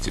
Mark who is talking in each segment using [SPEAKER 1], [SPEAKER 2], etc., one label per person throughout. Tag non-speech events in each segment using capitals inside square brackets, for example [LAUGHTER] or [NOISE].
[SPEAKER 1] Se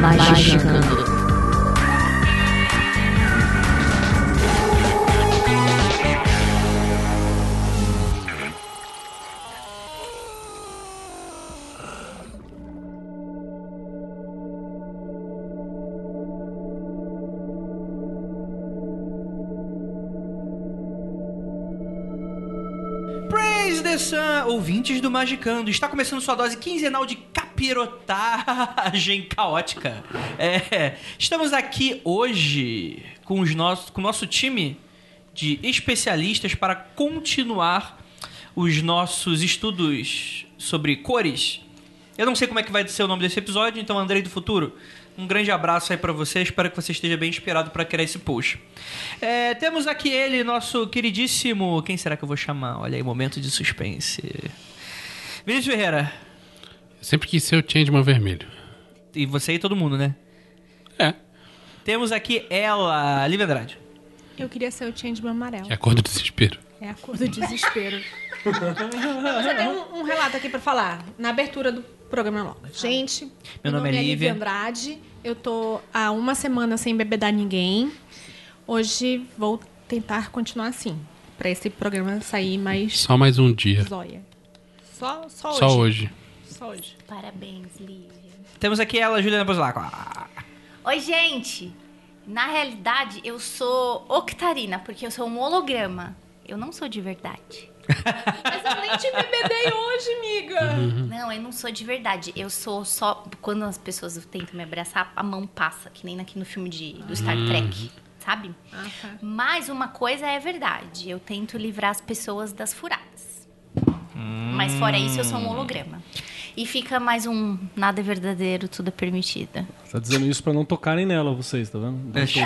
[SPEAKER 2] Magicando.
[SPEAKER 3] Praise the Sun, ouvintes do Magicando. Está começando sua dose quinzenal de capirotagem [LAUGHS] caótica. É, estamos aqui hoje com, os nossos, com o nosso time de especialistas para continuar os nossos estudos sobre cores. Eu não sei como é que vai ser o nome desse episódio, então Andrei do Futuro, um grande abraço aí pra você, espero que você esteja bem inspirado para criar esse post. É, temos aqui ele, nosso queridíssimo, quem será que eu vou chamar? Olha aí, momento de suspense. Vinícius Ferreira,
[SPEAKER 4] Sempre quis ser o Changeman vermelho.
[SPEAKER 3] e você e todo mundo, né?
[SPEAKER 4] É.
[SPEAKER 3] Temos aqui ela, Lívia Andrade.
[SPEAKER 5] Eu queria ser o Changeman amarelo.
[SPEAKER 4] É a cor do desespero.
[SPEAKER 5] É a cor do desespero. Não, mas eu tenho um, um relato aqui pra falar. Na abertura do programa logo. Gente, meu,
[SPEAKER 3] nome é Lívia.
[SPEAKER 5] Andrade. Eu tô há uma semana sem bebedar ninguém. Hoje vou tentar continuar assim. Pra esse programa sair mais
[SPEAKER 4] Só mais um dia.
[SPEAKER 5] zóia. Só, só,
[SPEAKER 4] Só
[SPEAKER 5] hoje.
[SPEAKER 4] hoje.
[SPEAKER 5] Só hoje.
[SPEAKER 2] Parabéns, Lívia.
[SPEAKER 3] Temos aqui ela, Juliana Ah, Bozlaco.
[SPEAKER 2] Oi, gente! Na realidade, eu sou octarina, porque eu sou um holograma. Eu não sou de verdade.
[SPEAKER 5] Mas eu nem te bebedei hoje, amiga.
[SPEAKER 2] Não, eu não sou de verdade. Eu sou só. Quando as pessoas tentam me abraçar, a mão passa, que nem aqui no filme de, do Star Trek, sabe?
[SPEAKER 5] Ah, tá.
[SPEAKER 2] Mas uma coisa é verdade. Eu tento livrar as pessoas das furadas. Mas fora isso, eu sou um holograma. E fica mais um nada é verdadeiro, tudo é permitido.
[SPEAKER 6] Tá dizendo isso pra não tocarem nela, vocês, tá vendo?
[SPEAKER 3] É, show,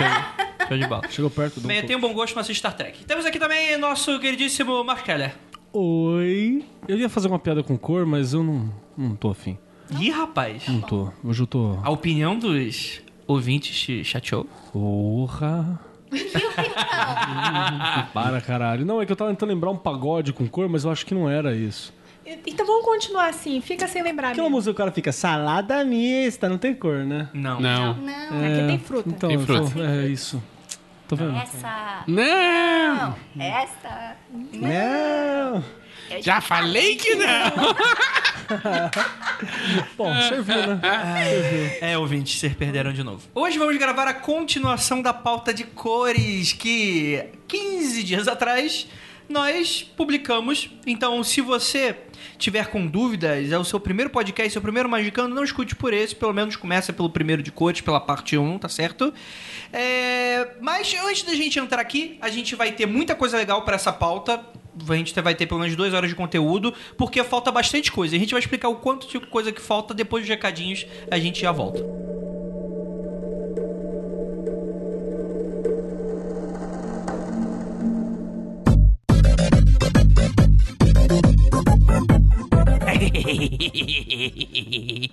[SPEAKER 3] show de bola.
[SPEAKER 6] Chegou perto do.
[SPEAKER 3] Bem, eu tenho um bom gosto, mas assisto Star Trek. Temos aqui também nosso queridíssimo Mark Keller.
[SPEAKER 6] Oi. Eu ia fazer uma piada com cor, mas eu não, não tô afim.
[SPEAKER 3] Ih, rapaz.
[SPEAKER 6] Não tô. Hoje eu tô.
[SPEAKER 3] A opinião dos ouvintes te chateou?
[SPEAKER 6] Porra.
[SPEAKER 4] [LAUGHS]
[SPEAKER 6] Para caralho. Não, é que eu tava tentando lembrar um pagode com cor, mas eu acho que não era isso.
[SPEAKER 5] Então vamos continuar assim. Fica sem lembrar.
[SPEAKER 6] Aquela
[SPEAKER 5] mesmo.
[SPEAKER 6] música o cara fica salada mista, não tem cor, né?
[SPEAKER 3] Não.
[SPEAKER 4] Não.
[SPEAKER 2] Não,
[SPEAKER 5] Aqui tem fruta.
[SPEAKER 6] Então,
[SPEAKER 4] Tem
[SPEAKER 6] eu
[SPEAKER 4] fruta.
[SPEAKER 6] sou- é isso. Tô vendo.
[SPEAKER 2] essa.
[SPEAKER 5] Hum.
[SPEAKER 4] Não!
[SPEAKER 2] Não, essa.
[SPEAKER 6] é Não!
[SPEAKER 2] Eu
[SPEAKER 4] Já falei que não!
[SPEAKER 6] Bom, serviu, né?
[SPEAKER 3] É, ouvintes, vocês perderam de novo. Hoje vamos gravar a continuação da pauta de cores que 15 dias atrás nós publicamos. Então, se você tiver com dúvidas, é o seu primeiro podcast, seu primeiro Magicando, não escute por esse, pelo menos começa pelo primeiro de cores, pela parte 1, tá certo? É, Mas antes da gente entrar aqui, a gente vai ter muita coisa legal para essa pauta. A gente vai ter pelo menos duas horas de conteúdo, porque falta bastante coisa. A gente vai explicar o quanto de coisa que falta depois dos recadinhos, a gente já volta. [LAUGHS] e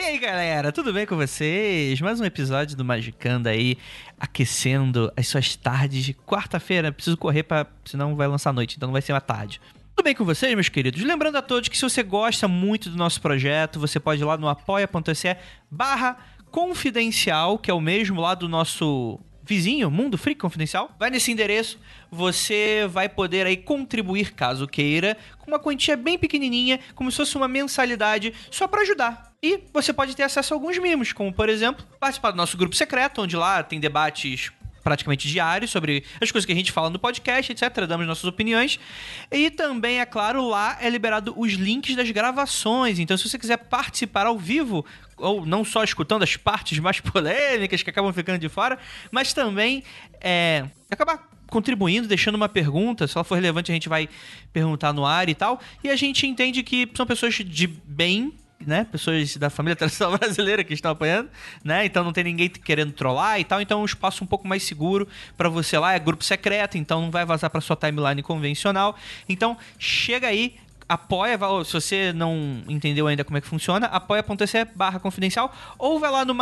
[SPEAKER 3] aí galera, tudo bem com vocês? Mais um episódio do Magicando aí, aquecendo as suas tardes de quarta-feira. Preciso correr para, senão vai lançar à noite, então não vai ser uma tarde. Tudo bem com vocês, meus queridos? Lembrando a todos que se você gosta muito do nosso projeto, você pode ir lá no apoia.se barra confidencial, que é o mesmo lá do nosso vizinho, Mundo Freak Confidencial. Vai nesse endereço, você vai poder aí contribuir, caso queira, com uma quantia bem pequenininha, como se fosse uma mensalidade, só pra ajudar. E você pode ter acesso a alguns mimos, como por exemplo, participar do nosso grupo secreto, onde lá tem debates praticamente diários sobre as coisas que a gente fala no podcast, etc. Damos nossas opiniões. E também, é claro, lá é liberado os links das gravações. Então, se você quiser participar ao vivo, ou não só escutando as partes mais [LAUGHS] polêmicas que acabam ficando de fora, mas também é, acabar contribuindo, deixando uma pergunta, se ela for relevante a gente vai perguntar no ar e tal. E a gente entende que são pessoas de bem né, pessoas da família [LAUGHS] tradicional brasileira que estão apanhando, né? Então não tem ninguém querendo trollar e tal, então é um espaço um pouco mais seguro pra você lá, é grupo secreto, então não vai vazar pra sua timeline convencional. Então chega aí apoia, vai- ou se você não entendeu ainda como é que funciona, apoia.se barra confidencial ou vai lá no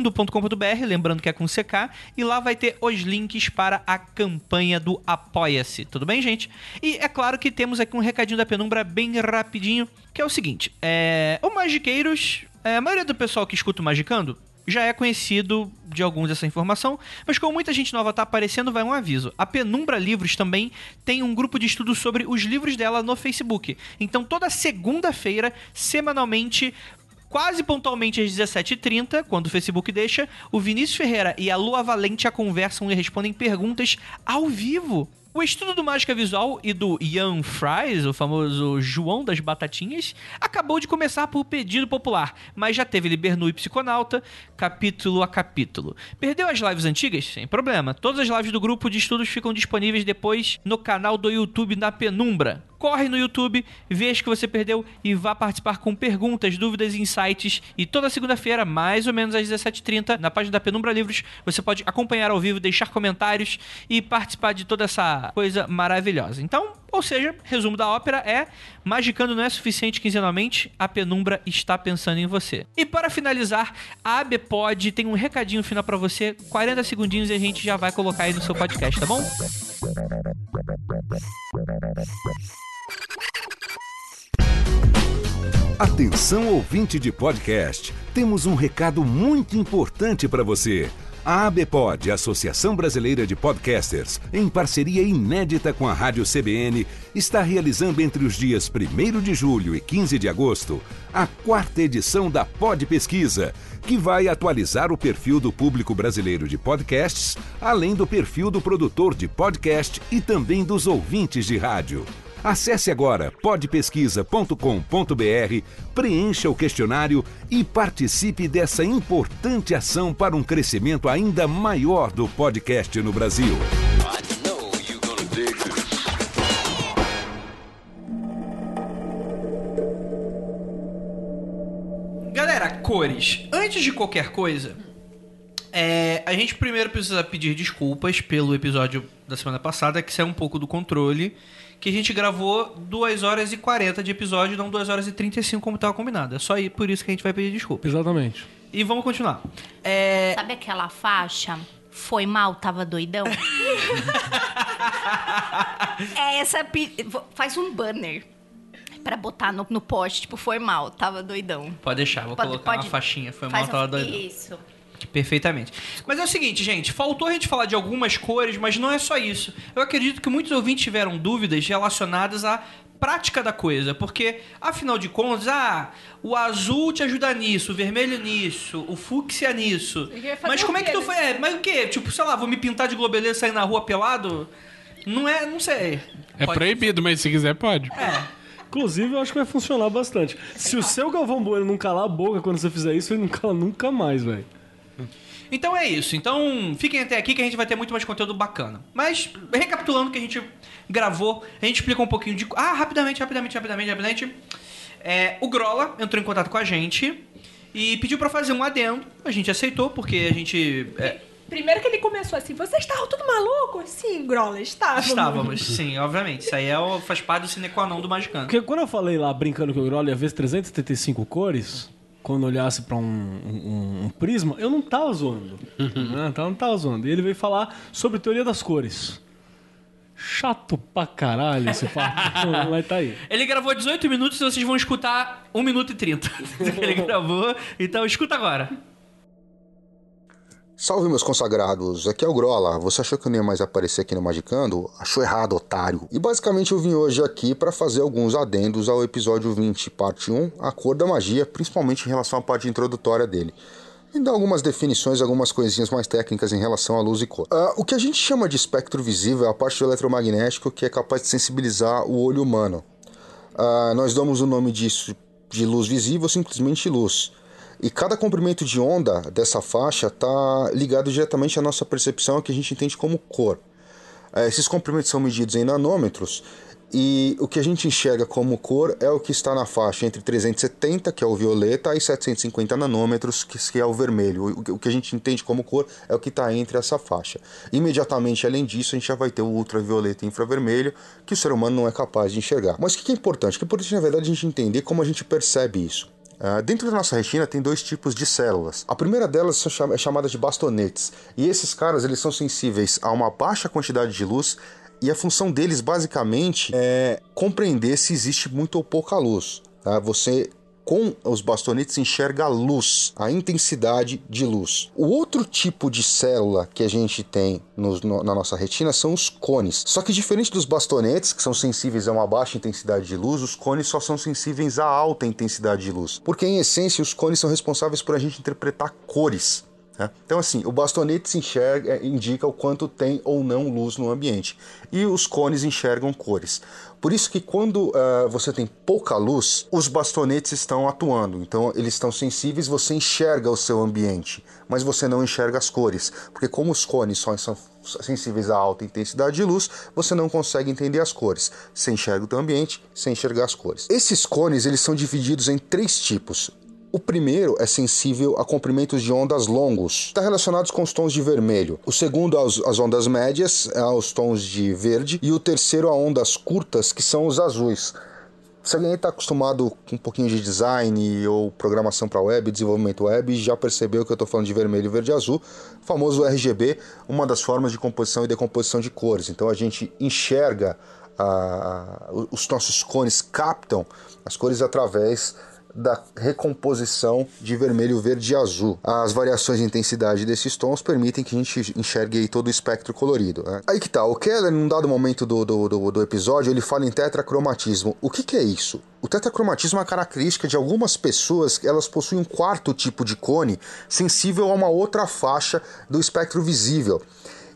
[SPEAKER 3] magicando.com.br, lembrando que é com CK, e lá vai ter os links para a campanha do Apoia-se, tudo bem, gente? E é claro que temos aqui um recadinho da Penumbra bem rapidinho, que é o seguinte, é, o Magiqueiros, é, a maioria do pessoal que escuta o Magicando já é conhecido de alguns essa informação, mas como muita gente nova tá aparecendo, vai um aviso. A Penumbra Livros também tem um grupo de estudo sobre os livros dela no Facebook. Então toda segunda-feira, semanalmente, quase pontualmente às 17h30, quando o Facebook deixa, o Vinícius Ferreira e a Lua Valente a conversam e respondem perguntas ao vivo. O estudo do Mágica Visual e do Ian Fries, o famoso João das Batatinhas, acabou de começar por pedido popular, mas já teve Libernu e Psiconauta, capítulo a capítulo. Perdeu as lives antigas? Sem problema. Todas as lives do grupo de estudos ficam disponíveis depois no canal do YouTube na Penumbra. Corre no YouTube, veja o que você perdeu e vá participar com perguntas, dúvidas e insights. E toda segunda-feira, mais ou menos às 17h30, na página da Penumbra Livros, você pode acompanhar ao vivo, deixar comentários e participar de toda essa coisa maravilhosa. Então, ou seja, resumo da ópera é: Magicando não é suficiente quinzenalmente, a Penumbra está pensando em você. E para finalizar, a ABPod tem um recadinho final para você, 40 segundinhos e a gente já vai colocar aí no seu podcast, tá bom?
[SPEAKER 7] Atenção ouvinte de podcast, temos um recado muito importante para você. A ABPOD, Associação Brasileira de Podcasters, em parceria inédita com a Rádio CBN, está realizando entre os dias 1 de julho e 15 de agosto a quarta edição da Pod Pesquisa, que vai atualizar o perfil do público brasileiro de podcasts, além do perfil do produtor de podcast e também dos ouvintes de rádio. Acesse agora podpesquisa.com.br, preencha o questionário e participe dessa importante ação para um crescimento ainda maior do podcast no Brasil.
[SPEAKER 3] Galera, cores. Antes de qualquer coisa, é, a gente primeiro precisa pedir desculpas pelo episódio da semana passada, que saiu um pouco do controle, que a gente gravou 2 horas e 40 de episódio, não 2 horas e 35 como estava combinado. É só aí por isso que a gente vai pedir desculpas.
[SPEAKER 6] Exatamente.
[SPEAKER 3] E vamos continuar. É,
[SPEAKER 2] Sabe aquela faixa? Foi mal,
[SPEAKER 5] [LAUGHS]
[SPEAKER 2] tava doidão? é essa. pi- Faz um banner pra botar no, no poste, tipo, foi mal, tava doidão.
[SPEAKER 3] pode deixar, vou
[SPEAKER 2] Pode-
[SPEAKER 3] colocar
[SPEAKER 2] pode-
[SPEAKER 3] uma faixinha. Foi
[SPEAKER 2] Faz
[SPEAKER 3] mal, tava
[SPEAKER 2] um-
[SPEAKER 3] doidão.
[SPEAKER 2] Isso.
[SPEAKER 3] Perfeitamente. Mas é o seguinte, gente, faltou a gente falar de algumas cores, mas não é só isso. Eu acredito que muitos ouvintes tiveram dúvidas relacionadas à prática da coisa, porque afinal de contas, ah, o azul te ajuda nisso, o vermelho nisso, o fúcsia nisso.
[SPEAKER 5] Eu ia fazer
[SPEAKER 3] Mas como
[SPEAKER 5] o
[SPEAKER 3] é que
[SPEAKER 5] quê,
[SPEAKER 3] tu
[SPEAKER 5] né?
[SPEAKER 3] foi? é, Mas o quê? Tipo, sei lá, vou me pintar de globelê e sair na rua pelado? Não é, não sei.
[SPEAKER 4] É
[SPEAKER 3] Pode-
[SPEAKER 4] proibido, mas se quiser, pode.
[SPEAKER 6] Inclusive, eu acho que vai funcionar bastante. Se o seu Galvão Bueno não calar a boca quando você fizer isso, ele não cala nunca mais, velho.
[SPEAKER 3] Então é isso. Então fiquem até aqui que a gente vai ter muito mais conteúdo bacana. Mas recapitulando o que a gente gravou, a gente explicou um pouquinho de. Ah, rapidamente, rapidamente, rapidamente, rapidamente. É, o Grola entrou em contato com a gente e pediu pra fazer um adendo. A gente aceitou porque a gente é,
[SPEAKER 5] Primeiro que ele começou assim, vocês estavam tudo maluco? Sim, Grola, estávamos.
[SPEAKER 3] estávamos, sim, obviamente. Isso aí é o, faz parte do sine qua non do Magicano.
[SPEAKER 6] Porque quando eu falei lá, brincando que o Groll ia ver as 375 cores, quando olhasse pra um, um- um prisma, eu não tava zoando. né? Eu não tava zoando. E ele veio falar sobre teoria das cores. Chato pra caralho esse papo. Mas tá aí.
[SPEAKER 3] Ele gravou 18 minutos e vocês vão escutar 1 minuto e 30. [LAUGHS] Ele gravou, então escuta agora.
[SPEAKER 8] Salve, meus consagrados! Aqui é o Grola. Você achou que eu não ia mais aparecer aqui no Magicando? Achou errado, otário! E basicamente eu vim hoje aqui para fazer alguns adendos ao episódio 20, parte 1, A Cor da Magia, principalmente em relação à parte introdutória dele. E dar algumas definições, algumas coisinhas mais técnicas em relação à luz e cor. Ah, o que a gente chama de espectro visível é a parte do eletromagnético que é capaz de sensibilizar o olho humano. Ah, nós damos o nome disso de luz visível, simplesmente luz. E cada comprimento de onda dessa faixa está ligado diretamente à É, nossa percepção, que a gente entende como cor. Ah, esses comprimentos são medidos em nanômetros E o que a gente enxerga como cor é o que está na faixa entre 370, que é o violeta, e 750 nanômetros, que que é o vermelho. O- O que a gente entende como cor é o que está entre essa faixa. Imediatamente, além disso, a gente já vai ter o ultravioleta e infravermelho, que o ser humano não é capaz de enxergar. Mas o que que é importante? O que é importante, na verdade, a gente entender como a gente percebe isso. Ah, dentro da nossa retina tem dois tipos de células. A primeira delas se chama- é chamada de bastonetes. E esses caras eles são sensíveis a uma baixa quantidade de luz e a função deles basicamente é compreender se existe muito ou pouca luz. tá? Você com os bastonetes enxerga a luz, a intensidade de luz. O outro tipo de célula que a gente tem nos- no- na nossa retina são os cones. Só que diferente dos bastonetes, que são sensíveis a uma baixa intensidade de luz, os cones só são sensíveis a alta intensidade de luz. Porque, em essência, os cones são responsáveis por a gente interpretar cores. né? Então, assim, o bastonete se enxerga, eh, indica o quanto tem ou não luz no ambiente. E os cones enxergam cores. Por isso que quando ah, você tem pouca luz, os bastonetes estão atuando. Então, eles estão sensíveis, você enxerga o seu ambiente, mas você não enxerga as cores. Porque como os cones só são sensíveis a alta intensidade de luz, você não consegue entender as cores. Você enxerga o teu ambiente sem enxergar as cores. Esses cones, eles são divididos em três tipos. O primeiro é sensível a comprimentos de ondas longos, está relacionados com os tons de vermelho. O segundo aos, às ondas médias, é aos tons de verde, e o terceiro a ondas curtas, que são os azuis. Se alguém está acostumado com um pouquinho de design ou programação para web, desenvolvimento web, já percebeu que eu estou falando de vermelho, verde e azul, famoso RGB, uma das formas de composição e decomposição de cores. Então a gente enxerga, ah, os nossos cones captam as cores através da recomposição de vermelho, verde e azul. As variações de intensidade desses tons permitem que a gente enxergue aí todo o espectro colorido. né? Aí que tá, o Keller, num dado momento do, do, do, do episódio, ele fala em tetracromatismo. O que, que é isso? O tetracromatismo é a característica de algumas pessoas que elas possuem um quarto tipo de cone sensível a uma outra faixa do espectro visível.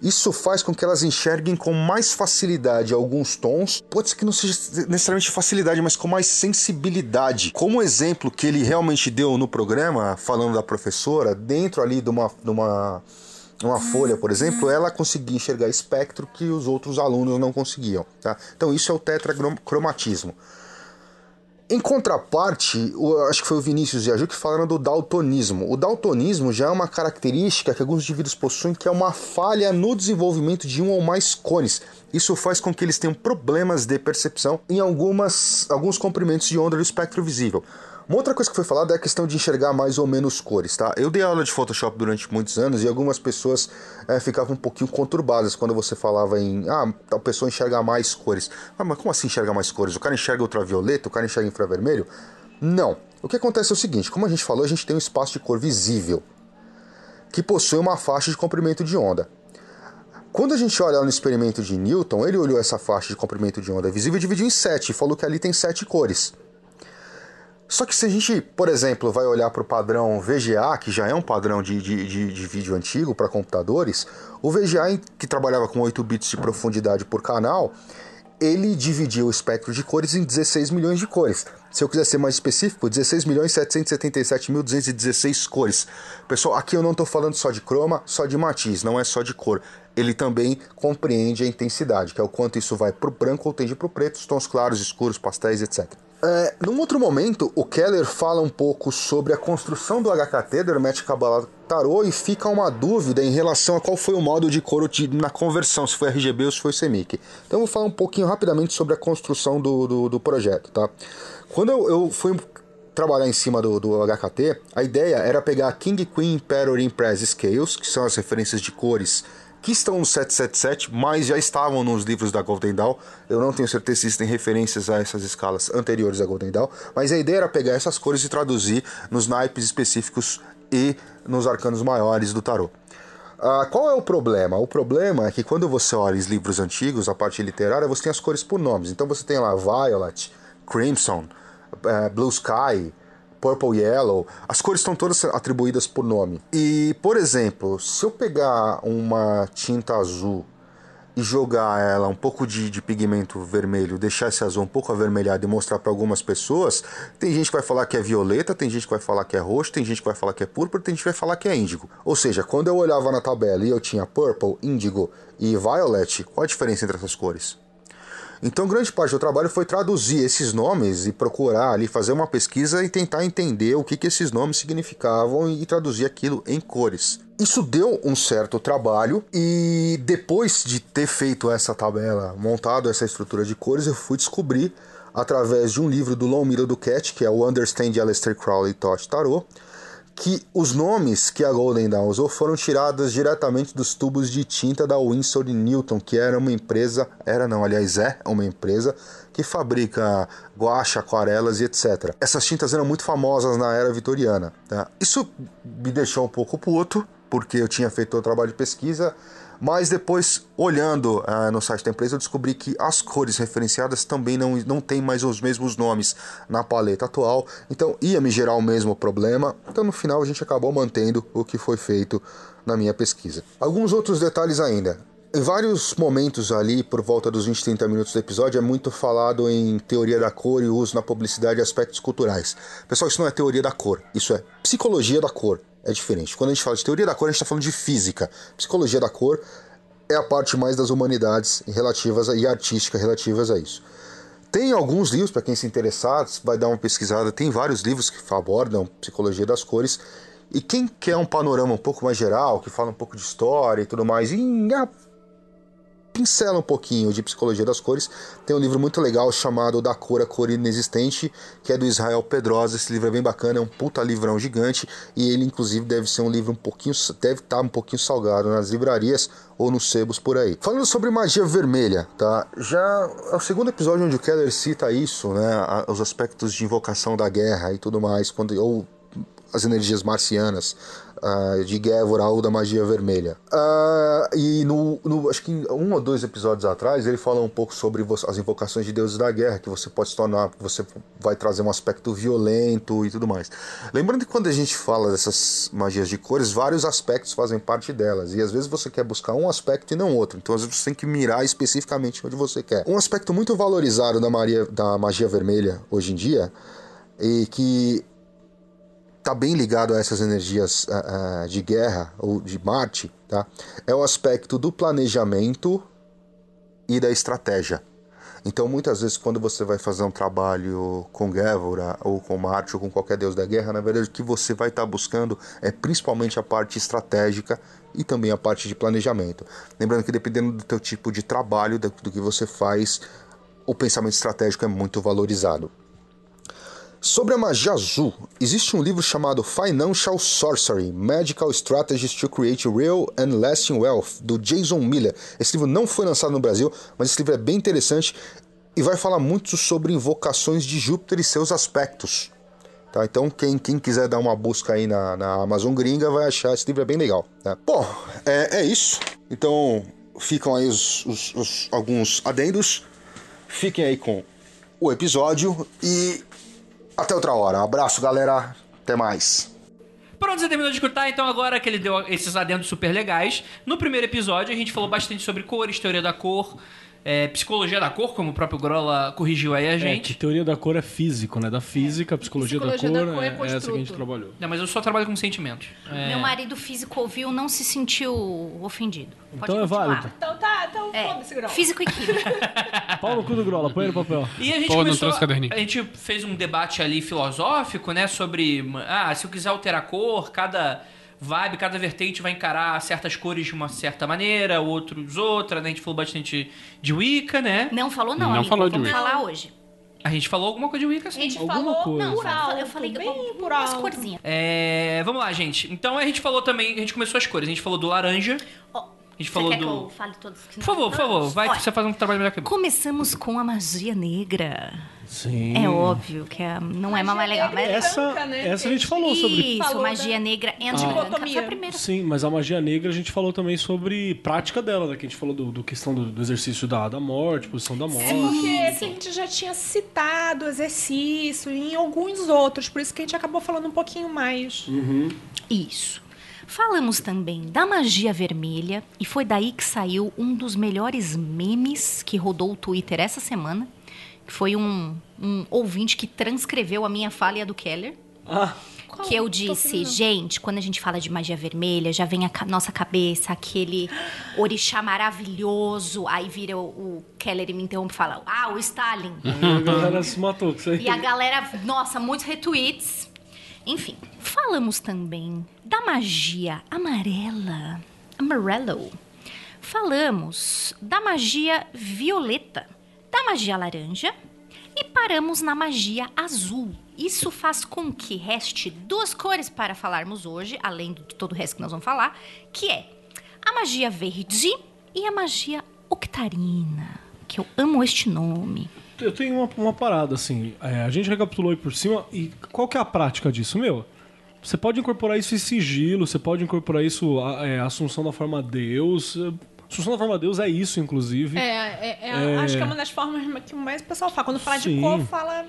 [SPEAKER 8] Isso faz com que elas enxerguem com mais facilidade alguns tons, pode ser que não seja necessariamente facilidade, mas com mais sensibilidade. Como o exemplo que ele realmente deu no programa, falando da professora, dentro ali de uma, de uma, uma folha, por exemplo, ela conseguia enxergar espectro que os outros alunos não conseguiam. tá? Então isso é o tetracromatismo. Em contraparte, o- acho que foi o Vinícius e a Ju que falaram do daltonismo. O daltonismo já é uma característica que alguns indivíduos possuem que é uma falha no desenvolvimento de um ou mais cones. Isso faz com que eles tenham problemas de percepção em algumas, alguns comprimentos de onda do espectro visível. Uma outra coisa que foi falada é a questão de enxergar mais ou menos cores, tá? Eu dei aula de Photoshop durante muitos anos e algumas pessoas eh, ficavam um pouquinho conturbadas quando você falava em ah, tal pessoa enxerga mais cores. Ah, mas como assim enxerga mais cores? O cara enxerga ultravioleta, o cara enxerga infravermelho? Não. O que acontece é o seguinte, como a gente falou, a gente tem um espaço de cor visível que possui uma faixa de comprimento de onda. Quando a gente olha no experimento de Newton, ele olhou essa faixa de comprimento de onda visível e dividiu em sete, e falou que ali tem sete cores. Só que se a gente, por exemplo, vai olhar para o padrão VGA, que já é um padrão de, de, de- de vídeo antigo para computadores, o VGA, em- que trabalhava com 8 bits de profundidade por canal, ele dividia o espectro de cores em 16 milhões de cores. Se eu quiser ser mais específico, 16 milhões 777.216 cores. Pessoal, aqui eu não estou falando só de croma, só de matiz, não é só de cor. Ele também compreende a intensidade, que é o quanto isso vai para o branco ou tende para o preto, os tons claros, escuros, pastéis, etc. É, num outro momento, o Keller fala um pouco sobre a construção do HKT, do Hermetic Kabbalah Tarot, e fica uma dúvida em relação a qual foi o modo de coro de- na conversão, se foi RGB ou se foi CMYK. Então eu vou falar um pouquinho rapidamente sobre a construção do, do, do projeto, tá? Quando eu, eu fui trabalhar em cima do, do HKT, a ideia era pegar King Queen Emperor Impress Scales, que são as referências de cores que estão no 777, mas já estavam nos livros da Golden Dawn. Eu não tenho certeza se existem referências a essas escalas anteriores à Golden Dawn, mas a ideia era pegar essas cores e traduzir nos naipes específicos e nos arcanos maiores do tarô. Ah, qual é o problema? O problema é que quando você olha os livros antigos, a parte literária, você tem as cores por nomes. Então você tem lá Violet, Crimson, eh, Blue Sky, Purple Yellow. As cores estão todas atribuídas por nome. E, por exemplo, se eu pegar uma tinta azul e jogar ela um pouco de, de pigmento vermelho, deixar esse azul um pouco avermelhado e mostrar para algumas pessoas, tem gente que vai falar que é violeta, tem gente que vai falar que é roxo, tem gente que vai falar que é púrpura, tem gente que vai falar que é índigo. Ou seja, quando eu olhava na tabela e eu tinha purple, índigo e violet, qual a diferença entre essas cores? Então, grande parte do trabalho foi traduzir esses nomes e procurar ali, fazer uma pesquisa e tentar entender o que, que esses nomes significavam e traduzir aquilo em cores. Isso deu um certo trabalho e depois de ter feito essa tabela, montado essa estrutura de cores, eu fui descobrir através de um livro do Lomiro Duquette, que é o Understand Aleister Crowley Thought Tarot, que os nomes que a Golden Dawn usou foram tirados diretamente dos tubos de tinta da Winsor Newton, que era uma empresa, era não, aliás é uma empresa que fabrica guache, aquarelas e etc. Essas tintas eram muito famosas na era vitoriana. tá? Isso me deixou um pouco puto, porque eu tinha feito o trabalho de pesquisa, mas depois, olhando ah, no site da empresa, eu descobri que as cores referenciadas também não, não têm mais os mesmos nomes na paleta atual, então ia me gerar o mesmo problema. Então, no final, a gente acabou mantendo o que foi feito na minha pesquisa. Alguns outros detalhes ainda. Em vários momentos ali, por volta dos 20, 30 minutos do episódio, é muito falado em teoria da cor e uso na publicidade de aspectos culturais. Pessoal, isso não é teoria da cor, isso é psicologia da cor. É diferente. Quando a gente fala de teoria da cor, a gente está falando de física. Psicologia da cor é a parte mais das humanidades relativas a, e artística relativas a isso. Tem alguns livros, para quem se interessar, vai dar uma pesquisada, tem vários livros que abordam psicologia das cores. E quem quer um panorama um pouco mais geral, que fala um pouco de história e tudo mais, e ah, pincela um pouquinho de psicologia das cores, tem um livro muito legal chamado Da Cor a Cor Inexistente, que é do Israel Pedrosa. Esse livro é bem bacana, é um puta livrão gigante e ele inclusive deve ser um livro um pouquinho deve estar um pouquinho salgado nas livrarias ou nos sebos por aí. Falando sobre magia vermelha, tá? Já é o segundo episódio onde o Keller cita isso, né, a- os aspectos de invocação da guerra e tudo mais, quando ou as energias marcianas ah, de Gévora ou da magia vermelha. Ah, e no, no- acho que em um ou dois episódios atrás ele fala um pouco sobre vo- as invocações de deuses da guerra, que você pode se tornar, que você vai trazer um aspecto violento e tudo mais. Lembrando que quando a gente fala dessas magias de cores, vários aspectos fazem parte delas, e às vezes você quer buscar um aspecto e não outro, então às vezes você tem que mirar especificamente onde você quer. Um aspecto muito valorizado da, Maria, da magia vermelha hoje em dia, e que tá bem ligado a essas energias ah, ah, de guerra ou de Marte, tá? É o aspecto do planejamento e da estratégia. Então, muitas vezes, quando você vai fazer um trabalho com Gévora, ou com Marte, ou com qualquer deus da guerra, na verdade, o que você vai estar buscando é principalmente a parte estratégica e também a parte de planejamento. Lembrando que, dependendo do teu tipo de trabalho, do do que você faz, o pensamento estratégico é muito valorizado. Sobre a magia azul, existe um livro chamado Financial Sorcery: Magical Strategies to Create Real and Lasting Wealth, do Jason Miller. Esse livro não foi lançado no Brasil, mas esse livro é bem interessante e vai falar muito sobre invocações de Júpiter e seus aspectos. Tá? Então, quem, quem quiser dar uma busca aí na, na Amazon Gringa vai achar esse livro é bem legal. né? Bom, é, é isso. Então, ficam aí os- os- os, alguns adendos. Fiquem aí com o episódio e até outra hora. Abraço, galera. Até mais.
[SPEAKER 9] Pronto, você terminou de escutar, então agora que ele deu esses adendos super legais. No primeiro episódio, a gente falou bastante sobre cores, teoria da cor, é, psicologia da cor, como o próprio Grola corrigiu aí a
[SPEAKER 6] É, que
[SPEAKER 9] gente.
[SPEAKER 6] teoria da cor é físico, né? Da física, a psicologia,
[SPEAKER 5] Psicologia
[SPEAKER 6] da
[SPEAKER 5] da
[SPEAKER 6] cor,
[SPEAKER 5] cor é
[SPEAKER 6] é, essa que a gente
[SPEAKER 5] construto.
[SPEAKER 6] trabalhou.
[SPEAKER 9] Não, mas eu só trabalho com sentimentos. É,
[SPEAKER 2] Meu marido físico ouviu, não se sentiu ofendido. Pode
[SPEAKER 6] Então é
[SPEAKER 2] continuar.
[SPEAKER 6] válido.
[SPEAKER 5] Então tá, então foda-se,
[SPEAKER 2] É,
[SPEAKER 5] Grau.
[SPEAKER 2] físico e química.
[SPEAKER 5] [LAUGHS]
[SPEAKER 6] Pau no cu do Grola, põe no papel.
[SPEAKER 9] E a gente
[SPEAKER 4] Pô, não
[SPEAKER 9] começou-
[SPEAKER 4] trouxe caderninho.
[SPEAKER 9] A gente fez um debate ali filosófico, né? Sobre. Ah, se eu quiser alterar a cor, cada vibe, cada vertente vai encarar certas cores de uma certa maneira, outros outra, né? A gente falou bastante de Wicca, né?
[SPEAKER 2] Não falou não,
[SPEAKER 4] Não
[SPEAKER 2] amigo.
[SPEAKER 4] falou de
[SPEAKER 2] Vamos
[SPEAKER 4] mim.
[SPEAKER 2] falar hoje.
[SPEAKER 9] A gente falou alguma coisa de Wicca,
[SPEAKER 5] A
[SPEAKER 9] sim.
[SPEAKER 5] gente
[SPEAKER 6] Alguma
[SPEAKER 5] falou
[SPEAKER 6] coisa.
[SPEAKER 2] Não,
[SPEAKER 5] por
[SPEAKER 2] eu
[SPEAKER 5] alto,
[SPEAKER 2] eu falei
[SPEAKER 5] bem por
[SPEAKER 2] umas
[SPEAKER 5] alto.
[SPEAKER 2] corzinhas.
[SPEAKER 9] É, vamos lá, gente. Então a gente falou também, a gente começou as cores. A gente falou do laranja.
[SPEAKER 2] Ó,
[SPEAKER 9] A gente
[SPEAKER 2] Oh, você
[SPEAKER 9] falou
[SPEAKER 2] quer
[SPEAKER 9] do-
[SPEAKER 2] que eu fale todos? que
[SPEAKER 9] Por favor, por favor, vai
[SPEAKER 2] Olha,
[SPEAKER 9] que você faz um trabalho melhor que eu.
[SPEAKER 2] Começamos com a magia negra.
[SPEAKER 6] Sim.
[SPEAKER 9] Hum.
[SPEAKER 2] É óbvio que a- não é uma mais legal, mas
[SPEAKER 6] Essa,
[SPEAKER 5] branca, né?
[SPEAKER 6] essa a gente falou sobre.
[SPEAKER 2] Isso,
[SPEAKER 5] Falou,
[SPEAKER 2] magia
[SPEAKER 5] né?
[SPEAKER 2] negra
[SPEAKER 9] Ah.
[SPEAKER 2] and branca. Foi
[SPEAKER 5] Dicotomia.
[SPEAKER 2] a primeira.
[SPEAKER 6] Sim, mas a magia negra a gente falou também sobre prática dela, né? Que a gente falou do, do questão do, do exercício da, da morte, posição da morte.
[SPEAKER 5] É porque assim, a gente já tinha citado exercício e em alguns outros, por isso que a gente acabou falando um pouquinho mais.
[SPEAKER 6] Hum.
[SPEAKER 2] Isso. Falamos também da magia vermelha e foi daí que saiu um dos melhores memes que rodou o Twitter essa semana, que foi um, um ouvinte que transcreveu a minha fala e a do Keller.
[SPEAKER 6] Ah,
[SPEAKER 2] que eu disse, gente, quando a gente fala de magia vermelha, já vem a ca- nossa cabeça aquele orixá maravilhoso. Aí vira o, o Keller e me interrompe e fala, ah, o Stalin.
[SPEAKER 6] A galera se matou com isso aí.
[SPEAKER 2] E a galera, nossa, muitos retweets. Enfim, falamos também da magia amarela, amarelo. Falamos da magia violeta, da magia laranja e paramos na magia azul. Isso faz com que reste duas cores para falarmos hoje, além de todo o resto que nós vamos falar, que é a magia verde e a magia octarina, que eu amo este nome.
[SPEAKER 6] Eu tenho uma, uma parada, assim. é, a gente recapitulou aí por cima. E qual que é a prática disso, meu? Você pode incorporar isso em sigilo, você pode incorporar isso a é, Assunção da Forma Deus. é, Assunção da Forma Deus é isso, inclusive.
[SPEAKER 5] É, é, é, acho que é uma das formas que mais o pessoal fala. Quando fala
[SPEAKER 6] Sim.
[SPEAKER 5] de cor, fala.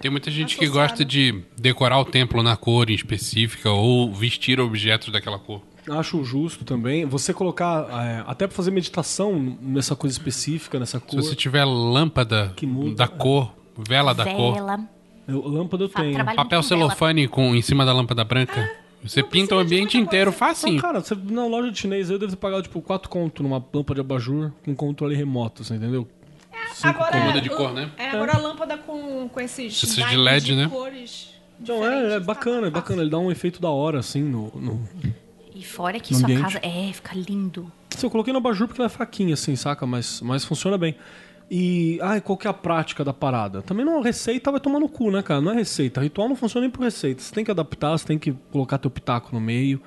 [SPEAKER 4] Tem muita gente que
[SPEAKER 5] Associado.
[SPEAKER 4] gosta de decorar o templo na cor em específica ou vestir objetos daquela cor.
[SPEAKER 6] Acho justo também. Você colocar, é, até pra fazer meditação nessa coisa específica, nessa
[SPEAKER 4] Se
[SPEAKER 6] cor.
[SPEAKER 4] você tiver lâmpada
[SPEAKER 6] Que muda,
[SPEAKER 4] da cor, vela da cor,
[SPEAKER 2] Vela,
[SPEAKER 6] Eu- lâmpada eu
[SPEAKER 2] Fa-
[SPEAKER 6] tenho.
[SPEAKER 2] trabalho
[SPEAKER 4] papel
[SPEAKER 2] muito com vela.
[SPEAKER 4] celofane com, em cima da lâmpada branca,
[SPEAKER 6] Ah,
[SPEAKER 4] você pinta o ambiente inteiro
[SPEAKER 6] Não,
[SPEAKER 4] facinho.
[SPEAKER 6] cara, você, na loja de chinês eu devo ter pagado tipo 4 conto numa lâmpada de abajur com um controle remoto, você entendeu? Cinco
[SPEAKER 5] agora
[SPEAKER 4] com- Muda de cor, né?
[SPEAKER 6] Tá.
[SPEAKER 5] É, agora a lâmpada com, com esses.
[SPEAKER 4] Esses de
[SPEAKER 5] designs
[SPEAKER 4] LED, né?
[SPEAKER 5] Cores
[SPEAKER 6] Então é, é
[SPEAKER 5] diferentes,
[SPEAKER 6] bacana, é
[SPEAKER 5] tá?
[SPEAKER 6] bacana. Ele dá um efeito da hora, assim, no. no-
[SPEAKER 2] E fora que
[SPEAKER 6] No
[SPEAKER 2] sua
[SPEAKER 6] ambiente.
[SPEAKER 2] casa é, fica lindo.
[SPEAKER 6] Assim, eu coloquei no abajur porque ela é fraquinha, assim, saca? Mas, mas funciona bem. E. Ai, qual que é a prática da parada? Também não é receita, vai tomar no cu, né, cara? Não é receita. Ritual não funciona nem por receita. Você tem que adaptar, você tem que colocar teu pitaco no meio.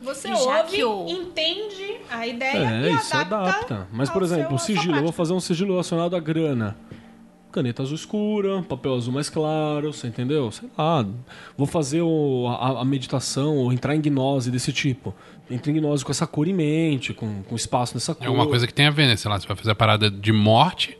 [SPEAKER 5] Você
[SPEAKER 2] Já
[SPEAKER 5] ouve,
[SPEAKER 2] que o-
[SPEAKER 5] entende a ideia
[SPEAKER 6] É,
[SPEAKER 5] e
[SPEAKER 6] isso adapta. Mas, por
[SPEAKER 5] ao seu-
[SPEAKER 6] exemplo,
[SPEAKER 5] à
[SPEAKER 6] o
[SPEAKER 5] sua
[SPEAKER 6] sigilo, eu vou
[SPEAKER 5] prática.
[SPEAKER 6] fazer um sigilo relacionado à grana. Caneta azul escura, papel azul mais claro, você entendeu? Sei lá. Vou fazer o- a, a meditação ou entrar em gnose desse tipo. Entra em gnose com essa cor em mente, com, com espaço nessa cor.
[SPEAKER 4] É uma coisa que tem a ver, né? Sei lá, você vai fazer a parada de morte,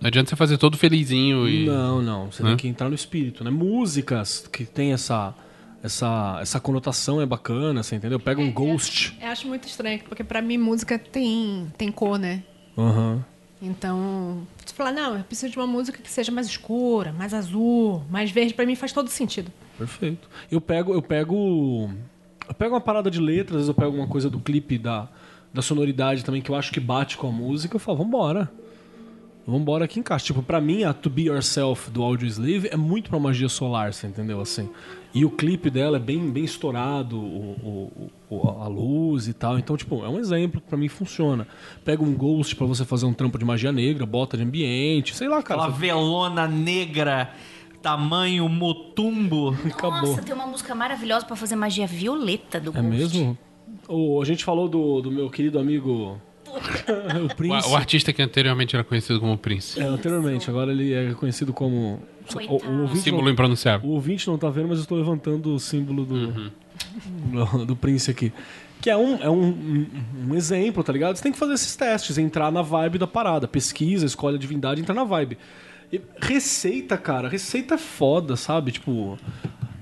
[SPEAKER 4] não adianta você fazer todo felizinho e...
[SPEAKER 6] Não, não. Você
[SPEAKER 4] Hã?
[SPEAKER 6] tem que entrar no espírito, né? Músicas que tem essa, essa, essa conotação é bacana, você entendeu? Pega um ghost.
[SPEAKER 5] É, Eu acho muito estranho, porque pra mim música tem, tem cor, né?
[SPEAKER 6] Aham.
[SPEAKER 5] Então, você fala, não, eu preciso de uma música que seja mais escura, mais azul, mais verde, pra mim faz todo sentido.
[SPEAKER 6] Perfeito. Eu pego, eu pego. Eu pego uma parada de letras, às vezes eu pego uma coisa do clipe da, da sonoridade também que eu acho que bate com a música, eu falo, vambora. Vambora que encaixa. Tipo, pra mim, a To Be Yourself do Audio Slave é muito pra magia solar, você entendeu? Assim. E o clipe dela é bem, bem estourado, o, o- o- a luz e tal. Então, tipo, é um exemplo que pra mim funciona. Pega um ghost pra você fazer um trampo de magia negra, bota de ambiente, sei lá, cara.
[SPEAKER 10] Aquela
[SPEAKER 6] você-
[SPEAKER 10] velona negra, tamanho motumbo.
[SPEAKER 6] Acabou.
[SPEAKER 2] Nossa, tem uma música maravilhosa pra fazer magia violeta do
[SPEAKER 6] É
[SPEAKER 2] Ghost.
[SPEAKER 6] mesmo? O, a gente falou do, do meu querido amigo. o
[SPEAKER 4] O,
[SPEAKER 6] Prince.
[SPEAKER 4] o artista que anteriormente era conhecido como Prince.
[SPEAKER 6] É, anteriormente, agora ele é conhecido como. O,
[SPEAKER 2] Coitado.
[SPEAKER 6] o ouvinte
[SPEAKER 4] Um Símbolo
[SPEAKER 6] não,
[SPEAKER 4] impronunciável.
[SPEAKER 6] o ouvinte não tá vendo, mas eu estou levantando o símbolo do, do, do Prince aqui. Que é, um, é um, um- um exemplo, tá ligado? Você tem que fazer esses testes, entrar na vibe da parada. Pesquisa, escolhe a divindade, entra na vibe. E receita, cara, receita é foda, sabe? Tipo.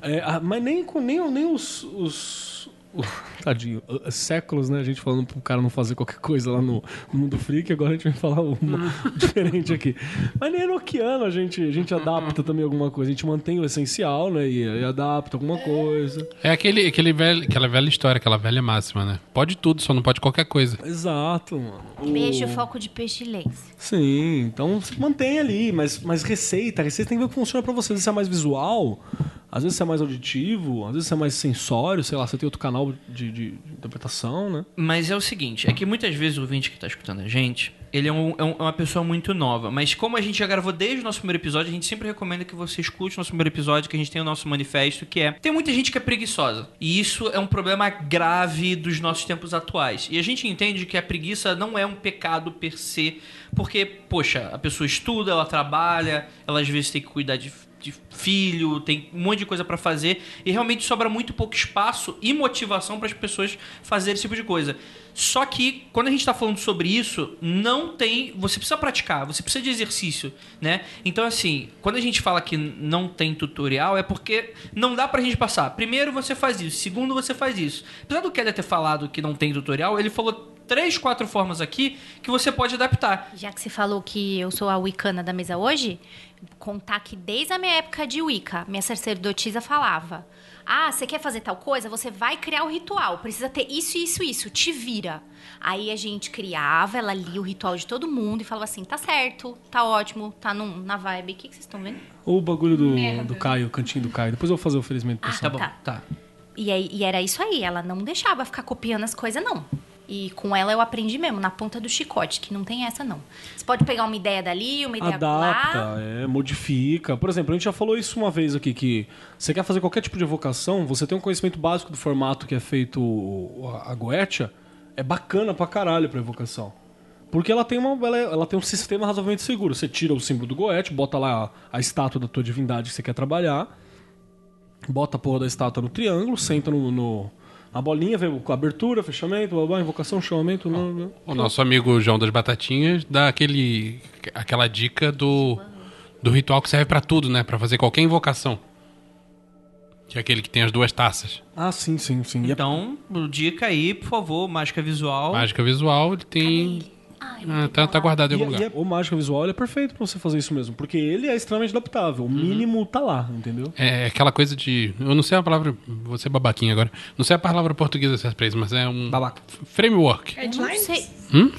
[SPEAKER 6] é, a- mas nem, com- nem, nem os. os- o- [LAUGHS] Tadinho, uh, séculos, né? A gente falando pro cara não fazer qualquer coisa lá no, no mundo freak, agora a gente vai falar uma diferente aqui. Mas nem enoquiano a gente, a gente adapta também alguma coisa. A gente mantém o essencial, né? E, e adapta alguma coisa.
[SPEAKER 4] É aquele, aquele velho, aquela velha história, aquela velha máxima, né? Pode tudo, só não pode qualquer coisa.
[SPEAKER 6] Exato, mano. O-
[SPEAKER 2] Beijo, foco de pestilência.
[SPEAKER 6] Sim, então se mantém ali, mas, mas receita, receita tem que ver o que funciona pra você. Às vezes você é mais visual, às vezes você é mais auditivo, às vezes você é mais sensório, sei lá, você tem outro canal de, de interpretação, né?
[SPEAKER 3] Mas é o seguinte, é que muitas vezes o ouvinte que tá escutando a gente, ele é, um- é um- é uma pessoa muito nova. Mas como a gente já gravou desde o nosso primeiro episódio, a gente sempre recomenda que você escute o nosso primeiro episódio, que a gente tem o nosso manifesto, que é... Tem muita gente que é preguiçosa. E isso é um problema grave dos nossos tempos atuais. E a gente entende que a preguiça não é um pecado per se, porque, poxa, a pessoa estuda, ela trabalha, ela às vezes tem que cuidar de de filho, tem um monte de coisa pra fazer e realmente sobra muito pouco espaço e motivação para as pessoas fazerem esse tipo de coisa. Só que quando a gente tá falando sobre isso, não tem, você precisa praticar, você precisa de exercício, né? Então assim, quando a gente fala que não tem tutorial é porque não dá pra gente passar. Primeiro você faz isso, segundo você faz isso. Apesar do Keller ter falado que não tem tutorial, ele falou três, quatro formas aqui que você pode adaptar.
[SPEAKER 2] Já que você falou que eu sou a Wicana da mesa hoje, contar que desde a minha época de Wicca, minha sacerdotisa falava: Ah, você quer fazer tal coisa? Você vai criar um ritual. Precisa ter isso, isso, isso. Te vira. Aí a gente criava, ela lia o ritual de todo mundo e falava assim: tá certo, tá ótimo, tá num- na vibe. O que, que vocês estão vendo?
[SPEAKER 6] Ou o bagulho do, do Caio, o cantinho do Caio. Depois eu vou fazer o oferecimento
[SPEAKER 2] Ah,
[SPEAKER 6] pessoal.
[SPEAKER 11] Tá bom,
[SPEAKER 2] Tá.
[SPEAKER 11] tá.
[SPEAKER 2] E, aí- e era isso aí, ela não deixava ficar copiando as coisas, não. E com ela eu aprendi mesmo, na ponta do chicote, que não tem essa, não. Você pode pegar uma ideia dali, uma ideia lá.
[SPEAKER 6] Adapta, é, modifica. Por exemplo, a gente já falou isso uma vez aqui, que você quer fazer qualquer tipo de evocação, você tem um conhecimento básico do formato que é feito o- a a Goetia, é bacana pra caralho pra evocação. Porque ela tem, uma, ela, é- ela tem um sistema razoavelmente seguro. Você tira o símbolo do Goethe, bota lá a, a estátua da tua divindade que você quer trabalhar, bota a porra da estátua no triângulo, senta no, no- na bolinha, vê com abertura, fechamento, blá, blá, invocação, chamamento... blá, blá.
[SPEAKER 4] O nosso amigo João das Batatinhas dá aquele, aquela dica do, do ritual que serve pra tudo, né? Pra fazer qualquer invocação. Que é aquele que tem as duas taças.
[SPEAKER 6] Ah, sim, sim, sim. E é
[SPEAKER 3] Então, dica aí, por favor, mágica
[SPEAKER 6] Oh.
[SPEAKER 3] visual.
[SPEAKER 4] Mágica visual, ele tem.
[SPEAKER 2] Ai,
[SPEAKER 4] Ah, tá, tá guardado em algum
[SPEAKER 6] E, e
[SPEAKER 4] lugar.
[SPEAKER 6] é- o mágica visual ele é perfeito pra você fazer isso mesmo, porque ele é extremamente adaptável. O mínimo tá lá, entendeu?
[SPEAKER 4] É aquela coisa de. Eu não sei a palavra. Vou ser babaquinha agora. Não sei a palavra portuguesa certa pra isso, mas é um.
[SPEAKER 3] Babaca.
[SPEAKER 4] f- Framework.
[SPEAKER 5] É
[SPEAKER 2] Eu não sei.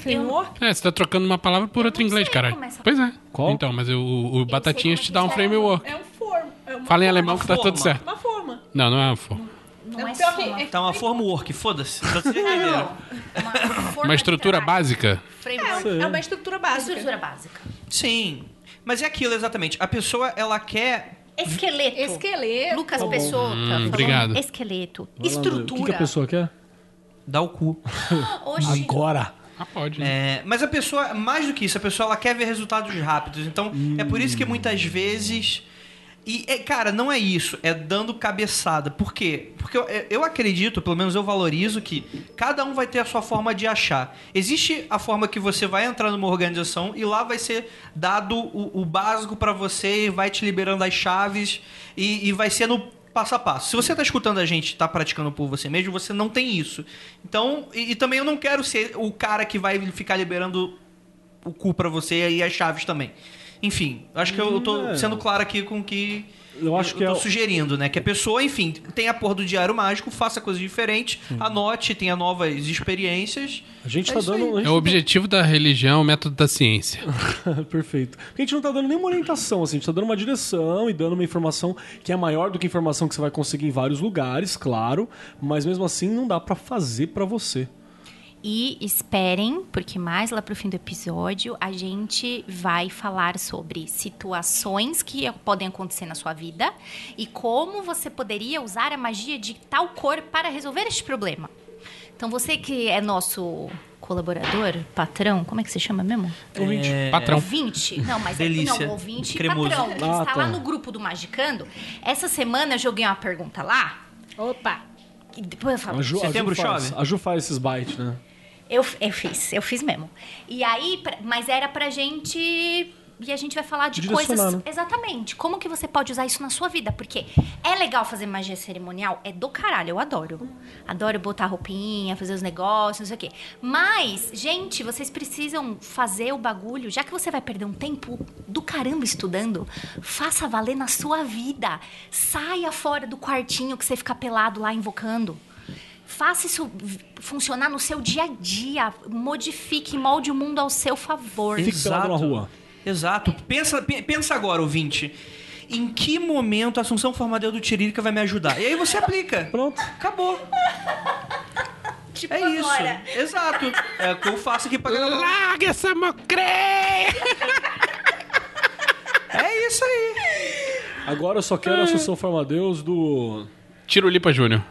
[SPEAKER 5] Framework?
[SPEAKER 4] É, você tá trocando uma palavra por outra em
[SPEAKER 2] não
[SPEAKER 4] inglês,
[SPEAKER 2] sei
[SPEAKER 4] caralho.
[SPEAKER 2] como é essa
[SPEAKER 4] Pois é.
[SPEAKER 6] Qual?
[SPEAKER 4] Então, mas o, o Batatinhas
[SPEAKER 2] como é
[SPEAKER 4] te
[SPEAKER 2] que
[SPEAKER 4] dá um
[SPEAKER 2] chama.
[SPEAKER 4] framework.
[SPEAKER 5] É um form. É uma
[SPEAKER 4] Fala em
[SPEAKER 5] forma.
[SPEAKER 4] alemão que tá
[SPEAKER 3] forma.
[SPEAKER 4] tudo certo.
[SPEAKER 5] Uma forma.
[SPEAKER 4] Não, não é uma forma.
[SPEAKER 2] Não é
[SPEAKER 5] pior
[SPEAKER 2] só
[SPEAKER 5] que-
[SPEAKER 2] uma-
[SPEAKER 3] Tá uma formwork, foda-se. Tá Pra vocês entenderem.
[SPEAKER 4] [LAUGHS]
[SPEAKER 2] uma, forma
[SPEAKER 4] Uma
[SPEAKER 2] de
[SPEAKER 4] estrutura
[SPEAKER 2] trabalho.
[SPEAKER 4] básica.
[SPEAKER 5] É,
[SPEAKER 2] Framework.
[SPEAKER 6] Tá.
[SPEAKER 5] um- é uma estrutura
[SPEAKER 2] Uma
[SPEAKER 5] básica.
[SPEAKER 2] estrutura básica.
[SPEAKER 3] Sim. Mas é aquilo, exatamente. A pessoa, ela quer
[SPEAKER 2] Esqueleto.
[SPEAKER 5] é- Esqueleto.
[SPEAKER 2] Lucas Pessoa. falou
[SPEAKER 4] Hum, obrigado.
[SPEAKER 2] Esqueleto.
[SPEAKER 6] Tá Vai lá, André.
[SPEAKER 2] estrutura.
[SPEAKER 6] O que, que a pessoa quer?
[SPEAKER 3] dar o cu.
[SPEAKER 2] Oxi.
[SPEAKER 6] Agora!
[SPEAKER 4] Ah, pode.
[SPEAKER 3] É, mas a pessoa, mais do que isso, a pessoa ela quer ver resultados rápidos. Então, é por isso que muitas vezes. E, é, cara, não é isso, é dando cabeçada. Por quê? Porque eu, eu acredito, pelo menos eu valorizo, que cada um vai ter a sua forma de achar. Existe a forma que você vai entrar numa organização e lá vai ser dado o, o básico pra você, e vai te liberando as chaves e, e vai ser no passo a passo. Se você tá escutando a gente, tá praticando por você mesmo, você não tem isso. Então, e, e também eu não quero ser o cara que vai ficar liberando o cu pra você e as chaves também. Enfim, acho que eu tô
[SPEAKER 6] É.
[SPEAKER 3] sendo claro aqui com o que
[SPEAKER 6] Eu acho que
[SPEAKER 3] tô
[SPEAKER 6] é o-
[SPEAKER 3] sugerindo, né? Que a pessoa, enfim, tenha a porra do diário mágico, faça coisas diferentes,
[SPEAKER 6] Hum.
[SPEAKER 3] anote, tenha novas experiências.
[SPEAKER 6] A gente tá dando. a gente
[SPEAKER 4] É o
[SPEAKER 6] tá-
[SPEAKER 4] objetivo da religião, o método da ciência.
[SPEAKER 6] [LAUGHS] Perfeito. Porque a gente não tá dando nenhuma orientação, assim, a gente tá dando uma direção e dando uma informação que é maior do que a informação que você vai conseguir em vários lugares, claro, mas mesmo assim não dá pra fazer pra você.
[SPEAKER 2] E esperem, porque mais lá pro fim do episódio a gente vai falar sobre situações que podem acontecer na sua vida e como você poderia usar a magia de tal cor para resolver este problema. Então você que é nosso colaborador, patrão, como é que se chama mesmo?
[SPEAKER 6] Ouvinte.
[SPEAKER 2] É,
[SPEAKER 4] Patrão.
[SPEAKER 2] Ouvinte? Não, mas é
[SPEAKER 3] Delícia.
[SPEAKER 2] não, ouvinte
[SPEAKER 3] Cremoso.
[SPEAKER 2] patrão, que
[SPEAKER 6] Ah,
[SPEAKER 2] está
[SPEAKER 6] tá.
[SPEAKER 2] lá no grupo do Magicando. Essa semana eu joguei uma pergunta lá.
[SPEAKER 5] Opa.
[SPEAKER 2] E depois eu falo.
[SPEAKER 6] A Ju, a Ju
[SPEAKER 3] Setembro
[SPEAKER 6] faz-
[SPEAKER 3] chove?
[SPEAKER 6] A Ju faz esses bytes, né?
[SPEAKER 2] Eu, eu fiz, eu fiz mesmo. E aí, pra- mas era pra gente. E a gente vai falar de
[SPEAKER 6] Direcionar,
[SPEAKER 2] coisas.
[SPEAKER 6] né?
[SPEAKER 2] Exatamente. Como que você pode usar isso na sua vida? Porque é legal fazer magia cerimonial? É do caralho, eu adoro. Adoro botar roupinha, fazer os negócios, não sei o quê. Mas, gente, vocês precisam fazer o bagulho. Já que você vai perder um tempo do caramba estudando, faça valer na sua vida. Saia fora do quartinho que você fica pelado lá invocando. Faça isso v- funcionar no seu dia a dia. Modifique, molde o mundo ao seu favor.
[SPEAKER 3] É
[SPEAKER 6] Fique pelado na rua.
[SPEAKER 3] Exato. Pensa, pe- pensa agora, ouvinte. Em que momento a Assunção Formadeu do Tiririca vai me ajudar? E aí você aplica.
[SPEAKER 6] Pronto.
[SPEAKER 3] Acabou.
[SPEAKER 2] Tipo
[SPEAKER 3] É isso. Exato. É o que eu faço aqui pra galera.
[SPEAKER 4] Larga essa mocreia!
[SPEAKER 3] É isso aí.
[SPEAKER 6] Agora eu só
[SPEAKER 2] É.
[SPEAKER 6] quero a Assunção Formadeus do
[SPEAKER 4] Tirulipa Júnior.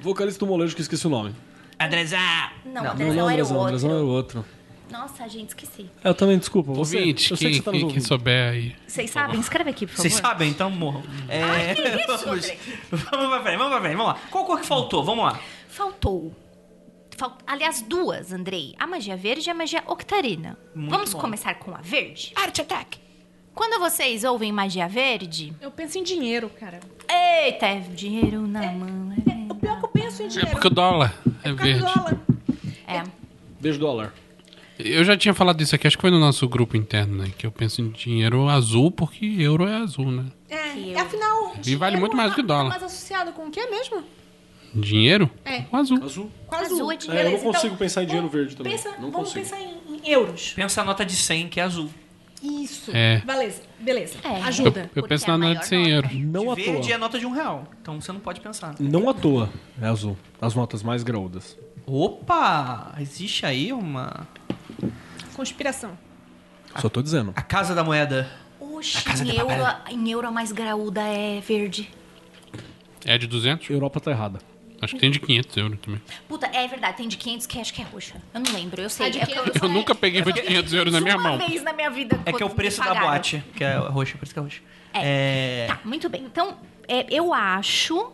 [SPEAKER 6] vocalista do molejo que eu esqueci o nome.
[SPEAKER 3] Andrezá.
[SPEAKER 2] Não,
[SPEAKER 3] Não,
[SPEAKER 2] não, não,
[SPEAKER 6] Não, não,
[SPEAKER 2] era o
[SPEAKER 6] Andrezão, Andrezão era o
[SPEAKER 2] outro.
[SPEAKER 6] outro.
[SPEAKER 2] Nossa, gente, esqueci.
[SPEAKER 6] Eu também, desculpa. Você,
[SPEAKER 4] Ouvinte,
[SPEAKER 6] eu sei
[SPEAKER 4] quem,
[SPEAKER 6] que você tá nos
[SPEAKER 4] quem, quem
[SPEAKER 6] ouvindo.
[SPEAKER 4] souber aí.
[SPEAKER 2] Vocês sabem? Escreve aqui, por favor.
[SPEAKER 3] Vocês sabem, então morram. É,
[SPEAKER 2] isso,
[SPEAKER 3] [LAUGHS] vamos,
[SPEAKER 2] André?
[SPEAKER 3] vamos pra frente, vamos pra frente, vamos lá. Qual cor que faltou? Vamos lá.
[SPEAKER 2] Faltou. Fal- Aliás, duas, Andrei. A magia verde e a magia octarina.
[SPEAKER 3] Muito
[SPEAKER 2] Vamos
[SPEAKER 3] bom.
[SPEAKER 2] começar com a verde? Art Attack. Quando vocês ouvem magia verde...
[SPEAKER 5] Eu penso em dinheiro, cara.
[SPEAKER 2] Eita, é dinheiro na mão.
[SPEAKER 5] O pior é que eu penso em
[SPEAKER 4] É
[SPEAKER 5] dinheiro.
[SPEAKER 4] porque o dólar é
[SPEAKER 5] por causa do
[SPEAKER 4] verde.
[SPEAKER 5] dólar.
[SPEAKER 2] É.
[SPEAKER 6] Beijo dólar.
[SPEAKER 4] Eu já tinha falado isso aqui, acho que foi no nosso grupo interno, né? Que eu penso em dinheiro azul porque euro é azul, né?
[SPEAKER 5] É,
[SPEAKER 2] que eu.
[SPEAKER 5] Afinal,
[SPEAKER 4] E vale muito mais do que dólar.
[SPEAKER 5] Mas associado com o que mesmo?
[SPEAKER 4] Dinheiro?
[SPEAKER 5] É.
[SPEAKER 4] O azul.
[SPEAKER 6] Azul.
[SPEAKER 5] Com
[SPEAKER 2] Azul é dinheiro.
[SPEAKER 6] É, eu não
[SPEAKER 2] Beleza,
[SPEAKER 6] consigo pensar em dinheiro verde também.
[SPEAKER 5] Pensa,
[SPEAKER 6] não
[SPEAKER 5] vamos
[SPEAKER 6] consigo.
[SPEAKER 5] pensar em, em euros.
[SPEAKER 9] Pensa a nota de 100, que é azul.
[SPEAKER 5] Isso.
[SPEAKER 4] É.
[SPEAKER 5] Beleza, beleza.
[SPEAKER 2] É.
[SPEAKER 4] Eu,
[SPEAKER 5] Ajuda.
[SPEAKER 4] eu
[SPEAKER 2] Porque
[SPEAKER 4] penso
[SPEAKER 2] é
[SPEAKER 4] na
[SPEAKER 2] a
[SPEAKER 4] nota
[SPEAKER 2] maior
[SPEAKER 4] de 100
[SPEAKER 2] nota.
[SPEAKER 4] euros.
[SPEAKER 6] Não à
[SPEAKER 9] de verde é
[SPEAKER 6] toa.
[SPEAKER 9] nota de um real. Então você não pode pensar.
[SPEAKER 6] Não à toa é azul. As notas mais graúdas.
[SPEAKER 12] Opa! Existe aí uma.
[SPEAKER 5] Conspiração.
[SPEAKER 6] Só tô dizendo.
[SPEAKER 12] A Casa da Moeda.
[SPEAKER 2] Oxi,
[SPEAKER 12] casa de
[SPEAKER 2] em euro, em euro a mais graúda é verde.
[SPEAKER 4] É de 200?
[SPEAKER 6] Europa tá errada.
[SPEAKER 4] Acho que tem de 500 euros também.
[SPEAKER 2] Puta, é verdade, tem de 500 que acho que é roxa. Eu não lembro, eu sei.
[SPEAKER 5] A de
[SPEAKER 2] é porque
[SPEAKER 5] 500
[SPEAKER 2] só-
[SPEAKER 4] Eu nunca peguei
[SPEAKER 2] só
[SPEAKER 4] de
[SPEAKER 2] fiz
[SPEAKER 4] 500 euros na
[SPEAKER 2] isso
[SPEAKER 4] minha
[SPEAKER 2] uma
[SPEAKER 4] mão.
[SPEAKER 2] vez na minha vida.
[SPEAKER 12] É que é o
[SPEAKER 2] quando
[SPEAKER 12] preço
[SPEAKER 2] me
[SPEAKER 12] da
[SPEAKER 2] pagaram.
[SPEAKER 12] boate, que é roxa, por isso que é roxa. É.
[SPEAKER 2] Tá, muito bem. Então, é, eu acho.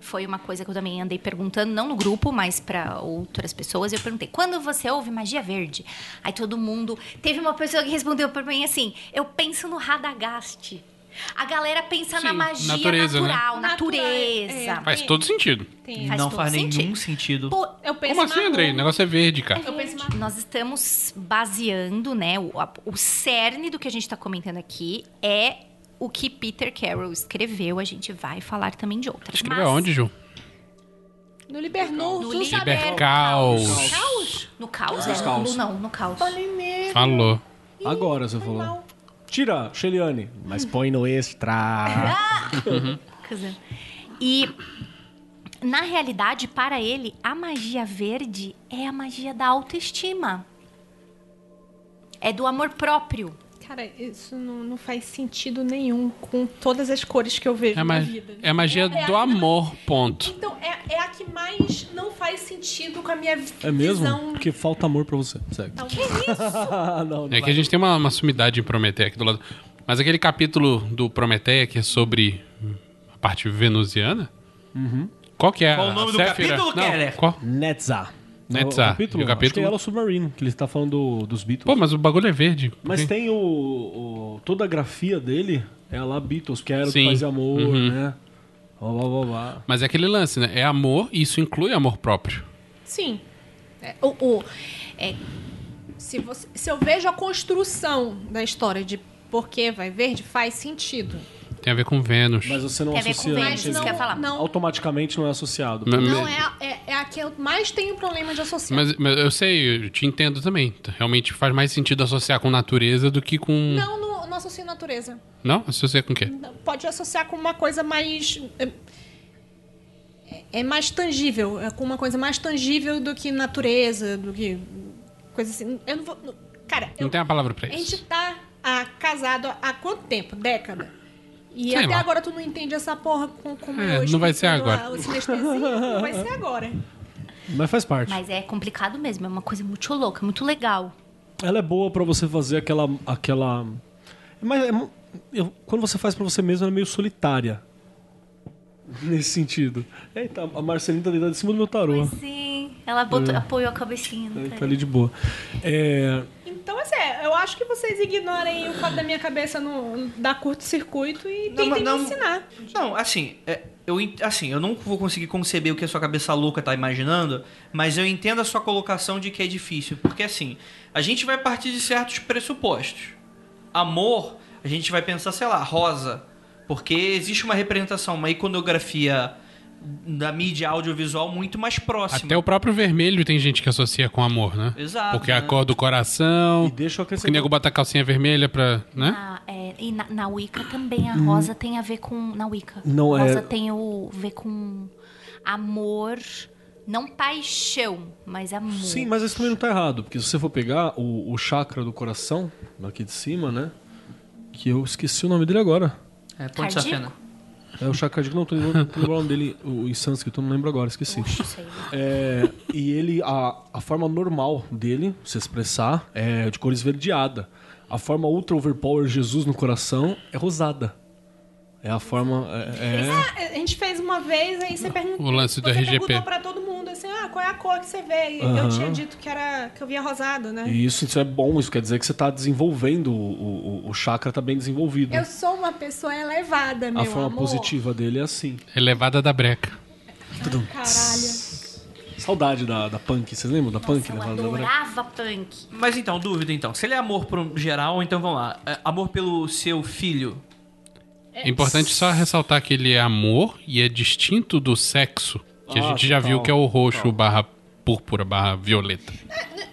[SPEAKER 2] Foi uma coisa que eu também andei perguntando, não no grupo, mas pra outras pessoas. Eu perguntei: quando você ouve magia verde? Aí todo mundo. Teve uma pessoa que respondeu pra mim assim: eu penso no Radagast. A galera pensa na
[SPEAKER 4] Sim,
[SPEAKER 2] magia
[SPEAKER 4] natureza, né?
[SPEAKER 2] natural,
[SPEAKER 5] Natural,
[SPEAKER 2] natureza.
[SPEAKER 4] Faz todo sentido.
[SPEAKER 5] Tem.
[SPEAKER 2] faz
[SPEAKER 12] não
[SPEAKER 2] todo
[SPEAKER 12] faz nenhum
[SPEAKER 2] sentido.
[SPEAKER 12] sentido.
[SPEAKER 2] Pô,
[SPEAKER 5] Eu penso
[SPEAKER 4] Como assim,
[SPEAKER 5] na
[SPEAKER 4] Andrei? O
[SPEAKER 5] rua.
[SPEAKER 4] negócio é verde, cara.
[SPEAKER 5] Eu penso na
[SPEAKER 2] Nós estamos baseando, né? O, a- o cerne do que a gente está comentando aqui é o que Peter Carroll escreveu. A gente vai falar também de outras.
[SPEAKER 4] Escreveu
[SPEAKER 2] Mas-
[SPEAKER 4] onde, Ju?
[SPEAKER 5] No Libernou,
[SPEAKER 2] No
[SPEAKER 5] tu sabe?
[SPEAKER 2] Liber-
[SPEAKER 4] Libercaus.
[SPEAKER 2] é No caos? No caos, é.
[SPEAKER 6] caos.
[SPEAKER 2] No, não, no caos.
[SPEAKER 5] Falei mesmo.
[SPEAKER 4] Falou.
[SPEAKER 6] Agora você falou. Tira, Sheliane. Mas põe no extra.
[SPEAKER 2] Coisa. né? E, na realidade, para ele, a magia verde é a magia da autoestima. É do amor próprio.
[SPEAKER 5] Cara, isso não, não faz sentido nenhum com todas as cores que eu vejo
[SPEAKER 4] É,
[SPEAKER 5] na
[SPEAKER 4] ma
[SPEAKER 5] vida.
[SPEAKER 4] é magia
[SPEAKER 5] É- é
[SPEAKER 4] do
[SPEAKER 5] a-
[SPEAKER 4] amor, ponto.
[SPEAKER 5] Então, é, é a que mais não faz sentido com a minha
[SPEAKER 6] É mesmo?
[SPEAKER 5] visão. Tá um
[SPEAKER 6] Porque falta amor pra você. Segue. [LAUGHS]
[SPEAKER 5] Que isso?
[SPEAKER 6] não, não
[SPEAKER 4] É que a gente tem uma, uma sumidade em Prometeia aqui do lado. Mas aquele capítulo do Prometeia que é sobre a parte venusiana? Qual que é?
[SPEAKER 12] Uhum. Qual o
[SPEAKER 4] a- a
[SPEAKER 12] nome do
[SPEAKER 4] Séfira?
[SPEAKER 12] capítulo,
[SPEAKER 4] Não,
[SPEAKER 12] Keller?
[SPEAKER 4] qual?
[SPEAKER 6] Netza.
[SPEAKER 4] Netza.
[SPEAKER 6] O capítulo,
[SPEAKER 4] E o
[SPEAKER 6] acho
[SPEAKER 4] capítulo?
[SPEAKER 6] que é Yellow Submarine, que ele está falando do- dos Beatles.
[SPEAKER 4] Pô, mas o bagulho é verde.
[SPEAKER 6] mas
[SPEAKER 4] Ok.
[SPEAKER 6] tem o, o- Toda a grafia dele é lá Beatles, que era
[SPEAKER 4] Sim.
[SPEAKER 6] do Paz e Amor, né? Blá, blá, blá, blá.
[SPEAKER 4] Mas é aquele lance, né? É amor e isso inclui amor próprio.
[SPEAKER 5] Sim. É, o, o- é, se, você- se eu vejo a construção da história de por que vai verde, faz sentido.
[SPEAKER 4] Tem a ver com Vênus.
[SPEAKER 6] Mas você não
[SPEAKER 2] Tem a ver com
[SPEAKER 6] associa.
[SPEAKER 2] Vênus,
[SPEAKER 5] Mas
[SPEAKER 6] entendeu?
[SPEAKER 2] isso que eu ia falar.
[SPEAKER 5] não,
[SPEAKER 6] Automaticamente não é associado.
[SPEAKER 4] Me-
[SPEAKER 5] não
[SPEAKER 4] me-
[SPEAKER 5] é, a- é, é a que eu mais tenho problema de associar.
[SPEAKER 4] mas, mas eu sei, eu te entendo também. Realmente faz mais sentido associar com natureza do que com.
[SPEAKER 5] Não, não, não associo natureza.
[SPEAKER 4] Não? Associa com o quê?
[SPEAKER 5] pode associar com uma coisa mais. é- É, mais tangível, é com uma coisa mais tangível do que natureza, do que. coisa assim. Eu não vou. não- cara, eu-
[SPEAKER 4] Não tem a palavra pra
[SPEAKER 5] a gente
[SPEAKER 4] isso.
[SPEAKER 5] tá ah, casado há quanto tempo? Década. E
[SPEAKER 4] Sei
[SPEAKER 5] até
[SPEAKER 4] lá.
[SPEAKER 5] agora tu não entende essa porra com, como
[SPEAKER 4] É,
[SPEAKER 5] eu
[SPEAKER 4] não vai
[SPEAKER 5] explicando [LAUGHS]
[SPEAKER 4] ser agora.
[SPEAKER 5] a- o sinestesia, não vai ser agora.
[SPEAKER 6] Mas faz parte.
[SPEAKER 2] Mas é complicado mesmo, é uma coisa muito louca, muito legal.
[SPEAKER 6] Ela é boa pra você fazer aquela. aquela... Mas é mu- eu- quando você faz pra você mesmo, ela é meio solitária. Nesse sentido. Eita, a Marcelina tá deitada em cima do meu tarô.
[SPEAKER 2] Mas sim, ela
[SPEAKER 4] É.
[SPEAKER 2] botou- apoiou a cabecinha. né, no
[SPEAKER 6] Ele
[SPEAKER 2] teto.
[SPEAKER 6] tá ali de boa. É,
[SPEAKER 5] Então, assim, é, eu acho que vocês ignorem o fato da minha cabeça não dar curto-circuito e
[SPEAKER 12] Não,
[SPEAKER 5] tentem
[SPEAKER 12] mas não-
[SPEAKER 5] me ensinar.
[SPEAKER 12] Não, assim, é, eu, en- assim, eu não vou conseguir conceber o que a sua cabeça louca tá imaginando, mas eu entendo a sua colocação de que é difícil, porque assim, a gente vai partir de certos pressupostos. Amor, a gente vai pensar, sei lá, rosa, porque existe uma representação, uma iconografia da mídia audiovisual muito mais próxima.
[SPEAKER 4] Até o próprio vermelho tem gente que associa com amor, né?
[SPEAKER 12] Exato,
[SPEAKER 4] Porque é a
[SPEAKER 12] né?
[SPEAKER 4] cor do coração.
[SPEAKER 6] E deixa eu
[SPEAKER 4] Porque
[SPEAKER 6] acrescentar.
[SPEAKER 4] o nego bota a calcinha vermelha pra.
[SPEAKER 5] Ah.
[SPEAKER 4] né?
[SPEAKER 2] Na, é, e na, na Wicca também,
[SPEAKER 4] Hum.
[SPEAKER 2] a rosa tem a ver com. Na Wicca.
[SPEAKER 6] Não é-
[SPEAKER 2] rosa tem o ver com amor, não paixão, mas amor.
[SPEAKER 6] Sim, mas isso também não tá errado, porque se você for pegar o, o chakra do coração, aqui de cima, né? Que eu esqueci o nome dele agora.
[SPEAKER 9] É, ponto de
[SPEAKER 2] Cardíaco?
[SPEAKER 9] safena.
[SPEAKER 6] É o chakra de. Não, tô lembrando tô lembrando o nome dele o, em sânscrito, não lembro agora, esqueci.
[SPEAKER 2] Isso aí.
[SPEAKER 6] É, e ele, a, a forma normal dele se expressar é de cor esverdeada. A forma ultra overpower Jesus no coração é rosada. É a forma. É,
[SPEAKER 5] ah, A gente fez uma vez, aí você perguntou.
[SPEAKER 4] O lance do
[SPEAKER 5] você
[SPEAKER 4] RGP.
[SPEAKER 5] perguntou pra todo mundo assim: ah, qual é a cor que você vê? E
[SPEAKER 6] Aham.
[SPEAKER 5] Eu tinha dito que era que eu via rosado,
[SPEAKER 6] é-
[SPEAKER 5] né?
[SPEAKER 6] e isso, isso é bom, isso quer dizer que você está desenvolvendo, o, o, o chakra está bem desenvolvido.
[SPEAKER 5] Eu sou uma pessoa elevada, meu
[SPEAKER 6] a forma
[SPEAKER 5] amor.
[SPEAKER 6] positiva dele é assim.
[SPEAKER 4] Elevada da breca.
[SPEAKER 5] Caralho.
[SPEAKER 6] Saudade da, da punk, vocês lembram da punk?
[SPEAKER 2] Eu
[SPEAKER 6] né?
[SPEAKER 2] adorava punk.
[SPEAKER 9] Mas então, dúvida então. Se ele é amor pro geral, então vamos lá. É, amor pelo seu filho.
[SPEAKER 4] É importante só ressaltar que ele é amor e é distinto do sexo, que a
[SPEAKER 6] Ah,
[SPEAKER 4] gente já
[SPEAKER 6] total,
[SPEAKER 4] viu que é o roxo barra púrpura barra violeta.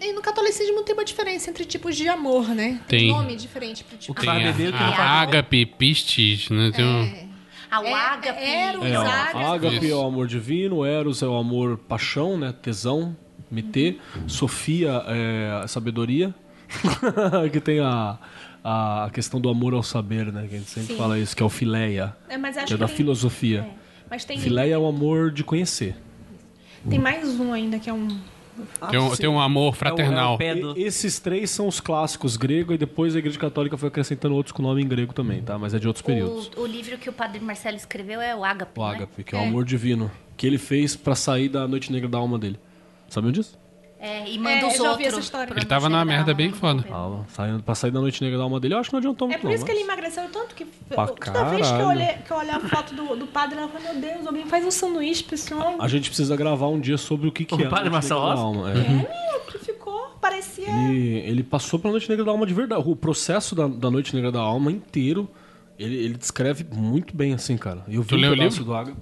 [SPEAKER 5] E no catolicismo tem uma diferença entre tipos de amor, né?
[SPEAKER 4] Tem.
[SPEAKER 5] nome diferente pro tipo.
[SPEAKER 4] Tem
[SPEAKER 5] de
[SPEAKER 4] a,
[SPEAKER 6] é
[SPEAKER 5] amor.
[SPEAKER 4] a, ágape, pistis, né? Tem um-
[SPEAKER 2] Ao
[SPEAKER 5] É,
[SPEAKER 2] ágape.
[SPEAKER 5] Eros,
[SPEAKER 6] É, ó,
[SPEAKER 5] ágape.
[SPEAKER 6] ágape é
[SPEAKER 4] Isso.
[SPEAKER 6] o amor divino, Eros é o amor paixão, né? Tesão, MT. Sofia é a sabedoria, [LAUGHS] que tem a, a questão do amor ao saber, né? Que a gente sempre
[SPEAKER 5] Sim.
[SPEAKER 6] fala isso, que é o fileia,
[SPEAKER 5] É, mas
[SPEAKER 6] que
[SPEAKER 5] acho
[SPEAKER 6] é da
[SPEAKER 5] que tem-
[SPEAKER 6] filosofia.
[SPEAKER 5] Mas tem,
[SPEAKER 6] Fileia é o amor de conhecer.
[SPEAKER 5] tem mais um ainda que é um.
[SPEAKER 4] tem, um, tem um
[SPEAKER 6] É
[SPEAKER 4] amor fraternal.
[SPEAKER 6] E-
[SPEAKER 12] Pedo.
[SPEAKER 6] esses três são os clássicos grego e depois a Igreja Católica foi acrescentando outros com nome em grego também, tá? Mas é de outros períodos.
[SPEAKER 2] O, o livro que o padre Marcelo escreveu é o ágape.
[SPEAKER 6] O
[SPEAKER 2] né?
[SPEAKER 6] ágape, que é o amor divino, que ele fez pra sair da noite negra da alma dele. Sabiam disso?
[SPEAKER 2] É, e manda
[SPEAKER 5] É,
[SPEAKER 2] os
[SPEAKER 5] eu já ouvi
[SPEAKER 2] outros.
[SPEAKER 5] essa história.
[SPEAKER 4] Ele tava numa merda bem foda.
[SPEAKER 6] Ah, saindo, pra sair da noite negra da alma dele, eu acho que não adiantou
[SPEAKER 5] É
[SPEAKER 6] muito,
[SPEAKER 5] por
[SPEAKER 6] não.
[SPEAKER 5] isso que
[SPEAKER 6] mas-
[SPEAKER 5] ele emagreceu tanto que toda
[SPEAKER 6] Pra
[SPEAKER 5] vez que eu
[SPEAKER 6] caralho.
[SPEAKER 5] olhei, que eu olhei a foto do, do padre, eu falei, meu Deus, alguém faz um sanduíche pra esse homem.
[SPEAKER 6] A gente precisa gravar um dia sobre o que, que
[SPEAKER 3] O
[SPEAKER 6] é. a
[SPEAKER 3] padre
[SPEAKER 6] Noite
[SPEAKER 3] Marcelo
[SPEAKER 6] Negra da
[SPEAKER 3] Rossi?
[SPEAKER 6] Alma, é.
[SPEAKER 5] E o que ficou parecia.
[SPEAKER 6] Ele, ele passou pela Noite Negra da Alma de verdade. O processo da, da Noite Negra da Alma inteiro, ele, ele descreve muito bem, assim, cara. Eu vi
[SPEAKER 4] Tu leu o
[SPEAKER 6] pedaço
[SPEAKER 4] livro?
[SPEAKER 6] do Ágape.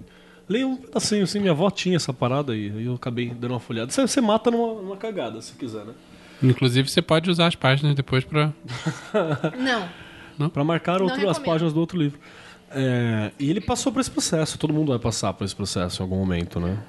[SPEAKER 6] Leio um pedacinho, assim, minha avó tinha essa parada e aí eu acabei dando uma folhada. Você, você mata numa, numa cagada, se quiser, né?
[SPEAKER 4] Inclusive, você pode usar as páginas depois pra.
[SPEAKER 5] Não.
[SPEAKER 6] Pra marcar outro- as
[SPEAKER 5] recomendo.
[SPEAKER 6] páginas do outro livro. É, e ele passou por esse processo. Todo mundo vai passar por esse processo em algum momento, né?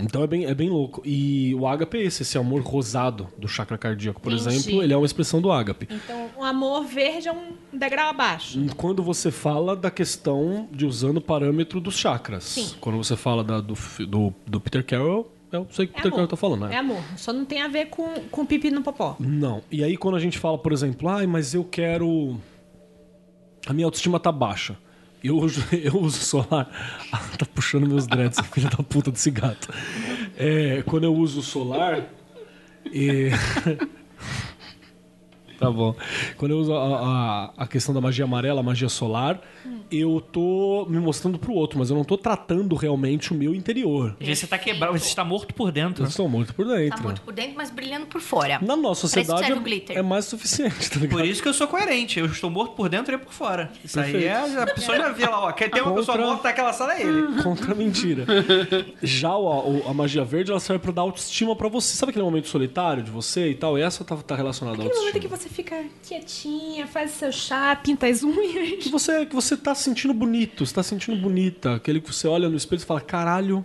[SPEAKER 6] Então é bem, é bem louco. E o ágape é esse, esse amor rosado do chakra cardíaco, por
[SPEAKER 5] Entendi.
[SPEAKER 6] exemplo, ele é uma expressão do ágape.
[SPEAKER 5] Então, o amor verde é um degrau abaixo.
[SPEAKER 6] Quando você fala da questão de usando o parâmetro dos chakras. Quando você fala da- do, fi- do, do Peter Carroll, eu sei que o
[SPEAKER 5] É amor.
[SPEAKER 6] Peter Carroll tá falando, né?
[SPEAKER 5] É amor. Só não tem a ver com, com pipi no popó.
[SPEAKER 6] Não. E aí quando a gente fala, por exemplo, ai, mas eu quero. A minha autoestima tá baixa. Eu uso, [LAUGHS] eu uso solar. [LAUGHS] Ah, tá puxando meus dreads, [LAUGHS] filha da puta desse gato. É, quando eu uso solar. e- [LAUGHS] tá bom. Quando eu uso a, a, a questão da magia amarela, a magia solar, eu tô me mostrando pro outro, mas eu não tô tratando realmente o meu interior.
[SPEAKER 3] Às vezes você tá quebrado, você tá morto por dentro.
[SPEAKER 6] Eu estou morto por
[SPEAKER 2] Tá
[SPEAKER 6] dentro.
[SPEAKER 2] muito por dentro, mas brilhando por fora.
[SPEAKER 6] Na
[SPEAKER 2] Pra isso que
[SPEAKER 6] nossa sociedade
[SPEAKER 2] serve o glitter.
[SPEAKER 6] é, é mais suficiente, [LAUGHS] tá ligado?
[SPEAKER 3] Por isso que eu sou coerente. Eu estou morto por dentro e ele por fora. Isso aí
[SPEAKER 6] Perfeito.
[SPEAKER 3] é. A pessoa já vê lá, ó. Quer ter uma
[SPEAKER 6] Contra-
[SPEAKER 3] pessoa morta naquela sala é ele.
[SPEAKER 6] Contra a mentira. Já o- o- a magia verde, ela serve pra dar autoestima pra você. Sabe aquele momento solitário de você e tal? Essa tá, tá relacionada à
[SPEAKER 5] Aquele um momento que
[SPEAKER 6] autoestima.
[SPEAKER 5] você fica quietinha, faz seu chá, pinta as unhas.
[SPEAKER 6] Que você, que você tá sentindo bonito, você tá sentindo bonita. Aquele que você olha no espelho e fala, caralho,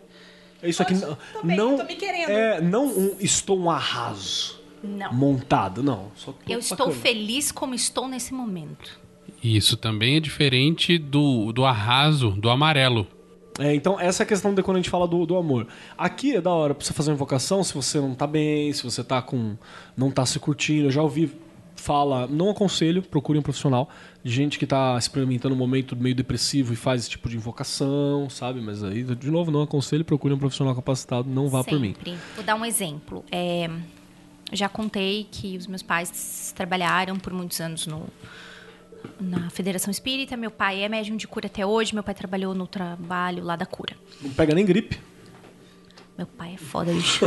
[SPEAKER 6] é isso aqui.
[SPEAKER 5] Hoje
[SPEAKER 6] Não,
[SPEAKER 5] tô bem,
[SPEAKER 6] não
[SPEAKER 5] tô me querendo."
[SPEAKER 6] É, não um, estou um arraso.
[SPEAKER 2] Não.
[SPEAKER 6] Montado, não. Só tô
[SPEAKER 2] Eu estou
[SPEAKER 6] bacana.
[SPEAKER 2] feliz como estou nesse momento.
[SPEAKER 4] E Isso também é diferente do, do arraso, do amarelo.
[SPEAKER 6] É, então essa é a questão de quando a gente fala do, do amor. Aqui é da hora pra você fazer uma invocação se você não tá bem, se você tá com. não tá se curtindo. Eu já ouvi fala, não aconselho, procure um profissional de gente que tá experimentando um momento meio depressivo e faz esse tipo de invocação, sabe? Mas aí, de novo, não aconselho, procure um profissional capacitado, não vá por mim.
[SPEAKER 2] Sempre. Vou dar um exemplo. É, já contei que os meus pais trabalharam por muitos anos no, na Federação Espírita. Meu pai é médium de cura até hoje. Meu pai trabalhou no trabalho lá da cura.
[SPEAKER 6] Não pega nem gripe.
[SPEAKER 2] Meu pai é foda, bicho.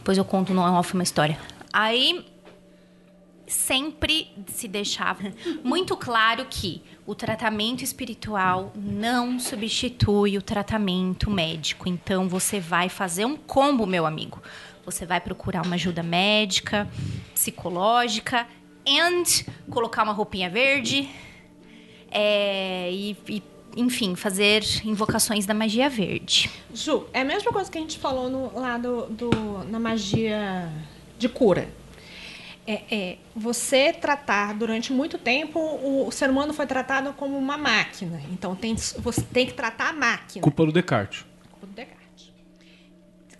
[SPEAKER 2] Depois eu conto no off uma história. Aí sempre se deixava muito claro que o tratamento espiritual não substitui o tratamento médico. Então você vai fazer um combo, meu amigo. Você vai procurar uma ajuda médica, psicológica, and colocar uma roupinha verde, é, e- e enfim, fazer invocações da magia verde.
[SPEAKER 5] Ju, é a mesma coisa que a gente falou no, lá do, do- na magia de cura. É, é, você tratar durante muito tempo, o, o ser humano foi tratado como uma máquina. Então tem, você tem que tratar a máquina.
[SPEAKER 6] Culpa do Descartes.
[SPEAKER 5] Culpa do Descartes.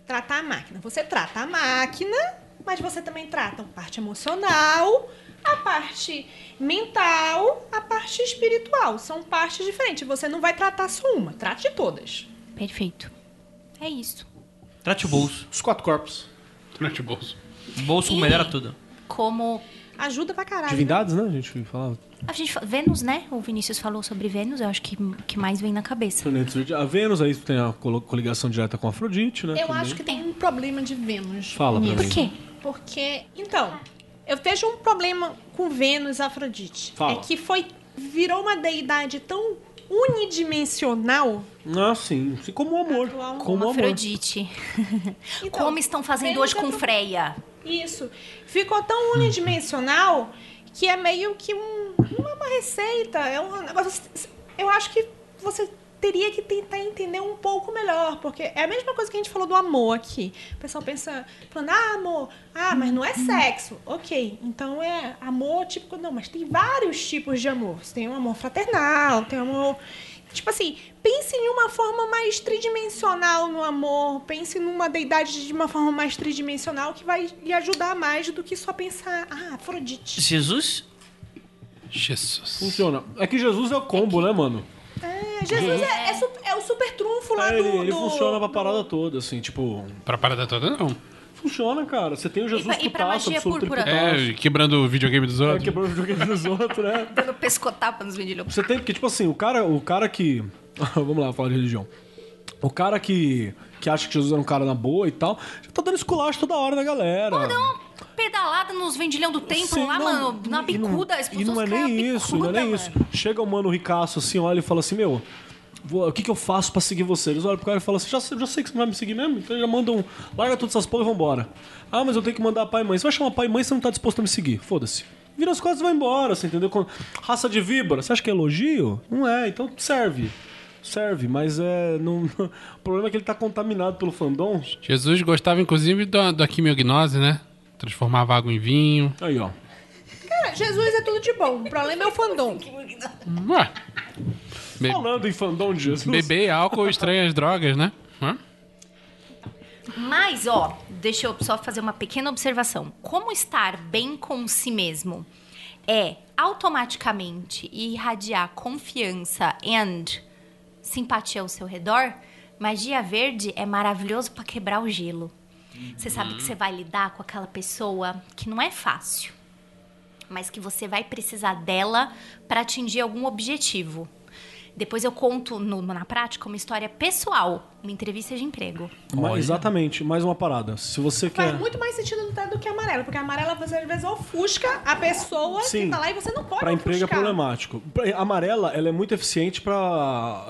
[SPEAKER 5] Tratar a máquina. Você trata a máquina, mas você também trata a parte emocional, a parte mental, a parte espiritual. São partes diferentes. Você não vai tratar só uma, trate de todas.
[SPEAKER 2] Perfeito. É isso.
[SPEAKER 3] Trate o bolso.
[SPEAKER 6] Os quatro corpos.
[SPEAKER 4] Durante o bolso.
[SPEAKER 3] Bolso
[SPEAKER 2] Ih.
[SPEAKER 3] melhora tudo.
[SPEAKER 2] Como
[SPEAKER 5] Ajuda pra caralho.
[SPEAKER 6] Divindades, né? A gente falava.
[SPEAKER 2] a gente fa- Vênus, né? O Vinícius falou sobre Vênus, eu acho que o que mais vem na cabeça.
[SPEAKER 6] planetas verde- A Vênus, aí tem a colo- coligação direta com Afrodite, né?
[SPEAKER 5] Eu
[SPEAKER 6] também.
[SPEAKER 5] acho que tem um problema de Vênus.
[SPEAKER 6] Fala pra
[SPEAKER 5] nisso.
[SPEAKER 6] mim.
[SPEAKER 2] Por quê?
[SPEAKER 5] Porque, então, eu vejo um problema com Vênus Afrodite.
[SPEAKER 6] Fala.
[SPEAKER 5] É que foi virou uma deidade tão unidimensional.
[SPEAKER 6] Ah, sim. Sim, Como o amor.
[SPEAKER 5] Atual,
[SPEAKER 6] Como o
[SPEAKER 2] Uma
[SPEAKER 6] Um amor.
[SPEAKER 2] Afrodite.
[SPEAKER 5] Então,
[SPEAKER 2] Como estão fazendo
[SPEAKER 5] tem
[SPEAKER 2] hoje com
[SPEAKER 5] outra-
[SPEAKER 2] Freya?
[SPEAKER 5] Isso. Ficou tão unidimensional que é meio que um- uma, uma receita. É um negócio. Eu acho que você teria que tentar entender um pouco melhor, porque é a mesma coisa que a gente falou do amor aqui. O pessoal pensa, falando, ah, amor, ah, mas não é sexo. Ok, então é amor tipo. Não, mas tem vários tipos de amor. Você tem um amor fraternal, tem um amor. Tipo assim, pense em uma forma mais tridimensional no amor, pense numa deidade de uma forma mais tridimensional que vai lhe ajudar mais do que só pensar, ah, Afrodite.
[SPEAKER 3] Jesus?
[SPEAKER 4] Jesus.
[SPEAKER 6] Funciona. É que Jesus é o combo, né, mano?
[SPEAKER 5] É, Jesus é, é su- é o super trunfo lá
[SPEAKER 2] tá
[SPEAKER 6] É,
[SPEAKER 5] do,
[SPEAKER 6] ele, ele
[SPEAKER 5] do-
[SPEAKER 6] funciona pra
[SPEAKER 5] do-
[SPEAKER 6] parada toda, assim, tipo.
[SPEAKER 4] Pra parada toda, não.
[SPEAKER 6] Funciona, cara. Você tem o Jesus
[SPEAKER 2] pra- e pra
[SPEAKER 6] putaço,
[SPEAKER 2] magia
[SPEAKER 6] absoluto
[SPEAKER 2] púrpura?
[SPEAKER 6] triputaço.
[SPEAKER 4] É, quebrando o videogame dos
[SPEAKER 6] Tá. É,
[SPEAKER 4] outros.
[SPEAKER 6] quebrou o videogame dos outros, né?
[SPEAKER 2] Dando pescotapa nos vendilhos.
[SPEAKER 6] Você tem, porque, tipo assim, o cara, o cara que. [LAUGHS] Vamos lá, falar de religião. O cara que, que acha que Jesus era um cara na boa e tal, já tá dando esculacho toda hora da galera.
[SPEAKER 2] Pedalada nos vendilhão do templo
[SPEAKER 6] Sim,
[SPEAKER 2] lá,
[SPEAKER 6] não,
[SPEAKER 2] mano. Na
[SPEAKER 6] e não-
[SPEAKER 2] bicuda.
[SPEAKER 6] E não é nem isso, e não é nem isso. Chega o mano ricaço assim, olha e fala assim, meu. vou- O que, que eu faço pra seguir você? Eles olham pro cara e falam assim: já, sei- já sei que você não vai me seguir mesmo, então já mandam. Larga todas essas porra e vambora. Ah, mas eu tenho que mandar pai e mãe. Você vai chamar pai e mãe se você não tá disposto a me seguir. Foda-se. Vira as costas e vai embora, você entendeu? Quando- Raça de víbora, você acha que é elogio? Não é, então serve. Serve, mas é. Não... [LAUGHS] O problema é que ele tá contaminado pelo fandom.
[SPEAKER 4] Jesus gostava, inclusive, da, da quimiognose, né? Transformava água em vinho.
[SPEAKER 6] Aí, ó.
[SPEAKER 5] Cara, Jesus é tudo de bom. O problema é o fandom.
[SPEAKER 4] Ué. Be-
[SPEAKER 6] Falando em fandom de Jesus.
[SPEAKER 4] beber álcool estranhas drogas, né? Hã?
[SPEAKER 2] Mas, ó, deixa eu só fazer uma pequena observação. Como estar bem com si mesmo é automaticamente irradiar confiança and simpatia ao seu redor, magia verde é maravilhoso pra quebrar o gelo. Você sabe que você vai lidar com aquela pessoa que não é fácil, mas que você vai precisar dela pra atingir algum objetivo. Depois eu conto no- na prática uma história pessoal, uma entrevista de emprego.
[SPEAKER 6] Mas- exatamente, mais uma parada. Se você
[SPEAKER 5] Faz
[SPEAKER 6] quer.
[SPEAKER 5] muito mais sentido do do que amarelo, porque amarela você às vezes ofusca a pessoa
[SPEAKER 6] Sim.
[SPEAKER 5] que tá lá e você não pode
[SPEAKER 6] Pra emprego é
[SPEAKER 5] ofuscar.
[SPEAKER 6] problemático. Pra- Amarela, ela é muito eficiente pra.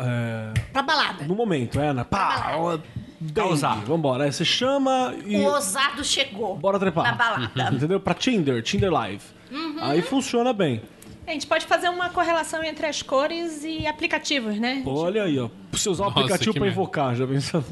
[SPEAKER 2] Pra balada.
[SPEAKER 6] é, no momento, é, na pá, ela- dengue, Vambora. Aí você chama e.
[SPEAKER 2] O ousado chegou.
[SPEAKER 6] Bora trepar.
[SPEAKER 2] Na balada.
[SPEAKER 6] Entendeu? Pra Tinder, Tinder Live.
[SPEAKER 5] Uhum.
[SPEAKER 6] Aí funciona bem.
[SPEAKER 5] A gente pode fazer uma correlação entre as cores e aplicativos, né?
[SPEAKER 6] Olha aí, ó. Você usar o
[SPEAKER 4] Nossa,
[SPEAKER 6] aplicativo
[SPEAKER 4] que
[SPEAKER 6] pra
[SPEAKER 4] merda.
[SPEAKER 6] invocar, já pensou?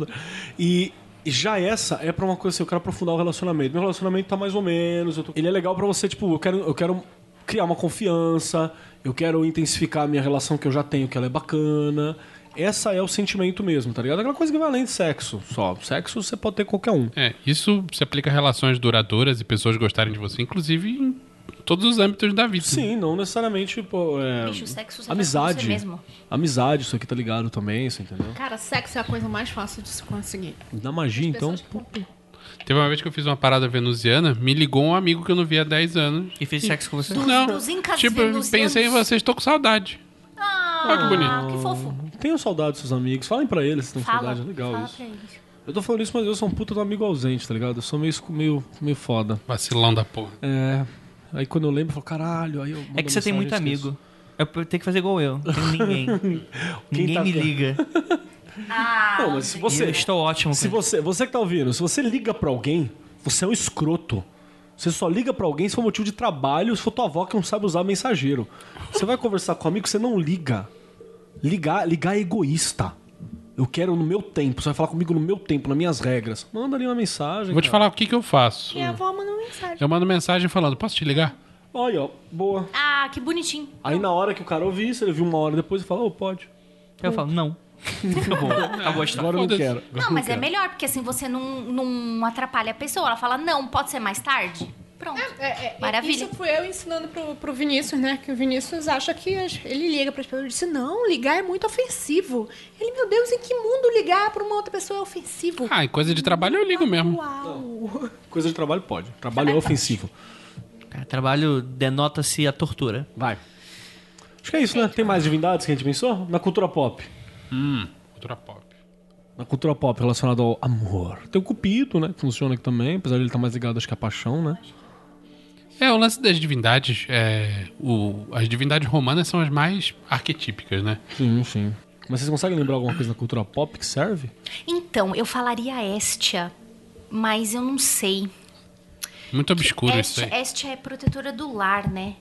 [SPEAKER 6] E já essa é pra uma coisa assim, eu quero aprofundar o relacionamento. Meu relacionamento tá mais ou menos. eu tô- Ele é legal pra você, tipo, eu quero, eu quero criar uma confiança, eu quero intensificar a minha relação que eu já tenho, que ela é bacana. Essa é o sentimento mesmo, tá ligado? Aquela coisa que vai além de sexo só. Sexo você pode ter qualquer um.
[SPEAKER 4] É, isso se aplica a relações duradouras e pessoas gostarem de você, inclusive em todos os âmbitos da vida.
[SPEAKER 6] Sim, não necessariamente, pô, é...
[SPEAKER 2] Bicho, sexo você faz com
[SPEAKER 6] Amizade.
[SPEAKER 2] você mesmo.
[SPEAKER 6] Amizade, isso aqui tá ligado também, você entendeu?
[SPEAKER 5] Cara, sexo é a coisa mais fácil de se conseguir.
[SPEAKER 6] Na magia, então.
[SPEAKER 5] Pessoas que compram
[SPEAKER 4] Teve uma vez que eu fiz uma parada venusiana, me ligou um amigo que eu não via há 10 anos.
[SPEAKER 3] E fez sexo com você?
[SPEAKER 4] Não,
[SPEAKER 2] dos incas
[SPEAKER 4] tipo, eu
[SPEAKER 2] venusianos.
[SPEAKER 4] pensei em vocês, tô com saudade.
[SPEAKER 2] Ah,
[SPEAKER 4] Olha que bonito.
[SPEAKER 2] que fofo. Ah,
[SPEAKER 6] Tenham saudade dos seus amigos, falem pra eles se estão com
[SPEAKER 2] Fala.
[SPEAKER 6] saudade, é legal
[SPEAKER 2] fala
[SPEAKER 6] isso.
[SPEAKER 2] pra eles.
[SPEAKER 6] Eu tô falando isso, mas eu sou um puta do amigo ausente, tá ligado? Eu sou meio, esco- meio, meio foda.
[SPEAKER 4] Vacilão da porra.
[SPEAKER 6] É. Aí quando eu lembro, eu falo, caralho, aí eu. mando
[SPEAKER 3] É que você tem
[SPEAKER 6] mensagem,
[SPEAKER 3] muito
[SPEAKER 6] eu esqueço.
[SPEAKER 3] amigo. Eu tenho que fazer igual eu. Não tenho
[SPEAKER 6] [LAUGHS]
[SPEAKER 3] ninguém. ninguém
[SPEAKER 6] tá-
[SPEAKER 3] me liga.
[SPEAKER 6] Não, mas se
[SPEAKER 3] Ah, Eu
[SPEAKER 6] você.
[SPEAKER 3] estou ótimo
[SPEAKER 6] Se
[SPEAKER 3] com
[SPEAKER 6] você, você que tá ouvindo, se você liga pra alguém, você é um escroto. Você só liga pra alguém se for motivo de trabalho, se for tua avó que não sabe usar mensageiro. Você vai conversar com um amigo, você não liga. Ligar, ligar é egoísta. Eu quero no meu tempo, você vai falar comigo no meu tempo, nas minhas regras. Manda ali uma mensagem.
[SPEAKER 4] Vou te
[SPEAKER 6] cara.
[SPEAKER 4] falar o que, que eu faço.
[SPEAKER 2] Hum.
[SPEAKER 5] Minha avó mandou mensagem.
[SPEAKER 4] Eu mando mensagem falando, posso te ligar?
[SPEAKER 6] Olha, ó, boa.
[SPEAKER 2] Ah, que bonitinho.
[SPEAKER 6] Aí na hora que o cara ouvir isso, ele viu uma hora depois e fala, ô, pode.
[SPEAKER 3] Eu falo,
[SPEAKER 6] [LAUGHS]
[SPEAKER 3] não. Acabou. Acabou a história.
[SPEAKER 6] Agora eu não
[SPEAKER 4] Foda-se.
[SPEAKER 6] quero.
[SPEAKER 2] Não, mas é melhor, porque assim você não, não atrapalha a pessoa. Ela fala, não, pode ser mais tarde. Pronto.
[SPEAKER 5] É, é,
[SPEAKER 2] Maravilha.
[SPEAKER 5] Isso fui eu ensinando pro, pro Vinícius, né? Que o Vinícius acha que as- ele liga pras pessoas. Eu disse, não, ligar é muito ofensivo. Ele, meu Deus, em que mundo ligar pra uma outra pessoa é ofensivo?
[SPEAKER 4] Ah, em coisa de trabalho eu ligo mesmo.
[SPEAKER 5] Uau!
[SPEAKER 6] Coisa de trabalho, pode. Trabalho é ofensivo.
[SPEAKER 3] Cara, trabalho denota-se a tortura.
[SPEAKER 6] Vai. Acho que é isso, né? Tem mais divindades que a gente pensou? Na cultura pop.
[SPEAKER 4] Cultura pop.
[SPEAKER 6] Na cultura pop relacionada ao tá amor. Tem o cupido, né? Que funciona aqui também, apesar de ele estar mais ligado, acho que à paixão, né?
[SPEAKER 4] É, o lance das divindades, é, o, as divindades romanas são as mais arquetípicas, né?
[SPEAKER 6] Sim, sim. Mas vocês conseguem lembrar alguma coisa da cultura pop que serve?
[SPEAKER 2] Então, eu falaria Estia, mas eu não sei.
[SPEAKER 4] Muito obscuro isso
[SPEAKER 2] Estia,
[SPEAKER 4] aí.
[SPEAKER 2] Estia é protetora do lar, né?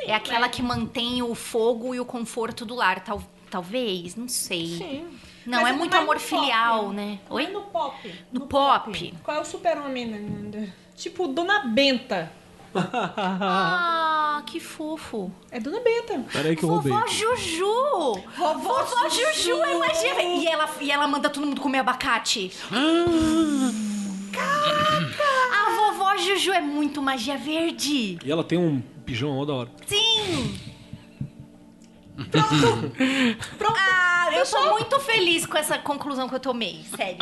[SPEAKER 2] é aquela que mantém o fogo e o conforto do lar, tal, talvez, não sei.
[SPEAKER 5] Sim.
[SPEAKER 2] Não,
[SPEAKER 5] Mas
[SPEAKER 2] é
[SPEAKER 5] ele
[SPEAKER 2] muito
[SPEAKER 5] vai no
[SPEAKER 2] amor
[SPEAKER 5] pop,
[SPEAKER 2] filial,
[SPEAKER 5] Não é
[SPEAKER 2] né? Oi?
[SPEAKER 5] No pop.
[SPEAKER 2] No pop.
[SPEAKER 5] Qual é o super-homem? Nanda? Tipo, Dona Benta.
[SPEAKER 2] Ah, que fofo.
[SPEAKER 5] É Dona Benta.
[SPEAKER 6] Peraí que eu roubei.
[SPEAKER 2] Vovó Juju!
[SPEAKER 5] Vovó
[SPEAKER 2] Vovó
[SPEAKER 5] Juju.
[SPEAKER 2] Juju, imagina! E ela, e ela manda todo mundo comer abacate. Caraca! A vovó Juju é muito magia verde.
[SPEAKER 6] E ela tem um pijão mó da hora. [LAUGHS]
[SPEAKER 2] Sim!
[SPEAKER 5] Pronto.
[SPEAKER 2] Ah, eu tô muito feliz com essa conclusão que eu tomei, sério.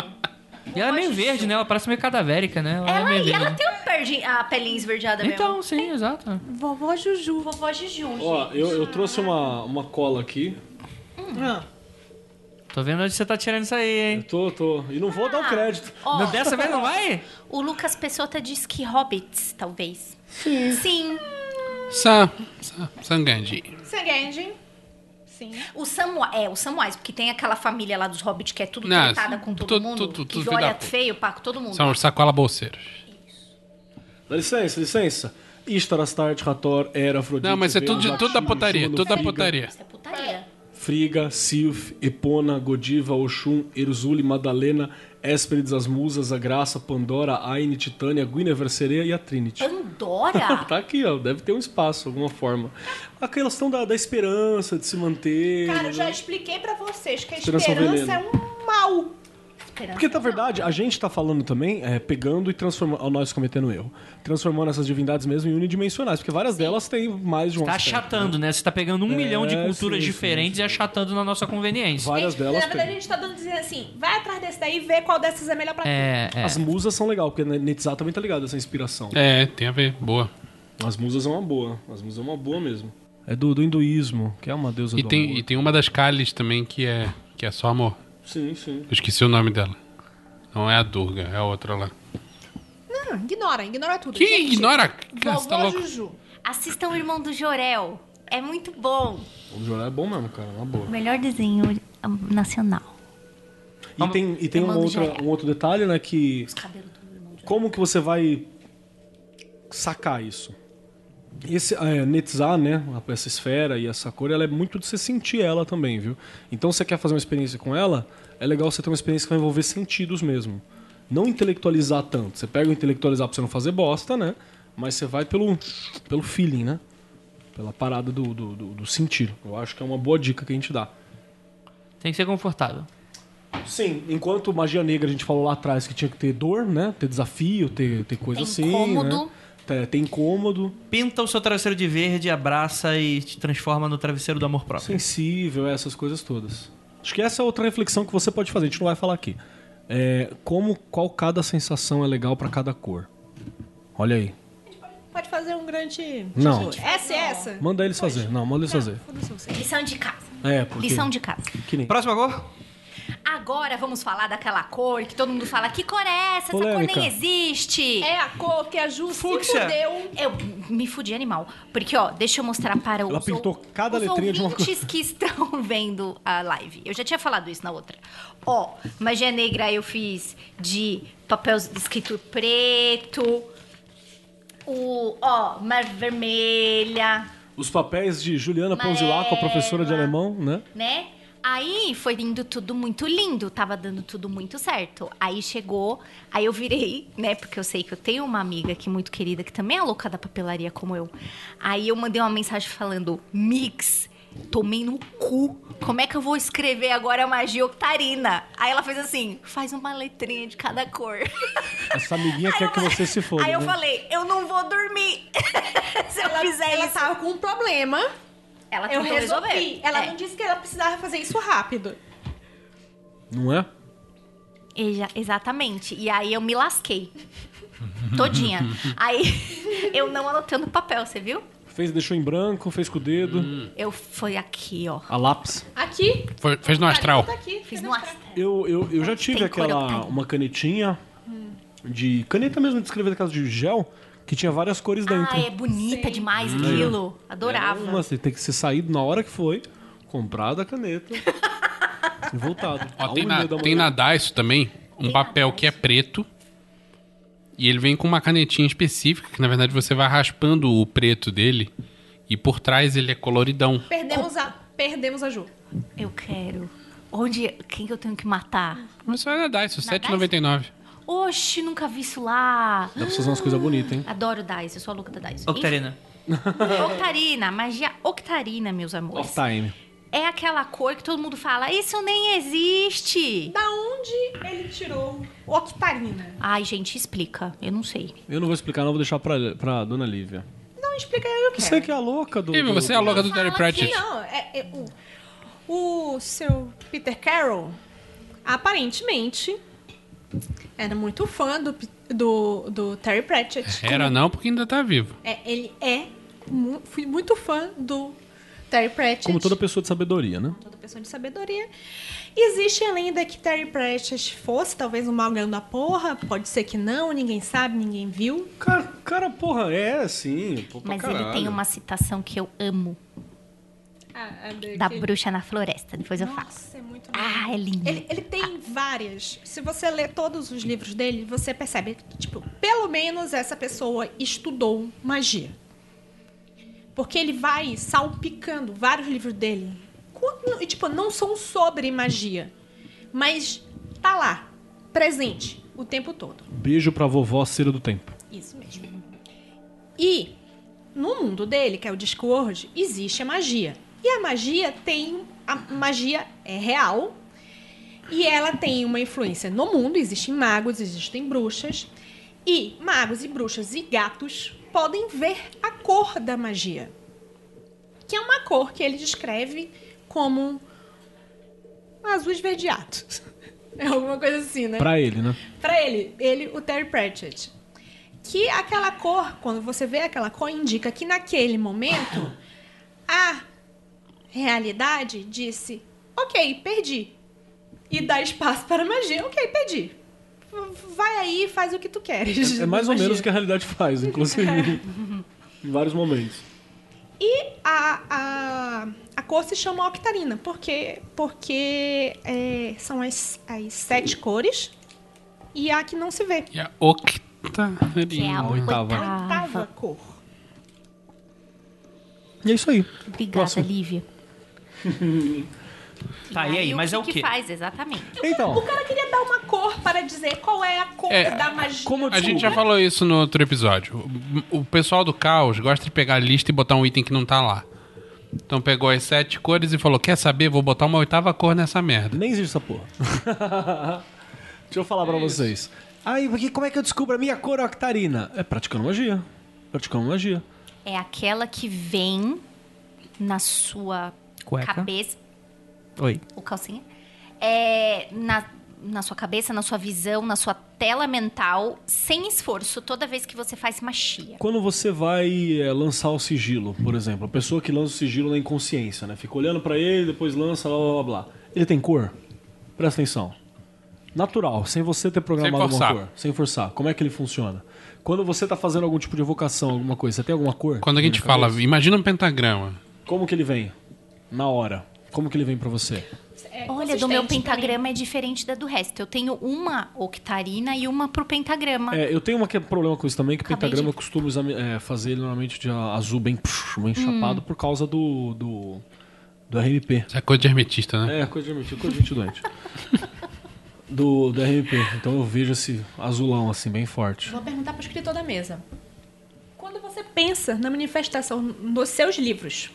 [SPEAKER 9] E ela é meio verde, né? Ela parece meio cadavérica, né? Ela,
[SPEAKER 6] Ah,
[SPEAKER 9] é
[SPEAKER 2] Ela,
[SPEAKER 9] meio
[SPEAKER 2] e ela
[SPEAKER 9] verde.
[SPEAKER 2] tem um perdi, a pelinha esverdeada mesmo.
[SPEAKER 9] Então, sim, exato.
[SPEAKER 5] Vovó Juju.
[SPEAKER 2] Vovó Juju,
[SPEAKER 6] Ó,
[SPEAKER 2] gente.
[SPEAKER 6] eu, eu trouxe uma, uma cola aqui.
[SPEAKER 5] Ah,
[SPEAKER 9] Tô vendo onde você tá tirando isso aí, hein?
[SPEAKER 6] Eu tô, tô. E não vou dar o crédito.
[SPEAKER 2] Ó,
[SPEAKER 9] Não, dessa vez não vai?
[SPEAKER 2] o Lucas Pessota diz que hobbits, talvez. Sim. Sim.
[SPEAKER 4] Sa, sa, Sanganji.
[SPEAKER 5] Sanguende. Sim.
[SPEAKER 2] O Samwa, é, o Samwise, porque tem aquela família lá dos hobbits que é tudo
[SPEAKER 4] Não,
[SPEAKER 2] tratada com todo
[SPEAKER 4] tudo-
[SPEAKER 2] mundo.
[SPEAKER 4] tudo- tudo
[SPEAKER 2] que
[SPEAKER 4] filho da
[SPEAKER 2] olha
[SPEAKER 4] puta.
[SPEAKER 2] feio, paco, todo mundo.
[SPEAKER 4] São os sacola bolseiros.
[SPEAKER 6] Dá licença, licença. Istarastart, Rator, Era, Afrodite...
[SPEAKER 4] Não, mas é tudo, de,
[SPEAKER 6] Bel,
[SPEAKER 4] tudo da
[SPEAKER 6] Laxmi,
[SPEAKER 4] potaria,
[SPEAKER 6] Shimano,
[SPEAKER 4] tudo da
[SPEAKER 6] Friga,
[SPEAKER 4] potaria.
[SPEAKER 2] Isso é putaria.
[SPEAKER 6] Friga, Silf, Epona, Godiva, Oxum, Erzuli, Madalena, Hesperides, as Musas, a Graça, Pandora, Aine, Titânia, Guinevere, Sereia e a Trinity.
[SPEAKER 2] Pandora?
[SPEAKER 6] Tá aqui, ó. Deve ter um espaço, alguma forma. Aquelas estão da, da esperança de se manter.
[SPEAKER 5] Cara,
[SPEAKER 6] né?
[SPEAKER 5] eu já expliquei pra vocês que a
[SPEAKER 6] Esperança é um
[SPEAKER 5] esperança é
[SPEAKER 6] veneno.
[SPEAKER 5] um mal.
[SPEAKER 2] Esperança.
[SPEAKER 6] Porque, na verdade, a gente tá falando também, é, pegando e transformando. ó, Nós cometendo um erro. Transformando essas divindades mesmo em unidimensionais. Porque várias delas têm mais de um
[SPEAKER 3] Tá
[SPEAKER 6] aspecto.
[SPEAKER 3] achatando, né? Você tá pegando um milhão de
[SPEAKER 6] sim,
[SPEAKER 3] culturas
[SPEAKER 6] sim,
[SPEAKER 3] diferentes e achatando na nossa conveniência.
[SPEAKER 6] Várias
[SPEAKER 5] Gente,
[SPEAKER 6] delas
[SPEAKER 5] Na verdade, a
[SPEAKER 6] têm.
[SPEAKER 5] gente tá dando dizendo assim: vai atrás desse daí e vê qual dessas é melhor pra ti.
[SPEAKER 3] É, é.
[SPEAKER 6] As musas são legal, porque a Netzá também tá ligada a essa inspiração.
[SPEAKER 4] É, tem a ver. Boa.
[SPEAKER 6] As musas é uma boa. As musas é uma boa mesmo. É do, do hinduísmo, que é uma deusa
[SPEAKER 4] E
[SPEAKER 6] do
[SPEAKER 4] tem,
[SPEAKER 6] amor.
[SPEAKER 4] e tem uma das Kalis também que é, que é só amor.
[SPEAKER 6] Sim, sim.
[SPEAKER 4] Eu esqueci o nome dela. Não é a Durga, é a outra lá.
[SPEAKER 5] Não, ignora, ignora tudo.
[SPEAKER 4] Que
[SPEAKER 5] Gente,
[SPEAKER 4] ignora? Cara, você tá
[SPEAKER 5] Vovó
[SPEAKER 4] louco?
[SPEAKER 5] Juju.
[SPEAKER 2] Assistam o Irmão do Jorel. É muito bom.
[SPEAKER 6] O Jorá é bom mesmo, cara. É uma boa.
[SPEAKER 2] O melhor desenho ah, nacional.
[SPEAKER 6] E tem, e tem
[SPEAKER 2] Eu
[SPEAKER 6] uma
[SPEAKER 2] mando
[SPEAKER 6] outra,
[SPEAKER 2] joia.
[SPEAKER 6] um outro detalhe, né? Que
[SPEAKER 2] Os cabelos do Irmão do Jorel.
[SPEAKER 6] como que você vai sacar isso? Esse é, Netzar, né? Essa esfera e essa cor, ela é muito de você sentir ela também, viu? Então, se você quer fazer uma experiência com ela, é legal você ter uma experiência que vai envolver sentidos mesmo. Não intelectualizar tanto. Você pega o intelectualizar pra você não fazer bosta, né? Mas você vai pelo, pelo feeling, né? Pela parada do, do, do, do sentir. Eu acho que é uma boa dica que a gente dá.
[SPEAKER 3] Tem que ser confortável.
[SPEAKER 6] Sim, enquanto magia negra a gente falou lá atrás que tinha que ter dor, né? Ter desafio, ter, ter coisa
[SPEAKER 2] Tem
[SPEAKER 6] assim.
[SPEAKER 2] cômodo.
[SPEAKER 6] Né? Tem, tem cômodo,
[SPEAKER 3] Pinta o seu travesseiro de verde, abraça e te transforma no travesseiro do amor próprio.
[SPEAKER 6] sensível, essas coisas todas. Acho que essa é outra reflexão que você pode fazer, a gente não vai falar aqui. É, como qual cada sensação é legal pra cada cor. Olha aí.
[SPEAKER 5] Pode fazer um grande.
[SPEAKER 6] Não.
[SPEAKER 5] Essa é essa?
[SPEAKER 6] Manda eles fazer. Não, manda eles fazer.
[SPEAKER 5] Foda-se você.
[SPEAKER 2] Lição de casa.
[SPEAKER 6] É, porque
[SPEAKER 2] Lição de casa.
[SPEAKER 6] que nem.
[SPEAKER 3] Próxima cor?
[SPEAKER 2] Agora vamos falar daquela cor que todo mundo fala: que cor é essa? Essa
[SPEAKER 6] Polêmica.
[SPEAKER 2] cor nem existe.
[SPEAKER 5] É a cor que a Ju se
[SPEAKER 3] Fúcsia.
[SPEAKER 5] fudeu.
[SPEAKER 2] Eu me fudi animal. Porque, ó, deixa eu mostrar para os,
[SPEAKER 6] Ela pintou
[SPEAKER 2] ou-
[SPEAKER 6] cada
[SPEAKER 2] os
[SPEAKER 6] letrinha de uma
[SPEAKER 2] ouvintes que estão [LAUGHS] vendo a live. Eu já tinha falado isso na outra. Ó, magia negra eu fiz de papel escrito preto. O, ó, mar vermelha,
[SPEAKER 6] Os papéis de Juliana Ponzilaco, a professora de alemão, né?
[SPEAKER 2] né? Aí foi indo tudo muito lindo, tava dando tudo muito certo. Aí chegou, aí eu virei, né? Porque eu sei que eu tenho uma amiga aqui muito querida que também é louca da papelaria como eu. Aí eu mandei uma mensagem falando: Mix, tomei no cu. Como é que eu vou escrever agora magia octarina? Aí ela fez assim: faz uma letrinha de cada cor.
[SPEAKER 6] Essa amiguinha
[SPEAKER 2] Aí
[SPEAKER 6] quer
[SPEAKER 2] eu
[SPEAKER 6] que você se foda.
[SPEAKER 2] Aí eu
[SPEAKER 6] né?
[SPEAKER 2] falei: eu não vou dormir [LAUGHS] se eu
[SPEAKER 5] Ela,
[SPEAKER 2] fizer
[SPEAKER 5] ela
[SPEAKER 2] isso.
[SPEAKER 5] tava com um problema.
[SPEAKER 2] Ela
[SPEAKER 5] Eu
[SPEAKER 2] tentou
[SPEAKER 5] resolvi.
[SPEAKER 2] resolver.
[SPEAKER 5] Ela
[SPEAKER 2] É.
[SPEAKER 5] não disse que ela precisava fazer isso rápido.
[SPEAKER 6] Não é?
[SPEAKER 2] Exa- exatamente. E aí eu me lasquei. Todinha. Aí [LAUGHS] eu não anotei no papel, você viu?
[SPEAKER 6] Fez, deixou em branco, fez com o dedo,
[SPEAKER 2] Eu foi aqui, ó.
[SPEAKER 6] a lápis.
[SPEAKER 5] Aqui.
[SPEAKER 4] Foi- fez no astral.
[SPEAKER 5] Tá aqui.
[SPEAKER 2] Fiz
[SPEAKER 5] tá
[SPEAKER 2] no astral.
[SPEAKER 6] Eu, eu, eu já tive
[SPEAKER 2] Tem cor,
[SPEAKER 6] aquela.
[SPEAKER 2] eu tenho.
[SPEAKER 6] Uma canetinha. De. Caneta mesmo de escrever daquelas de gel. que tinha várias cores dentro.
[SPEAKER 2] Ah, é bonita demais aquilo. Adorava.
[SPEAKER 6] Então, assim, tem que ser saído na hora que foi, comprado a caneta e voltado.
[SPEAKER 4] Ó,
[SPEAKER 6] À
[SPEAKER 4] tem,
[SPEAKER 6] uma
[SPEAKER 4] na,
[SPEAKER 6] e meia da
[SPEAKER 4] tem
[SPEAKER 6] manhã.
[SPEAKER 4] na Daiso também um papel que é preto. E ele vem com uma canetinha específica, que na verdade você vai raspando o preto dele. E por trás ele é coloridão.
[SPEAKER 5] Perdemos a, perdemos a Ju.
[SPEAKER 2] Eu quero. Onde. Quem que eu tenho que matar?
[SPEAKER 4] Mas só é na Daiso,
[SPEAKER 2] Na Daiso?
[SPEAKER 4] 7,99.
[SPEAKER 2] Oxi, nunca vi isso lá.
[SPEAKER 6] Dá pra fazer umas coisas bonitas, hein?
[SPEAKER 2] Adoro Dice, eu sou a louca da Dice.
[SPEAKER 3] Octarina.
[SPEAKER 2] Enfim, Octarina, magia octarina, meus amores.
[SPEAKER 6] Off time.
[SPEAKER 2] É aquela cor que todo mundo fala, isso nem existe.
[SPEAKER 5] Da onde ele tirou o octarina?
[SPEAKER 2] Ai, gente, explica. Eu não sei.
[SPEAKER 6] Eu não vou explicar, não, vou deixar pra, pra dona Lívia.
[SPEAKER 5] Não, explica aí o que
[SPEAKER 6] Você que é a louca do.
[SPEAKER 4] Ih,
[SPEAKER 6] do-
[SPEAKER 4] você é a louca do Terry Pratchett.
[SPEAKER 5] Não, é, é o, o seu Peter Carroll, aparentemente, era muito fã do, Pi- do, do Terry Pratchett.
[SPEAKER 4] Era não, porque ainda tá vivo.
[SPEAKER 5] É, ele é, mu- fui muito fã do Terry Pratchett.
[SPEAKER 6] Como toda pessoa de sabedoria, né?
[SPEAKER 5] toda pessoa de sabedoria. Existe a lenda que Terry Pratchett fosse talvez um magão da porra, pode ser que não, ninguém sabe, ninguém viu.
[SPEAKER 6] Cara, cara porra, é, sim. pô, pra
[SPEAKER 2] Mas ele
[SPEAKER 6] caralho.
[SPEAKER 2] tem uma citação que eu amo. Da bruxa na floresta. Depois eu faço.
[SPEAKER 5] Nossa, é muito
[SPEAKER 2] Ah, é lindo.
[SPEAKER 5] Ele, ele tem várias. Se você ler todos os livros dele, você percebe que, tipo, pelo menos essa pessoa estudou magia. Porque ele vai salpicando vários livros dele. Com- E, tipo, não são sobre magia. Mas tá lá, presente, o tempo todo.
[SPEAKER 6] Beijo pra vovó Cera do Tempo.
[SPEAKER 5] Isso mesmo. E no mundo dele, que é o Discord, existe a magia. E a magia tem. A magia é real. E ela tem uma influência no mundo. Existem magos, existem bruxas. E magos e bruxas e gatos podem ver a cor da magia. Que é uma cor que ele descreve como um azul esverdeado. [LAUGHS] É alguma coisa assim, né?
[SPEAKER 6] Pra ele, né?
[SPEAKER 5] Pra ele, ele, o Terry Pratchett. Que aquela cor, quando você vê aquela cor, indica que naquele momento a realidade disse: Ok, perdi. E dá espaço para a magia. Ok, perdi. V- Vai aí e faz o que tu queres.
[SPEAKER 6] É, é mais ou
[SPEAKER 5] Magia.
[SPEAKER 6] menos o que a realidade faz, inclusive. em vários momentos.
[SPEAKER 5] E a, a, a cor se chama octarina, porque, porque é, são as, as sete cores e a que não se vê.
[SPEAKER 4] E a octa...
[SPEAKER 2] Que é a oitava.
[SPEAKER 5] Oitava cor.
[SPEAKER 6] E é isso aí.
[SPEAKER 2] Obrigada, Lívia.
[SPEAKER 3] Tá, e aí? Mas é o
[SPEAKER 2] que
[SPEAKER 3] quê?
[SPEAKER 2] faz, exatamente?
[SPEAKER 6] Então,
[SPEAKER 5] O cara queria dar uma cor para dizer qual é a cor
[SPEAKER 4] É,
[SPEAKER 5] da magia.
[SPEAKER 6] como eu
[SPEAKER 4] A gente
[SPEAKER 6] descobri-
[SPEAKER 4] já falou isso no outro episódio. O o pessoal do caos gosta de pegar a lista e botar um item que não tá lá. Então pegou as sete cores e falou: Quer saber? Vou botar uma oitava cor nessa merda.
[SPEAKER 6] Nem existe essa porra. [LAUGHS] Deixa eu falar pra vocês. Aí, porque como é que eu descubro a minha cor octarina? É praticando magia. Praticando magia.
[SPEAKER 2] É aquela que vem na sua
[SPEAKER 3] Cueca?
[SPEAKER 2] cabeça.
[SPEAKER 3] Oi.
[SPEAKER 2] O calcinha. É, na, na sua cabeça, na sua visão, na sua tela mental, sem esforço, toda vez que você faz magia.
[SPEAKER 6] Quando você vai é, lançar o sigilo, por exemplo, a pessoa que lança o sigilo na inconsciência, né? Fica olhando pra ele, depois lança, blá blá blá. blá. Ele tem cor? Presta atenção. Natural, sem você ter programado
[SPEAKER 4] Sem
[SPEAKER 6] alguma
[SPEAKER 4] forçar.
[SPEAKER 6] cor. Sem forçar. Como é que ele funciona? Quando você tá fazendo algum tipo de evocação, alguma coisa, você tem alguma cor?
[SPEAKER 4] Quando a gente
[SPEAKER 6] Na cabeça?
[SPEAKER 4] fala, imagina um pentagrama.
[SPEAKER 6] Como que ele vem? Na hora. Como que ele vem pra você?
[SPEAKER 5] É
[SPEAKER 2] Olha, do
[SPEAKER 5] consistente
[SPEAKER 2] meu
[SPEAKER 5] também.
[SPEAKER 2] pentagrama é diferente da do resto. Eu tenho uma octarina e uma pro pentagrama.
[SPEAKER 6] É, eu tenho um problema com isso também, que
[SPEAKER 2] Acabei
[SPEAKER 6] pentagrama
[SPEAKER 2] de-
[SPEAKER 6] eu costumo exami- é, fazer ele normalmente de a- azul bem, psh, bem
[SPEAKER 2] Hum.
[SPEAKER 6] chapado por causa do, do, do RMP.
[SPEAKER 4] Isso é coisa de hermetista, né?
[SPEAKER 6] É, coisa de mentira, coisa de gente doente. Do, do RMP. Então eu vejo esse azulão, assim, bem forte.
[SPEAKER 5] Vou perguntar para o escritor da mesa. Quando você pensa na manifestação dos seus livros,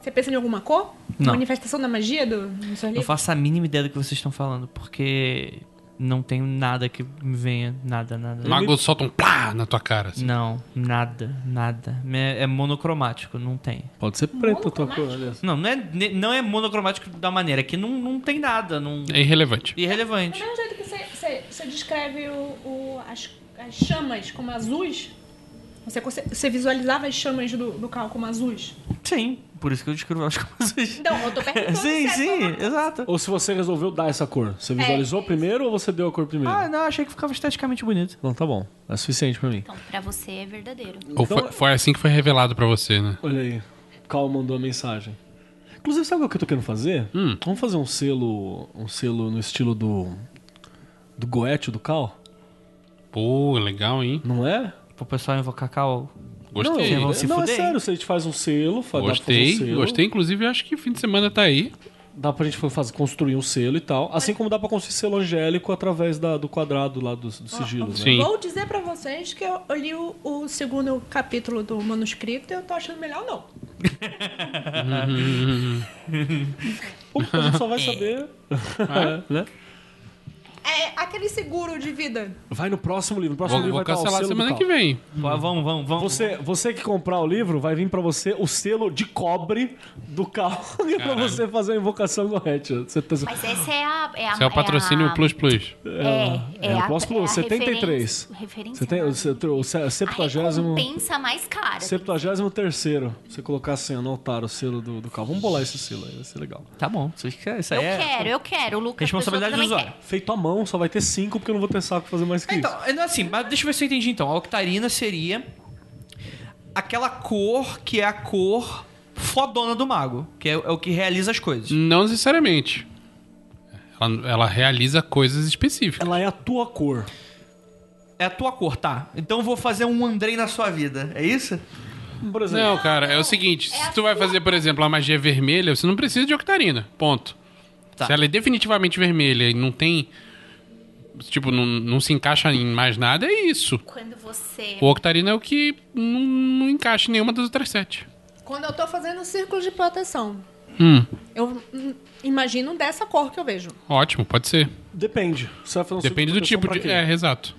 [SPEAKER 5] você pensa em alguma cor?
[SPEAKER 3] Não.
[SPEAKER 5] Manifestação da magia do, dos seus
[SPEAKER 3] Não
[SPEAKER 5] livros?
[SPEAKER 3] faço a mínima ideia do que vocês estão falando, porque não tenho nada que me venha. Nada, nada.
[SPEAKER 4] O Mago solta um plá na tua cara. assim.
[SPEAKER 3] Não, nada, nada. É, é monocromático, não tem.
[SPEAKER 6] Pode ser preto a tua cor, olha.
[SPEAKER 3] Não, não é, ne- não é monocromático da maneira é que não, não tem nada, não...
[SPEAKER 4] É irrelevante.
[SPEAKER 5] Do
[SPEAKER 3] Irrelevante.
[SPEAKER 5] mesmo jeito que você, você- você descreve o- o- as, as chamas como azuis, Você, conse- você visualizava as chamas do, do carro como azuis?
[SPEAKER 3] Sim, por isso que eu descrevo as [LAUGHS] coisas.
[SPEAKER 5] Então, eu tô perguntando.
[SPEAKER 3] [LAUGHS]
[SPEAKER 5] se é
[SPEAKER 3] Sim,
[SPEAKER 2] né,
[SPEAKER 3] sim,
[SPEAKER 5] como-
[SPEAKER 3] exato.
[SPEAKER 6] Ou se você resolveu dar essa cor. Você visualizou primeiro ou você deu a cor primeiro?
[SPEAKER 3] Ah, não, achei que ficava esteticamente bonito.
[SPEAKER 6] Não, tá bom. É suficiente pra mim.
[SPEAKER 2] Então, pra você é verdadeiro.
[SPEAKER 4] Ou
[SPEAKER 6] Então-
[SPEAKER 4] foi, foi assim que foi revelado pra você, né?
[SPEAKER 6] Olha aí. Cal mandou a mensagem. Inclusive, sabe o que eu tô querendo fazer?
[SPEAKER 3] Hum.
[SPEAKER 6] Vamos fazer um selo. Um selo no estilo do. Do Goethe do Cal?
[SPEAKER 4] Pô, legal, hein?
[SPEAKER 6] Não é?
[SPEAKER 3] Pro pessoal invocar cal.
[SPEAKER 4] Gostei.
[SPEAKER 3] Não,
[SPEAKER 6] não,
[SPEAKER 3] vão se
[SPEAKER 6] não é
[SPEAKER 3] fuder,
[SPEAKER 6] sério, se a gente faz um selo, fa- dá pra fazer um
[SPEAKER 4] Gostei,
[SPEAKER 6] selo.
[SPEAKER 4] gostei. Inclusive, eu acho que fim de semana tá aí.
[SPEAKER 6] Dá pra gente fazer, construir um selo e tal. Assim como dá pra construir selo angélico através da- do quadrado lá do, do sigilo. né?
[SPEAKER 4] Sim.
[SPEAKER 5] Vou dizer pra vocês que eu, eu li o, o segundo capítulo do manuscrito e eu tô achando melhor não.
[SPEAKER 6] Pô, Então A gente só [LAUGHS] vai saber. né?
[SPEAKER 5] É aquele seguro de vida.
[SPEAKER 6] Vai no próximo livro. No próximo
[SPEAKER 4] Vou,
[SPEAKER 6] livro
[SPEAKER 4] vou
[SPEAKER 6] vai estar o
[SPEAKER 4] cancelar
[SPEAKER 6] selo do
[SPEAKER 4] semana
[SPEAKER 6] Cal.
[SPEAKER 4] que vem.
[SPEAKER 3] Pô, vamos, vamos, vamos.
[SPEAKER 6] Hum. Você, você que comprar o livro, vai vir pra você o selo de cobre do carro [LAUGHS] e é pra você fazer a invocação correta. Você tá-
[SPEAKER 2] Mas essa é a. É, a,
[SPEAKER 4] Esse é o patrocínio
[SPEAKER 2] a-
[SPEAKER 4] Plus Plus.
[SPEAKER 2] É, é,
[SPEAKER 6] É,
[SPEAKER 2] a,
[SPEAKER 6] eu posso pôr
[SPEAKER 2] a
[SPEAKER 6] 73.
[SPEAKER 2] referência- Referência. né? Ah, é
[SPEAKER 6] Você tem o, seu- o se-
[SPEAKER 2] a
[SPEAKER 6] septuagésimo...
[SPEAKER 2] recompensa mais cara.
[SPEAKER 6] 73 Você colocar assim, anotar o selo do, do carro. Vamos bolar esse selo aí, vai ser legal.
[SPEAKER 3] Tá bom, isso isso aí
[SPEAKER 2] Eu
[SPEAKER 3] é.
[SPEAKER 2] quero, eu quero. O Lucas
[SPEAKER 3] Responsabilidade do
[SPEAKER 2] Pessoa também
[SPEAKER 3] usuário.
[SPEAKER 6] Feito à mão, só vai ter cinco, porque eu não vou ter saco pra fazer
[SPEAKER 2] É,
[SPEAKER 6] mais que isso.
[SPEAKER 3] Então, então, assim, mas deixa eu ver se eu entendi então. A octarina seria aquela cor que é a cor fodona do mago, que é, é o que realiza as
[SPEAKER 6] Hum.
[SPEAKER 3] coisas.
[SPEAKER 4] Não necessariamente. Ela, ela realiza coisas específicas.
[SPEAKER 6] Ela é a tua cor.
[SPEAKER 3] É a tua cor, tá? Então eu vou fazer um Andrei na sua vida, é isso?
[SPEAKER 6] Por exemplo,
[SPEAKER 4] Não, cara, é o seguinte: se tu vai fazer, por exemplo, a magia vermelha, você não precisa de octarina. Ponto.
[SPEAKER 3] Tá.
[SPEAKER 4] Se ela é definitivamente vermelha e não tem. Tipo, não, não se encaixa em mais nada, é isso.
[SPEAKER 2] Quando você.
[SPEAKER 4] O octarina é o que não, não encaixa em nenhuma das outras sete.
[SPEAKER 5] Quando eu tô fazendo um círculo de proteção,
[SPEAKER 4] Hum,
[SPEAKER 5] eu hum, imagino dessa cor que eu vejo.
[SPEAKER 4] ótimo, pode ser.
[SPEAKER 6] depende. Você vai fazer um
[SPEAKER 4] Depende do
[SPEAKER 6] círculo
[SPEAKER 4] tipo
[SPEAKER 6] proteção
[SPEAKER 4] de.
[SPEAKER 6] pra quê?
[SPEAKER 4] É, exato.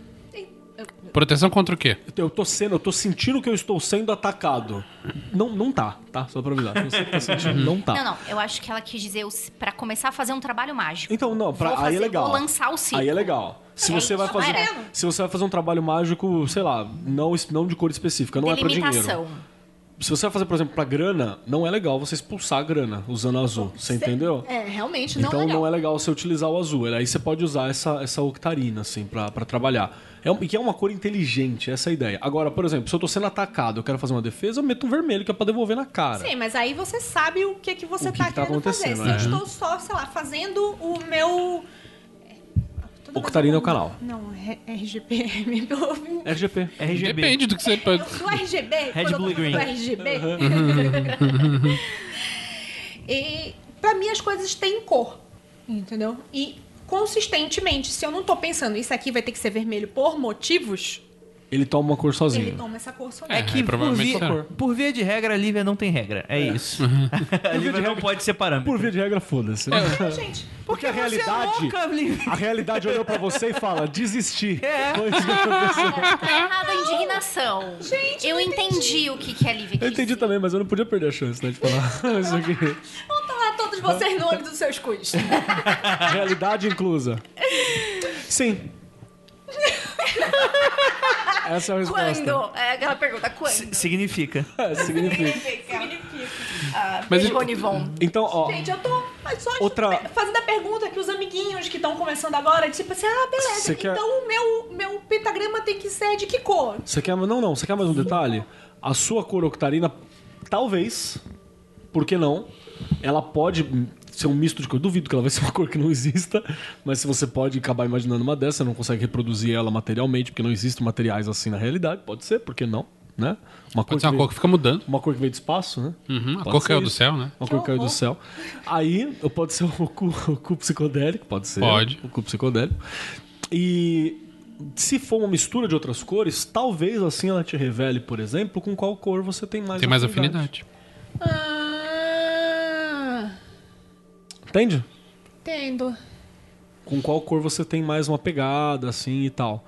[SPEAKER 5] Eu-
[SPEAKER 4] Proteção contra o quê?
[SPEAKER 6] Eu tô sendo, eu tô sentindo que eu estou sendo atacado. Não, não tá, tá? Só pra avisar. Você tá sentindo, não tá.
[SPEAKER 2] Não, não. Eu acho que ela quis dizer os- pra começar a fazer um trabalho mágico.
[SPEAKER 6] Então, não, pra,
[SPEAKER 2] Vou
[SPEAKER 6] aí
[SPEAKER 2] fazer-
[SPEAKER 6] é legal.
[SPEAKER 2] vou lançar o círculo.
[SPEAKER 6] Aí é legal. Se
[SPEAKER 2] É
[SPEAKER 6] você vai
[SPEAKER 2] isso,
[SPEAKER 6] fazer,
[SPEAKER 2] vai
[SPEAKER 6] se você vai fazer um trabalho mágico, sei lá, não es- não de cor específica, não é pra dinheiro.
[SPEAKER 2] Delimitação.
[SPEAKER 6] Se você vai fazer, por exemplo, pra grana, não é legal você expulsar a grana usando azul, você entendeu?
[SPEAKER 5] É, realmente não
[SPEAKER 6] Então
[SPEAKER 5] legal.
[SPEAKER 6] não é legal você utilizar o azul. Aí você pode usar essa, essa octarina, assim, pra, pra trabalhar. É, um- e que é uma cor inteligente, essa é a ideia. Agora, por exemplo, se eu tô sendo atacado, eu quero fazer uma defesa, eu meto um vermelho, que é pra devolver na cara.
[SPEAKER 5] Sim, mas aí você sabe o que, que você
[SPEAKER 6] O que
[SPEAKER 5] tá
[SPEAKER 6] que tá
[SPEAKER 5] querendo fazer.
[SPEAKER 6] acontecendo,
[SPEAKER 5] Se eu
[SPEAKER 6] é.
[SPEAKER 5] estou só, sei lá, fazendo o meu. é, tudo bem,
[SPEAKER 6] Octarina é o
[SPEAKER 5] não-
[SPEAKER 6] canal.
[SPEAKER 5] Não, é [LAUGHS] RGB. meu-
[SPEAKER 6] RGP.
[SPEAKER 3] RGB.
[SPEAKER 4] Depende do que você.
[SPEAKER 5] Eu- do RGB,
[SPEAKER 3] Red,
[SPEAKER 5] quando eu
[SPEAKER 3] blue
[SPEAKER 5] tô falando
[SPEAKER 3] e green.
[SPEAKER 5] do RGB.
[SPEAKER 6] Uhum.
[SPEAKER 5] e pra mim as coisas têm cor, entendeu? E consistentemente, se eu não tô pensando isso aqui vai ter que ser vermelho por motivos,
[SPEAKER 6] Ele toma uma cor sozinho.
[SPEAKER 5] ele toma essa cor sozinho.
[SPEAKER 4] É,
[SPEAKER 3] Que
[SPEAKER 4] aí
[SPEAKER 3] por
[SPEAKER 4] provavelmente
[SPEAKER 3] via,
[SPEAKER 4] será.
[SPEAKER 3] por via de regra, a Lívia não tem regra.
[SPEAKER 4] [LAUGHS]
[SPEAKER 3] É, isso. a Lívia não pode ser parâmetro.
[SPEAKER 6] [LAUGHS] Por via de regra, foda-se. né?
[SPEAKER 5] Gente,
[SPEAKER 6] Porque a
[SPEAKER 3] você é
[SPEAKER 6] realidade.
[SPEAKER 3] louca,
[SPEAKER 6] [LAUGHS]
[SPEAKER 3] Lívia.
[SPEAKER 6] A realidade olhou pra você e fala: desistir.
[SPEAKER 3] É.
[SPEAKER 6] Foi isso que aconteceu.
[SPEAKER 2] Tá errada a indignação. Gente, eu entendi, o que, que a Lívia quis.
[SPEAKER 6] Eu entendi também, mas eu não podia perder a chance, né? De falar [LAUGHS] isso aqui.
[SPEAKER 5] vão tomar tá todos vocês no olho dos seus cus.
[SPEAKER 6] Realidade inclusa. Sim.
[SPEAKER 5] [LAUGHS]
[SPEAKER 6] Essa é a resposta.
[SPEAKER 2] Quando? É aquela pergunta, quando?
[SPEAKER 3] S- Significa.
[SPEAKER 6] É, significa.
[SPEAKER 2] Ah,
[SPEAKER 4] Mas-
[SPEAKER 2] beijo, Ronivon.
[SPEAKER 6] Então, ó.
[SPEAKER 5] Gente, eu tô mas só
[SPEAKER 6] [LAUGHS] Outra-
[SPEAKER 5] fazendo a pergunta que os amiguinhos que estão começando agora, tipo assim, ah, beleza,
[SPEAKER 6] Você quer-
[SPEAKER 5] então o meu, meu pentagrama tem que ser de que cor?
[SPEAKER 6] Você quer. Não, não. Você quer mais um detalhe? A sua cor octarina, talvez. Por que não? Ela pode ser um misto de cor. Duvido que ela vai ser uma [LAUGHS] cor que não exista. Mas se você pode acabar imaginando uma dessa, não consegue reproduzir ela materialmente, porque não existem materiais assim na realidade. Pode ser, por que não? Né? Uma
[SPEAKER 4] Pode ser uma
[SPEAKER 6] que
[SPEAKER 4] cor que fica mudando.
[SPEAKER 6] Uma cor que veio do espaço, né?
[SPEAKER 4] Uhum, a
[SPEAKER 6] Pode
[SPEAKER 4] cor
[SPEAKER 6] ser
[SPEAKER 4] caiu do
[SPEAKER 6] isso.
[SPEAKER 4] céu, né?
[SPEAKER 6] Uma cor que caiu do céu. Aí, ou pode ser o cu, o cu psicodélico, pode ser.
[SPEAKER 4] Pode.
[SPEAKER 6] O cu psicodélico. E se for uma mistura de outras cores, talvez assim ela te revele, por exemplo, com qual cor você tem mais
[SPEAKER 4] Tem mais afinidade.
[SPEAKER 5] Ah,
[SPEAKER 6] Entende?
[SPEAKER 5] entendo.
[SPEAKER 6] Com qual cor você tem mais uma pegada, assim e tal.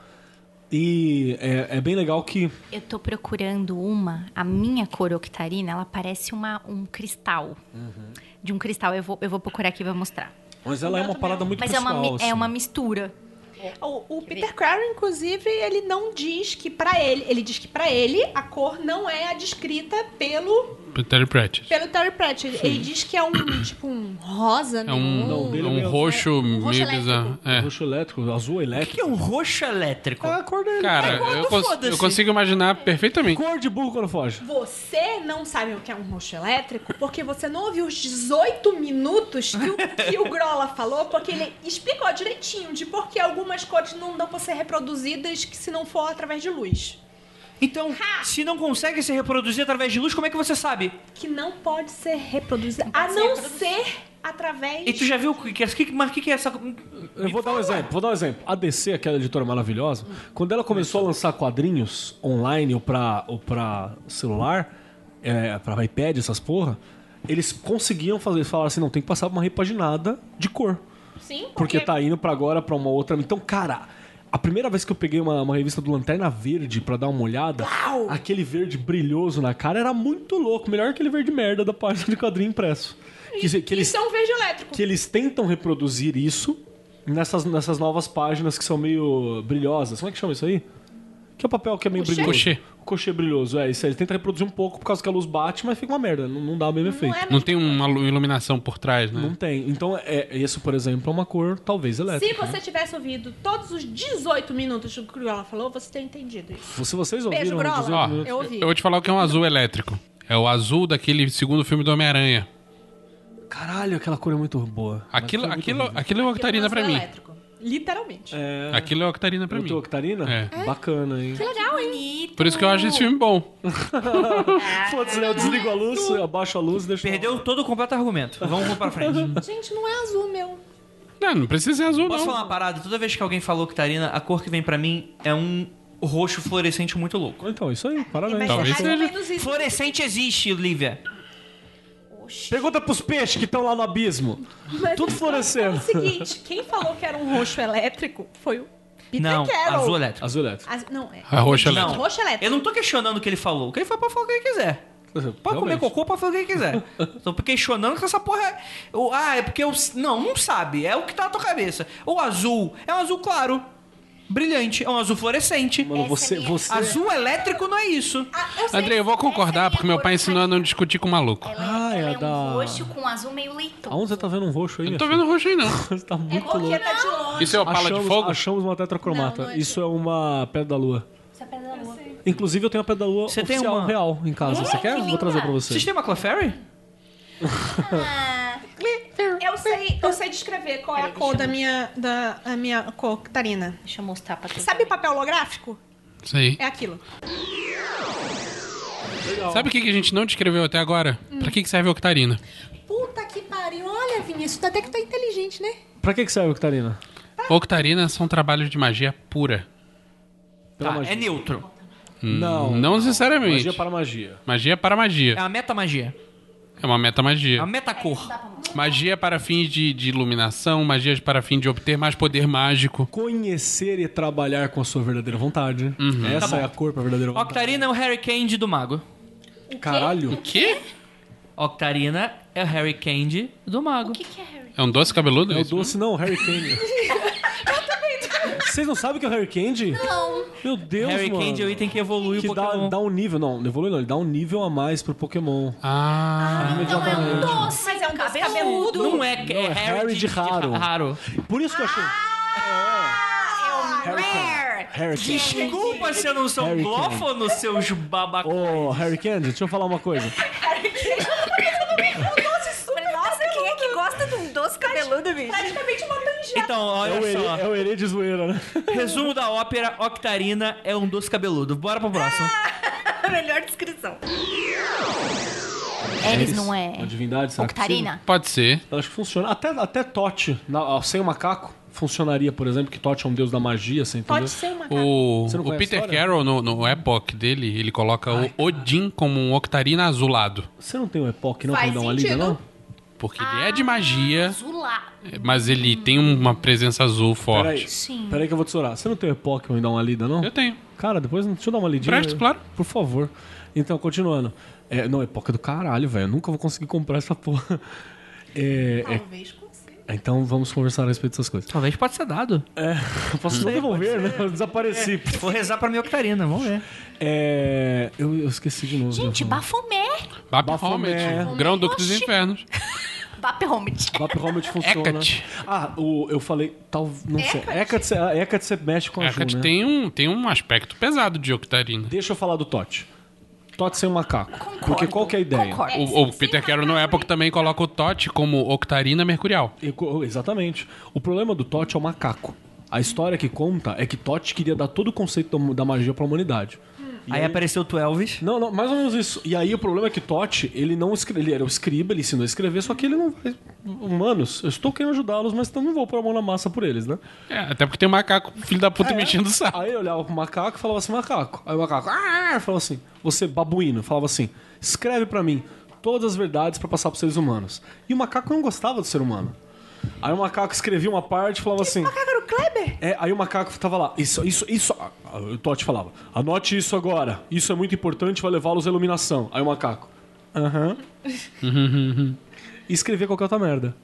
[SPEAKER 6] E é, é bem legal que.
[SPEAKER 2] Eu tô procurando uma, a minha cor octarina, ela parece uma, um cristal.
[SPEAKER 4] Uhum.
[SPEAKER 2] De um cristal, eu vou, eu vou procurar aqui e vou mostrar.
[SPEAKER 6] Mas ela é uma parada muito
[SPEAKER 2] Mas é
[SPEAKER 6] pessoal.
[SPEAKER 2] uma, mi-
[SPEAKER 6] assim.
[SPEAKER 2] é uma mistura.
[SPEAKER 5] O, o Peter Crowley, inclusive, ele não diz que pra ele, ele diz que pra ele a cor não é a descrita pelo
[SPEAKER 4] Peter Pratchett.
[SPEAKER 5] pelo Terry Pratchett. Ele diz que é um tipo um rosa,
[SPEAKER 4] É um,
[SPEAKER 6] Não,
[SPEAKER 4] é
[SPEAKER 6] dele
[SPEAKER 4] um
[SPEAKER 6] mesmo.
[SPEAKER 4] roxo meio
[SPEAKER 2] elétrico.
[SPEAKER 4] bizarro. É.
[SPEAKER 6] Roxo elétrico, azul
[SPEAKER 3] O que que é
[SPEAKER 6] elétrico.
[SPEAKER 3] um roxo elétrico?
[SPEAKER 6] É a cor dele.
[SPEAKER 4] Cara,
[SPEAKER 3] gordo,
[SPEAKER 4] eu, cons-
[SPEAKER 3] foda-se.
[SPEAKER 4] eu consigo imaginar perfeitamente.
[SPEAKER 6] Cor de burro quando foge.
[SPEAKER 5] Você não sabe o que é um roxo elétrico porque você não ouviu os 18 minutos que o, que o Grola falou, porque ele explicou direitinho de por que algumas cores não dão pra ser reproduzidas que se não for através de luz.
[SPEAKER 3] Então, se não consegue se reproduzir através de luz, como é que você sabe?
[SPEAKER 5] Que não pode ser reproduzida, a não ser através...
[SPEAKER 3] E tu já viu o que que é, que- mas o que que é essa...
[SPEAKER 6] Eu vou dar um exemplo, vou dar um exemplo. A DC, aquela editora maravilhosa, quando ela começou a lançar quadrinhos online ou pra, ou pra celular, é, pra iPad, essas porra, eles conseguiam fazer, eles falaram assim, não, tem que passar pra uma repaginada de cor.
[SPEAKER 5] Sim,
[SPEAKER 6] Porque tá indo pra agora pra uma outra. Então, cara, a primeira vez que eu peguei uma, uma revista do Lanterna Verde pra dar uma olhada, aquele verde brilhoso na cara era muito louco. Melhor que aquele verde merda da página de quadrinho impresso. Que, se- que, eles,
[SPEAKER 5] Isso é um verde elétrico.
[SPEAKER 6] que eles tentam reproduzir isso nessas, nessas novas páginas que são meio brilhosas. Como é que chama isso aí? Que é o papel que é meio brilhoso.
[SPEAKER 4] Cochê.
[SPEAKER 6] O cochê brilhoso, é. Isso aí. Eles tentam reproduzir um pouco por causa que a luz bate, mas fica uma merda. Não, não dá o mesmo efeito.
[SPEAKER 5] é
[SPEAKER 4] Não tem uma lu- iluminação por trás,
[SPEAKER 6] Não
[SPEAKER 4] né?
[SPEAKER 6] tem. Então, é, isso, por exemplo, é uma cor talvez elétrica.
[SPEAKER 5] Se você tivesse ouvido todos os 18 minutos que o Grola falou, você teria entendido isso.
[SPEAKER 6] Se vocês
[SPEAKER 5] Beijo,
[SPEAKER 6] ouviram
[SPEAKER 5] Grola.
[SPEAKER 6] 18
[SPEAKER 4] Ó,
[SPEAKER 5] Eu
[SPEAKER 4] eu
[SPEAKER 5] ouvi.
[SPEAKER 4] vou te falar o que é um azul elétrico. É o azul daquele segundo filme do Homem-Aranha.
[SPEAKER 6] Caralho, aquela cor é muito boa.
[SPEAKER 4] Aquilo, aquilo, aquilo é octarina pra
[SPEAKER 5] Aquilo é um
[SPEAKER 4] mim.
[SPEAKER 5] elétrico. Literalmente.
[SPEAKER 4] Aquilo é octarina pra
[SPEAKER 6] Eu
[SPEAKER 4] mim.
[SPEAKER 6] tô octarina?
[SPEAKER 4] É.
[SPEAKER 6] Bacana, hein?
[SPEAKER 2] Legal, hein?
[SPEAKER 4] Por isso que eu acho esse filme bom. É.
[SPEAKER 6] Foda-se, né? eu desligo a luz, eu abaixo a luz, deixo.
[SPEAKER 3] Perdeu todo o completo argumento. Vamos pra frente.
[SPEAKER 6] [LAUGHS]
[SPEAKER 5] Gente, não é azul, meu.
[SPEAKER 4] Não, não precisa ser azul,
[SPEAKER 3] Posso
[SPEAKER 4] não.
[SPEAKER 3] falar uma parada? Toda vez que alguém falou Octarina, a cor que vem pra mim é um roxo fluorescente muito louco.
[SPEAKER 6] Então, isso aí, parabéns.
[SPEAKER 5] Mas
[SPEAKER 4] Talvez
[SPEAKER 5] mais ou
[SPEAKER 4] seja.
[SPEAKER 5] menos isso.
[SPEAKER 3] Fluorescente existe, Lívia.
[SPEAKER 6] Pergunta pros peixes que estão lá no abismo.
[SPEAKER 5] Mas
[SPEAKER 6] Tudo
[SPEAKER 5] É
[SPEAKER 6] florescendo.
[SPEAKER 5] o seguinte, quem falou que era um roxo elétrico foi o Peter
[SPEAKER 3] não,
[SPEAKER 5] Carroll.
[SPEAKER 3] azul elétrico.
[SPEAKER 6] Azul elétrico.
[SPEAKER 5] Az- Não, é.
[SPEAKER 4] A roxa
[SPEAKER 3] Não.
[SPEAKER 5] Não,
[SPEAKER 4] elétrica.
[SPEAKER 5] roxo elétrico.
[SPEAKER 3] Eu não tô questionando o que ele falou. O que ele falou pode falar o que ele quiser. Pode comer
[SPEAKER 6] Realmente.
[SPEAKER 3] cocô, pode fazer o que ele quiser.
[SPEAKER 6] [LAUGHS]
[SPEAKER 3] tô questionando que essa porra. é- o- ah, é porque eu. Não, não sabe. É o que tá na tua cabeça. O azul é um azul claro. Brilhante. É um azul fluorescente.
[SPEAKER 6] Mano, você. você...
[SPEAKER 3] Azul elétrico não é isso.
[SPEAKER 5] Ah,
[SPEAKER 4] Andrei, eu vou concordar, porque meu pai ensinou a não discutir com maluco.
[SPEAKER 2] Ela,
[SPEAKER 6] Ah,
[SPEAKER 2] é-
[SPEAKER 6] é
[SPEAKER 2] ela é,
[SPEAKER 6] a da-
[SPEAKER 2] um roxo com azul meio leitão.
[SPEAKER 6] Aonde você tá vendo um roxo aí?
[SPEAKER 4] Eu não tô
[SPEAKER 6] minha filha? [LAUGHS]
[SPEAKER 4] vendo roxo aí, não.
[SPEAKER 6] Você tá muito
[SPEAKER 5] Porque
[SPEAKER 6] louco.
[SPEAKER 5] tá de longe.
[SPEAKER 4] Isso é o pala de
[SPEAKER 6] Achamos-
[SPEAKER 4] fogo?
[SPEAKER 6] Achamos uma tetracromata.
[SPEAKER 5] Não, não é
[SPEAKER 6] Isso é uma pedra da lua.
[SPEAKER 2] Essa pedra da lua.
[SPEAKER 6] Inclusive, eu tenho a pedra da lua
[SPEAKER 3] Você tem
[SPEAKER 6] oficial
[SPEAKER 3] uma?
[SPEAKER 6] real em casa. você quer? Vou trazer pra você.
[SPEAKER 3] Vocês têm McLaferry?
[SPEAKER 5] Eu sei, eu sei descrever qual é a cor da minha, da a minha cor, Catarina.
[SPEAKER 2] Deixa eu mostrar pra tu.
[SPEAKER 5] Sabe papel holográfico?
[SPEAKER 4] Isso aí.
[SPEAKER 5] É aquilo.
[SPEAKER 4] Sabe o que que a gente não descreveu até agora? Pra que que serve a octarina?
[SPEAKER 5] Puta que pariu. Olha, Vinícius, tu até que tá inteligente, né?
[SPEAKER 6] Pra que, que serve, Octarina?
[SPEAKER 4] Octarina são trabalhos de magia pura.
[SPEAKER 6] Pela
[SPEAKER 3] Tá,
[SPEAKER 6] magia.
[SPEAKER 3] é neutro.
[SPEAKER 6] Não.
[SPEAKER 4] Não necessariamente.
[SPEAKER 6] Magia para magia.
[SPEAKER 4] Magia para magia.
[SPEAKER 3] É uma metamagia.
[SPEAKER 4] É uma
[SPEAKER 3] É
[SPEAKER 4] metamagia.
[SPEAKER 3] uma metacor.
[SPEAKER 4] Magia é para fins de, de iluminação, magia é para fim de obter mais poder mágico.
[SPEAKER 6] conhecer e trabalhar com a sua verdadeira vontade.
[SPEAKER 4] Uhum. Tá
[SPEAKER 6] Essa é a cor pra verdadeira vontade.
[SPEAKER 3] Octarina é o Harry Candy do mago.
[SPEAKER 6] Caralho.
[SPEAKER 4] Que?
[SPEAKER 3] Octarina é o Harry Candy do mago.
[SPEAKER 4] É um doce cabeludo?
[SPEAKER 6] É o
[SPEAKER 4] isso?
[SPEAKER 6] doce, não, Harry Candy. Vocês não sabem o que é o Harry Candy? Não. Meu Deus,
[SPEAKER 3] Harry
[SPEAKER 6] mano.
[SPEAKER 3] Candy é o item que evolui o
[SPEAKER 6] que dá,
[SPEAKER 3] Pokémon.
[SPEAKER 6] dá um nível, não, não evolui não, ele dá um nível a mais pro Pokémon.
[SPEAKER 4] Ah,
[SPEAKER 2] Não, é um doce.
[SPEAKER 5] Mas é um doce cabeludo.
[SPEAKER 3] Não é, é,
[SPEAKER 6] é
[SPEAKER 3] Harry,
[SPEAKER 6] Harry
[SPEAKER 3] de, de
[SPEAKER 6] de raro.
[SPEAKER 3] raro.
[SPEAKER 6] Por isso que eu achei.
[SPEAKER 2] Ah, é um
[SPEAKER 6] É.
[SPEAKER 2] Rare.
[SPEAKER 6] Harry Candy.
[SPEAKER 3] Desculpa se eu não sou um
[SPEAKER 6] Harry
[SPEAKER 3] glófono, seus babacos.
[SPEAKER 6] Ô, Harry Candy, deixa eu falar
[SPEAKER 2] [LAUGHS]
[SPEAKER 6] uma coisa.
[SPEAKER 2] Nossa, quem é que gosta de um doce cabeludo, bicho?
[SPEAKER 5] Praticamente uma tangente.
[SPEAKER 3] Então,
[SPEAKER 6] É
[SPEAKER 3] olha
[SPEAKER 6] o, herê,
[SPEAKER 3] só.
[SPEAKER 6] é o herê de zoeira, né?
[SPEAKER 3] Resumo da ópera, Octarina é um doce cabeludo. Bora pro próximo.
[SPEAKER 2] A melhor descrição. Eles não é.
[SPEAKER 6] Uma divindade, sabe?
[SPEAKER 2] Octarina?
[SPEAKER 4] pode ser.
[SPEAKER 6] Eu acho que funciona. Até, até Tote, na- sem o macaco, funcionaria, por exemplo, que Tote é um deus da magia, você entendeu?
[SPEAKER 5] Pode ser uma cara.
[SPEAKER 4] O,
[SPEAKER 6] Você não
[SPEAKER 4] o
[SPEAKER 6] conhece a
[SPEAKER 4] Peter
[SPEAKER 6] história?
[SPEAKER 4] Carroll, no, no Epoch dele, ele coloca o Odin como um octarina azulado.
[SPEAKER 6] Você não tem o Epoch, não,
[SPEAKER 5] Faz
[SPEAKER 6] pra dar uma liga,
[SPEAKER 5] sentido.
[SPEAKER 6] não?
[SPEAKER 4] Porque ele é de magia,
[SPEAKER 2] Azulá.
[SPEAKER 4] mas ele tem uma presença azul
[SPEAKER 6] Peraí.
[SPEAKER 4] forte.
[SPEAKER 2] Sim.
[SPEAKER 6] Peraí que eu vou tesourar. Você não tem um o Epoch pra me dar uma lida, não?
[SPEAKER 4] Eu tenho.
[SPEAKER 6] Cara, depois deixa eu dar uma lidinha.
[SPEAKER 4] Presto, claro.
[SPEAKER 6] Por favor. Então, continuando. [LAUGHS] É, não, Epoch é do caralho, velho. Eu nunca vou conseguir comprar essa porra. É, é-
[SPEAKER 5] Talvez consiga.
[SPEAKER 6] Então vamos conversar a respeito dessas coisas.
[SPEAKER 3] Talvez pode ser dado.
[SPEAKER 6] É, eu posso só devolver, né? Eu desapareci.
[SPEAKER 3] Vou rezar pra minha octarina, vamos ver.
[SPEAKER 6] É, eu, eu esqueci de novo.
[SPEAKER 4] Uhum.
[SPEAKER 2] Gente, Baphomet.
[SPEAKER 4] Baphomet,
[SPEAKER 6] Baphomet.
[SPEAKER 4] Grão Duque dos Infernos.
[SPEAKER 2] Baphomet.
[SPEAKER 6] Bap realmente funciona.
[SPEAKER 4] Hecate.
[SPEAKER 6] Ah, o, eu falei, tal, não sei. Hecate, você- a Hecate você mexe com a
[SPEAKER 4] Hecate
[SPEAKER 6] Ju, né?
[SPEAKER 4] tem um, tem um aspecto pesado de Octarina.
[SPEAKER 6] Deixa eu falar do Tote. Tote sem macaco. Porque qual que é a ideia?
[SPEAKER 2] Concordo.
[SPEAKER 4] O, o Peter Carroll na época também coloca o Tote como Octarina Mercurial.
[SPEAKER 6] Eu co- Exatamente. O problema do Tote é o macaco. A história que conta é que Tote queria dar todo o conceito da- da magia pra humanidade. E
[SPEAKER 3] Aí, apareceu o Twelvis.
[SPEAKER 6] Não, não, mais ou menos isso. E aí o problema é que Totti, ele não escre... ele era o escriba, ele ensinou a escrever, só que ele não vai. Humanos, eu estou querendo ajudá-los, mas então não vou pôr a mão na massa por eles, né?
[SPEAKER 4] É, até porque tem um macaco, filho da
[SPEAKER 6] É.
[SPEAKER 4] puta, mexendo o saco.
[SPEAKER 6] Aí eu olhava pro macaco e falava assim, macaco. Aí o macaco, ah, falava assim, você babuíno, falava assim, escreve pra mim todas as verdades pra passar pros seres humanos. E o macaco não gostava do ser humano. Aí o macaco escrevia uma parte e falava assim.
[SPEAKER 5] Cara, o Kleber?
[SPEAKER 6] É, aí o macaco tava lá, isso, isso, isso. ah, ah, O Totti falava, anote isso agora. Isso é muito importante, vai levá-los à iluminação. Aí o macaco. Aham. e escrevia qualquer outra merda.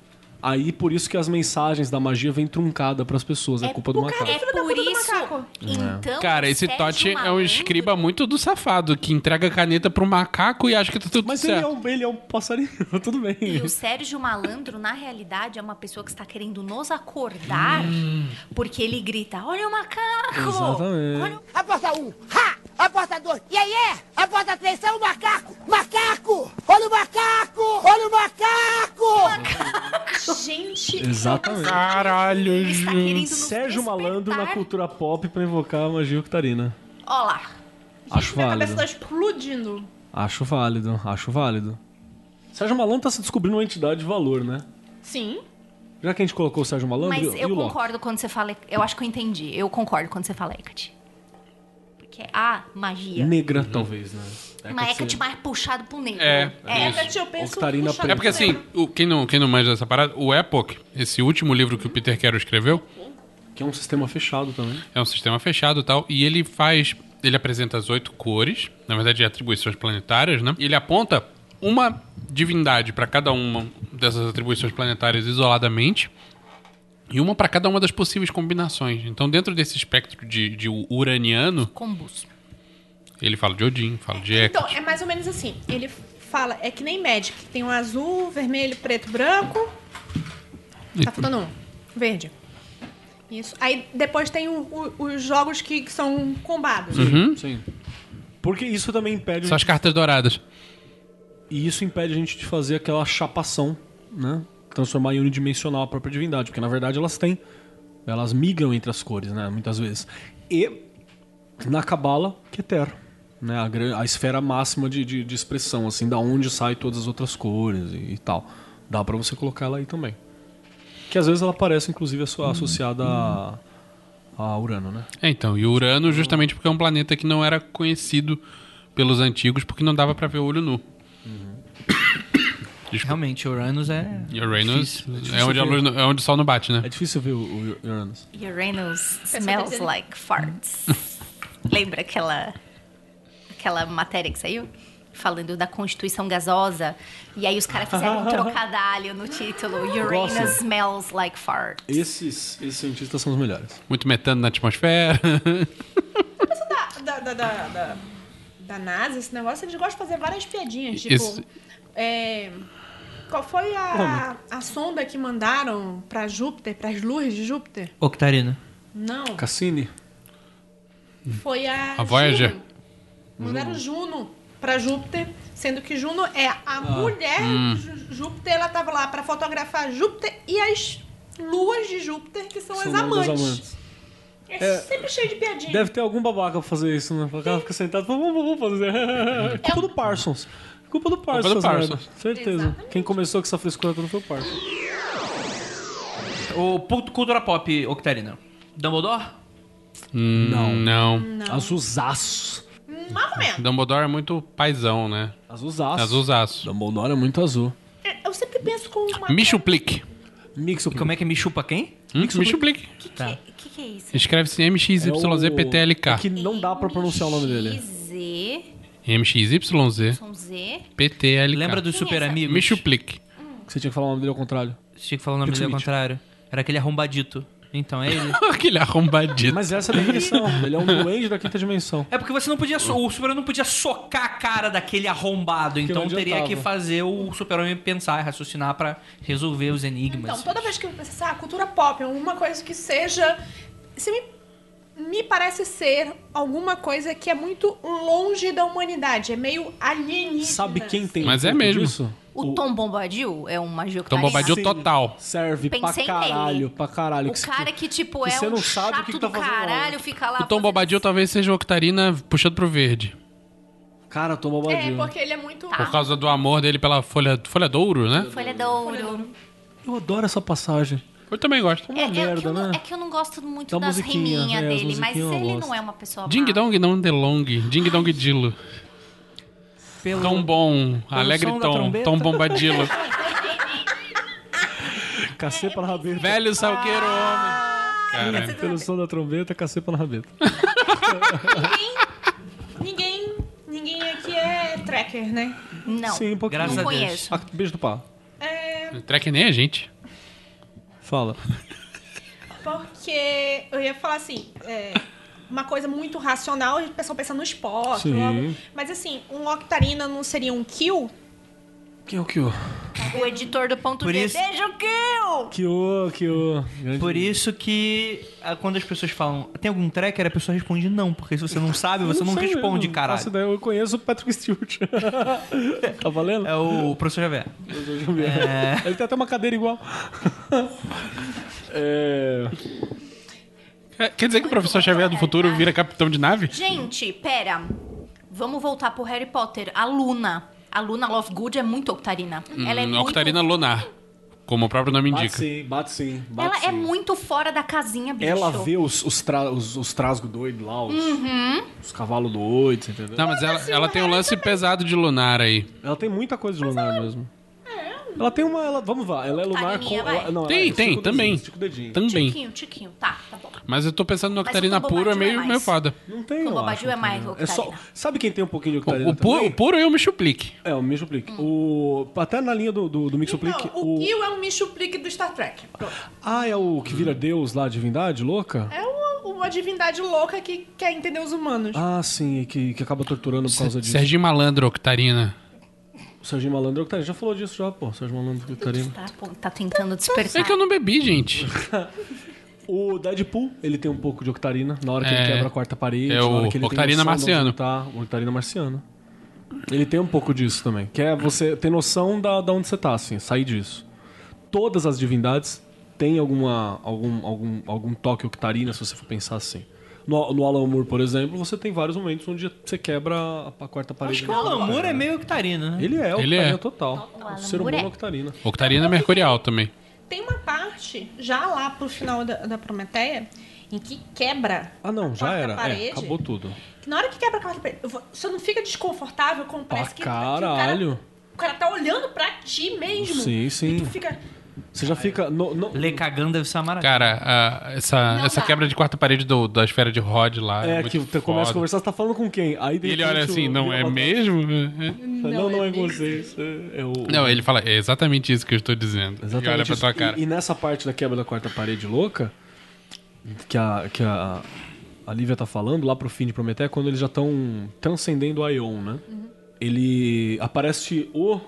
[SPEAKER 6] Aí por isso que as mensagens da magia vêm truncada pras pessoas, é, culpa do macaco.
[SPEAKER 2] É
[SPEAKER 5] Filho da
[SPEAKER 2] por
[SPEAKER 5] puta do
[SPEAKER 2] isso.
[SPEAKER 5] macaco.
[SPEAKER 2] Então,
[SPEAKER 4] Cara, esse
[SPEAKER 2] Sérgio
[SPEAKER 4] Tote é um
[SPEAKER 2] Malandro-
[SPEAKER 4] escriba muito do safado, que entrega a caneta pro macaco e acha que tá tudo
[SPEAKER 6] Mas ele é,
[SPEAKER 4] certo.
[SPEAKER 6] um, ele é um passarinho, [LAUGHS] tudo bem.
[SPEAKER 2] E o Sérgio Malandro, na realidade, é uma pessoa que está querendo nos acordar, porque ele grita: Olha o macaco!
[SPEAKER 6] Hum. Exatamente.
[SPEAKER 2] Olha o...
[SPEAKER 13] Aposta um, ha! Aposta dois, e aí é! Aposta três, são o macaco! Macaco! Olha o macaco! Olha o macaco!
[SPEAKER 5] Gente,
[SPEAKER 2] é
[SPEAKER 6] Exatamente.
[SPEAKER 4] Caralho,
[SPEAKER 2] Ele está Tá querendo nos
[SPEAKER 6] Sérgio Malandro na
[SPEAKER 2] despertar.
[SPEAKER 6] cultura pop pra invocar a magia octarina.
[SPEAKER 2] Olha lá.
[SPEAKER 6] Acho
[SPEAKER 5] minha cabeça
[SPEAKER 6] válido.
[SPEAKER 5] tá explodindo.
[SPEAKER 6] Acho válido, acho válido. Sérgio Malandro tá se descobrindo uma entidade de valor, né?
[SPEAKER 5] Sim.
[SPEAKER 6] Já que a gente colocou o Sérgio Malandro
[SPEAKER 2] Mas
[SPEAKER 6] e
[SPEAKER 2] eu
[SPEAKER 6] o Loki.
[SPEAKER 2] concordo quando você fala. Eu acho que eu entendi. Eu concordo quando você fala Hecate. Porque é a magia.
[SPEAKER 6] Negra, talvez, né?
[SPEAKER 2] Uma Hecate mais puxado pro negro.
[SPEAKER 4] É,
[SPEAKER 5] É, Cat, eu penso
[SPEAKER 6] Octarina
[SPEAKER 5] puxar
[SPEAKER 6] preta.
[SPEAKER 4] É porque assim, o- quem, não, quem não manja dessa parada, o Epoch, esse último livro que o Peter Carroll escreveu,
[SPEAKER 6] Que é um sistema fechado também.
[SPEAKER 4] é um sistema fechado e tal, e ele faz. Ele apresenta as oito cores, na verdade, atribuições planetárias, né? E ele aponta uma divindade para cada uma dessas atribuições planetárias isoladamente. E uma para cada uma das possíveis combinações. Então, dentro desse espectro de, de uraniano,
[SPEAKER 2] Combos.
[SPEAKER 4] ele fala de Odin, fala de Hecate.
[SPEAKER 5] Então, é mais ou menos assim. Ele fala, é que nem Magic. Tem um azul, vermelho, preto, branco. Tá faltando um. Verde. Isso. Aí depois tem o- o- os jogos que, que são combados.
[SPEAKER 6] Sim. Porque isso também impede.
[SPEAKER 4] São as cartas douradas.
[SPEAKER 6] E isso impede a gente de fazer aquela chapação, né? Transformar em unidimensional a própria divindade. Porque na verdade elas têm. Elas migram entre as cores, né? Muitas vezes. E na Cabala, que é Terra. Né? A, gran- a esfera máxima de, de, de expressão, assim, da onde sai todas as outras cores e, e tal. Dá pra você colocar ela aí também. Que às vezes ela aparece, inclusive, asso- associada a, a Urano, né?
[SPEAKER 4] É, então, e Urano justamente porque é um planeta que não era conhecido pelos antigos porque não dava pra ver o olho nu.
[SPEAKER 3] Realmente, Uranus é.
[SPEAKER 4] E Uranus
[SPEAKER 3] Difícil.
[SPEAKER 4] é onde, a luz, não- é onde o sol não bate, né?
[SPEAKER 6] É difícil ver o, o Uranus.
[SPEAKER 2] Uranus
[SPEAKER 5] tá
[SPEAKER 2] smells
[SPEAKER 5] dizendo-
[SPEAKER 2] like
[SPEAKER 6] [LAUGHS]
[SPEAKER 2] farts. Lembra aquela aquela matéria que saiu? Falando da constituição gasosa. E aí os caras fizeram um
[SPEAKER 6] [LAUGHS]
[SPEAKER 2] trocadalho no título. Uranus
[SPEAKER 6] Gosto.
[SPEAKER 2] smells like farts.
[SPEAKER 6] Esses, esses cientistas são os melhores.
[SPEAKER 4] Muito metano na atmosfera. [LAUGHS]
[SPEAKER 5] Da, da, da, da, da NASA, esse negócio, eles gostam de fazer várias piadinhas. Tipo,
[SPEAKER 4] Isso.
[SPEAKER 5] é, qual foi a, a sonda que mandaram pra Júpiter, pras luzes de Júpiter?
[SPEAKER 3] Octarina.
[SPEAKER 5] Não,
[SPEAKER 6] Cassini.
[SPEAKER 5] foi a.
[SPEAKER 4] A Voyager?
[SPEAKER 5] Juno. Mandaram Juno pra Júpiter, sendo que Juno é a mulher de Jú- Júpiter, ela tava lá pra fotografar Júpiter e as luas de Júpiter, que são,
[SPEAKER 6] são
[SPEAKER 5] as
[SPEAKER 6] o nome das
[SPEAKER 5] amantes.
[SPEAKER 6] amantes.
[SPEAKER 5] É, sempre cheio de piadinha.
[SPEAKER 6] [LAUGHS] Deve ter algum babaca pra fazer isso, né? O cara fica sentado e fala, vamos, vamos fazer. [LAUGHS] É culpa do Parsons. Culpa do Parsons.
[SPEAKER 4] do Parsons.
[SPEAKER 6] merda. Certeza. Quem começou com essa frescura toda foi o Parsons.
[SPEAKER 3] O pu- cultura pop, Octarina. Dumbledore?
[SPEAKER 4] não. Não.
[SPEAKER 6] Azulzaço.
[SPEAKER 5] Mais ou menos.
[SPEAKER 4] Dumbledore é muito paizão, né?
[SPEAKER 6] Azulzaço.
[SPEAKER 4] Azulzaço.
[SPEAKER 6] Dumbledore é muito azul.
[SPEAKER 5] É, Eu sempre penso com uma.
[SPEAKER 4] Michuplique.
[SPEAKER 6] Mixo.
[SPEAKER 3] Como é que me chupa quem?
[SPEAKER 4] Hum? Michuplique.
[SPEAKER 2] Que que, é- que que é isso?
[SPEAKER 4] Escreve-se
[SPEAKER 6] É o- é que
[SPEAKER 4] MXYZPTLK.
[SPEAKER 6] não dá pra pronunciar o nome dele.
[SPEAKER 2] Z,
[SPEAKER 4] MXYZPTLK.
[SPEAKER 2] som Z.
[SPEAKER 4] PTLK.
[SPEAKER 3] Lembra dos
[SPEAKER 2] Quem é
[SPEAKER 3] super
[SPEAKER 2] essa?
[SPEAKER 3] amigos?
[SPEAKER 4] Michuplique.
[SPEAKER 6] Que você tinha que falar o nome dele ao contrário.
[SPEAKER 3] Você tinha que falar o nome dele ao
[SPEAKER 6] Pixelmite.
[SPEAKER 3] contrário. Era aquele arrombadito. Então, é ele.
[SPEAKER 4] [LAUGHS] Aquele arrombadito.
[SPEAKER 6] Mas essa é
[SPEAKER 4] [LAUGHS]
[SPEAKER 6] a dimensão. ele é um duende da quinta dimensão.
[SPEAKER 3] É porque você não podia. so- O super-homem não podia socar a cara daquele arrombado.
[SPEAKER 6] não
[SPEAKER 3] Então teria
[SPEAKER 6] adiantava.
[SPEAKER 3] que fazer o super-homem pensar, raciocinar pra resolver os enigmas.
[SPEAKER 5] Então, toda vez que eu pensar, cultura pop é uma coisa que seja. Se me, me parece ser alguma coisa que é muito longe da humanidade, é meio alienígena.
[SPEAKER 6] Sabe quem tem
[SPEAKER 4] Mas
[SPEAKER 6] um
[SPEAKER 4] é
[SPEAKER 6] pouco
[SPEAKER 4] mesmo.
[SPEAKER 6] disso?
[SPEAKER 2] O Tom Bombadil é um magio
[SPEAKER 4] Tom Bombadil
[SPEAKER 6] Sim.
[SPEAKER 4] total.
[SPEAKER 6] Serve
[SPEAKER 2] Pensei
[SPEAKER 6] pra caralho,
[SPEAKER 2] nele.
[SPEAKER 6] pra caralho.
[SPEAKER 2] O cara que, tipo,
[SPEAKER 6] que
[SPEAKER 2] é
[SPEAKER 6] você
[SPEAKER 2] um
[SPEAKER 6] não sabe o
[SPEAKER 2] chato
[SPEAKER 6] que que tá
[SPEAKER 2] do
[SPEAKER 6] fazendo lá.
[SPEAKER 2] caralho, fica
[SPEAKER 4] O
[SPEAKER 2] lá...
[SPEAKER 4] Tom
[SPEAKER 2] fazendo-
[SPEAKER 4] Bobadil talvez seja o Octarina puxando pro verde.
[SPEAKER 6] Cara, toma
[SPEAKER 5] É,
[SPEAKER 6] bombadil.
[SPEAKER 5] porque ele é muito.
[SPEAKER 4] Por causa do amor dele pela folha, folha Douro, né?
[SPEAKER 2] Folha de ouro.
[SPEAKER 6] Eu adoro essa passagem.
[SPEAKER 4] Eu também gosto.
[SPEAKER 2] É, é que
[SPEAKER 6] merda,
[SPEAKER 2] eu não,
[SPEAKER 6] né?
[SPEAKER 2] é que eu não gosto muito
[SPEAKER 6] Da
[SPEAKER 2] das
[SPEAKER 6] musiquinha,
[SPEAKER 2] riminhas
[SPEAKER 6] é, as
[SPEAKER 2] dele, mas
[SPEAKER 6] musiquinhas eu
[SPEAKER 2] ele
[SPEAKER 6] gosto.
[SPEAKER 2] não é uma pessoa má.
[SPEAKER 4] Ding Dong Não Delong. Ding Dong Dilo.
[SPEAKER 3] Pelo-
[SPEAKER 4] Tom Bom. Alegre
[SPEAKER 3] som da
[SPEAKER 4] Tom.
[SPEAKER 3] trombeta.
[SPEAKER 4] Tom Bombadilo.
[SPEAKER 2] É,
[SPEAKER 6] Caceta na rabeta.
[SPEAKER 4] Velho salgueiro homem.
[SPEAKER 3] é
[SPEAKER 4] Caralho.
[SPEAKER 6] É, Pelo som da trombeta, caceta na rabeta.
[SPEAKER 5] Ninguém. Ninguém aqui é tracker, né?
[SPEAKER 2] Não,
[SPEAKER 6] Sim, um pouquinho.
[SPEAKER 3] Graças
[SPEAKER 2] não
[SPEAKER 3] a Deus.
[SPEAKER 2] conheço.
[SPEAKER 6] Ah, beijo do pá.
[SPEAKER 5] É.
[SPEAKER 4] Track nem a gente.
[SPEAKER 6] Fala.
[SPEAKER 5] Porque eu ia falar assim, é, uma coisa muito racional, o pessoal pensa no esporte,
[SPEAKER 6] Sim.
[SPEAKER 5] logo. mas assim, um octarina não seria um kill?
[SPEAKER 6] Quem é o Kyo?
[SPEAKER 2] O editor do ponto
[SPEAKER 3] Por
[SPEAKER 2] G,
[SPEAKER 3] isso-
[SPEAKER 2] deixa o kill!
[SPEAKER 6] Kyo, Kyo. Grande-
[SPEAKER 3] Por isso que ah, quando as pessoas falam, tem algum tracker, a pessoa responde não, porque se você não sabe, você não,
[SPEAKER 6] sei
[SPEAKER 3] responde,
[SPEAKER 6] mesmo.
[SPEAKER 3] caralho.
[SPEAKER 6] Faço ideia, Eu conheço o
[SPEAKER 3] [LAUGHS]
[SPEAKER 6] Patrick Stewart. tá valendo?
[SPEAKER 3] É o professor Javé.
[SPEAKER 6] Ele tem até uma cadeira igual. É,
[SPEAKER 4] É, Quer dizer que o professor Xavier do futuro vira capitão de nave?
[SPEAKER 2] Gente, pera. Vamos voltar pro Harry Potter. A Luna. A Luna Lovegood é muito octarina. Ela é
[SPEAKER 4] Hum,
[SPEAKER 2] muito...
[SPEAKER 4] Octarina Lunar. Como o próprio nome
[SPEAKER 6] Bate
[SPEAKER 4] indica.
[SPEAKER 6] sim, bate sim. Bate
[SPEAKER 2] Ela
[SPEAKER 6] sim.
[SPEAKER 2] é muito fora da casinha, bicho.
[SPEAKER 6] Ela vê os, os, tra- os, os trasgos doidos lá, os,
[SPEAKER 3] Uhum.
[SPEAKER 6] os cavalos doidos, entendeu?
[SPEAKER 4] Não, mas ela, ela tem um lance pesado de lunar aí.
[SPEAKER 6] Ela tem muita coisa de lunar mesmo.
[SPEAKER 3] é.
[SPEAKER 6] Ela tem uma. Ela, vamos lá, ela é lunar com.
[SPEAKER 2] Carinha, vai.
[SPEAKER 6] Ela, não, é,
[SPEAKER 4] Tem,
[SPEAKER 6] ela estica
[SPEAKER 4] tem,
[SPEAKER 6] o dedinho,
[SPEAKER 4] também.
[SPEAKER 6] estica o dedinho.
[SPEAKER 4] Também.
[SPEAKER 2] Tiquinho, tiquinho. Tá, tá bom.
[SPEAKER 4] Mas eu tô pensando no
[SPEAKER 2] Mas
[SPEAKER 4] Octarina
[SPEAKER 2] o Tom
[SPEAKER 4] puro, é
[SPEAKER 2] Bombadil é
[SPEAKER 4] meio,
[SPEAKER 2] mais.
[SPEAKER 4] meio foda.
[SPEAKER 6] Não tem,
[SPEAKER 2] O
[SPEAKER 6] eu
[SPEAKER 2] Bobadil
[SPEAKER 6] acho,
[SPEAKER 2] é mais
[SPEAKER 6] octarina. só,
[SPEAKER 2] octarina.
[SPEAKER 6] Sabe quem tem um pouquinho de octarina
[SPEAKER 4] O, o puro,
[SPEAKER 6] também?
[SPEAKER 4] o puro eu me chuplique.
[SPEAKER 6] É, o Mixuplique. O, até na linha do, do, do Mixuplique.
[SPEAKER 5] Não, o, kill é um michuplique do Star Trek.
[SPEAKER 6] Ah, é o que vira Deus lá, divindade louca?
[SPEAKER 5] É uma, uma divindade louca que quer entender os humanos.
[SPEAKER 6] Ah, sim, e que, que acaba torturando por causa disso.
[SPEAKER 4] Serginho Malandro, Octarina.
[SPEAKER 6] O Serginho Malandro é octarina. Já falou disso já, pô. Serginho Malandro é octarina.
[SPEAKER 2] Tá, pô, tá tentando despertar.
[SPEAKER 4] É que eu não bebi, gente.
[SPEAKER 6] O Deadpool, ele tem um pouco de octarina na hora que
[SPEAKER 4] É.
[SPEAKER 6] ele quebra a quarta parede.
[SPEAKER 4] É
[SPEAKER 6] na
[SPEAKER 4] o
[SPEAKER 6] hora que ele tem
[SPEAKER 4] octarina
[SPEAKER 6] noção de
[SPEAKER 4] marciano.
[SPEAKER 6] onde Tá, o octarina marciano. Ele tem um pouco disso também. Que é você ter noção da, da onde você tá, assim, sair disso. Todas as divindades têm alguma, algum, algum, algum toque octarina, se você for pensar assim. No, no Alan Moore, por exemplo, você tem vários momentos onde você quebra a, a quarta parede.
[SPEAKER 3] Acho que o Alamur é meio octarina, né?
[SPEAKER 6] Ele é
[SPEAKER 4] Ele é.
[SPEAKER 6] octarina total.
[SPEAKER 2] O Alan
[SPEAKER 6] O ser
[SPEAKER 2] Moore
[SPEAKER 6] humano é
[SPEAKER 2] é.
[SPEAKER 6] octarina.
[SPEAKER 4] Octarina é Mercurial também.
[SPEAKER 5] Tem uma parte, já lá pro final da, da Prometeia, em que quebra.
[SPEAKER 6] Ah, não,
[SPEAKER 5] a
[SPEAKER 6] já
[SPEAKER 5] quarta
[SPEAKER 6] era. É,
[SPEAKER 5] parede.
[SPEAKER 6] acabou tudo.
[SPEAKER 5] Que Na hora que quebra a quarta parede, eu vou- você não fica desconfortável como parece que, que o cara-
[SPEAKER 6] Ah, caralho.
[SPEAKER 5] o cara tá olhando pra ti mesmo.
[SPEAKER 6] Sim, sim. É.
[SPEAKER 5] E tu fica.
[SPEAKER 6] Você já fica. No, no-
[SPEAKER 3] Le Kagan deve ser uma maravilha.
[SPEAKER 4] Cara, a- essa, essa quebra de quarta parede do- da esfera de Rod lá.
[SPEAKER 6] É,
[SPEAKER 4] muito
[SPEAKER 6] que tu começa a
[SPEAKER 4] foda.
[SPEAKER 6] conversar, você tá falando com quem? Aí de
[SPEAKER 4] E ele
[SPEAKER 6] repente,
[SPEAKER 4] olha assim,
[SPEAKER 6] o-
[SPEAKER 4] não é
[SPEAKER 6] o-
[SPEAKER 4] mesmo?
[SPEAKER 6] Não, não, é, com vocês. É, é o...
[SPEAKER 4] Não, ele fala, é exatamente isso que eu estou dizendo. E olha pra
[SPEAKER 6] isso.
[SPEAKER 4] tua cara.
[SPEAKER 6] E, e nessa parte da quebra da quarta parede louca, que a, que a, a Lívia tá falando, lá pro fim de Prometeia, quando eles já estão transcendendo a Ion, né? Ele aparece o,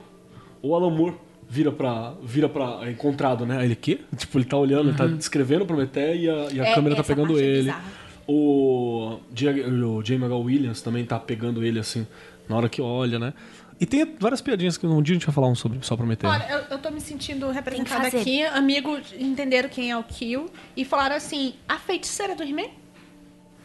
[SPEAKER 6] o Alan Moore. Vira pra, vira pra. É encontrado, né? Aí Ele quê? Tipo, ele tá olhando, ele tá descrevendo Prometeia e a, e a
[SPEAKER 2] É,
[SPEAKER 6] câmera tá
[SPEAKER 2] essa
[SPEAKER 6] pegando
[SPEAKER 5] parte é
[SPEAKER 6] ele.
[SPEAKER 5] bizarra.
[SPEAKER 6] O, J- o Jamie H. Williams também tá pegando ele assim, na hora que olha, né? E tem várias piadinhas que um dia a gente vai falar um sobre só Prometeia.
[SPEAKER 5] Olha, eu, eu tô me sentindo representada
[SPEAKER 2] fazer.
[SPEAKER 5] aqui. Amigo, entenderam quem é o Kill. E falaram assim: a feiticeira do He-Man?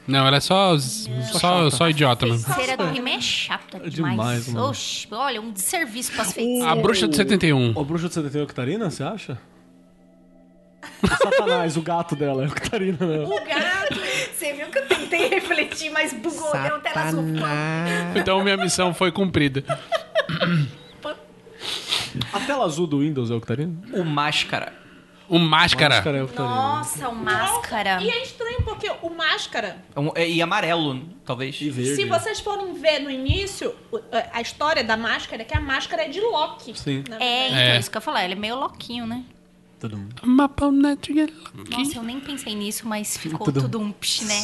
[SPEAKER 4] Não, ela é só, só, só idiota, mano.
[SPEAKER 2] Cera do He-Man é chata
[SPEAKER 6] É
[SPEAKER 2] demais.
[SPEAKER 6] demais, mano.
[SPEAKER 2] Oxe, olha, um desserviço pras feiticeiras.
[SPEAKER 4] A bruxa do 71.
[SPEAKER 6] O bruxo de 71 é Octarina, você acha? O Satanás, o gato dela, é Octarina, né?
[SPEAKER 2] O gato. Você viu que eu tentei [LAUGHS] refletir, mas bugou, deu um tela azul.
[SPEAKER 4] Então minha missão foi cumprida.
[SPEAKER 6] A tela azul do Windows é Octarina?
[SPEAKER 3] O Máscara.
[SPEAKER 4] O máscara.
[SPEAKER 6] Máscara é o que tá ali, né?
[SPEAKER 2] Nossa, o máscara.
[SPEAKER 5] E é estranho porque o máscara,
[SPEAKER 3] É um- é- E amarelo, talvez.
[SPEAKER 6] E verde. né?
[SPEAKER 5] se vocês forem ver no início, o- a história da máscara é que a máscara é de Loki.
[SPEAKER 6] Sim.
[SPEAKER 5] na
[SPEAKER 2] É, então,
[SPEAKER 4] É.
[SPEAKER 2] isso que eu ia falar. Ele é meio louquinho, né?
[SPEAKER 6] Todo mundo.
[SPEAKER 4] Mapa Nightingale.
[SPEAKER 2] Nossa, eu nem pensei nisso, mas ficou
[SPEAKER 6] Tudo.
[SPEAKER 2] tudo, um psh, né?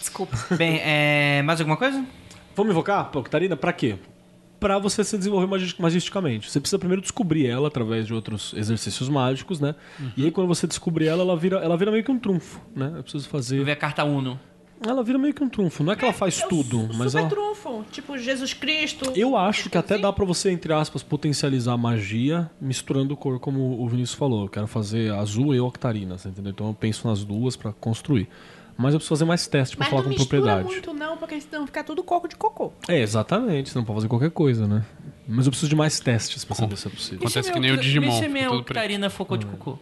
[SPEAKER 2] Desculpa.
[SPEAKER 3] Bem, é... mais alguma coisa?
[SPEAKER 6] Vamos invocar a Octarina pra quê? Pra você se desenvolver magis- magisticamente. Você precisa primeiro descobrir ela através de outros exercícios mágicos, né? E aí quando você descobrir ela, ela vira, ela vira meio que um trunfo, né? Eu preciso
[SPEAKER 3] Eu vi
[SPEAKER 6] fazer...
[SPEAKER 3] a carta Uno.
[SPEAKER 6] Ela vira meio que um trunfo. Não é que ela faz
[SPEAKER 5] É o
[SPEAKER 6] tudo,
[SPEAKER 5] su-
[SPEAKER 6] mas
[SPEAKER 5] super
[SPEAKER 6] ela...
[SPEAKER 5] trunfo, tipo Jesus Cristo.
[SPEAKER 6] Eu acho que até
[SPEAKER 5] Assim.
[SPEAKER 6] dá pra você, entre aspas, potencializar a magia misturando cor, como o Vinícius falou. Eu quero fazer azul e octarina, você entendeu? Então eu penso nas duas pra construir. Mas eu preciso fazer mais teste pra
[SPEAKER 5] Mas
[SPEAKER 6] falar
[SPEAKER 5] não
[SPEAKER 6] com
[SPEAKER 5] mistura
[SPEAKER 6] propriedade.
[SPEAKER 5] muito não, porque senão fica tudo coco de cocô.
[SPEAKER 6] É, exatamente, você não pode fazer qualquer coisa, né? Mas eu preciso de mais testes pra saber se é possível.
[SPEAKER 4] Acontece
[SPEAKER 3] E se
[SPEAKER 4] que
[SPEAKER 3] meu- tá
[SPEAKER 4] nem o Digimon,
[SPEAKER 3] E se
[SPEAKER 4] fica
[SPEAKER 3] minha
[SPEAKER 4] tudo preto.
[SPEAKER 3] Octarina focou de cocô?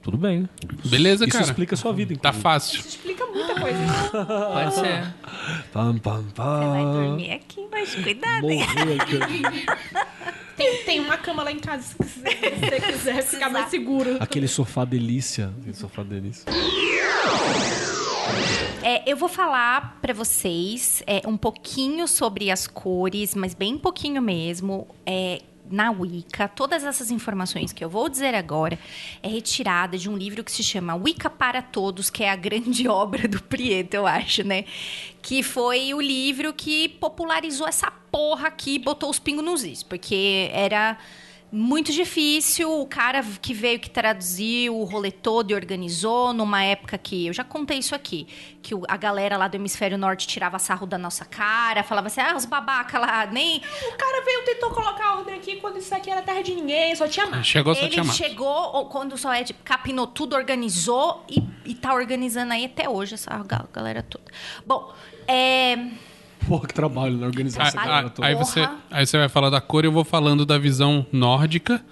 [SPEAKER 6] Tudo bem.
[SPEAKER 4] Beleza,
[SPEAKER 6] Isso
[SPEAKER 4] cara.
[SPEAKER 6] explica a sua vida,
[SPEAKER 4] Tá
[SPEAKER 6] inclusive.
[SPEAKER 4] fácil.
[SPEAKER 5] Isso explica muita coisa.
[SPEAKER 3] Pode ser.
[SPEAKER 6] Pam, pam,
[SPEAKER 2] Você vai
[SPEAKER 6] pam.
[SPEAKER 2] dormir aqui, mas cuidado. hein?
[SPEAKER 6] Morreu aquele,
[SPEAKER 5] tem, tem uma cama lá em casa se você quiser, ficar mais seguro.
[SPEAKER 6] aquele sofá delícia. Aquele sofá delícia.
[SPEAKER 2] É, eu vou falar pra vocês é, um pouquinho sobre as cores, mas bem pouquinho mesmo. é, na Wicca, todas essas informações que eu vou dizer agora é retirada de um livro que se chama Wicca para Todos, que é a grande [LAUGHS] obra do Prieto, eu acho, né? Que foi o livro que popularizou essa porra aqui e botou os pingos nos is, porque era muito difícil. O cara que veio que traduziu o rolê todo e organizou numa época que eu já contei isso aqui, que o- a galera lá do hemisfério norte tirava sarro da nossa cara, falava assim: "Ah, os babaca lá, nem
[SPEAKER 5] O cara veio, tentou colocar a ordem aqui quando isso aqui era terra de ninguém, só tinha macho.
[SPEAKER 4] Chegou só te
[SPEAKER 2] ele
[SPEAKER 4] amar.
[SPEAKER 2] chegou ou quando só é tipo, capinou tudo, organizou e, e tá organizando aí até hoje essa ga- galera toda. Bom, é,
[SPEAKER 6] Pô, que trabalho né? na
[SPEAKER 4] Ah,
[SPEAKER 6] organização.
[SPEAKER 2] Essa
[SPEAKER 4] ah,
[SPEAKER 2] galera toda.
[SPEAKER 4] aí, você,
[SPEAKER 2] Porra.
[SPEAKER 4] aí você vai falar da cor e eu vou falando da visão nórdica.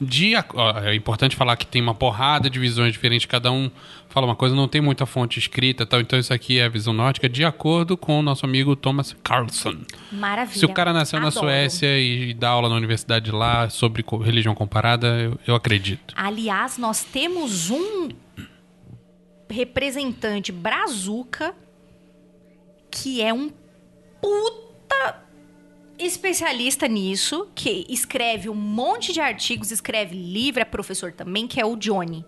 [SPEAKER 4] De, a- ó, é importante falar que tem uma porrada de visões diferentes, cada um fala uma coisa, não tem muita fonte escrita e tal. Então isso aqui é a visão nórdica, de acordo com o nosso amigo Thomas Carlson.
[SPEAKER 2] maravilha.
[SPEAKER 4] Se o cara nasceu na
[SPEAKER 2] Adoro.
[SPEAKER 4] Suécia e dá aula na universidade lá sobre co- religião comparada, eu, eu acredito.
[SPEAKER 2] Aliás, nós temos um representante brazuca que é um puta especialista nisso, que escreve um monte de artigos, escreve livro, é professor também, que é o Johnny.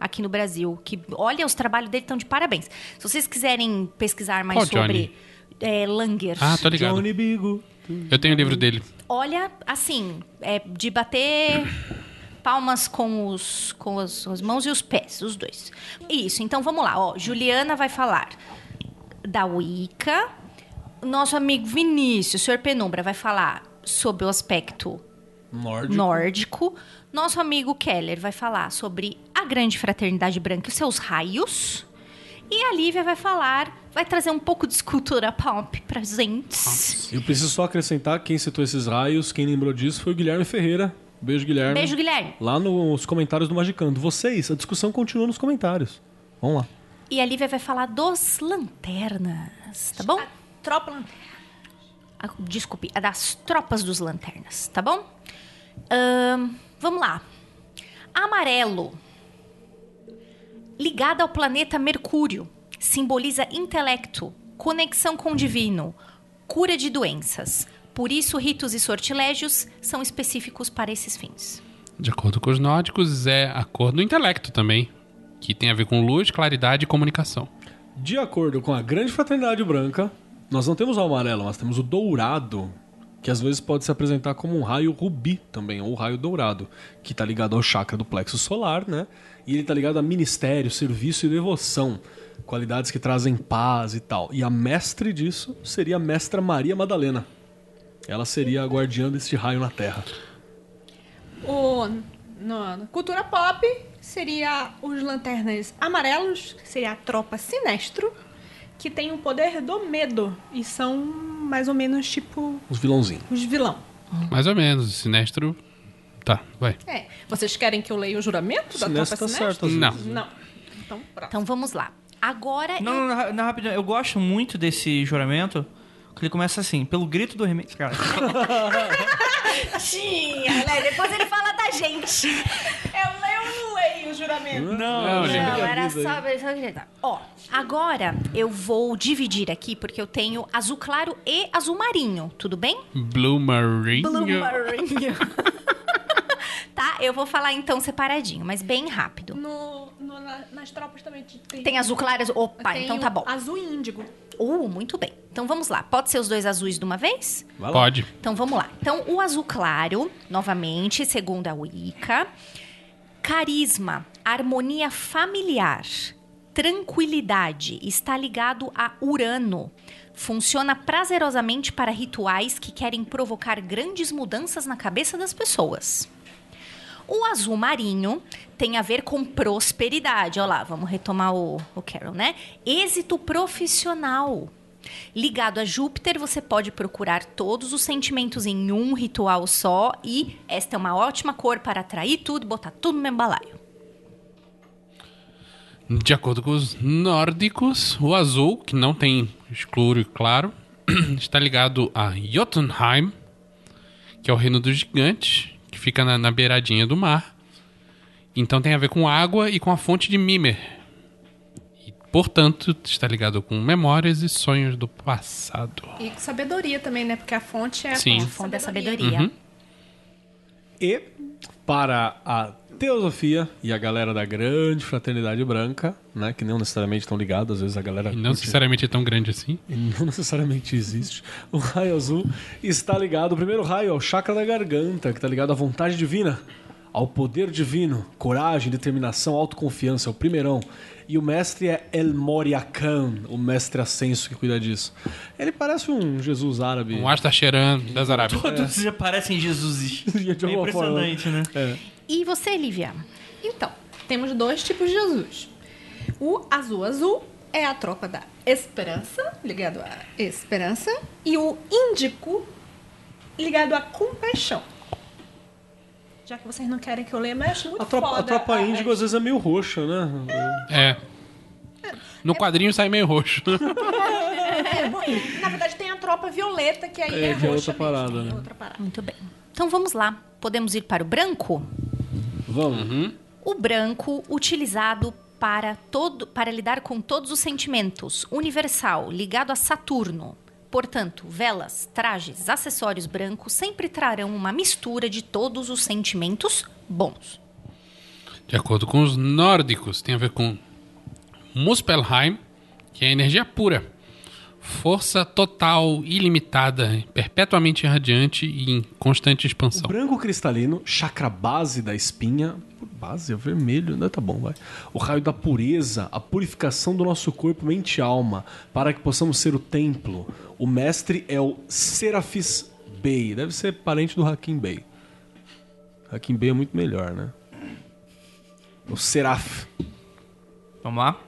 [SPEAKER 2] Aqui no Brasil, que olha, os trabalhos dele estão de parabéns. Se vocês quiserem pesquisar mais
[SPEAKER 4] Qual Johnny?
[SPEAKER 2] sobre é, Langers,
[SPEAKER 4] Ah, tô ligado.
[SPEAKER 6] Johnny Bigo.
[SPEAKER 4] Eu tenho o livro dele.
[SPEAKER 2] olha, assim, é de bater palmas com, os, com as, as mãos e os pés, os dois. Isso, então vamos lá. Ó, Juliana vai falar da Wicca. Nosso amigo Vinícius, o senhor Penumbra, vai falar sobre o aspecto
[SPEAKER 6] Nórdico.
[SPEAKER 2] nórdico. Nosso amigo Keller vai falar sobre a grande fraternidade branca e os seus raios. E a Lívia vai falar, vai trazer um pouco de escultura pop pra gente.
[SPEAKER 6] Eu preciso só acrescentar quem citou esses raios, quem lembrou disso foi o Guilherme Ferreira. Beijo, Guilherme.
[SPEAKER 2] Beijo, Guilherme.
[SPEAKER 6] Lá nos comentários do Magicando. Vocês, a discussão continua nos comentários. Vamos lá.
[SPEAKER 2] E a Lívia vai falar dos lanternas, tá bom?
[SPEAKER 5] Tropa lanterna.
[SPEAKER 2] Ah, Desculpe, a das tropas dos lanternas, tá bom? Ahn, vamos lá. Amarelo, ligada ao planeta Mercúrio, simboliza intelecto, conexão com o divino, cura de doenças. Por isso, ritos e sortilégios são específicos para esses fins.
[SPEAKER 4] De acordo com os nórdicos, é a cor do intelecto também, que tem a ver com luz, claridade e comunicação.
[SPEAKER 6] De acordo com a grande fraternidade branca, nós não temos o amarelo, mas temos o dourado, que às vezes pode se apresentar como um raio rubi também, ou raio dourado, que está ligado ao chakra do plexo solar, né? E ele está ligado a ministério, serviço e devoção, qualidades que trazem paz e tal. E a mestre disso seria a mestra Maria Madalena. Ela seria a guardiã deste raio na Terra.
[SPEAKER 5] O, no- no cultura pop seria os lanternas amarelos, que seria a tropa sinestro, que tem o poder do medo. E são mais ou menos tipo
[SPEAKER 6] Os vilãozinhos.
[SPEAKER 5] os vilão.
[SPEAKER 4] Mais ou menos, o sinestro. Tá, vai.
[SPEAKER 5] É. Vocês querem que eu leia o juramento da
[SPEAKER 6] Sinestro
[SPEAKER 5] tropa
[SPEAKER 6] tá certo,
[SPEAKER 5] sinestro?
[SPEAKER 6] às vezes.
[SPEAKER 4] Não.
[SPEAKER 5] Não. Então, pronto.
[SPEAKER 2] Então vamos lá. Agora eu-
[SPEAKER 3] Não, não, não, não, rapidinho. Eu gosto muito desse juramento. que Ele começa assim, pelo grito do remédio. Cara,
[SPEAKER 2] Sim, né? depois ele fala da gente. É um,
[SPEAKER 5] Eu leio ou não leio? do juramento.
[SPEAKER 4] Não, gente.
[SPEAKER 2] Não,
[SPEAKER 6] Minha
[SPEAKER 2] era
[SPEAKER 6] vida
[SPEAKER 2] só. Ó, agora eu vou dividir aqui, porque eu tenho azul claro e azul marinho, tudo bem?
[SPEAKER 4] Blue Marine.
[SPEAKER 2] Blue marinho. [LAUGHS] tá, eu vou falar então separadinho, mas bem rápido.
[SPEAKER 5] No, no- na- nas tropas também te- tem.
[SPEAKER 2] Tem azul claro e azul. Opa,
[SPEAKER 5] tem
[SPEAKER 2] então
[SPEAKER 5] o
[SPEAKER 2] tá bom.
[SPEAKER 5] Azul e índigo.
[SPEAKER 2] Uh, muito bem. Então vamos lá. Pode ser os dois azuis de uma vez?
[SPEAKER 4] Pode.
[SPEAKER 2] Então vamos lá. Então, o azul claro, novamente, segundo a Wicca. Carisma, harmonia familiar, tranquilidade, está ligado a Urano. Funciona prazerosamente para rituais que querem provocar grandes mudanças na cabeça das pessoas. O azul marinho tem a ver com prosperidade. Olha lá, vamos retomar o, o Carol, né? Êxito profissional. Ligado a Júpiter, você pode procurar todos os sentimentos em um ritual só. E esta é uma ótima cor para atrair tudo, botar tudo no mesmo balaio.
[SPEAKER 4] De acordo com os nórdicos, o azul, que não tem escuro e claro, [CLEARS THROAT] está ligado a Jotunheim, que é o reino dos gigantes, que fica na, na beiradinha do mar. Então tem a ver com água e com a fonte de Mimer. E, portanto, está ligado com memórias e sonhos do passado.
[SPEAKER 5] E com sabedoria também, né? Porque a fonte é
[SPEAKER 4] Sim.
[SPEAKER 5] a
[SPEAKER 2] A fonte da sabedoria.
[SPEAKER 6] E para a Teosofia e a galera da grande fraternidade branca, né, que não necessariamente estão ligados, às vezes a galera
[SPEAKER 4] E não
[SPEAKER 6] curte-
[SPEAKER 4] necessariamente é tão grande assim.
[SPEAKER 6] e não necessariamente existe. O raio azul está ligado, o primeiro raio ao chakra da garganta, que está ligado à vontade divina, ao poder divino, coragem, determinação, autoconfiança, é o primeirão. E o mestre é El Moriacan, o mestre ascenso que cuida disso. Ele parece um Jesus árabe.
[SPEAKER 4] Um Astacheran das Arábias.
[SPEAKER 3] [LAUGHS] Todos já parecem Jesuses.
[SPEAKER 6] De
[SPEAKER 3] É
[SPEAKER 6] alguma forma, né?
[SPEAKER 3] impressionante, né?
[SPEAKER 2] E você, Lívia?
[SPEAKER 5] Então, temos dois tipos de azuis. O azul azul é a tropa da esperança, ligado à esperança, e o índico, ligado à compaixão. Já que vocês não querem que eu leia, mas eu acho muito
[SPEAKER 6] A tropa,
[SPEAKER 5] foda.
[SPEAKER 6] a tropa índigo às vezes é meio roxa, né?
[SPEAKER 4] É. No quadrinho sai meio roxo.
[SPEAKER 5] É, bom, na verdade tem a tropa violeta, que aí
[SPEAKER 6] É,
[SPEAKER 5] é,
[SPEAKER 6] que é
[SPEAKER 5] roxa
[SPEAKER 6] outra parada,
[SPEAKER 5] mesmo, é
[SPEAKER 6] né?
[SPEAKER 5] outra parada.
[SPEAKER 2] Muito bem. Então vamos lá. Podemos ir para o branco?
[SPEAKER 6] Vamos.
[SPEAKER 2] O branco utilizado para todo para lidar com todos os sentimentos, universal, ligado a Saturno. Portanto, velas, trajes, acessórios brancos sempre trarão uma mistura de todos os sentimentos bons.
[SPEAKER 4] De acordo com os nórdicos, tem a ver com Muspelheim, que é energia pura, força total, ilimitada, perpetuamente radiante e em constante
[SPEAKER 6] O
[SPEAKER 4] expansão.
[SPEAKER 6] branco cristalino, chakra base da espinha. Base é vermelho, né? Tá bom, vai. O raio da pureza, a purificação do nosso corpo, mente e alma, para que possamos ser o templo. O mestre é o Serafis Bey. Deve ser parente do Hakim Bey. Hakim Bey é muito melhor, né? O Seraf.
[SPEAKER 12] Vamos lá?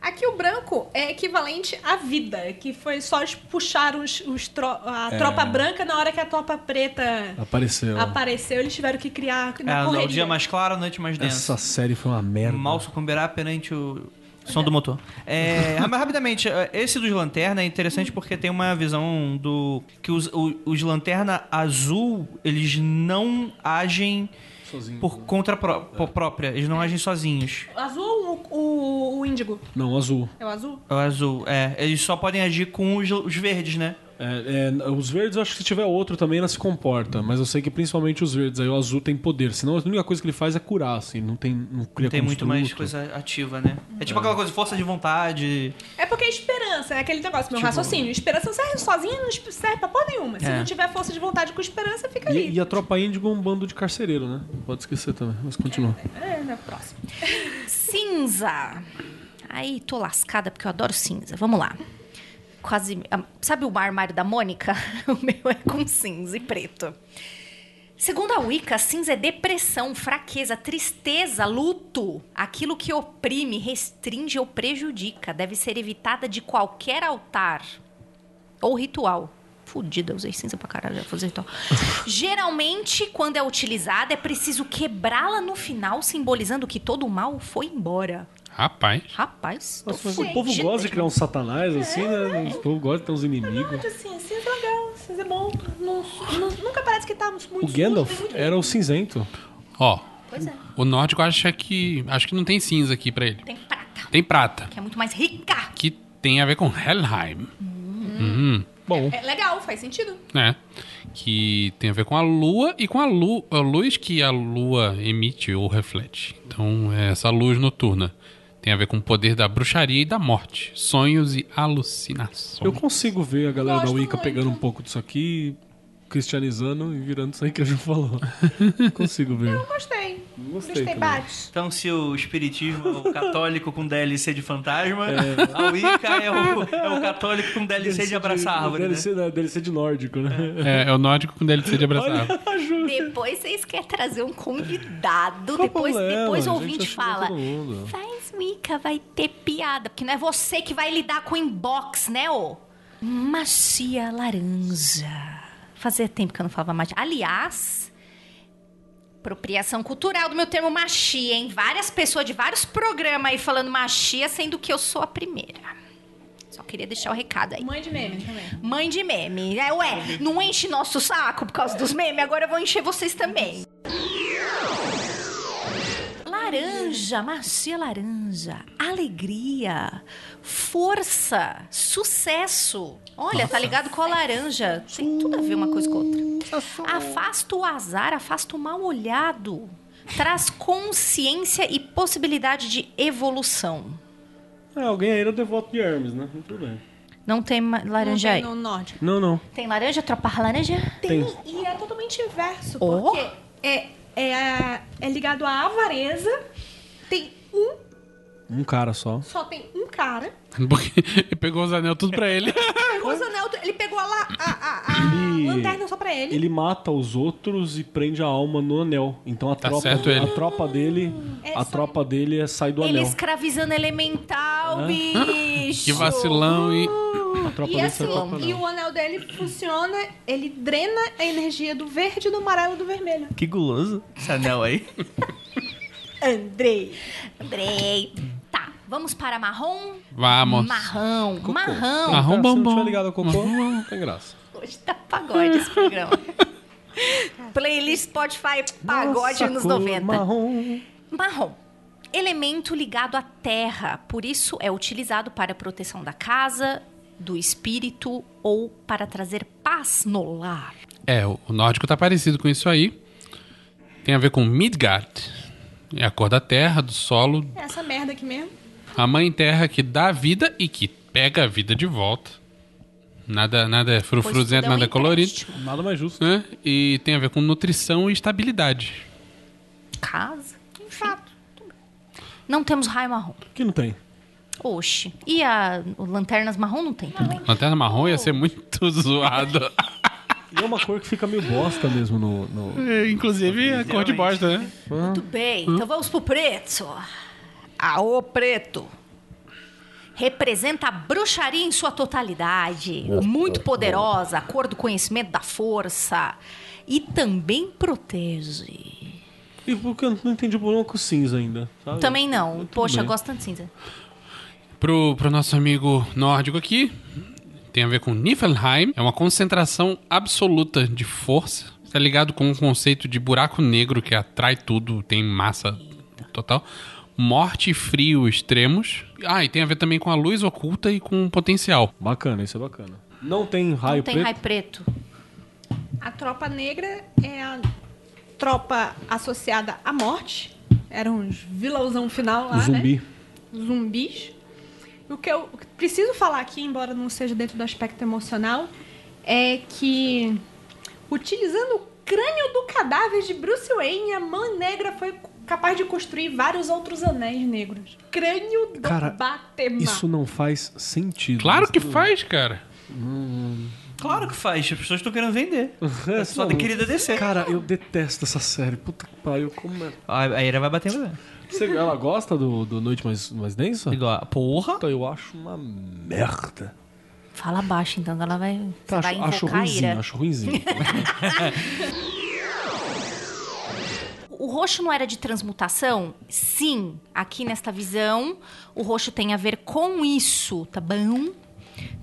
[SPEAKER 5] Aqui o branco é equivalente à vida, que foi só eles puxaram os, os tro- a tropa branca na hora que a tropa preta
[SPEAKER 6] É. Apareceu.
[SPEAKER 5] apareceu. Eles tiveram que criar na
[SPEAKER 3] É, o
[SPEAKER 5] correria.
[SPEAKER 3] dia mais claro, a noite mais densa.
[SPEAKER 6] Essa série foi uma merda.
[SPEAKER 3] Mal sucumbirá perante o som do motor. É, [LAUGHS] mas rapidamente, esse dos lanterna é interessante porque tem uma visão do que os, o- os lanterna azul eles não agem
[SPEAKER 6] Sozinho.
[SPEAKER 3] por conta pró- pró-
[SPEAKER 6] É.
[SPEAKER 3] própria, eles
[SPEAKER 5] É.
[SPEAKER 3] não agem sozinhos.
[SPEAKER 5] Azul ou o, o índigo?
[SPEAKER 6] Não, azul.
[SPEAKER 5] É o azul?
[SPEAKER 3] É O azul, é, eles só podem agir com os, os verdes, né?
[SPEAKER 6] É, é, os verdes, eu acho que se tiver outro também, ela se comporta. Mas eu sei que principalmente os verdes. Aí o azul tem poder. Senão a única coisa que ele faz é curar, assim. Não tem. Não cria
[SPEAKER 3] Tem muito mais
[SPEAKER 6] construto.
[SPEAKER 3] coisa ativa, né? É tipo aquela coisa, força de vontade.
[SPEAKER 5] É porque é esperança, é aquele negócio, meu
[SPEAKER 6] Tipo-
[SPEAKER 5] raciocínio. Esperança não serve sozinha, não serve pra porra nenhuma. Se
[SPEAKER 3] É.
[SPEAKER 5] não tiver força de vontade com esperança, fica
[SPEAKER 6] E,
[SPEAKER 5] ali.
[SPEAKER 6] e a tropa índigo é um bando de carcereiro, né? Não Pode esquecer também. Mas continua.
[SPEAKER 5] É, na próxima.
[SPEAKER 2] Cinza. Aí tô lascada porque eu adoro cinza. Vamos lá. Quase, ah, sabe o armário da Mônica? [LAUGHS] O meu é com cinza e preto. Segundo a Wicca, cinza é depressão, fraqueza, tristeza, luto. Aquilo que oprime, restringe ou prejudica. Deve ser evitada de qualquer altar ou ritual. Fudida, usei cinza pra caralho, já fazer ritual. Geralmente, quando é utilizada, é preciso quebrá-la no final, simbolizando que todo o mal foi embora.
[SPEAKER 4] Rapaz.
[SPEAKER 2] Rapaz, tô
[SPEAKER 6] Nossa, mas o
[SPEAKER 2] fudida.
[SPEAKER 5] É.
[SPEAKER 6] povo gosta de criar um satanás, assim, né? O povo gosta de ter uns inimigos.
[SPEAKER 5] Assim, assim, é legal. Assim, cinza é bom. Não- não- nunca parece que tá muito
[SPEAKER 6] O Gandalf era o cinzento.
[SPEAKER 4] Ó,
[SPEAKER 2] Pois é.
[SPEAKER 4] o nórdico acha que. Acho que não tem cinza aqui pra ele.
[SPEAKER 2] Tem prata,
[SPEAKER 4] Tem prata,
[SPEAKER 2] que é muito mais rica.
[SPEAKER 4] que tem a ver com Helheim,
[SPEAKER 6] Bom,
[SPEAKER 5] É legal, faz sentido.
[SPEAKER 4] né? Que tem a ver com a lua e com a, lu, a luz que a lua emite ou reflete. Então, é essa luz noturna. Tem a ver com o poder da bruxaria e da morte. Sonhos e alucinações.
[SPEAKER 6] eu consigo ver a galera da
[SPEAKER 5] Gosto
[SPEAKER 6] Wicca
[SPEAKER 5] muito.
[SPEAKER 6] pegando um pouco disso aqui, cristianizando e virando isso aí que a
[SPEAKER 3] [LAUGHS]
[SPEAKER 6] Ju falou. consigo ver.
[SPEAKER 5] Gostei.
[SPEAKER 6] Gostei
[SPEAKER 5] Gostei,
[SPEAKER 6] também.
[SPEAKER 5] bate.
[SPEAKER 3] Então, se o espiritismo é o católico com DLC de fantasma, a Wicca é o, é o católico com DLC de abraçar árvore, né?
[SPEAKER 6] DLC, né? DLC de nórdico, né?
[SPEAKER 4] É, é o nórdico com DLC de abraçar.
[SPEAKER 2] Depois vocês querem trazer um convidado.
[SPEAKER 6] Qual o
[SPEAKER 2] depois
[SPEAKER 6] problema?
[SPEAKER 2] depois o
[SPEAKER 6] A gente
[SPEAKER 2] ouvinte
[SPEAKER 6] ajuda
[SPEAKER 2] fala.
[SPEAKER 6] todo mundo.
[SPEAKER 2] Faz Mica, vai ter piada. Porque não é você que vai lidar com o inbox, né, ô? Macia laranja. Fazia tempo que eu não falava macia. Aliás, apropriação cultural do meu termo machia, hein? Várias pessoas de vários programas aí falando machia, sendo que eu sou a primeira. Só queria deixar o recado aí.
[SPEAKER 5] Mãe de meme também.
[SPEAKER 2] Mãe de meme. É, ué, não enche nosso saco por causa dos memes, agora eu vou encher vocês também. Laranja, macia laranja, alegria, força, sucesso. Olha, tá ligado com a laranja. Tem tudo a ver uma coisa com a outra. Afasta o azar, afasta o mal olhado. Traz consciência e possibilidade de evolução.
[SPEAKER 6] Ah, alguém aí era devoto de Hermes, né? Tudo bem.
[SPEAKER 2] Não tem ma- laranja
[SPEAKER 5] Não
[SPEAKER 2] aí.
[SPEAKER 5] tem no norte.
[SPEAKER 6] Não, não.
[SPEAKER 2] Tem laranja, tropa laranja?
[SPEAKER 6] Tem.
[SPEAKER 5] E é totalmente inverso,
[SPEAKER 2] Oh.
[SPEAKER 5] porque é, é, a- é ligado à avareza. Tem um,
[SPEAKER 6] Um cara só.
[SPEAKER 5] só tem um cara.
[SPEAKER 4] [LAUGHS]
[SPEAKER 5] É
[SPEAKER 4] Porque ele pegou os anel tudo pra ele.
[SPEAKER 5] Pegou os anel, ele pegou a, la- a, a, a
[SPEAKER 6] Ele-
[SPEAKER 5] lanterna só pra ele.
[SPEAKER 6] Ele mata os outros e prende a alma no anel. Então a
[SPEAKER 4] Tá
[SPEAKER 6] tropa,
[SPEAKER 4] certo ele.
[SPEAKER 6] a tropa dele,
[SPEAKER 5] É
[SPEAKER 6] a
[SPEAKER 5] só-
[SPEAKER 6] tropa dele é sai do
[SPEAKER 2] Ele
[SPEAKER 6] anel.
[SPEAKER 2] escravizando elemental, bicho.
[SPEAKER 4] Que vacilão e.
[SPEAKER 6] A tropa
[SPEAKER 5] E
[SPEAKER 6] dele sai
[SPEAKER 5] assim,
[SPEAKER 6] do anel.
[SPEAKER 5] e o anel dele funciona, ele drena a energia do verde, do amarelo e do vermelho.
[SPEAKER 3] Que guloso esse anel aí.
[SPEAKER 5] Andrei.
[SPEAKER 2] Andrei. Tá, vamos para marrom?
[SPEAKER 4] Vamos.
[SPEAKER 2] Marrão. Marrão.
[SPEAKER 4] Marrom
[SPEAKER 6] Cara, se não
[SPEAKER 4] bombom.
[SPEAKER 6] tiver ligado ao cocô, não tem graça.
[SPEAKER 2] Hoje tá pagode esse programa. Playlist Spotify Pagode
[SPEAKER 6] Nossa,
[SPEAKER 2] anos
[SPEAKER 6] cor
[SPEAKER 2] 90.
[SPEAKER 6] Marrom.
[SPEAKER 2] Marrom. Elemento ligado à terra, por isso é utilizado para a proteção da casa, do espírito ou para trazer paz no lar.
[SPEAKER 4] É, o o nórdico tá parecido com isso aí. Tem a ver com Midgard. É a cor da terra, do solo,
[SPEAKER 5] É essa merda aqui mesmo.
[SPEAKER 4] a mãe terra que dá a vida e que pega a vida de volta. Nada, nada é
[SPEAKER 2] Pois tudo é
[SPEAKER 4] frufruzento,
[SPEAKER 2] um
[SPEAKER 4] nada é colorido.
[SPEAKER 2] empréstimo.
[SPEAKER 6] Nada mais justo.
[SPEAKER 4] Né? E tem a ver com nutrição e estabilidade.
[SPEAKER 2] Casa. Fato. Não temos raio marrom.
[SPEAKER 6] Que não tem.
[SPEAKER 2] Oxe. E a o lanternas marrom não tem também.
[SPEAKER 4] Lanterna marrom ia ser muito [LAUGHS] zoado.
[SPEAKER 6] E é uma cor que fica meio bosta mesmo no.
[SPEAKER 4] Hum.
[SPEAKER 6] no-
[SPEAKER 4] Inclusive é a cor de bosta, né?
[SPEAKER 2] Muito bem,
[SPEAKER 6] Hum?
[SPEAKER 2] então vamos pro preto. Aô, preto. Representa a bruxaria em sua totalidade. Muito poderosa, a cor do conhecimento da força. E também protege.
[SPEAKER 6] E porque eu não entendi o problema com o cinza ainda. sabe?
[SPEAKER 2] Também não. Poxa,
[SPEAKER 6] Ah, bem.
[SPEAKER 2] gosto tanto de cinza.
[SPEAKER 4] Pro, pro nosso amigo nórdico aqui, tem a ver com Niflheim. É uma concentração absoluta de força. Está ligado com o conceito de buraco negro que atrai tudo, tem massa total. Morte e frio extremos. Ah, e tem a ver também com a luz oculta e com o potencial.
[SPEAKER 6] Bacana, isso é bacana. Não tem raio
[SPEAKER 2] não tem
[SPEAKER 6] preto.
[SPEAKER 2] raio preto.
[SPEAKER 5] A tropa negra é a tropa associada à morte. Eram uns vilãozão final lá, né?
[SPEAKER 6] Zumbi.
[SPEAKER 5] Zumbis. O que eu preciso falar aqui, embora não seja dentro do aspecto emocional, é que utilizando o crânio do cadáver de Bruce Wayne, a mão negra foi capaz de construir vários outros anéis negros. Crânio do
[SPEAKER 6] Cara,
[SPEAKER 5] Batman.
[SPEAKER 6] Isso não faz sentido.
[SPEAKER 4] Claro que faz, cara.
[SPEAKER 3] Claro que faz, as pessoas estão querendo vender.
[SPEAKER 6] É,
[SPEAKER 3] Só
[SPEAKER 6] não.
[SPEAKER 3] da querida descer.
[SPEAKER 6] Cara, eu detesto essa série. Puta que pariu, como é.
[SPEAKER 3] A a Ira vai bater em você.
[SPEAKER 6] Você, ela gosta do, do Noite Mais, mais Densa?
[SPEAKER 3] Igual, porra.
[SPEAKER 6] Puta, eu acho uma merda.
[SPEAKER 2] Fala baixo, então, que ela vai, você
[SPEAKER 6] Tá,
[SPEAKER 2] vai
[SPEAKER 6] acho, acho
[SPEAKER 2] invocar a ira.
[SPEAKER 6] ruimzinho,
[SPEAKER 2] [LAUGHS]
[SPEAKER 6] acho ruimzinho.
[SPEAKER 2] O roxo não era de transmutação? Sim, aqui nesta visão, o roxo tem a ver com isso, tá bom?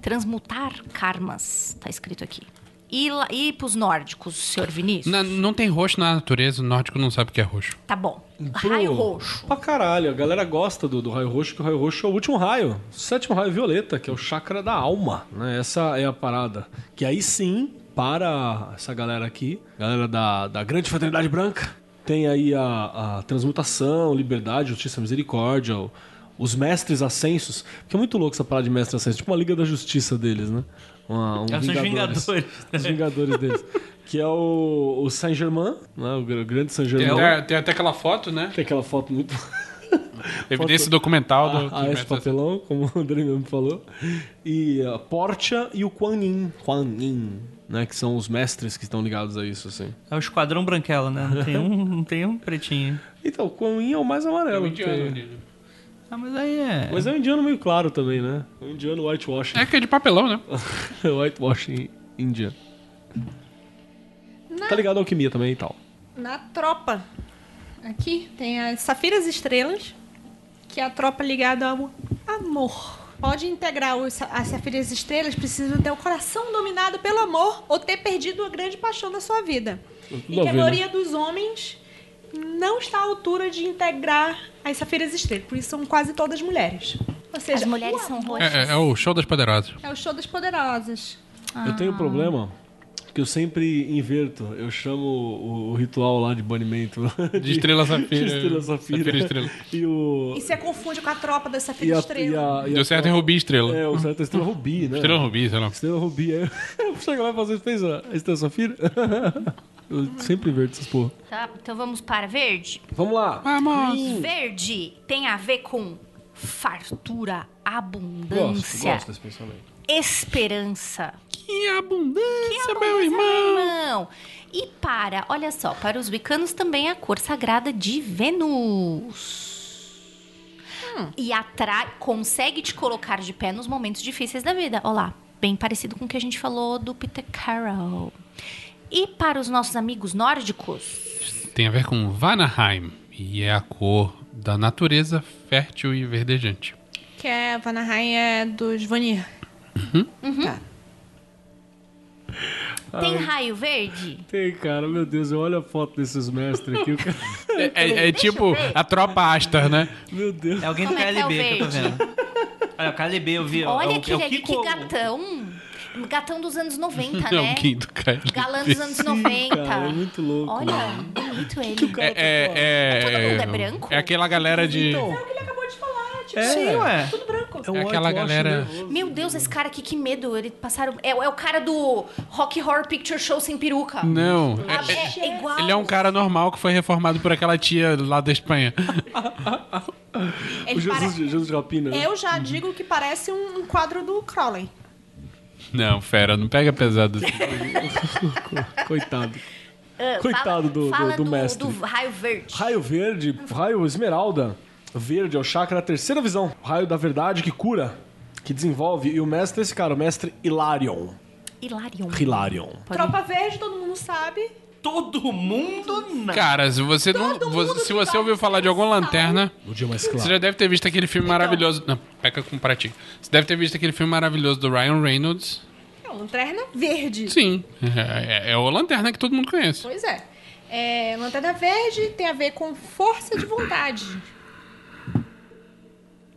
[SPEAKER 2] Transmutar karmas, tá escrito aqui. e, lá- e pros nórdicos, senhor Vinícius?
[SPEAKER 4] Na- não tem roxo na natureza, o nórdico não sabe o que é roxo.
[SPEAKER 2] Tá bom.
[SPEAKER 6] Pro-
[SPEAKER 2] Raio roxo.
[SPEAKER 6] Pra caralho, a galera gosta do, do raio roxo, que o raio roxo é o último raio. O sétimo raio é violeta, que é o chakra da alma. Né? Essa é a parada. Que aí sim, para essa galera aqui, galera da, da grande fraternidade branca, tem aí a, a transmutação, liberdade, justiça, misericórdia, o- os mestres ascensos. Porque é muito louco essa parada de mestres ascensos, tipo uma liga da justiça deles, né? Uma, um
[SPEAKER 3] Elas são os
[SPEAKER 6] Vingadores.
[SPEAKER 3] Vingadores.
[SPEAKER 6] Os Vingadores [LAUGHS] deles. Que é o, o Saint-Germain, né? o gr- grande
[SPEAKER 4] Tem,
[SPEAKER 6] Saint-Germain.
[SPEAKER 4] até, tem até aquela foto, né?
[SPEAKER 6] Tem aquela foto muito. [LAUGHS]
[SPEAKER 4] Evidência documental do.
[SPEAKER 6] a, a Ah, esse papelão, como o André mesmo falou. E a Portia e o Kuan Yin. Kuan Yin, né? Que são os mestres que estão ligados a isso, assim.
[SPEAKER 3] É o esquadrão branquela, né? Não tem um, não tem um pretinho.
[SPEAKER 6] Então, o Kuan Yin é o mais amarelo.
[SPEAKER 4] do
[SPEAKER 6] que
[SPEAKER 4] indiano né?
[SPEAKER 6] tem.
[SPEAKER 4] ali, né?
[SPEAKER 3] Ah, mas aí é.
[SPEAKER 6] Mas é um indiano meio claro também, né? É um indiano whitewashing.
[SPEAKER 4] É que é de papelão, né?
[SPEAKER 6] [LAUGHS] whitewashing indiano. Tá ligado à alquimia também e tal.
[SPEAKER 5] Na tropa. Aqui tem as Safiras Estrelas, que é a tropa ligada ao amor. Pode integrar os, sa- as Safiras Estrelas, precisam ter o coração dominado pelo amor ou ter perdido a grande paixão da sua vida. E que
[SPEAKER 6] a
[SPEAKER 5] a
[SPEAKER 6] ver, né?
[SPEAKER 5] maioria dos homens não está à altura de integrar as Safiras Estrelas, por isso são quase todas mulheres. Ou seja,
[SPEAKER 2] As mulheres
[SPEAKER 5] o
[SPEAKER 2] são
[SPEAKER 5] amor
[SPEAKER 2] roxas.
[SPEAKER 4] É, é- é o show das poderosas.
[SPEAKER 5] É o show das poderosas.
[SPEAKER 6] Eu tenho um problema que eu sempre inverto. Eu chamo o, o ritual lá de banimento.
[SPEAKER 4] De
[SPEAKER 6] [LAUGHS]
[SPEAKER 4] estrela safira.
[SPEAKER 6] De estrela safira.
[SPEAKER 4] Safira, estrela.
[SPEAKER 6] E o...
[SPEAKER 5] E você confunde com a tropa das
[SPEAKER 6] E
[SPEAKER 5] Safiras
[SPEAKER 6] a,
[SPEAKER 5] Estrelas.
[SPEAKER 6] e a, e a-
[SPEAKER 4] Deu certo em Rubi Estrela.
[SPEAKER 6] É, o certo é estrela rubi, né?
[SPEAKER 4] Estrela Rubi, sei lá.
[SPEAKER 6] Estrela rubi. é. [LAUGHS] Aí chega lá e fala, você fez a a estrela safira? [LAUGHS] Eu sempre inverto essas porra.
[SPEAKER 2] Tá, então vamos para verde.
[SPEAKER 6] Vamos lá.
[SPEAKER 2] Verde tem a ver com fartura,
[SPEAKER 6] Gosto,
[SPEAKER 2] abundância,
[SPEAKER 6] gosto desse pensamento.
[SPEAKER 2] esperança.
[SPEAKER 4] Que abundância, é meu
[SPEAKER 2] Abundância,
[SPEAKER 4] irmão.
[SPEAKER 2] é, irmão. E para, olha só, para os wicanos também é a cor sagrada de Vênus. E atrai, consegue te colocar de pé nos momentos difíceis da vida. Olá, bem parecido com o que a gente falou do Peter Carroll. E para os nossos amigos nórdicos,
[SPEAKER 4] Tem a ver com Vanaheim. E é a cor da natureza fértil e verdejante.
[SPEAKER 5] Que é Vanaheim é dos Vanir. Tá.
[SPEAKER 2] tem raio verde?
[SPEAKER 6] Tem, cara, meu Deus, eu olho a foto desses mestres aqui. o cara-
[SPEAKER 4] É, é- é tipo a tropa Astar, né?
[SPEAKER 6] [LAUGHS] Meu Deus.
[SPEAKER 3] É alguém do
[SPEAKER 2] Como é que é o
[SPEAKER 3] KLB que eu tô
[SPEAKER 2] verde?
[SPEAKER 3] vendo. Olha, o KLB, eu vi.
[SPEAKER 2] Olha
[SPEAKER 3] é o, é o
[SPEAKER 2] aquele ali, que
[SPEAKER 3] Kiko-
[SPEAKER 2] gatão. Gatão dos anos
[SPEAKER 4] [LAUGHS]
[SPEAKER 2] 90,
[SPEAKER 4] É
[SPEAKER 2] né?
[SPEAKER 4] o quinto, cara.
[SPEAKER 2] Galã dos anos 90.
[SPEAKER 6] cara, é muito louco,
[SPEAKER 2] Olha, bonito ele.
[SPEAKER 4] É, é,
[SPEAKER 2] Todo
[SPEAKER 4] é,
[SPEAKER 2] mundo é branco?
[SPEAKER 4] é aquela galera de.
[SPEAKER 5] É o que ele acabou de falar, tipo,
[SPEAKER 3] É. Sim, ué.
[SPEAKER 5] tudo branco.
[SPEAKER 6] um
[SPEAKER 4] É aquela
[SPEAKER 6] whitewash
[SPEAKER 4] galera-
[SPEAKER 6] nervoso.
[SPEAKER 2] Meu Deus, esse cara aqui, que medo. Ele passaram. É, é o cara do Rock Horror Picture Show sem peruca.
[SPEAKER 4] Não.
[SPEAKER 2] Ah,
[SPEAKER 4] é-
[SPEAKER 2] É, é igual.
[SPEAKER 4] ele é um cara normal que foi reformado por aquela tia lá da Espanha. [LAUGHS]
[SPEAKER 5] Ele
[SPEAKER 6] O Jesus,
[SPEAKER 5] pare-
[SPEAKER 6] de- Jesus de Rapina. né?
[SPEAKER 5] Eu já digo que parece um, um quadro do Crowley.
[SPEAKER 4] Não, fera, não pega pesado. assim.
[SPEAKER 6] Coitado.
[SPEAKER 2] Ah,
[SPEAKER 6] é Coitado do- do-
[SPEAKER 2] fala
[SPEAKER 6] do mestre.
[SPEAKER 2] do raio verde.
[SPEAKER 6] Raio verde, raio esmeralda. Verde é o chakra da terceira visão. O raio da verdade que cura, que desenvolve. E o mestre é esse cara, o mestre Hilarion.
[SPEAKER 2] Hilarion.
[SPEAKER 6] Hilarion.
[SPEAKER 5] Tropa Verde, todo mundo sabe.
[SPEAKER 3] Todo mundo não.
[SPEAKER 4] Cara, se você não.
[SPEAKER 5] Todo
[SPEAKER 4] você-
[SPEAKER 5] mundo
[SPEAKER 4] se
[SPEAKER 5] que
[SPEAKER 4] você
[SPEAKER 5] vai
[SPEAKER 4] ouviu falar de alguma
[SPEAKER 5] sabe.
[SPEAKER 4] lanterna,
[SPEAKER 6] No dia mais
[SPEAKER 4] você
[SPEAKER 6] claro.
[SPEAKER 4] já deve ter visto aquele filme maravilhoso. Não, peca com pra ti. Você deve ter visto aquele filme maravilhoso do Ryan Reynolds.
[SPEAKER 5] É uma lanterna verde.
[SPEAKER 4] Sim. É, é- é o lanterna que todo mundo conhece.
[SPEAKER 5] Pois é. É, Lanterna Verde tem a ver com força de vontade.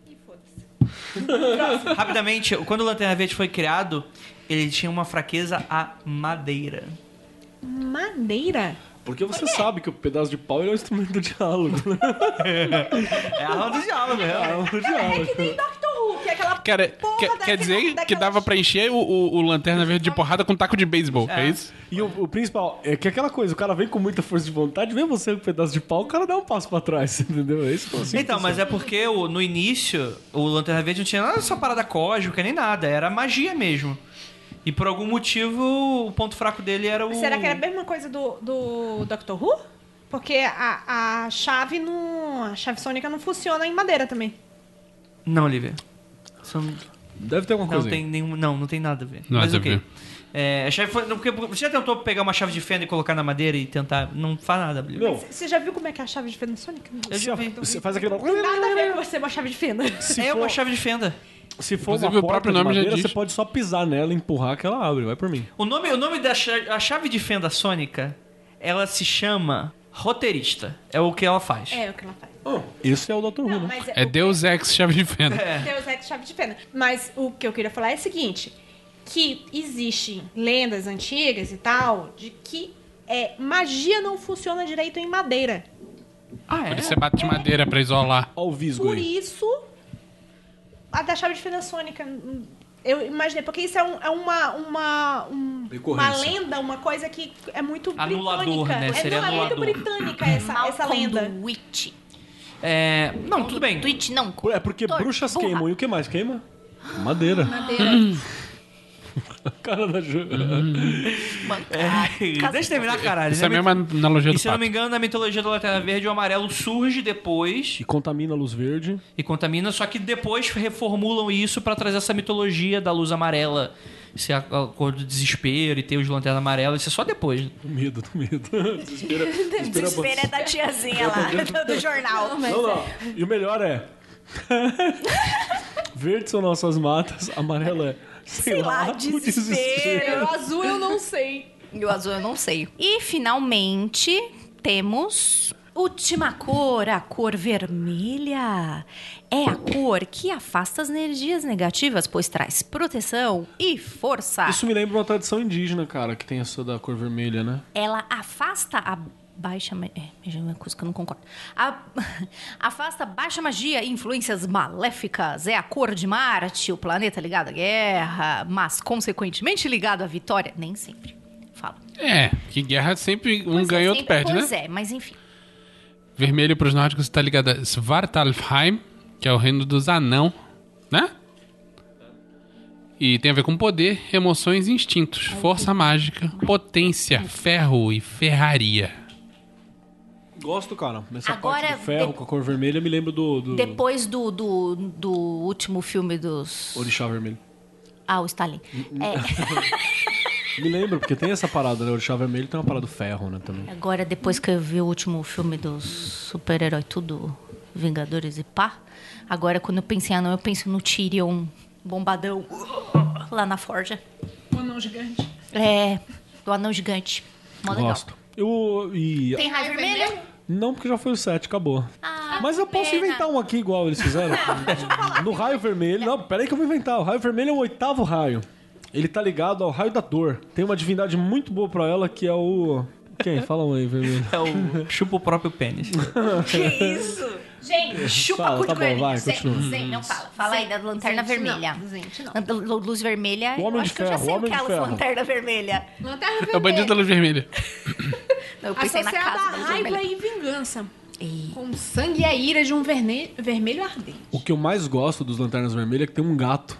[SPEAKER 5] E foda-se.
[SPEAKER 3] Rapidamente, quando o Lanterna Verde foi criado, ele tinha uma fraqueza à madeira.
[SPEAKER 5] Madeira?
[SPEAKER 6] Porque você sabe que o pedaço de pau ele é um instrumento do diálogo. né?
[SPEAKER 3] É a roda de diálogo,
[SPEAKER 6] É
[SPEAKER 3] é.
[SPEAKER 6] um
[SPEAKER 5] É que
[SPEAKER 6] diálogo.
[SPEAKER 5] nem Doctor Who, que é aquela
[SPEAKER 4] Cara,
[SPEAKER 5] porra
[SPEAKER 4] quer,
[SPEAKER 5] daquela-
[SPEAKER 4] quer dizer que
[SPEAKER 5] daquela-
[SPEAKER 4] dava pra encher o, o- o lanterna verde de porrada com taco de beisebol, é. isso?
[SPEAKER 6] E o, o principal é que é aquela coisa, o cara vem com muita força de vontade, vem você com um pedaço de pau, o cara dá um passo pra trás, [LAUGHS] entendeu? É isso que eu sinto.
[SPEAKER 3] Então, mas é porque o- no início, o Lanterna Verde não tinha nada dessa parada cósmica nem nada, era magia mesmo. E por algum motivo, o ponto fraco dele era o.
[SPEAKER 5] Será que era a mesma coisa do, do Doctor Who? Porque a, a chave não. A chave sônica não funciona em madeira também.
[SPEAKER 3] Não, Olivia. São-
[SPEAKER 6] Deve ter alguma
[SPEAKER 3] Não
[SPEAKER 6] coisa. aí.
[SPEAKER 3] tem nenhum. Não, não tem nada a ver.
[SPEAKER 4] Nada
[SPEAKER 3] Mas
[SPEAKER 4] a
[SPEAKER 3] ok.
[SPEAKER 4] ver.
[SPEAKER 3] É, a chave foi- não, porque você já tentou pegar uma chave de fenda e colocar na madeira e tentar. Não faz nada, Olivia.
[SPEAKER 6] Não,
[SPEAKER 5] Você já viu como é que é a chave de fenda sônica?
[SPEAKER 3] Eu já vi.
[SPEAKER 6] você faz aquele.
[SPEAKER 5] Nada a ver com você, uma chave de fenda.
[SPEAKER 6] Se
[SPEAKER 3] é
[SPEAKER 6] for-
[SPEAKER 3] uma chave de fenda.
[SPEAKER 6] Se for
[SPEAKER 4] Inclusive,
[SPEAKER 6] uma
[SPEAKER 4] o próprio
[SPEAKER 6] porta de
[SPEAKER 4] nome já
[SPEAKER 6] madeira,
[SPEAKER 4] diz.
[SPEAKER 6] você pode só pisar nela, empurrar que ela abre. Vai por mim.
[SPEAKER 3] O nome, o nome da cha- a chave de fenda sônica, ela se chama roteirista. É o que ela faz.
[SPEAKER 5] [LAUGHS] É o que ela faz.
[SPEAKER 6] Esse é o Dr. Who,
[SPEAKER 5] Não,
[SPEAKER 6] né?
[SPEAKER 5] mas
[SPEAKER 4] É Deus Ex Chave de Fenda.
[SPEAKER 5] Deus é chave de pena. Mas o que eu queria falar é o seguinte: que existem lendas antigas e tal, de que é, magia não funciona direito em madeira.
[SPEAKER 4] Por isso você bate de madeira pra isolar.
[SPEAKER 6] Olha o visgo
[SPEAKER 5] Por
[SPEAKER 6] aí.
[SPEAKER 5] isso, a da chave de fenda sônica. hum, Eu imaginei, porque isso é, um- é uma, uma, um- uma
[SPEAKER 6] Recorrência.
[SPEAKER 5] lenda, uma coisa que é muito
[SPEAKER 9] Anulador,
[SPEAKER 5] britânica.
[SPEAKER 9] né?
[SPEAKER 5] É,
[SPEAKER 9] Seria
[SPEAKER 5] não, é muito
[SPEAKER 9] anulador.
[SPEAKER 5] britânica essa, essa
[SPEAKER 2] Malcolm
[SPEAKER 5] lenda.
[SPEAKER 2] Witch.
[SPEAKER 9] É, não, tudo bem.
[SPEAKER 2] Twitch não.
[SPEAKER 6] É porque
[SPEAKER 2] Doutor,
[SPEAKER 6] bruxas
[SPEAKER 2] burra.
[SPEAKER 6] queimam. E o que mais queima? Madeira. Uhum.
[SPEAKER 2] Madeira.
[SPEAKER 6] A [LAUGHS] cara da Ju.
[SPEAKER 3] Deixa eu terminar, caralho.
[SPEAKER 4] Isso é a mesma analogia
[SPEAKER 3] E
[SPEAKER 4] do
[SPEAKER 3] se eu não me
[SPEAKER 4] pato.
[SPEAKER 3] engano, na mitologia da Lanterna Verde, o amarelo surge depois
[SPEAKER 6] E contamina a luz verde.
[SPEAKER 3] e contamina, só que depois reformulam isso pra trazer essa mitologia da luz amarela, ser a, a cor do desespero e ter os lanternas amarelas, isso é só depois.
[SPEAKER 6] Do medo, do medo. [LAUGHS] Desespera.
[SPEAKER 2] Desespera é da
[SPEAKER 5] [LAUGHS]
[SPEAKER 2] tiazinha lá, do jornal.
[SPEAKER 6] Não, não. E o melhor [LAUGHS] é. Verdes são nossas matas, amarelo é. Sei,
[SPEAKER 2] Sei lá,
[SPEAKER 6] o
[SPEAKER 2] desespero.
[SPEAKER 5] azul eu não sei.
[SPEAKER 2] E o azul eu não sei. E finalmente temos última cor, a cor vermelha. É a cor que afasta as energias negativas, pois traz proteção e força.
[SPEAKER 6] Isso me lembra uma tradição indígena, cara, que tem essa da cor vermelha, né?
[SPEAKER 2] Ela afasta a baixa magia. É, é uma coisa que eu não concordo. A- [LAUGHS] afasta a baixa magia e influências maléficas. É a cor de Marte, o planeta ligado à guerra, mas consequentemente ligado à vitória. Nem sempre. Fala.
[SPEAKER 4] É, que guerra sempre um ganha
[SPEAKER 5] assim
[SPEAKER 4] e outro
[SPEAKER 2] Sempre-
[SPEAKER 4] perde, né?
[SPEAKER 2] Pois é, mas enfim.
[SPEAKER 4] Vermelho pros nórdicos tá ligado a Svartalfheim, que é o reino dos anão, né? E tem a ver com poder, emoções e instintos, força mágica, potência, ferro e ferraria.
[SPEAKER 6] Gosto, cara. Nessa
[SPEAKER 2] Agora,
[SPEAKER 6] parte do ferro
[SPEAKER 2] de-
[SPEAKER 6] com a cor vermelha me lembra do, do
[SPEAKER 2] Depois do, do, do último filme dos.
[SPEAKER 6] orixá vermelho.
[SPEAKER 2] Ah, o Stalin. É,
[SPEAKER 6] Me lembra, porque tem essa parada, né? Orixá vermelho tem uma parada do ferro, né, também.
[SPEAKER 2] agora, depois que eu vi o último filme dos super-herói, tudo Vingadores e pá. Agora, quando eu penso em anão, eu penso no Tyrion bombadão lá na Forja. O anão gigante. É, do anão gigante. Mó legal.
[SPEAKER 6] Gosto. Eu. E...
[SPEAKER 2] Tem raio vermelho? Ah,
[SPEAKER 6] Não, porque já foi o 7, acabou. Mas eu posso
[SPEAKER 2] pena.
[SPEAKER 6] inventar um aqui igual
[SPEAKER 2] [LAUGHS]
[SPEAKER 6] eles fizeram. no raio vermelho. Não, peraí que eu vou inventar. O raio vermelho é o oitavo raio. Ele tá ligado ao raio da dor. Tem uma divindade muito boa pra ela que é o. Quem? Fala um aí, vermelho.
[SPEAKER 3] É o [LAUGHS] chupa o próprio pênis.
[SPEAKER 2] Que isso? Gente, chupa
[SPEAKER 6] Fala,
[SPEAKER 2] cu de
[SPEAKER 6] tá bom,
[SPEAKER 2] coelho.
[SPEAKER 6] vai,
[SPEAKER 2] Zen,
[SPEAKER 6] continua.
[SPEAKER 2] Zen, não fala. Fala aí da lanterna
[SPEAKER 5] Gente, não.
[SPEAKER 2] vermelha.
[SPEAKER 5] Gente, não.
[SPEAKER 2] Lan- Luz vermelha.
[SPEAKER 6] O Homem
[SPEAKER 2] eu
[SPEAKER 6] de
[SPEAKER 2] acho que eu já
[SPEAKER 6] Ferro,
[SPEAKER 2] sei
[SPEAKER 6] o
[SPEAKER 2] o
[SPEAKER 6] Homem
[SPEAKER 2] que é
[SPEAKER 6] de
[SPEAKER 2] a
[SPEAKER 6] Ferro.
[SPEAKER 2] lanterna vermelha.
[SPEAKER 5] Lanterna
[SPEAKER 4] É o bandido da luz vermelha.
[SPEAKER 2] Não, eu pensei na
[SPEAKER 5] Associada
[SPEAKER 2] casa
[SPEAKER 5] à
[SPEAKER 2] da luz
[SPEAKER 5] raiva
[SPEAKER 2] vermelha.
[SPEAKER 5] e vingança.
[SPEAKER 2] Ei.
[SPEAKER 5] Com sangue e a ira de um verne- vermelho ardente.
[SPEAKER 6] O que eu mais gosto dos Lanternas Vermelhas é que tem um gato.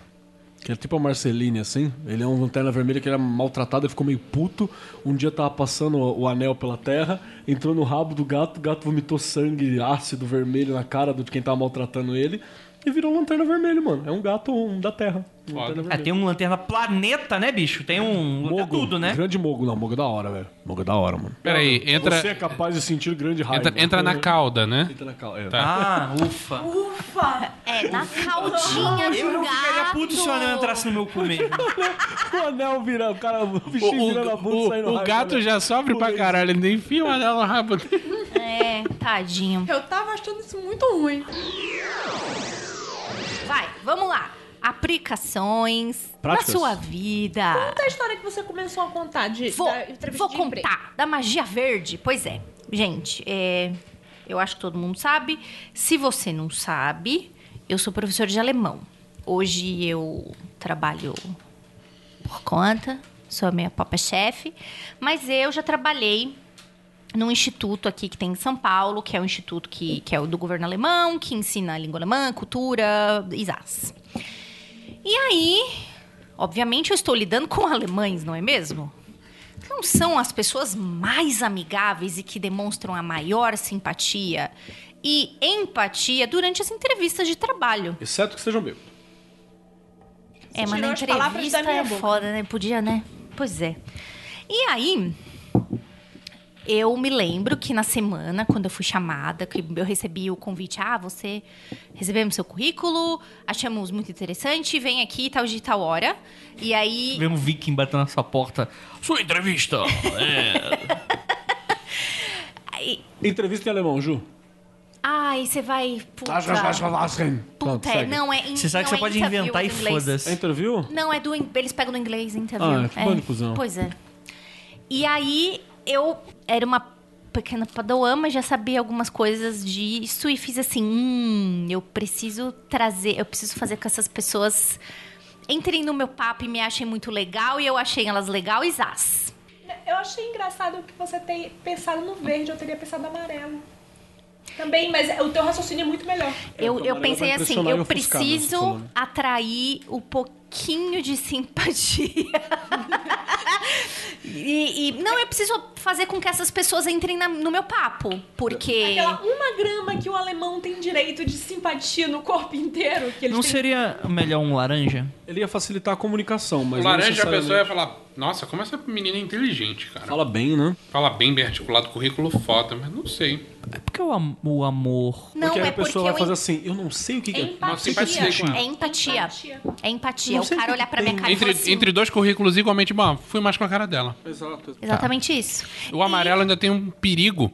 [SPEAKER 6] Que é tipo a Marceline, assim. Ele é um lanterna vermelha que era maltratado, ele ficou meio puto. Um dia tava passando o o anel pela terra, entrou no rabo do gato, o gato vomitou sangue ácido vermelho na cara do- de quem tava maltratando ele. E virou um lanterna vermelho, mano. É um gato um da terra. Um lanterna
[SPEAKER 3] É, tem um lanterna planeta, né, bicho? Tem um. é tudo, né?
[SPEAKER 6] Grande mogo. Não, mogo é da hora, velho. Mogo é da hora, mano.
[SPEAKER 4] Pera aí,
[SPEAKER 6] Você é
[SPEAKER 4] entra,
[SPEAKER 6] capaz de sentir grande raiva.
[SPEAKER 4] entra, entra na cauda, né?
[SPEAKER 6] Entra na cal. É.
[SPEAKER 3] Ah, ufa.
[SPEAKER 2] É, na caldinha de um
[SPEAKER 3] Ficaria puto se o anel entrasse
[SPEAKER 2] gato.
[SPEAKER 3] no meu cu mesmo.
[SPEAKER 6] [LAUGHS] O anel vira, o cara, o
[SPEAKER 4] O,
[SPEAKER 6] bichinho vira na bunda e sai no
[SPEAKER 4] o, o
[SPEAKER 6] raiva,
[SPEAKER 4] gato
[SPEAKER 6] né?
[SPEAKER 4] já sofre pra caralho, ele nem enfia o anel no rabo dele.
[SPEAKER 2] É, tadinho.
[SPEAKER 5] Eu tava achando isso muito ruim.
[SPEAKER 2] Vai, vamos lá. Aplicações
[SPEAKER 6] Práticas.
[SPEAKER 2] na sua vida.
[SPEAKER 5] Conta a história que você começou a contar de
[SPEAKER 2] Vou,
[SPEAKER 5] da entrevista
[SPEAKER 2] vou
[SPEAKER 5] de emprego.
[SPEAKER 2] contar da magia verde. Pois é, gente, é, eu acho que todo mundo sabe. Se você não sabe, eu sou professora de alemão. Hoje eu trabalho por conta, sou a minha própria chefe, mas eu já trabalhei num instituto aqui que tem em São Paulo, que é um instituto que, que é o do governo alemão, que ensina a língua alemã, cultura, ISAS. E aí, obviamente, eu estou lidando com alemães, não é mesmo? Não são as pessoas mais amigáveis e que demonstram a maior simpatia e empatia durante as entrevistas de trabalho.
[SPEAKER 6] Exceto que sejam bêbados.
[SPEAKER 2] É, mas
[SPEAKER 5] tirou
[SPEAKER 2] na é
[SPEAKER 5] as palavras
[SPEAKER 2] entrevista
[SPEAKER 5] da minha
[SPEAKER 2] é
[SPEAKER 5] boca.
[SPEAKER 2] foda, né? Podia, né? Pois é. E aí, Eu me lembro que na semana, quando eu fui chamada, que eu recebi o convite, ah, você recebemos seu currículo, achamos muito interessante, vem aqui tal dia e tal hora. E aí
[SPEAKER 3] [LAUGHS] Vê um viking batendo na sua porta. Sua entrevista!
[SPEAKER 6] Entrevista em alemão, Ju.
[SPEAKER 2] Ai, você vai. Puta. Puta, é, não é. in-
[SPEAKER 3] Você sabe que
[SPEAKER 2] não
[SPEAKER 3] você
[SPEAKER 2] é
[SPEAKER 3] pode
[SPEAKER 2] interview
[SPEAKER 3] inventar
[SPEAKER 2] do
[SPEAKER 3] e
[SPEAKER 2] inglês.
[SPEAKER 6] É
[SPEAKER 3] foda-se.
[SPEAKER 6] interview?
[SPEAKER 2] Não, é do. in- Eles pegam do inglês,
[SPEAKER 6] Ah,
[SPEAKER 2] interview.
[SPEAKER 6] que bando de cuzão.
[SPEAKER 2] Pois é. E aí, eu era uma pequena padawan, mas já sabia algumas coisas disso e fiz assim: hum, eu preciso trazer, eu preciso fazer com que essas pessoas entrem no meu papo e me achem muito legal e eu achei elas legal e zás.
[SPEAKER 5] Eu achei engraçado que você tenha pensado no verde, eu teria pensado no amarelo. Também, mas o teu raciocínio é muito melhor.
[SPEAKER 2] Eu,
[SPEAKER 6] o
[SPEAKER 2] eu
[SPEAKER 6] camarada
[SPEAKER 2] pensei
[SPEAKER 6] vai
[SPEAKER 2] assim,
[SPEAKER 6] impressionar e
[SPEAKER 2] eu
[SPEAKER 6] ofuscar, né, você
[SPEAKER 2] preciso
[SPEAKER 6] falou.
[SPEAKER 2] atrair um pouquinho de
[SPEAKER 6] [LAUGHS]
[SPEAKER 2] simpatia. e, e- não, eu preciso fazer com que essas pessoas entrem na- no meu papo, porque
[SPEAKER 5] Aquela uma grama que o alemão tem direito de simpatia no corpo inteiro. Que eles
[SPEAKER 3] Não
[SPEAKER 5] têm-
[SPEAKER 3] seria melhor um laranja?
[SPEAKER 6] Ele ia facilitar a comunicação, mas.
[SPEAKER 4] O
[SPEAKER 6] não
[SPEAKER 4] laranja, a
[SPEAKER 6] necessariamente-
[SPEAKER 4] pessoa é ia falar: Nossa, como essa menina é inteligente, cara. Fala,
[SPEAKER 6] Fala bem, né?
[SPEAKER 4] bem, bem articulado, currículo foda, mas não sei.
[SPEAKER 3] É porque o, am- o amor.
[SPEAKER 2] não
[SPEAKER 6] porque aí
[SPEAKER 2] é
[SPEAKER 6] a pessoa
[SPEAKER 2] porque
[SPEAKER 6] vai fazer assim, eu não sei o que, que é.
[SPEAKER 4] Uma simpatia.
[SPEAKER 2] É empatia.
[SPEAKER 5] Empatia.
[SPEAKER 2] É empatia.
[SPEAKER 6] Não
[SPEAKER 2] O
[SPEAKER 6] sei
[SPEAKER 2] cara
[SPEAKER 6] o que
[SPEAKER 2] olhar pra minha
[SPEAKER 6] tem.
[SPEAKER 2] cara
[SPEAKER 4] Entre,
[SPEAKER 2] e falar assim,
[SPEAKER 4] entre dois currículos igualmente bom, fui mais com a cara dela.
[SPEAKER 6] Exato.
[SPEAKER 2] Exatamente isso.
[SPEAKER 4] O amarelo ainda tem um perigo,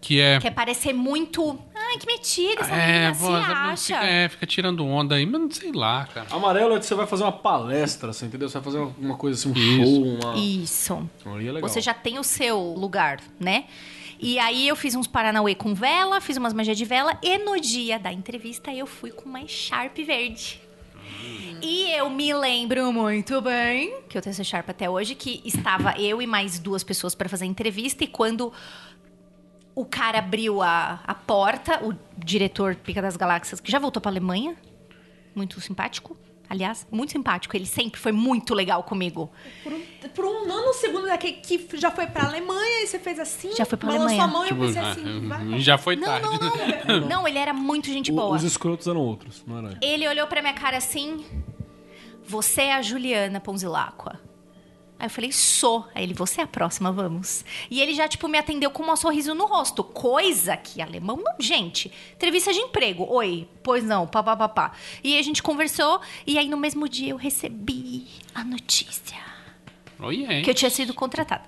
[SPEAKER 4] que é.
[SPEAKER 2] Quer parecer muito... Ai, que metida, essa
[SPEAKER 6] É,
[SPEAKER 2] menina se
[SPEAKER 4] pô,
[SPEAKER 2] acha.
[SPEAKER 4] fica, é, fica tirando onda aí, mas não sei lá, cara.
[SPEAKER 6] Amarelo é que você vai fazer uma palestra, você entendeu? Você vai fazer uma coisa assim, um
[SPEAKER 4] Isso.
[SPEAKER 6] show, uma.
[SPEAKER 2] Isso.
[SPEAKER 6] Aí é legal.
[SPEAKER 2] Você já tá tem o seu lugar, né? E aí eu fiz uns Paranauê com vela, fiz umas magias de vela e no dia da entrevista eu fui com uma Sharp verde. E eu me lembro muito bem, que eu tenho essa Sharp até hoje, que estava eu e mais duas pessoas para fazer a entrevista e quando o cara abriu a, a porta, o diretor Pica das Galáxias, que já voltou pra Alemanha, muito simpático. Aliás, muito simpático. Ele sempre foi muito legal comigo.
[SPEAKER 5] Por um, por um nanosegundo daquele que já foi pra Alemanha e você fez assim.
[SPEAKER 2] Já foi pra
[SPEAKER 5] balançou
[SPEAKER 2] Alemanha.
[SPEAKER 5] a mão e eu
[SPEAKER 4] Tipo,
[SPEAKER 5] pensei
[SPEAKER 4] ah,
[SPEAKER 5] assim, vai.
[SPEAKER 4] já foi
[SPEAKER 2] Não,
[SPEAKER 4] tarde.
[SPEAKER 2] não, não, não. ele era muito gente
[SPEAKER 6] O-
[SPEAKER 2] boa.
[SPEAKER 6] os escrotos eram outros, não era?
[SPEAKER 2] Ele olhou pra minha cara assim: Você é a Juliana Ponzilacqua. Aí eu falei, sou. Aí ele, você é a próxima, vamos. E ele já, tipo, me atendeu com um sorriso no rosto. Coisa que alemão não, gente. Entrevista de emprego. Oi, pois não, papapá. E a gente conversou, e aí no mesmo dia eu recebi a notícia
[SPEAKER 4] Oi, hein?
[SPEAKER 2] que eu tinha sido contratada.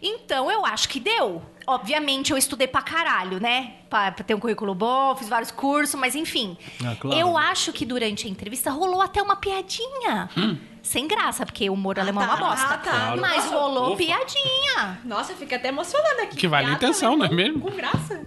[SPEAKER 2] Então, eu acho que deu. Obviamente, eu estudei pra caralho, né? Pra, pra ter um currículo bom, fiz vários cursos, mas enfim.
[SPEAKER 6] Ah, claro.
[SPEAKER 2] Eu acho que durante a entrevista rolou até uma piadinha.
[SPEAKER 6] Hum.
[SPEAKER 2] Sem graça, porque o humor alemão é
[SPEAKER 5] tá,
[SPEAKER 2] uma bosta.
[SPEAKER 5] ah, tá. Claro.
[SPEAKER 2] Mas rolou
[SPEAKER 4] Ufa.
[SPEAKER 2] piadinha.
[SPEAKER 5] Nossa, eu fiquei até emocionada aqui.
[SPEAKER 4] Que vale a
[SPEAKER 5] Piada,
[SPEAKER 4] intenção, não é
[SPEAKER 5] com-
[SPEAKER 4] mesmo?
[SPEAKER 5] Com graça.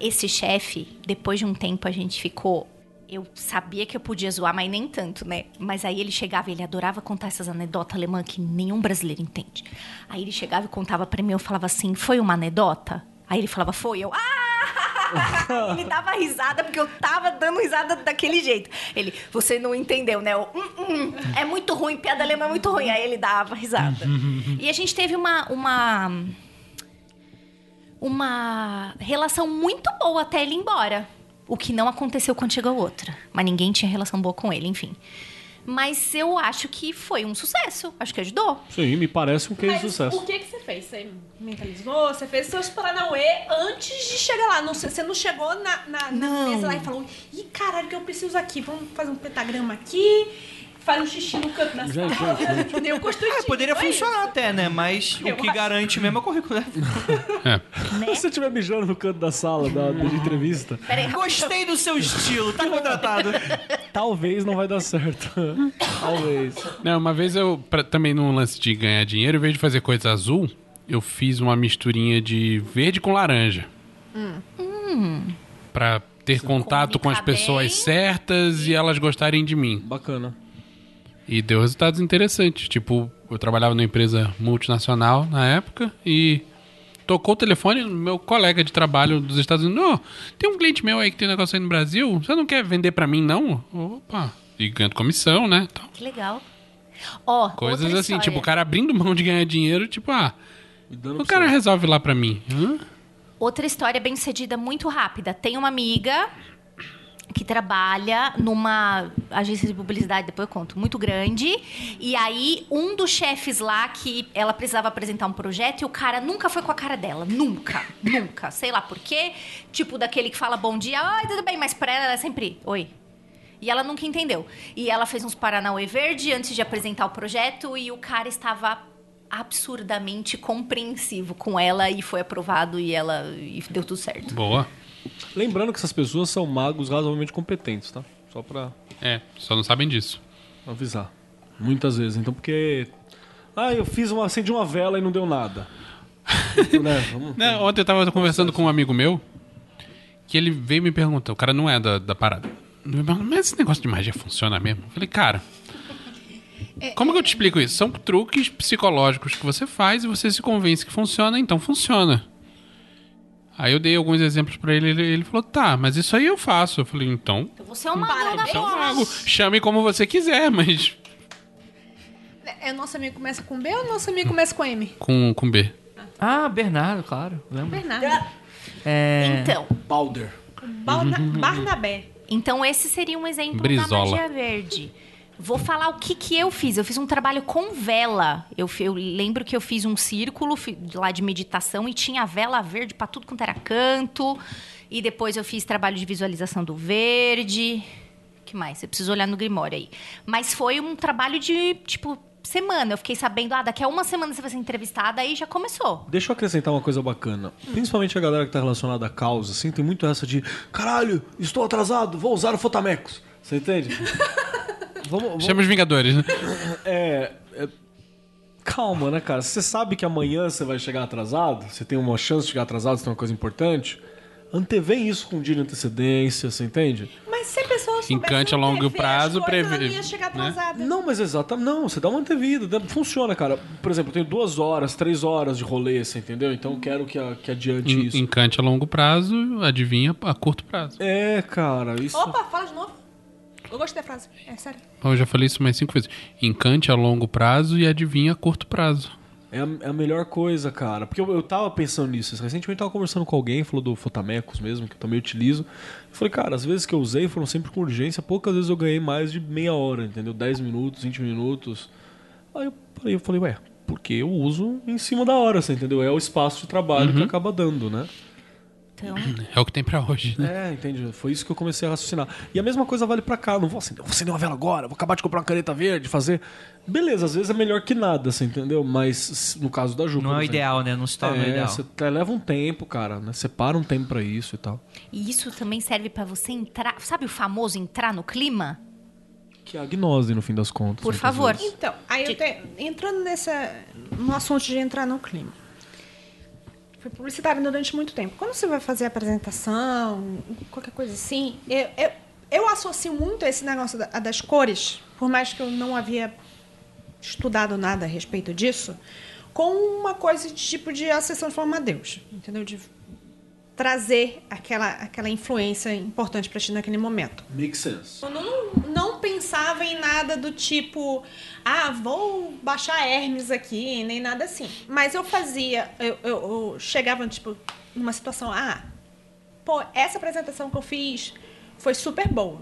[SPEAKER 2] Esse chefe, depois de um tempo, a gente ficou. Eu sabia que eu podia zoar, mas nem tanto, né? Mas aí ele chegava, ele adorava contar essas anedotas alemã que nenhum brasileiro entende. Aí ele chegava e contava pra mim, eu falava assim: foi uma anedota? Aí ele falava, foi. Eu, ah! [LAUGHS] ele dava risada, porque eu tava dando risada daquele jeito. Ele, você não entendeu, né? Eu, "Hum, hum, é muito ruim, piada alemã é muito ruim. Aí ele dava risada. e a gente teve uma- uma uma relação muito boa até ele ir embora. O que não aconteceu quando chegou outra. Mas ninguém tinha relação boa com ele, enfim. Mas eu acho que foi um sucesso. Acho que ajudou.
[SPEAKER 6] Sim, me parece um case de
[SPEAKER 5] Mas
[SPEAKER 6] sucesso.
[SPEAKER 5] o que, que você fez? Você mentalizou? Você fez seus Paranauê antes de chegar lá? Não, sei, você não chegou na, na, na
[SPEAKER 2] Não.
[SPEAKER 5] mesa lá e falou: Ih, caralho, o que eu preciso aqui? Vamos fazer um pentagrama aqui, faz um xixi no canto da
[SPEAKER 6] Já
[SPEAKER 5] sala.
[SPEAKER 6] entrou, já
[SPEAKER 5] [LAUGHS] Entendeu? Construtivo,
[SPEAKER 3] É, poderia
[SPEAKER 5] foi
[SPEAKER 3] funcionar até, né? Mas
[SPEAKER 5] Eu
[SPEAKER 3] o que
[SPEAKER 5] acho.
[SPEAKER 3] garante mesmo é o currículo. né?
[SPEAKER 4] É.
[SPEAKER 6] [LAUGHS]
[SPEAKER 2] né?
[SPEAKER 6] Se você estiver mijando no canto da sala da, da entrevista,
[SPEAKER 3] [LAUGHS] Gostei do seu estilo, tá
[SPEAKER 2] [LAUGHS]
[SPEAKER 3] contratado.
[SPEAKER 6] talvez não vai dar certo. [LAUGHS] talvez.
[SPEAKER 4] Não, uma vez eu, pra- também num lance de ganhar dinheiro, em vez de fazer coisa azul, eu fiz uma misturinha de verde com laranja. Pra ter contato com as
[SPEAKER 2] Comunicar
[SPEAKER 4] pessoas
[SPEAKER 2] bem.
[SPEAKER 4] certas e elas gostarem de mim.
[SPEAKER 6] Bacana.
[SPEAKER 4] E deu resultados interessantes. Tipo, eu trabalhava numa empresa multinacional na época e tocou o telefone meu colega de trabalho dos Estados Unidos. "Ô, tem um cliente meu aí que tem um negócio aí no Brasil. Você não quer vender pra mim, não? Opa. E ganhando comissão, né? Então,
[SPEAKER 2] Que legal. Ó,
[SPEAKER 4] coisas
[SPEAKER 2] outra
[SPEAKER 4] assim.
[SPEAKER 2] história.
[SPEAKER 4] Tipo, o cara abrindo mão de ganhar dinheiro. Tipo, ah,
[SPEAKER 6] Me dando
[SPEAKER 4] o
[SPEAKER 6] pra
[SPEAKER 4] cara
[SPEAKER 6] você.
[SPEAKER 4] resolve lá pra mim. Hã?
[SPEAKER 2] Outra história bem sucedida, muito rápida. Tem uma amiga que trabalha numa agência de publicidade, depois eu conto, muito grande. E aí, um dos chefes lá que ela precisava apresentar um projeto e o cara nunca foi com a cara dela. Nunca, nunca. Sei lá por quê. Tipo daquele que fala bom dia, oi, tudo bem, mas pra ela era sempre oi. E ela nunca entendeu. E ela fez uns Paranauê Verde antes de apresentar o projeto e o cara estava absurdamente compreensivo com ela e foi aprovado e ela e deu tudo certo.
[SPEAKER 4] Boa.
[SPEAKER 6] Lembrando que essas pessoas são magos razoavelmente competentes, tá? Só pra
[SPEAKER 4] É, só não sabem disso.
[SPEAKER 6] avisar. Muitas vezes. Então, porque. Ah, eu fiz uma, acendi uma vela e não deu nada. Então, né, [LAUGHS] vamos-
[SPEAKER 4] Né, ontem eu tava conversando com um amigo meu que ele veio e me perguntar, o cara não é da, da parada. Ele me perguntou, Mas esse negócio de magia funciona mesmo? Eu falei, cara,
[SPEAKER 2] É,
[SPEAKER 4] como que eu te explico isso? São truques psicológicos que você faz e você se convence que funciona, então funciona. Aí eu dei alguns exemplos pra ele, ele, ele falou, tá, mas isso aí eu faço. Eu falei, então,
[SPEAKER 2] Então você é uma mago da
[SPEAKER 4] então
[SPEAKER 2] porra.
[SPEAKER 4] mago, chame como você quiser, mas
[SPEAKER 5] É, é nosso amigo começa com B ou nosso amigo começa com M?
[SPEAKER 4] com, com B.
[SPEAKER 3] Ah, Bernardo, claro. Lembro.
[SPEAKER 5] Bernardo.
[SPEAKER 2] Então,
[SPEAKER 6] Balder.
[SPEAKER 5] Balna-
[SPEAKER 4] Uhum.
[SPEAKER 5] Barnabé.
[SPEAKER 2] então esse seria um exemplo
[SPEAKER 4] Brizola.
[SPEAKER 2] da magia verde. Vou falar o que, que eu fiz. Eu fiz um trabalho com vela. Eu, fi- eu lembro que eu fiz um círculo fi- lá de meditação e tinha vela verde pra tudo quanto era canto. E depois eu fiz trabalho de visualização do verde. que mais? Você precisa olhar no Grimório aí. Mas foi um trabalho de, tipo, semana. Eu fiquei sabendo, ah, daqui a uma semana você vai ser entrevistada, aí já começou.
[SPEAKER 6] Deixa eu acrescentar uma coisa bacana. Principalmente a galera que tá relacionada à causa, assim, tem muito essa de caralho, estou atrasado, vou usar o Fotamecos. Você entende? vamos, vamos-
[SPEAKER 4] Chama os Vingadores, né?
[SPEAKER 6] é, é- Calma, né, cara? Você sabe que amanhã você vai chegar atrasado, você tem uma chance de chegar atrasado, você tem uma coisa importante. Antevém isso com um dia de antecedência, você entende?
[SPEAKER 5] Mas se a pessoa soubesse
[SPEAKER 4] Encante a longo
[SPEAKER 5] prever as
[SPEAKER 4] prazo,
[SPEAKER 5] coisas,
[SPEAKER 4] prever,
[SPEAKER 5] Ela ia chegar
[SPEAKER 4] né?
[SPEAKER 5] atrasada.
[SPEAKER 6] Não, mas exatamente. Não, você dá uma antevida. né? Funciona, cara. Por exemplo, eu tenho duas horas, três horas de rolê, você entendeu? Então eu quero que, a- que adiante
[SPEAKER 4] Em-
[SPEAKER 6] isso.
[SPEAKER 4] Encante a longo prazo, adivinha a curto prazo.
[SPEAKER 6] É, cara, isso.
[SPEAKER 5] Opa, fala de novo. Eu gostei da frase. É sério.
[SPEAKER 4] Eu já falei isso mais cinco vezes. Encante a longo prazo e adivinha a curto prazo.
[SPEAKER 6] É a, é a melhor coisa, cara. Porque eu, eu tava pensando nisso. assim, Recentemente eu tava conversando com alguém, falou do Fotamecos mesmo, que eu também utilizo. Eu falei, cara, as vezes que eu usei foram sempre com urgência. Poucas vezes eu ganhei mais de meia hora, entendeu? 10 minutos, 20 minutos. Aí eu parei, eu falei, ué, porque eu uso em cima da hora, você entendeu? É o espaço de trabalho
[SPEAKER 4] Uhum.
[SPEAKER 6] que acaba dando, né?
[SPEAKER 2] Então,
[SPEAKER 4] É o que tem pra hoje, né?
[SPEAKER 6] É, entendi. Foi isso que eu comecei a raciocinar. E a mesma coisa vale pra cá. Não vou acender, eu vou acender uma vela agora, vou acabar de comprar uma caneta verde, fazer. Beleza, às vezes é melhor que nada, você entendeu? Mas s- no caso da Ju,
[SPEAKER 3] Não é
[SPEAKER 6] por
[SPEAKER 3] o
[SPEAKER 6] exemplo,
[SPEAKER 3] ideal, né? Não se torna o
[SPEAKER 6] é,
[SPEAKER 3] ideal.
[SPEAKER 6] você até leva um tempo, cara, né? Separa um tempo pra isso e tal.
[SPEAKER 2] e isso também serve pra você entrar, sabe o famoso entrar no clima?
[SPEAKER 6] Que é a gnose, no fim das contas. né?
[SPEAKER 2] Por
[SPEAKER 6] muitas
[SPEAKER 2] favor.
[SPEAKER 6] vezes.
[SPEAKER 5] Então, aí eu tenho, entrando nessa, no assunto de entrar no clima. Fui publicitária durante muito tempo. Quando você vai fazer apresentação, qualquer coisa assim, eu, eu, eu associo muito esse negócio da- das cores, por mais que eu não havia estudado nada a respeito disso, com uma coisa de tipo de acessão de forma a Deus, entendeu? De trazer aquela, aquela influência importante para ti naquele momento.
[SPEAKER 6] Makes sense.
[SPEAKER 5] Eu não, não pensava em nada do tipo, ah, vou baixar Hermes aqui, nem nada assim. Mas eu fazia, eu, eu- eu chegava, tipo, numa situação, ah, pô, essa apresentação que eu fiz foi super boa.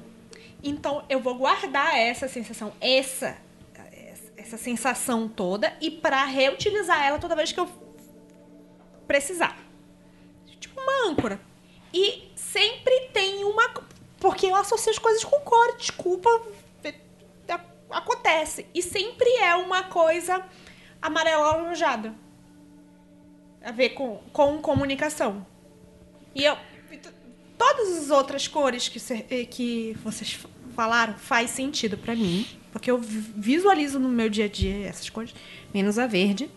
[SPEAKER 5] Então eu vou guardar essa sensação, essa, essa sensação toda, e pra reutilizar ela toda vez que eu precisar. Tipo uma âncora. E sempre tem uma. co- Porque eu associo as coisas com cor, desculpa. é- a- Acontece. E sempre é uma coisa amarela ou alaranjada. A ver com, com comunicação. E eu. e to- Todas as outras cores que, se- eh, que vocês f- falaram faz sentido pra mim. Porque eu vi- visualizo no meu dia a dia essas cores. Menos a verde.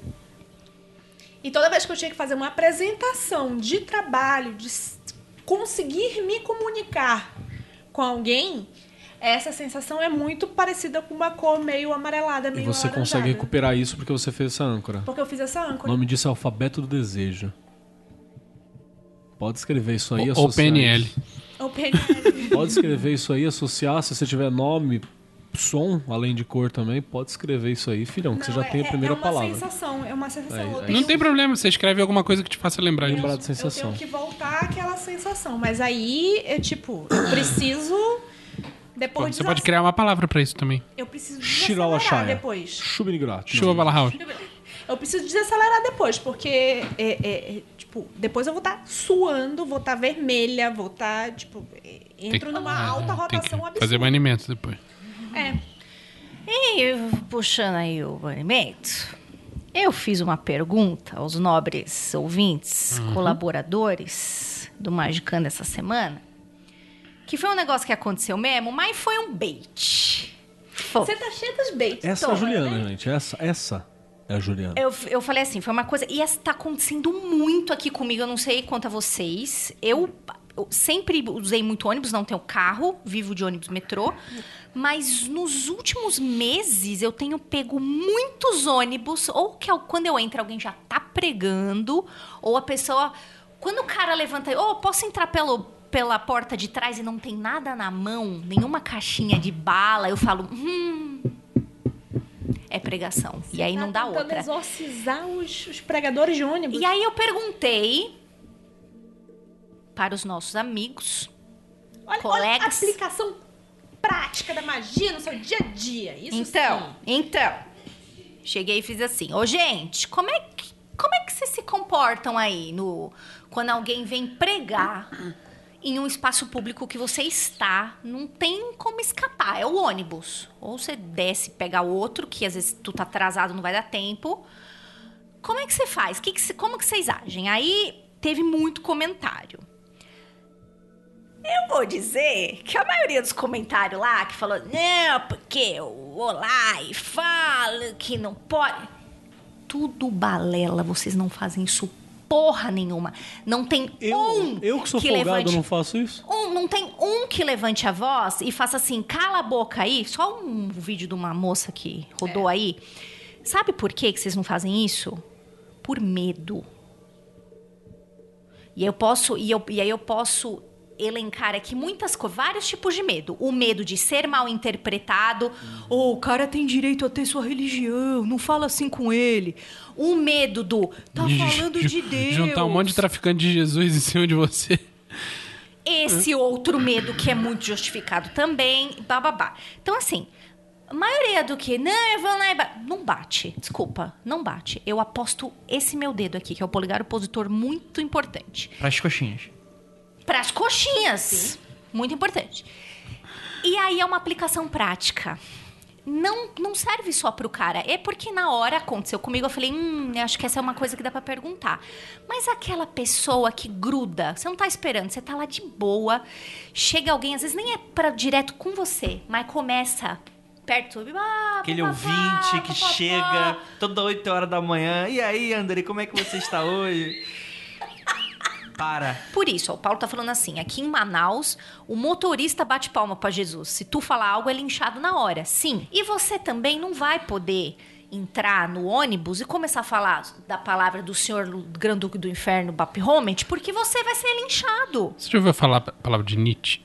[SPEAKER 5] E toda vez que eu tinha que fazer uma apresentação de trabalho, de s- conseguir me comunicar com alguém, essa sensação é muito parecida com uma cor meio amarelada,
[SPEAKER 6] E
[SPEAKER 5] meio
[SPEAKER 6] você consegue
[SPEAKER 5] alaranjada.
[SPEAKER 6] recuperar isso porque você fez essa âncora.
[SPEAKER 5] Porque eu fiz essa
[SPEAKER 6] O
[SPEAKER 5] âncora.
[SPEAKER 6] nome disso é Alfabeto do Desejo. Pode escrever isso aí,
[SPEAKER 4] Ou- Ou
[SPEAKER 6] associar
[SPEAKER 4] PNL.
[SPEAKER 5] Eu peguei-
[SPEAKER 6] Pode escrever isso aí, associar. Se você tiver nome, som, além de cor também, pode escrever isso aí, filhão, que você já
[SPEAKER 5] Não,
[SPEAKER 6] tem a
[SPEAKER 5] é-
[SPEAKER 6] primeira
[SPEAKER 5] é uma
[SPEAKER 6] palavra.
[SPEAKER 5] Sensação, é uma sensação.
[SPEAKER 6] Aí-
[SPEAKER 5] Eu
[SPEAKER 6] aí-
[SPEAKER 5] tenho-
[SPEAKER 4] Não tem problema, você escreve alguma coisa que te faça lembrar
[SPEAKER 6] Lembrar
[SPEAKER 4] disso.
[SPEAKER 6] da
[SPEAKER 5] Eu
[SPEAKER 6] sensação.
[SPEAKER 5] tenho que voltar àquela sensação. Mas aí, é tipo, eu preciso. Depois
[SPEAKER 4] Você
[SPEAKER 5] desac-
[SPEAKER 4] pode criar uma palavra pra isso também.
[SPEAKER 5] Eu preciso
[SPEAKER 6] Shirola
[SPEAKER 5] desacelerar
[SPEAKER 6] Shaya.
[SPEAKER 5] depois.
[SPEAKER 6] Shubinigrati.
[SPEAKER 4] Chuva Balahaus.
[SPEAKER 5] Eu preciso desacelerar depois, porque é, é, é, tipo, depois eu vou estar suando, vou estar vermelha, vou estar, tipo, é, entro numa alta
[SPEAKER 4] É, Tem que
[SPEAKER 5] rotação absurda.
[SPEAKER 4] fazer banimento depois.
[SPEAKER 5] É.
[SPEAKER 2] E puxando aí o banimento, eu fiz uma pergunta aos nobres ouvintes, colaboradores do Magicando essa semana, que foi um negócio que aconteceu mesmo, mas foi um bait. Foi.
[SPEAKER 5] Você tá cheia dos beitos.
[SPEAKER 6] Essa é a Juliana, gente. Essa, essa é a Juliana.
[SPEAKER 2] né? Eu, eu falei assim, foi uma coisa. E está acontecendo muito aqui comigo, eu não sei quanto a vocês. Eu, eu sempre usei muito ônibus, não tenho carro, vivo de ônibus metrô. Mas nos últimos meses eu tenho pego muitos ônibus, ou que eu- quando eu entro alguém já tá pregando, ou a pessoa. Quando o cara levanta, ô, posso entrar pelo, pela porta de trás e não tem nada na mão, nenhuma caixinha de bala, eu falo, hum. É pregação. E aí não dá
[SPEAKER 5] Tá tentando
[SPEAKER 2] outra.
[SPEAKER 5] exorcizar os, os pregadores de ônibus.
[SPEAKER 2] E aí eu perguntei para os nossos amigos.
[SPEAKER 5] olha, olha a
[SPEAKER 2] colegas-
[SPEAKER 5] aplicação prática da magia no seu dia a dia. Isso
[SPEAKER 2] então,
[SPEAKER 5] sim.
[SPEAKER 2] então. Cheguei e fiz assim: "Ô, gente, como é que como é que vocês se comportam aí no quando alguém vem pregar em um espaço público que você está, não tem como escapar, é o ônibus. Ou você desce, pega outro, que às vezes tu tá atrasado, não vai dar tempo. Como é que você faz? Que que cê- como que vocês agem? Aí teve muito comentário. Eu vou dizer que a maioria dos comentários lá que falou, não, porque eu vou lá e falo que não pode. Tudo balela, vocês não fazem isso porra nenhuma. Não tem um
[SPEAKER 6] Eu, eu que sou folgado,
[SPEAKER 2] levante
[SPEAKER 6] não faço isso?
[SPEAKER 2] um- não tem um que levante a voz e faça assim, cala a boca aí. Só um vídeo de uma moça que rodou
[SPEAKER 4] É.
[SPEAKER 2] aí. Sabe por que que vocês não fazem isso? Por medo. E eu posso, e, eu- e aí eu posso elencar aqui muitas coisas, vários tipos de medo. O medo de ser mal interpretado,
[SPEAKER 4] Hum.
[SPEAKER 2] ou o cara tem direito a ter sua religião, não fala assim com ele. O medo do tá falando de
[SPEAKER 4] Ju-
[SPEAKER 2] Deus.
[SPEAKER 4] Juntar um monte de traficante de Jesus em cima de você.
[SPEAKER 2] Esse outro medo que é muito justificado também, bababá. Então, assim, a maioria do que. Não, eu vou lá e ba-" Não bate, desculpa, não bate. Eu aposto esse meu dedo aqui, que é o polegar opositor, muito importante.
[SPEAKER 3] Pras coxinhas.
[SPEAKER 2] Para as coxinhas. Muito importante. E aí é uma aplicação prática. Não, não serve só pro cara. É porque na hora aconteceu comigo, eu falei, hum, eu acho que essa é uma coisa que dá pra perguntar. Mas aquela pessoa que gruda, você não tá esperando, você tá lá de boa, chega alguém, às vezes nem é pra, direto com você, mas começa perto. Ah,
[SPEAKER 3] Aquele
[SPEAKER 2] papapá,
[SPEAKER 3] ouvinte que
[SPEAKER 2] papapá.
[SPEAKER 3] chega toda 8 horas da manhã. E aí, André, como é que você está hoje? Para.
[SPEAKER 2] Por isso, ó, o Paulo tá falando assim: aqui em Manaus, o motorista bate palma pra Jesus. Se tu falar algo, é linchado na hora. Sim. E você também não vai poder entrar no ônibus e começar a falar da palavra do senhor Granduque do Inferno, Bap Homet, porque você vai ser linchado.
[SPEAKER 4] Você já ouviu falar a palavra de Nietzsche?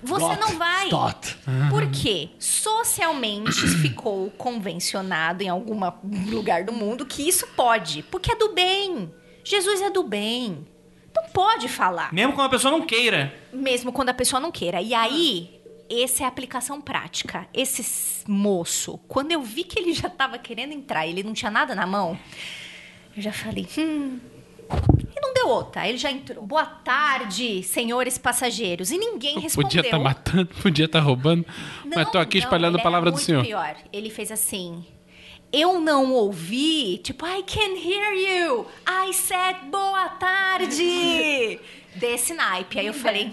[SPEAKER 2] Você não vai. Uhum. Por quê? Socialmente ficou convencionado em algum lugar do mundo que isso pode. Porque é do bem. Jesus é do bem. Não pode falar.
[SPEAKER 3] Mesmo quando a pessoa não queira.
[SPEAKER 2] Mesmo quando a pessoa não queira. E aí, essa é a aplicação prática. Esse s- moço, quando eu vi que ele já tava querendo entrar, ele não tinha nada na mão, eu já falei, hum. E não deu outra. Ele já entrou. Boa tarde, senhores passageiros. E ninguém
[SPEAKER 4] [LAUGHS]
[SPEAKER 2] respondeu.
[SPEAKER 4] Podia estar matando, podia estar roubando, mas tô aqui
[SPEAKER 2] não,
[SPEAKER 4] espalhando
[SPEAKER 2] ele
[SPEAKER 4] a
[SPEAKER 2] era
[SPEAKER 4] palavra do
[SPEAKER 2] muito
[SPEAKER 4] Senhor.
[SPEAKER 2] Pior. Ele fez assim. Eu não ouvi, tipo, I can hear you. I said boa
[SPEAKER 4] [LAUGHS]
[SPEAKER 2] tarde. Desse naipe. Aí eu falei,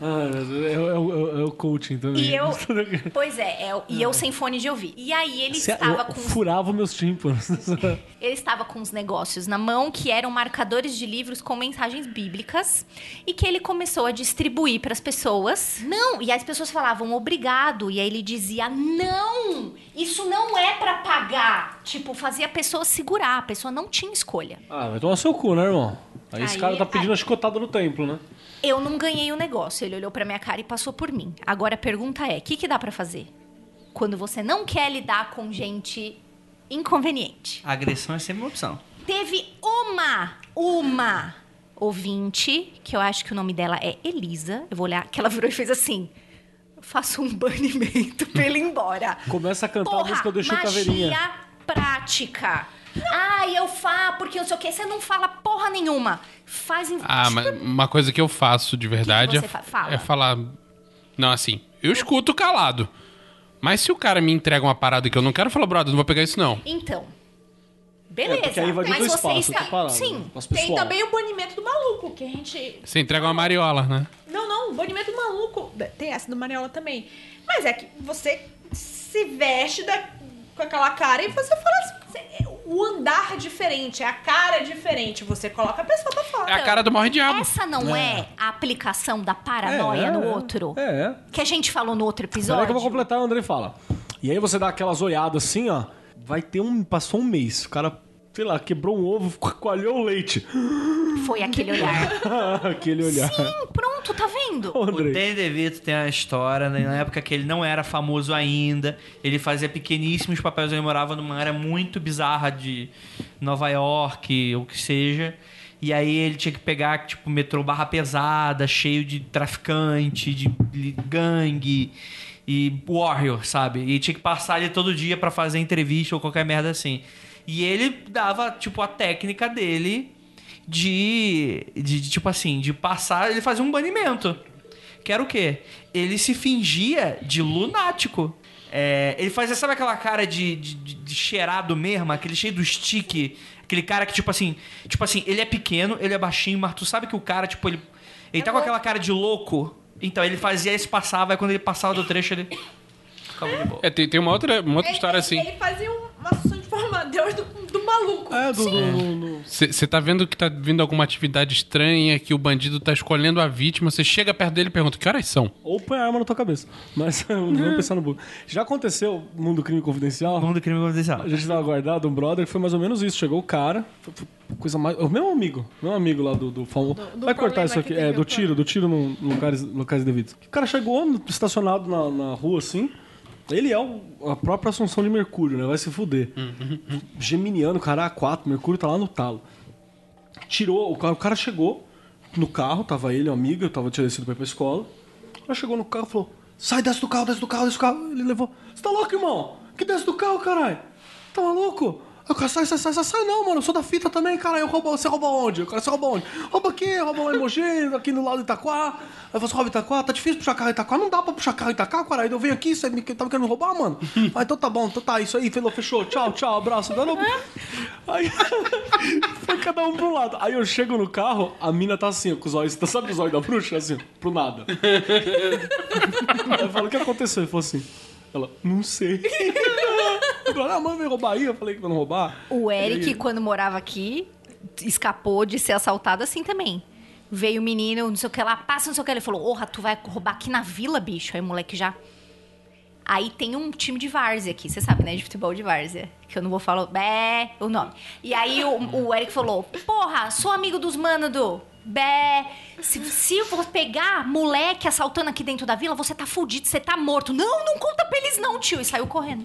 [SPEAKER 6] Ah, mas é, é o- é o coaching também. [LAUGHS]
[SPEAKER 2] E eu. Pois é, é, e eu sem fone de ouvir. E aí ele
[SPEAKER 6] Se-
[SPEAKER 2] estava
[SPEAKER 6] é- eu
[SPEAKER 2] com. os-
[SPEAKER 6] furava
[SPEAKER 2] [LAUGHS]
[SPEAKER 6] meus tímpanos.
[SPEAKER 2] Ele estava com os negócios na mão, que eram marcadores de livros com mensagens bíblicas, e que ele começou a distribuir para as pessoas. Não! E as pessoas falavam obrigado, e aí ele dizia: não! Isso não é para pagar! Tipo, fazia a pessoa segurar, a pessoa não tinha escolha.
[SPEAKER 6] ah, vai tomar seu cu, né, irmão? Aí, esse
[SPEAKER 2] Aí- é
[SPEAKER 6] cara tá pedindo a chicotada no templo, né?
[SPEAKER 2] Eu não ganhei o negócio. Ele olhou pra minha cara e passou por mim. Agora a pergunta é: o que, que dá pra fazer? Quando você não quer lidar com gente inconveniente.
[SPEAKER 3] A agressão é sempre uma opção.
[SPEAKER 2] Teve uma uma ouvinte, que eu acho que o nome dela é Elisa. Eu vou olhar, que ela virou e fez assim. "Eu Faço um banimento pra ele ir embora.
[SPEAKER 6] Começa a cantar a
[SPEAKER 2] Porra,
[SPEAKER 6] música do Chico
[SPEAKER 2] magia
[SPEAKER 6] Caveirinha.
[SPEAKER 2] prática. Ai, eu falo porque não sei o quê. Você não fala porra nenhuma. Faz... em-
[SPEAKER 4] Ah, mas uma coisa que eu faço de verdade
[SPEAKER 2] que você
[SPEAKER 4] é,
[SPEAKER 2] fa- fala?
[SPEAKER 4] é falar. Não, assim, eu escuto calado. Mas se o cara me entrega uma parada que eu não quero, eu falo, brother, não vou pegar isso não.
[SPEAKER 2] Então.
[SPEAKER 6] É,
[SPEAKER 2] Beleza.
[SPEAKER 6] porque aí vai do teu
[SPEAKER 2] mas você
[SPEAKER 6] espaço,
[SPEAKER 2] está...
[SPEAKER 6] tá parado.
[SPEAKER 2] Sim.
[SPEAKER 6] Mas,
[SPEAKER 5] Tem
[SPEAKER 6] pessoal,
[SPEAKER 5] também o banimento do maluco, que a gente.
[SPEAKER 4] Você entrega uma mariola, né?
[SPEAKER 5] Não, não, o banimento do maluco. Tem essa do Mariola também. Mas é que você se veste da- com aquela cara e você fala assim. você- o andar é diferente, a cara é diferente. Você coloca a pessoa pra fora.
[SPEAKER 4] É a cara do morre diabo.
[SPEAKER 2] Essa não é. a aplicação da paranoia
[SPEAKER 6] É, é,
[SPEAKER 2] no
[SPEAKER 6] é.
[SPEAKER 2] outro?
[SPEAKER 6] É, é.
[SPEAKER 2] Que a gente falou no outro
[SPEAKER 6] Peraí
[SPEAKER 2] episódio.
[SPEAKER 6] que eu vou completar, o André fala. E aí você dá aquelas olhadas assim, ó. Vai ter um. Passou um mês. O cara, sei lá, quebrou um ovo, [LAUGHS] coalhou o leite. [LAUGHS]
[SPEAKER 2] Foi aquele olhar.
[SPEAKER 6] Aquele olhar.
[SPEAKER 2] Sim, [LAUGHS] pronto, tá vendo?
[SPEAKER 6] Ô,
[SPEAKER 3] O
[SPEAKER 6] Andrei.
[SPEAKER 3] Danny DeVito tem uma história, né? na época que ele não era famoso ainda, ele fazia pequeníssimos papéis, ele morava numa área muito bizarra de Nova York, ou o que seja. E aí ele tinha que pegar, tipo, metrô barra pesada, cheio de traficante, de li- gangue e warrior, sabe? E tinha que passar ali todo dia pra fazer entrevista ou qualquer merda assim. E ele dava, tipo, a técnica dele de, de, de, tipo assim, de passar, ele fazia um banimento. Que era o quê? Ele se fingia de lunático. É, ele fazia, sabe aquela cara de, de, de- de cheirado mesmo? Aquele cheio do stick. Aquele cara que, tipo assim, tipo assim, ele é pequeno, ele é baixinho, mas tu sabe que o cara, tipo, ele. Ele tá com aquela cara de louco. Então, ele fazia isso, passava, e quando ele passava do trecho, ele. [COUGHS] Ficava de boa.
[SPEAKER 4] É, tem, tem uma outra, uma outra
[SPEAKER 5] Ele-
[SPEAKER 4] história assim.
[SPEAKER 5] Ele fazia um- uma sessão de formadores do, do maluco.
[SPEAKER 6] É, do, do, do- do-
[SPEAKER 4] Você tá vendo que tá vindo alguma atividade estranha, que o bandido tá escolhendo a vítima, você chega perto dele e pergunta, que horas são?
[SPEAKER 6] Ou põe a arma na tua cabeça. Mas [LAUGHS] eu não vou pensar no bug. Já aconteceu Mundo Crime Confidencial?
[SPEAKER 3] Mundo crime
[SPEAKER 6] A
[SPEAKER 3] confidencial.
[SPEAKER 6] gente tava guardado, um brother, que foi mais ou menos isso. Chegou o cara, foi- foi coisa mais. O meu amigo, meu amigo lá do, do famoso.
[SPEAKER 5] do
[SPEAKER 6] Vai cortar
[SPEAKER 5] problema
[SPEAKER 6] isso aqui,
[SPEAKER 5] que
[SPEAKER 6] é,
[SPEAKER 5] teve
[SPEAKER 6] do
[SPEAKER 5] o
[SPEAKER 6] tiro, do tiro no no lugares, lugares devidos. O cara chegou no- estacionado na, na rua assim. Ele é o- a própria Assunção de Mercúrio, né? Vai se fuder. Geminiano, cara, A4, Mercúrio tá lá no talo. Tirou, o cara, o cara chegou no carro, tava ele, um amigo, eu tava tinha descido pra ir pra escola. Ela chegou no carro e falou: Sai, desce do carro, desce do carro, desce do carro. Ele levou: Você tá louco, irmão? Que desce do carro, caralho? Tá maluco? Aí o cara sai, sai, sai, sai, sai, não, mano, eu sou da fita também, cara. Eu roubo, você rouba onde? O cara, você rouba onde? Rouba aqui, rouba lá em Mogi, aqui no lado de Itaquá. Aí eu falo, "Você rouba em Itaquá? Tá difícil puxar carro em Itaquá? Não dá pra puxar carro em Itaquá, cara. Aí eu venho aqui, você me, tava querendo me roubar, mano? Ah, então tá bom, então tá, isso aí, fechou, fechou. Tchau, tchau, abraço. Não, não. Aí [LAUGHS] foi cada um pro lado. Aí eu chego no carro, a mina tá assim, com os olhos, [LAUGHS] sabe os olhos da bruxa? Assim, pro nada. Aí eu falo, o que aconteceu? Ele falou assim. Ela, não sei. [LAUGHS] Eu falei, ah, mãe, vem roubar aí. Eu falei que pra não roubar.
[SPEAKER 2] O Eric,
[SPEAKER 6] E aí?
[SPEAKER 2] quando morava aqui, escapou de ser assaltado assim também. Veio o menino, não sei o que lá, passa, não sei o que. Ele falou, orra, tu vai roubar aqui na vila, bicho. Aí o moleque já... Aí tem um time de várzea aqui, você sabe, né? De futebol de várzea. Que eu não vou falar bé, o nome. E aí o, o Eric falou: Porra, sou amigo dos mano do bé. Se, se eu for pegar moleque assaltando aqui dentro da vila, você tá fudido, você tá morto. Não, não conta pra eles, não, tio. E saiu correndo.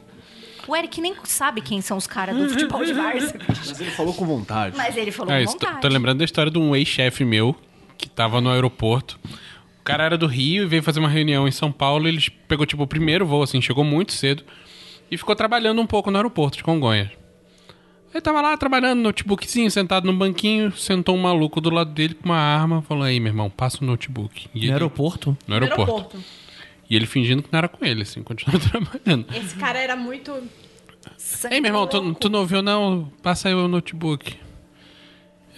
[SPEAKER 2] O Eric nem sabe quem são os caras
[SPEAKER 5] Uhum.
[SPEAKER 2] do futebol de
[SPEAKER 5] [LAUGHS]
[SPEAKER 2] várzea.
[SPEAKER 6] Mas ele falou com vontade.
[SPEAKER 2] Mas ele falou
[SPEAKER 4] É
[SPEAKER 2] com
[SPEAKER 4] isso. Tô,
[SPEAKER 2] vontade.
[SPEAKER 4] tô lembrando da história de um ex-chefe meu que tava no aeroporto. O cara era do Rio e veio fazer uma reunião em São Paulo. Ele pegou, tipo, o primeiro voo, assim, chegou muito cedo e ficou trabalhando um pouco no aeroporto de Congonhas. Ele tava lá trabalhando no notebookzinho, sentado num banquinho, sentou um maluco do lado dele com uma arma, falou: Aí, meu irmão, passa o notebook. E ele-
[SPEAKER 3] No aeroporto?
[SPEAKER 4] No
[SPEAKER 5] No
[SPEAKER 4] aeroporto. E ele fingindo que não era com ele, assim, continuou [LAUGHS] trabalhando.
[SPEAKER 5] Esse cara era muito.
[SPEAKER 4] Ei, meu irmão, tu, tu não viu não? Passa aí o notebook.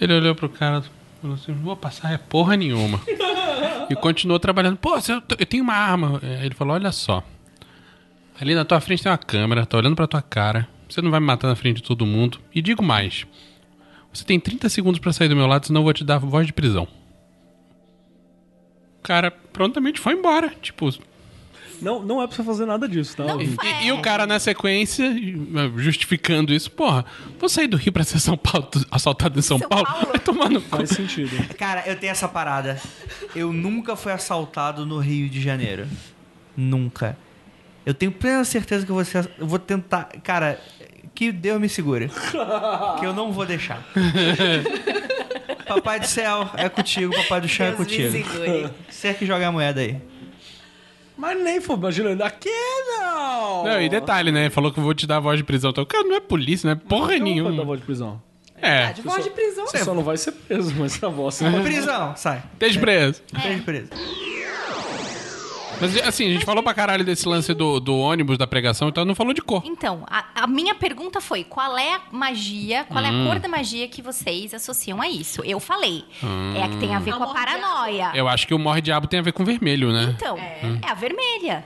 [SPEAKER 4] Ele olhou pro cara, falou assim, não vou passar é porra nenhuma. e continuou trabalhando. Pô, você- eu, t- eu tenho uma arma. É, Ele falou, olha só. Ali na tua frente tem uma câmera, tá olhando pra tua cara. Você não vai me matar na frente de todo mundo. E digo mais. Você tem 30 segundos pra sair do meu lado, senão eu vou te dar voz de prisão. O cara prontamente foi embora. Tipo,
[SPEAKER 6] Não, não é pra você fazer nada disso, tá? ouvinte?
[SPEAKER 4] e, e
[SPEAKER 2] É.
[SPEAKER 4] o cara na sequência, justificando isso, porra, vou sair do Rio pra ser São Paulo, assaltado em São, Paulo? Vai tomar no cu.
[SPEAKER 6] Faz sentido.
[SPEAKER 3] Cara, eu tenho essa parada. Eu nunca fui assaltado no Rio de Janeiro. Nunca. Eu tenho plena certeza que você. Eu vou tentar. Cara, que Deus me segure. Que eu não vou deixar. Papai do céu é contigo, papai do chão é
[SPEAKER 2] Deus me
[SPEAKER 3] contigo.
[SPEAKER 2] segure.
[SPEAKER 3] Você é que joga a moeda aí.
[SPEAKER 6] Mas nem foi, imagina, aqui é, não!
[SPEAKER 4] Não, e detalhe, né? Falou que eu vou te dar a voz de prisão. Então, cara, não é polícia, não é porra
[SPEAKER 6] Eu não vou dar
[SPEAKER 4] nenhuma.
[SPEAKER 6] voz de prisão.
[SPEAKER 4] É,
[SPEAKER 5] De voz de prisão.
[SPEAKER 6] Você só não vai ser preso, mas na voz você vai.
[SPEAKER 3] Prisão, sai.
[SPEAKER 4] desprezo.
[SPEAKER 3] Seja preso.
[SPEAKER 4] Mas assim, a gente falou pra caralho desse lance do, do ônibus, da pregação, então não falou de cor.
[SPEAKER 2] Então, a, a minha pergunta foi: qual é a magia, qual
[SPEAKER 4] Hum.
[SPEAKER 2] é a cor da magia que vocês associam a isso? Eu falei. É a que tem a ver com a
[SPEAKER 5] Hum. Amor de
[SPEAKER 2] paranoia.
[SPEAKER 4] Eu acho que o morre-diabo tem a ver com vermelho, né?
[SPEAKER 2] Então, é. a vermelha.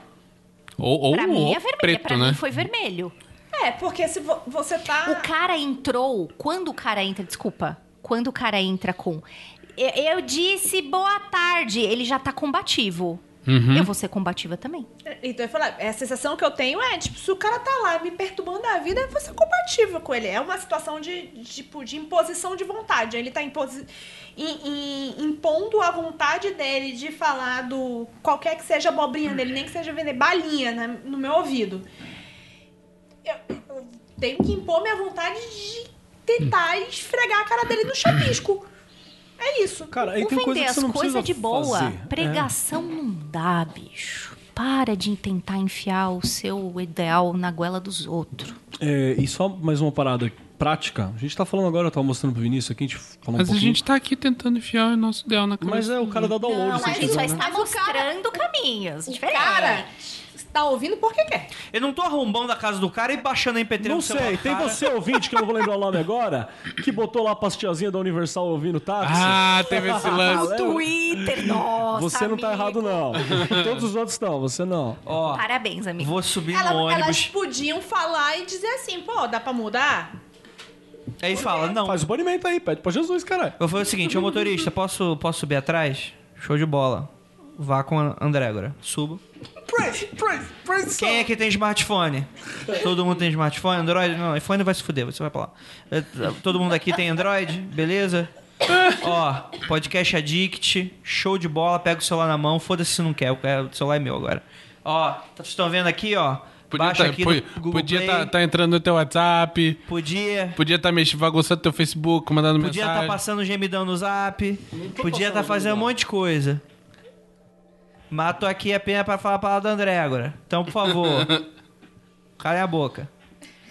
[SPEAKER 4] Ou, ou,
[SPEAKER 2] Pra mim é
[SPEAKER 4] ou
[SPEAKER 2] vermelha.
[SPEAKER 4] preto,
[SPEAKER 2] pra
[SPEAKER 4] né?
[SPEAKER 2] mim foi vermelho.
[SPEAKER 5] É, porque se vo- você tá.
[SPEAKER 2] O cara entrou. Quando o cara entra, desculpa. Quando o cara entra com. Eu, eu disse boa tarde. Ele já tá combativo.
[SPEAKER 4] Uhum.
[SPEAKER 2] Eu vou ser combativa também.
[SPEAKER 5] Então eu falar, a sensação que eu tenho é, tipo, se o cara tá lá me perturbando a vida, eu vou ser compatível com ele. É uma situação de, de, tipo, de imposição de vontade. Ele tá imposi- im- im- impondo a vontade dele de falar do qualquer que seja abobrinha dele, nem que seja vender balinha na- no meu ouvido. Eu, eu tenho que impor minha vontade de tentar esfregar a cara dele no chapisco. É isso.
[SPEAKER 6] Cara, aí
[SPEAKER 2] Ou
[SPEAKER 6] tem
[SPEAKER 2] vender
[SPEAKER 6] coisa que
[SPEAKER 2] as
[SPEAKER 6] você não precisa
[SPEAKER 2] coisas de boa.
[SPEAKER 6] fazer. É.
[SPEAKER 2] Pregação não dá, bicho. Para de tentar enfiar o seu ideal na goela dos outros.
[SPEAKER 6] É, e só mais uma parada prática. A gente tá falando agora, eu tava mostrando pro Vinícius aqui, a gente falou um
[SPEAKER 4] Mas a
[SPEAKER 6] pouquinho.
[SPEAKER 4] gente tá aqui tentando enfiar o nosso ideal na
[SPEAKER 6] Mas
[SPEAKER 4] cabeça.
[SPEAKER 6] é, o cara dá download.
[SPEAKER 2] Não,
[SPEAKER 6] sem
[SPEAKER 2] a gente só
[SPEAKER 6] querer, né?
[SPEAKER 2] está mostrando caminhos.
[SPEAKER 5] O
[SPEAKER 2] diferentes.
[SPEAKER 5] cara tá ouvindo porque quer.
[SPEAKER 3] Eu não tô arrombando a casa do cara e baixando a MP3
[SPEAKER 6] Não
[SPEAKER 3] no celular
[SPEAKER 6] sei,
[SPEAKER 3] do
[SPEAKER 6] tem
[SPEAKER 3] cara.
[SPEAKER 6] você ouvinte, que eu não vou lembrar o nome agora, que botou lá a pastiazinha da Universal ouvindo tá, táxi.
[SPEAKER 4] Ah, teve esse lance.
[SPEAKER 2] O Twitter,
[SPEAKER 4] Ah,
[SPEAKER 2] nossa.
[SPEAKER 6] você não tá
[SPEAKER 2] amigo.
[SPEAKER 6] errado, não. Todos os outros estão, você não.
[SPEAKER 3] Ó,
[SPEAKER 2] Parabéns, amigo.
[SPEAKER 3] vou subir
[SPEAKER 5] Ela-
[SPEAKER 3] no
[SPEAKER 5] elas
[SPEAKER 3] ônibus.
[SPEAKER 5] podiam falar e dizer assim, pô, dá pra mudar?
[SPEAKER 3] Aí fala, não.
[SPEAKER 6] Faz o banimento aí, pede pra Jesus, caralho.
[SPEAKER 3] Eu falei o seguinte, ô motorista, posso, posso subir atrás? Show de bola. Vá com a Andrégora. Subo. Quem é que tem smartphone? Todo mundo tem smartphone? Android? Não, iPhone vai se fuder, você vai pra lá. Eh, Todo mundo aqui tem Android? Beleza? Ó, podcast addict, show de bola, pega o celular na mão, foda-se se não quer, eu quero- o celular é meu agora. Ó, tá- vocês estão vendo aqui, ó?
[SPEAKER 4] Podia
[SPEAKER 3] baixa
[SPEAKER 4] tá,
[SPEAKER 3] aqui
[SPEAKER 4] po-
[SPEAKER 3] no Google
[SPEAKER 4] podia
[SPEAKER 3] Play,
[SPEAKER 4] tá, tá entrando no teu WhatsApp,
[SPEAKER 3] podia,
[SPEAKER 4] podia estar tá mexendo, bagunçando teu Facebook, mandando
[SPEAKER 3] podia estar
[SPEAKER 4] mensagem.
[SPEAKER 3] tá passando gemidão no zap, podia estar tá fazendo um monte de coisa. Mato aqui apenas pra falar a palavra da André agora. Então, por favor, calem a boca.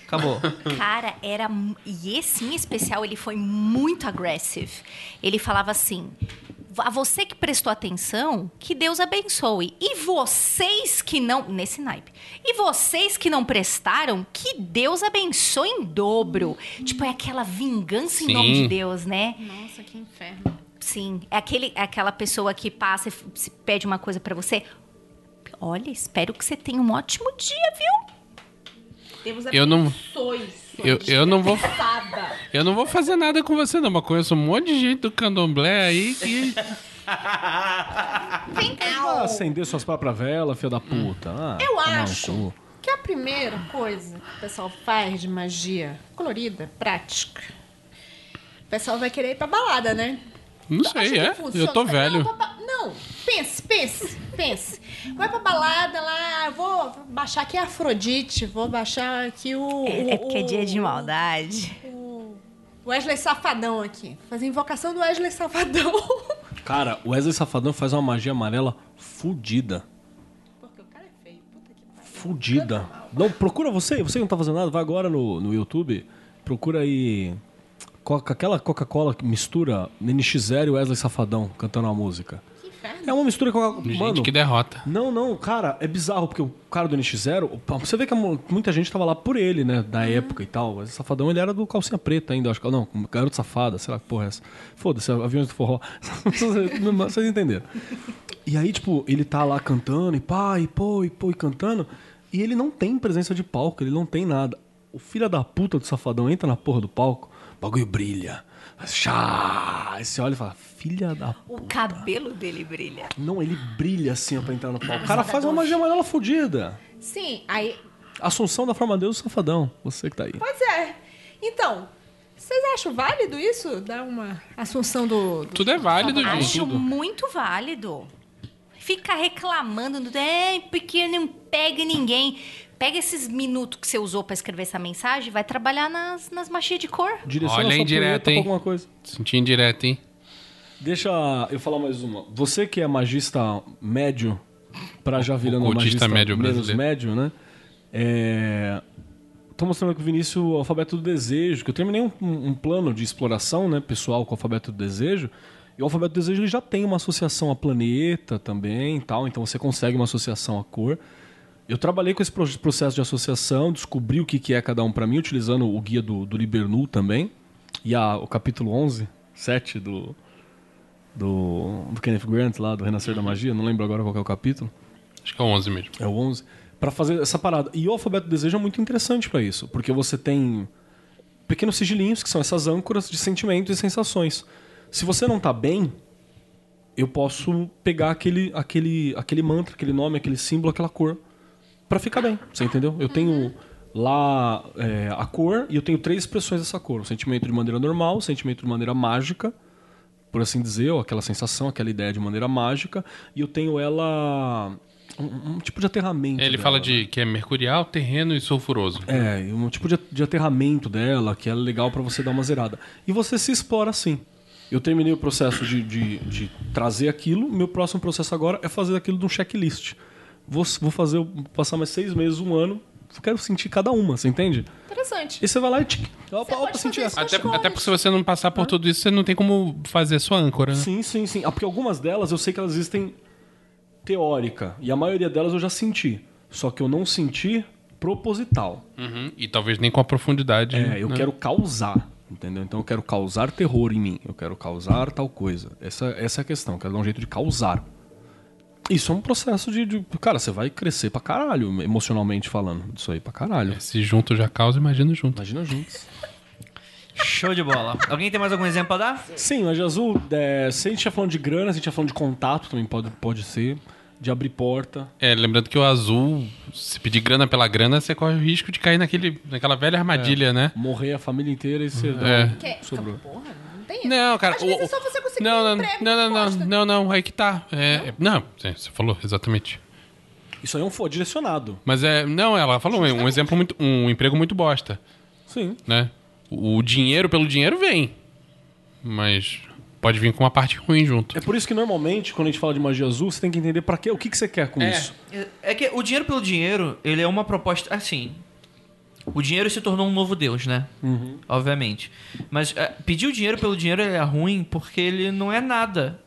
[SPEAKER 3] Acabou.
[SPEAKER 2] Cara, era. mu- E esse em especial, ele foi muito agressivo. Ele falava assim: a você que prestou atenção, que Deus abençoe. E vocês que não. Nesse naipe. E vocês que não prestaram, que Deus abençoe em dobro. Tipo, é aquela vingança em nome
[SPEAKER 4] Sim.
[SPEAKER 2] de Deus, né?
[SPEAKER 5] Nossa, que inferno.
[SPEAKER 2] Sim, é aquele, é aquela pessoa que passa e f- se pede uma coisa pra você. Olha, espero que você tenha um ótimo dia, viu?
[SPEAKER 5] Temos
[SPEAKER 4] Eu não-
[SPEAKER 5] abençoe,
[SPEAKER 4] eu- eu não vou-
[SPEAKER 5] desgraçada.
[SPEAKER 4] Eu não vou fazer nada com você, não, mas conheço um monte de gente do candomblé aí que.
[SPEAKER 6] Ah, acender suas próprias velas, filha da puta. Ah,
[SPEAKER 5] Eu
[SPEAKER 6] tomar no
[SPEAKER 5] acho
[SPEAKER 6] cu.
[SPEAKER 5] que a primeira coisa que o pessoal faz de magia colorida, prática, o pessoal vai querer ir pra balada, né?
[SPEAKER 4] Não
[SPEAKER 5] Tu acha
[SPEAKER 4] sei,
[SPEAKER 5] que
[SPEAKER 4] é.
[SPEAKER 5] funciona?
[SPEAKER 4] Eu tô
[SPEAKER 5] Não, tá-
[SPEAKER 4] velho.
[SPEAKER 5] vou pra- Não, pense, pense, pense. Vai pra balada lá, eu vou baixar aqui a Afrodite, vou baixar aqui o.
[SPEAKER 2] É, é porque é dia de
[SPEAKER 5] o-
[SPEAKER 2] maldade.
[SPEAKER 5] o Wesley Safadão aqui. Fazer invocação do Wesley Safadão. [LAUGHS]
[SPEAKER 6] Cara, o Wesley Safadão faz uma magia amarela fudida.
[SPEAKER 5] Porque o cara é feio. Puta que pariu.
[SPEAKER 6] Fudida. Não, procura você, você que não tá fazendo nada, vai agora no, no YouTube, procura aí Coca, aquela Coca-Cola que mistura NX0 e Wesley Safadão cantando a música.
[SPEAKER 5] Que inferno.
[SPEAKER 6] É uma mistura com a...
[SPEAKER 4] Gente,
[SPEAKER 6] Mano,
[SPEAKER 4] que derrota.
[SPEAKER 6] não, não, cara, é bizarro, porque o cara do NX0, você vê que a mu- muita gente tava lá por ele, né, da época e tal. Mas o Safadão, ele era do calcinha preta ainda, eu acho que. Não, garoto safada, sei lá que porra é essa. Foda-se, aviões do forró. [LAUGHS] Vocês entenderam. E aí, tipo, ele tá lá cantando, e pá, e pô, e pô, e cantando. E ele não tem presença de palco, ele não tem nada. O filho da puta do Safadão entra na porra do palco, o bagulho brilha. Chá! Aí você olha e fala, filha da
[SPEAKER 2] O cabelo dele brilha.
[SPEAKER 6] não, ele brilha assim ó, pra entrar no palco. O cara faz uma magia amarela fodida.
[SPEAKER 5] Sim, aí.
[SPEAKER 6] Assunção da forma de Deus, safadão. Você que tá aí.
[SPEAKER 5] Pois é. Então, vocês acham válido isso? Dar uma assunção do. do-
[SPEAKER 4] Tudo é válido, gente.
[SPEAKER 2] Acho um muito válido. Fica reclamando do é, porque não pega ninguém. Pega esses minutos que você usou pra escrever essa mensagem e vai trabalhar nas, nas machias de cor.
[SPEAKER 6] Direciona
[SPEAKER 4] Olha
[SPEAKER 6] sua
[SPEAKER 4] a indireta,
[SPEAKER 6] punheta pra
[SPEAKER 4] hein?
[SPEAKER 6] alguma coisa.
[SPEAKER 4] Senti indireto, hein?
[SPEAKER 6] Deixa eu falar mais uma. Você que é magista médio, pra já virando
[SPEAKER 4] O cultista
[SPEAKER 6] magista
[SPEAKER 4] médio
[SPEAKER 6] menos
[SPEAKER 4] brasileiro.
[SPEAKER 6] médio, né? É... Tô mostrando aqui o Vinícius o alfabeto do desejo, que eu terminei um, um plano de exploração né, pessoal com o alfabeto do desejo. E o alfabeto do desejo ele já tem uma associação a planeta também e tal, então você consegue uma associação a cor. Eu trabalhei com esse pro- processo de associação, descobri o que que é cada um pra mim, utilizando o guia do, do Libernu também, e a- o capítulo 11, 7 do, do, do Kenneth Grant lá, do Renascer da Magia, não lembro agora qual que é o capítulo.
[SPEAKER 4] Acho que é o 11 mesmo.
[SPEAKER 6] É o 11. Pra fazer essa parada. E o alfabeto do desejo é muito interessante pra isso, porque você tem pequenos sigilinhos, que são essas âncoras de sentimentos e sensações. Se você não tá bem, eu posso pegar aquele, aquele, aquele mantra, aquele nome, aquele símbolo, aquela cor, pra ficar bem. Você entendeu? Eu tenho lá é, a cor e eu tenho três expressões dessa cor: o sentimento de maneira normal, o sentimento de maneira mágica, por assim dizer, ou aquela sensação, aquela ideia de maneira mágica, e eu tenho ela. Um, um tipo de aterramento.
[SPEAKER 4] Ele
[SPEAKER 6] dela,
[SPEAKER 4] fala
[SPEAKER 6] né?
[SPEAKER 4] de que é mercurial, terreno e sulfuroso.
[SPEAKER 6] É, e um tipo de, de aterramento dela, que é legal pra você dar uma zerada. E você se explora assim. Eu terminei o processo de, de- de trazer aquilo, meu próximo processo agora é fazer aquilo de um checklist. Vou, vou fazer, vou passar mais seis meses, um ano, quero sentir cada uma, você entende?
[SPEAKER 5] Interessante.
[SPEAKER 6] E você vai lá e tic, opa,
[SPEAKER 5] pode
[SPEAKER 6] opa,
[SPEAKER 5] fazer
[SPEAKER 6] senti
[SPEAKER 5] isso
[SPEAKER 6] essa.
[SPEAKER 5] com as
[SPEAKER 4] Até,
[SPEAKER 5] cores.
[SPEAKER 4] até porque se você não passar por tudo isso, você não tem como fazer a sua âncora, né?
[SPEAKER 6] Sim, sim, sim. Ah, porque algumas delas eu sei que elas existem teórica, e a maioria delas eu já senti. Só que eu não senti proposital.
[SPEAKER 4] Uhum. E talvez nem com a profundidade.
[SPEAKER 6] É, eu
[SPEAKER 4] né?
[SPEAKER 6] quero causar, entendeu? Então eu quero causar terror em mim, eu quero causar tal coisa. Essa, essa é a questão, eu quero dar um jeito de causar. Isso é um processo de, de- Cara, você vai crescer pra caralho, emocionalmente falando. Isso aí pra caralho.
[SPEAKER 4] Se junto já causa, imagina junto.
[SPEAKER 6] Imagina juntos.
[SPEAKER 3] Show de bola. Alguém tem mais algum exemplo pra dar?
[SPEAKER 6] Sim, mas Azul, é, se a gente estiver falando de grana, se a gente estiver falando de contato, também pode, pode ser. De abrir porta.
[SPEAKER 4] É, lembrando que o azul, se pedir grana pela grana, você corre o risco de cair naquele, naquela velha
[SPEAKER 5] É.
[SPEAKER 4] armadilha, né?
[SPEAKER 6] Morrer a família inteira e ser.
[SPEAKER 4] É.
[SPEAKER 5] Que,
[SPEAKER 6] Sobrou.
[SPEAKER 5] Porra, não tem isso.
[SPEAKER 4] Não, cara.
[SPEAKER 5] Às vezes
[SPEAKER 4] o-
[SPEAKER 5] é só você conseguir
[SPEAKER 4] não,
[SPEAKER 5] um
[SPEAKER 4] não,
[SPEAKER 5] emprego que
[SPEAKER 4] não, não,
[SPEAKER 5] gosta.
[SPEAKER 4] não, não, aí que tá. É, não? é, você falou exatamente.
[SPEAKER 6] Isso aí é um fo- direcionado.
[SPEAKER 4] Mas é, não, ela falou um exemplo muito, um emprego muito bosta,
[SPEAKER 6] Sim.
[SPEAKER 4] né? O dinheiro pelo dinheiro vem, mas pode vir com uma parte ruim junto.
[SPEAKER 6] É por isso que normalmente, quando a gente fala de magia azul, você tem que entender para quê, o que, que você quer com isso.
[SPEAKER 3] É que o dinheiro pelo dinheiro, ele é uma proposta. Assim. O dinheiro se tornou um novo Deus, né? Obviamente. Mas é, pedir o dinheiro pelo dinheiro ele é ruim porque ele não é nada.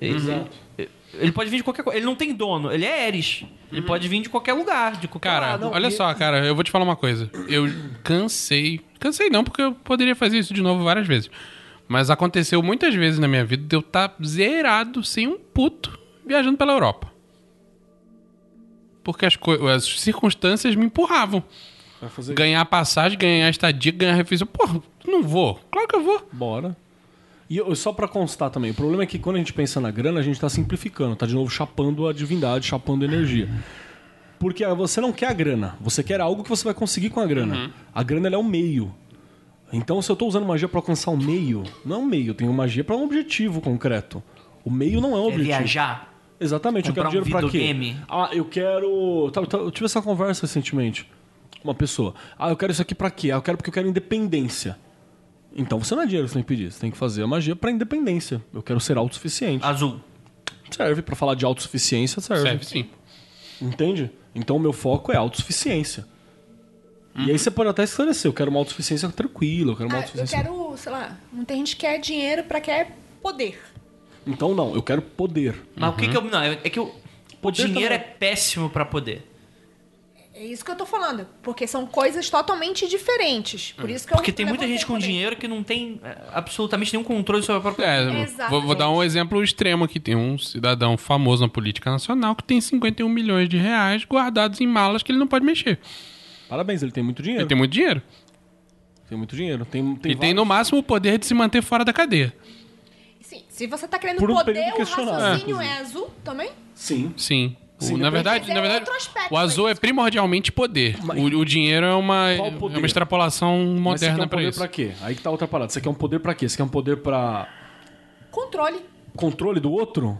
[SPEAKER 3] Ele, é, ele pode vir de qualquer coisa. Ele não tem dono, ele é Eris. Ele pode vir de qualquer lugar, de qualquer
[SPEAKER 4] Cara,
[SPEAKER 3] lado.
[SPEAKER 4] olha só, cara, eu vou te falar uma coisa. Eu cansei. Cansei não, porque eu poderia fazer isso de novo várias vezes. Mas aconteceu muitas vezes na minha vida de eu estar zerado, sem um puto, viajando pela Europa. Porque as, coi- as circunstâncias me empurravam.
[SPEAKER 6] Vai fazer
[SPEAKER 4] Ganhar passagem, ganhar estadia, ganhar refeição. Porra, não vou. Claro que eu vou.
[SPEAKER 6] Bora. E eu- só pra constar também, o problema é que quando a gente pensa na grana, a gente tá simplificando, tá de novo chapando a divindade, chapando a energia. Porque ah, você não quer a grana, você quer algo que você vai conseguir com a grana. A grana ela é um meio. Então, se eu tô usando magia pra alcançar um meio, não é um meio, eu tenho magia pra um objetivo concreto. O meio não é um
[SPEAKER 3] É
[SPEAKER 6] objetivo.
[SPEAKER 3] viajar.
[SPEAKER 6] Exatamente,
[SPEAKER 3] Comprar
[SPEAKER 6] eu quero
[SPEAKER 3] um
[SPEAKER 6] dinheiro pra quê?
[SPEAKER 3] videogame.
[SPEAKER 6] Ah, eu quero. tá, tá, Eu tive essa conversa recentemente com uma pessoa. Ah, eu quero isso aqui pra quê? Ah, eu quero porque eu quero independência. Então você não é dinheiro que você tem que pedir, você tem que fazer a magia pra independência. Eu quero ser autossuficiente.
[SPEAKER 3] Azul.
[SPEAKER 6] Serve pra falar de autossuficiência, serve.
[SPEAKER 4] Ah. Serve sim.
[SPEAKER 6] Entende? Então o meu foco é autossuficiência. E aí você pode até esclarecer, eu quero uma autossuficiência tranquila, eu quero uma
[SPEAKER 5] Ah, eu
[SPEAKER 6] autossuficiência.
[SPEAKER 5] quero,
[SPEAKER 3] assim.
[SPEAKER 5] sei lá, muita gente quer dinheiro pra quer poder.
[SPEAKER 6] Então não, eu quero poder.
[SPEAKER 3] Mas o que que eu. Não, é é que eu, o
[SPEAKER 6] Poder
[SPEAKER 3] dinheiro
[SPEAKER 6] também.
[SPEAKER 3] é péssimo pra poder.
[SPEAKER 5] É isso que eu tô falando. Porque são coisas totalmente diferentes. Por isso que eu
[SPEAKER 3] É. Porque tem muita
[SPEAKER 5] levantei
[SPEAKER 3] gente com
[SPEAKER 5] poder.
[SPEAKER 3] dinheiro que não tem é, absolutamente nenhum controle sobre a própria.
[SPEAKER 4] É,
[SPEAKER 5] Exatamente.
[SPEAKER 4] vou, vou dar um exemplo extremo aqui. Tem um cidadão famoso na política nacional que tem 51 milhões de reais guardados em malas que ele não pode mexer.
[SPEAKER 6] Parabéns, ele tem muito dinheiro.
[SPEAKER 4] Ele
[SPEAKER 6] Tem...
[SPEAKER 4] tem muito dinheiro.
[SPEAKER 6] muito dinheiro. Tem, tem
[SPEAKER 4] e tem
[SPEAKER 6] vários-
[SPEAKER 4] no máximo o poder de se manter fora da cadeia.
[SPEAKER 5] Sim, se você tá querendo
[SPEAKER 6] Por um
[SPEAKER 5] poder,
[SPEAKER 6] período
[SPEAKER 5] o
[SPEAKER 6] questionável,
[SPEAKER 5] raciocínio é azul também?
[SPEAKER 6] Sim.
[SPEAKER 4] Sim. O-
[SPEAKER 6] Sim,
[SPEAKER 4] na
[SPEAKER 6] depois-
[SPEAKER 4] verdade,
[SPEAKER 5] Mas é
[SPEAKER 4] na verdade,
[SPEAKER 5] outro aspecto,
[SPEAKER 4] o azul é primordialmente poder. O, o dinheiro é uma,
[SPEAKER 6] Qual
[SPEAKER 4] é
[SPEAKER 6] poder?
[SPEAKER 4] uma extrapolação
[SPEAKER 6] Mas você quer
[SPEAKER 4] moderna
[SPEAKER 6] um
[SPEAKER 4] pra
[SPEAKER 6] poder
[SPEAKER 4] isso.
[SPEAKER 6] pra quê? Aí que tá outra parada. Você quer um poder pra quê? Você quer um poder pra
[SPEAKER 5] Controle.
[SPEAKER 6] controle do outro?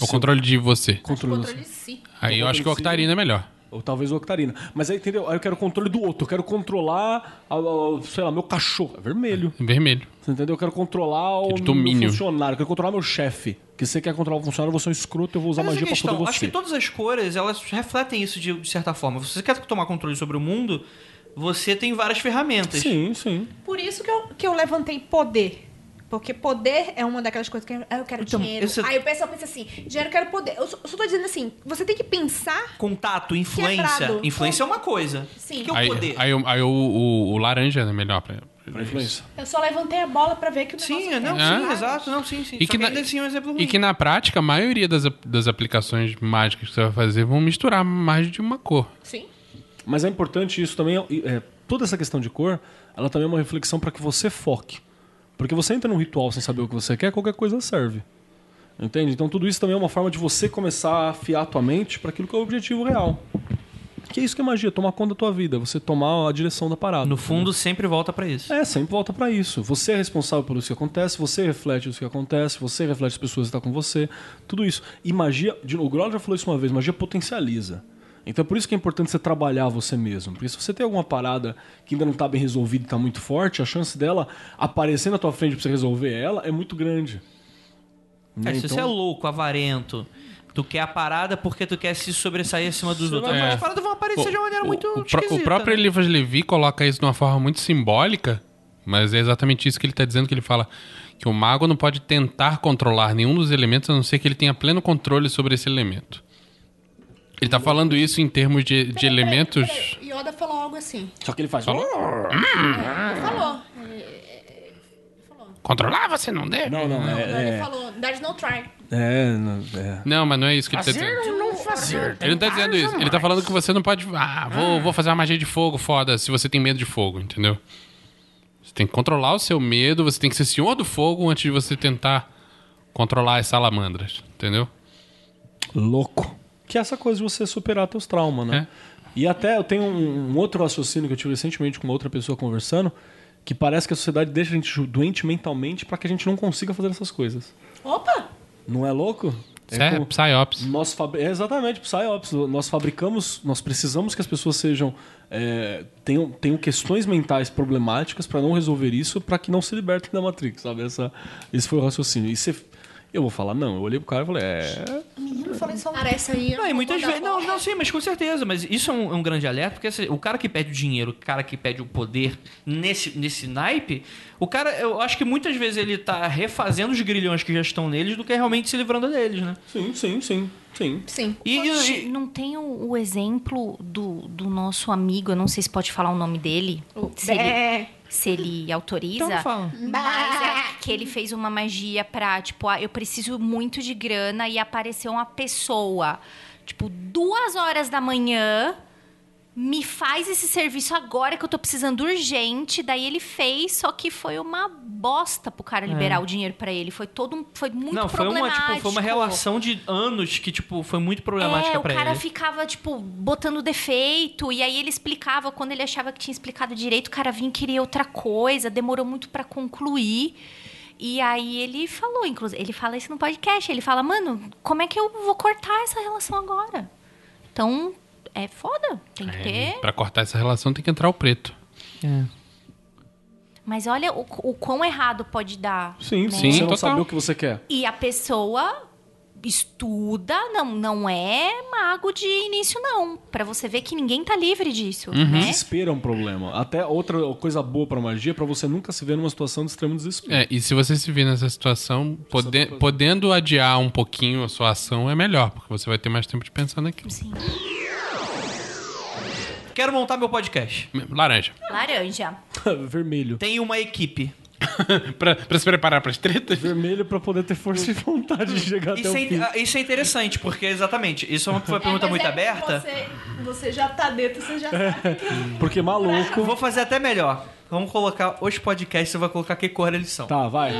[SPEAKER 4] É O controle de você.
[SPEAKER 6] Controle do
[SPEAKER 5] Controle
[SPEAKER 6] outro.
[SPEAKER 5] de si.
[SPEAKER 4] Aí eu acho que o
[SPEAKER 6] controle de si.
[SPEAKER 4] octarina é melhor.
[SPEAKER 6] Ou talvez o Octarina. Mas aí, entendeu? Aí eu quero o controle do outro. Eu quero controlar, a- a- sei lá, meu cachorro. É vermelho.
[SPEAKER 4] Em vermelho.
[SPEAKER 6] Você entendeu? Eu quero controlar o
[SPEAKER 4] É. de
[SPEAKER 6] meu
[SPEAKER 4] domínio.
[SPEAKER 6] funcionário. Eu quero controlar meu chefe. Que você quer controlar o funcionário, você é um escroto, eu vou usar
[SPEAKER 3] Mas essa
[SPEAKER 6] magia pra
[SPEAKER 3] questão,
[SPEAKER 6] foder você.
[SPEAKER 3] Acho que todas as cores, elas refletem isso de, de certa forma. Se você quer tomar controle sobre o mundo, você tem várias ferramentas.
[SPEAKER 6] Sim, sim.
[SPEAKER 5] Por isso que eu, que eu levantei poder. Porque poder é uma daquelas coisas que eu, ah, eu quero
[SPEAKER 3] Então,
[SPEAKER 5] dinheiro.
[SPEAKER 3] esse-
[SPEAKER 5] Aí o pessoal pensa assim, dinheiro eu quero poder. Eu só, eu só tô dizendo assim, você tem que pensar.
[SPEAKER 3] Contato, influência.
[SPEAKER 5] Quebrado.
[SPEAKER 3] Influência é uma coisa.
[SPEAKER 5] Sim.
[SPEAKER 3] O que é o
[SPEAKER 4] aí
[SPEAKER 3] poder?
[SPEAKER 4] aí, o- aí o, o- o laranja é melhor pra
[SPEAKER 6] Pra influência.
[SPEAKER 5] Eu só levantei a bola pra ver que o negócio
[SPEAKER 3] Sim, não,
[SPEAKER 4] É.
[SPEAKER 3] sim, exato, não, sim, sim.
[SPEAKER 4] E
[SPEAKER 3] Só
[SPEAKER 4] que, na,
[SPEAKER 3] ainda assim é um exemplo
[SPEAKER 6] Uhum.
[SPEAKER 3] ruim.
[SPEAKER 4] e que na prática, a maioria das, ap- das aplicações mágicas que você vai fazer vão misturar mais de uma cor.
[SPEAKER 5] Sim.
[SPEAKER 6] Mas é importante isso também. é, toda essa questão de cor, ela também é uma reflexão para que você foque. Porque você entra num ritual sem saber o que você quer, qualquer coisa serve. Entende? Então tudo isso também é uma forma de você começar a afiar a tua mente para aquilo que é o objetivo real. Que é isso que é magia, tomar conta da tua vida, você tomar a direção da parada.
[SPEAKER 3] No fundo, sempre volta pra isso.
[SPEAKER 6] É, sempre volta pra isso. Você é responsável pelo que acontece, você reflete o que acontece, você reflete as pessoas que estão com você, tudo isso. E magia, de novo, o Groller já falou isso uma vez, magia potencializa. Então é por isso que é importante você trabalhar você mesmo. Porque se você tem alguma parada que ainda não tá bem resolvida e tá muito forte, a chance dela aparecer na tua frente pra você resolver ela é muito grande.
[SPEAKER 3] É,
[SPEAKER 6] Né?
[SPEAKER 3] se
[SPEAKER 4] então-
[SPEAKER 3] você é louco, avarento, tu quer a parada porque tu quer se sobressair acima dos outros.
[SPEAKER 4] vai-
[SPEAKER 3] Mas as paradas vão aparecer de uma maneira muito
[SPEAKER 4] é. o, pró-
[SPEAKER 3] esquisita.
[SPEAKER 4] o próprio
[SPEAKER 3] né?
[SPEAKER 4] Elifas Levi coloca isso de uma forma muito simbólica, mas é exatamente isso que ele está dizendo, que ele fala que o mago não pode tentar controlar nenhum dos elementos, a não ser que ele tenha pleno controle sobre esse elemento. Ele está falando isso em termos de, de elementos...
[SPEAKER 5] Yoda falou algo assim.
[SPEAKER 6] é Só que ele faz.
[SPEAKER 2] Ah.
[SPEAKER 5] Falou.
[SPEAKER 4] Controlar você não deve?
[SPEAKER 6] Não, não, é.
[SPEAKER 5] Ele falou, there's no try.
[SPEAKER 6] É, não, é.
[SPEAKER 4] Não, mas não é isso que ele está dizendo. Ele não tá dizendo isso. Ele tá falando que você não pode. Ah, vou, vou fazer uma magia de fogo foda se você tem medo de fogo, entendeu? Você tem que controlar o seu medo, você tem que ser senhor do fogo antes de você tentar controlar as salamandras, entendeu?
[SPEAKER 6] louco. Que é essa coisa de você superar teus traumas, né? E até eu tenho um, um outro raciocínio que eu tive recentemente com uma outra pessoa conversando, que parece que a sociedade deixa a gente doente mentalmente pra que a gente não consiga fazer essas coisas.
[SPEAKER 5] Opa!
[SPEAKER 6] Não é louco?
[SPEAKER 4] Isso é
[SPEAKER 6] como-
[SPEAKER 4] psyops.
[SPEAKER 6] nós fabri- é exatamente, psyops. Nós fabricamos, nós precisamos que as pessoas sejam é, tenham, tenham questões mentais problemáticas pra não resolver isso, pra que não se libertem da Matrix, sabe? Essa, esse foi o raciocínio. E você, eu vou falar não. Eu olhei pro cara e falei, é,
[SPEAKER 5] Parece aí.
[SPEAKER 3] Não, e muitas
[SPEAKER 5] Vou dar
[SPEAKER 3] vezes. Não,
[SPEAKER 5] bola.
[SPEAKER 3] não, sim, mas com certeza. Mas isso é um, é um grande alerta, porque assim, o cara que pede o dinheiro, o cara que pede o poder nesse, nesse naipe, o cara, eu acho que muitas vezes ele tá refazendo os grilhões que já estão neles do que realmente se livrando deles, né?
[SPEAKER 6] sim, sim, sim, sim.
[SPEAKER 5] Sim.
[SPEAKER 3] E, e-
[SPEAKER 2] Gente, não tem o, o exemplo do, do nosso amigo, eu não sei se pode falar o nome dele, se ele,
[SPEAKER 5] É.
[SPEAKER 2] se ele autoriza.
[SPEAKER 3] então fala.
[SPEAKER 2] [LAUGHS] Mas é que ele fez uma magia pra, tipo, ah, eu preciso muito de grana e apareceu uma pessoa, tipo, duas horas da manhã, me faz esse serviço agora que eu tô precisando urgente. Daí ele fez, só que foi uma bosta pro cara liberar o dinheiro pra ele. Foi todo um. Foi muito
[SPEAKER 3] É. não, foi uma,
[SPEAKER 2] problemático.
[SPEAKER 3] tipo, foi uma relação de anos que, tipo, foi muito problemática
[SPEAKER 2] É, o
[SPEAKER 3] pra
[SPEAKER 2] cara
[SPEAKER 3] ele.
[SPEAKER 2] ficava, tipo, botando defeito, e aí ele explicava, quando ele achava que tinha explicado direito, o cara vinha e queria outra coisa, demorou muito pra concluir. E aí ele falou, inclusive, ele fala isso no podcast, ele fala, mano, como é que eu vou cortar essa relação agora? Então, é foda, tem que ter.
[SPEAKER 4] Pra cortar essa relação tem que entrar o preto.
[SPEAKER 2] Mas olha o, o quão errado pode dar.
[SPEAKER 6] Sim,
[SPEAKER 2] né?
[SPEAKER 4] Sim,
[SPEAKER 6] sim. Você não
[SPEAKER 4] total.
[SPEAKER 6] saber o que você quer.
[SPEAKER 2] E a pessoa estuda, não, não é mago de início, não. Pra você ver que ninguém tá livre disso,
[SPEAKER 3] Uhum.
[SPEAKER 2] né?
[SPEAKER 6] Desespero é um problema. Até outra coisa boa pra magia é pra você nunca se ver numa situação de extremo desespero.
[SPEAKER 4] É, e se você se vir nessa situação, pode- podendo adiar um pouquinho a sua ação é melhor, porque você vai ter mais tempo de pensar naquilo.
[SPEAKER 3] Quero montar meu podcast.
[SPEAKER 4] Laranja.
[SPEAKER 2] Laranja.
[SPEAKER 6] É. [LAUGHS] Vermelho.
[SPEAKER 3] Tem uma equipe.
[SPEAKER 4] pra, pra se preparar pras tretas?
[SPEAKER 6] Vermelho pra poder ter força e vontade de chegar até
[SPEAKER 3] Isso
[SPEAKER 6] o
[SPEAKER 3] é,
[SPEAKER 6] fim.
[SPEAKER 3] in- isso é interessante, porque exatamente, isso é uma, foi uma pergunta
[SPEAKER 5] É, mas é
[SPEAKER 3] muito
[SPEAKER 5] porque
[SPEAKER 3] aberta.
[SPEAKER 5] Você, você já tá dentro, você já sabe.
[SPEAKER 6] Porque
[SPEAKER 3] Eu
[SPEAKER 6] maluco.
[SPEAKER 3] Vou fazer até melhor. Vamos colocar os podcasts, você vai colocar que cor eles são.
[SPEAKER 6] Tá, vai.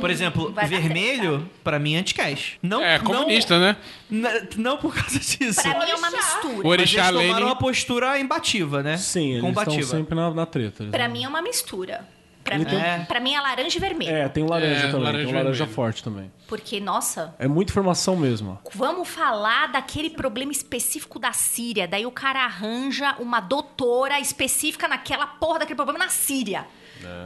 [SPEAKER 3] Por exemplo,
[SPEAKER 2] Vai dar tá.
[SPEAKER 3] vermelho, pra mim, é anti-cash. Não,
[SPEAKER 4] É, comunista, né?
[SPEAKER 3] Não, na- não por causa disso.
[SPEAKER 2] Pra mim é uma
[SPEAKER 4] O
[SPEAKER 3] Mas
[SPEAKER 2] mistura.
[SPEAKER 3] eles
[SPEAKER 4] Orixá
[SPEAKER 3] tomaram
[SPEAKER 4] Lenin.
[SPEAKER 3] uma postura embativa, né?
[SPEAKER 6] Sim, eles estão
[SPEAKER 3] Combativa.
[SPEAKER 6] sempre na, na treta. Eles
[SPEAKER 2] Pra
[SPEAKER 6] não-
[SPEAKER 2] mim é uma mistura. Pra,
[SPEAKER 6] Ele
[SPEAKER 2] mim,
[SPEAKER 6] tem um-
[SPEAKER 2] pra mim é laranja e vermelho.
[SPEAKER 6] É, tem o
[SPEAKER 4] É,
[SPEAKER 6] laranja também,
[SPEAKER 4] laranja
[SPEAKER 6] tem o laranja
[SPEAKER 4] vermelho.
[SPEAKER 6] forte também.
[SPEAKER 2] Porque, nossa,
[SPEAKER 6] É muita informação mesmo.
[SPEAKER 2] vamos falar daquele problema específico da Síria. Daí o cara arranja uma doutora específica naquela porra daquele problema na Síria.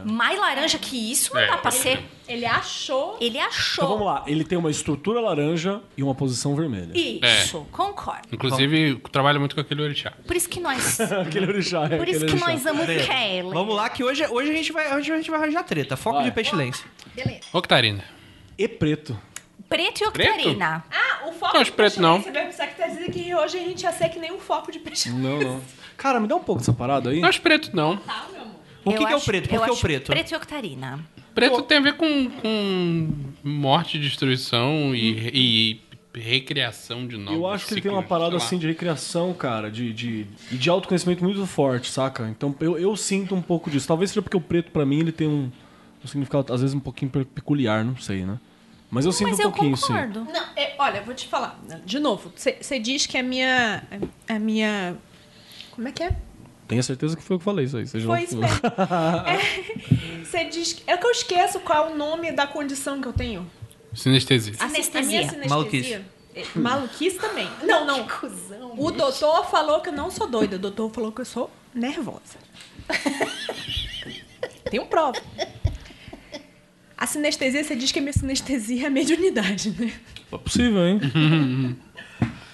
[SPEAKER 2] Mais laranja que isso não
[SPEAKER 4] É,
[SPEAKER 2] dá pra
[SPEAKER 4] pode
[SPEAKER 2] ser.
[SPEAKER 5] Ele achou.
[SPEAKER 2] Ele achou.
[SPEAKER 6] Então vamos lá, ele tem uma estrutura laranja e uma posição vermelha.
[SPEAKER 2] Isso, concordo.
[SPEAKER 4] Inclusive, trabalha muito com aquele orixá.
[SPEAKER 2] Por isso que
[SPEAKER 3] [LAUGHS]
[SPEAKER 2] nós.
[SPEAKER 6] [LAUGHS] Aquele orixá, é,
[SPEAKER 2] Por isso
[SPEAKER 6] aquele
[SPEAKER 2] que
[SPEAKER 6] orixá.
[SPEAKER 2] nós amamos Kelly.
[SPEAKER 3] Vamos lá, que hoje, hoje, a gente vai, hoje a gente vai arranjar treta. Foco
[SPEAKER 6] Vai.
[SPEAKER 3] de pestilência.
[SPEAKER 5] Beleza.
[SPEAKER 4] Octarina.
[SPEAKER 6] E preto.
[SPEAKER 2] Preto e octarina.
[SPEAKER 5] Ah, o foco
[SPEAKER 4] Não, os
[SPEAKER 5] de
[SPEAKER 4] pretos não.
[SPEAKER 5] pestilência, Você vai pensar que tá dizendo que hoje a gente ia ser que nem um foco de peixe.
[SPEAKER 6] Não, não. Cara, me dá um pouco dessa parada aí.
[SPEAKER 4] Não, os pretos não.
[SPEAKER 3] O que,
[SPEAKER 2] Eu
[SPEAKER 3] que é o
[SPEAKER 2] acho-
[SPEAKER 3] preto? Por
[SPEAKER 2] eu
[SPEAKER 3] que é o
[SPEAKER 2] acho
[SPEAKER 3] preto?
[SPEAKER 2] Preto e octarina.
[SPEAKER 4] Preto tem a ver com, com morte, destruição e, e recriação de novos
[SPEAKER 6] Eu acho que ele tem
[SPEAKER 4] ciclos,
[SPEAKER 6] uma parada
[SPEAKER 4] sei lá.
[SPEAKER 6] assim de recriação, cara, de, de, e de autoconhecimento muito forte, saca? Então eu, eu sinto um pouco disso. Talvez seja porque o preto, pra mim, ele tem um, um significado, às vezes, um pouquinho pe- peculiar, não sei, né? Mas eu sinto
[SPEAKER 2] Mas
[SPEAKER 6] um
[SPEAKER 2] eu
[SPEAKER 6] pouquinho, sim.
[SPEAKER 2] concordo.
[SPEAKER 5] Não, é, olha, eu vou te falar. De novo, você diz que a minha. A minha. Como é que é?
[SPEAKER 6] Tenho certeza que foi eu que falei isso aí. Seja lá o
[SPEAKER 5] Foi
[SPEAKER 6] que
[SPEAKER 5] isso
[SPEAKER 6] for.
[SPEAKER 5] mesmo. Você diz. que- É que eu esqueço qual é o nome da condição que eu tenho.
[SPEAKER 4] Sinestesia.
[SPEAKER 5] A, sin- a minha sinestesia.
[SPEAKER 3] Maluquice.
[SPEAKER 5] É, maluquice
[SPEAKER 2] [LAUGHS]
[SPEAKER 5] também. Não, não. Cusão, o doutor falou que eu não sou doida. O doutor falou que eu sou
[SPEAKER 2] [LAUGHS]
[SPEAKER 5] nervosa. Tenho prova. A sinestesia, você diz que a minha sinestesia é a mediunidade, né?
[SPEAKER 6] É possível, hein?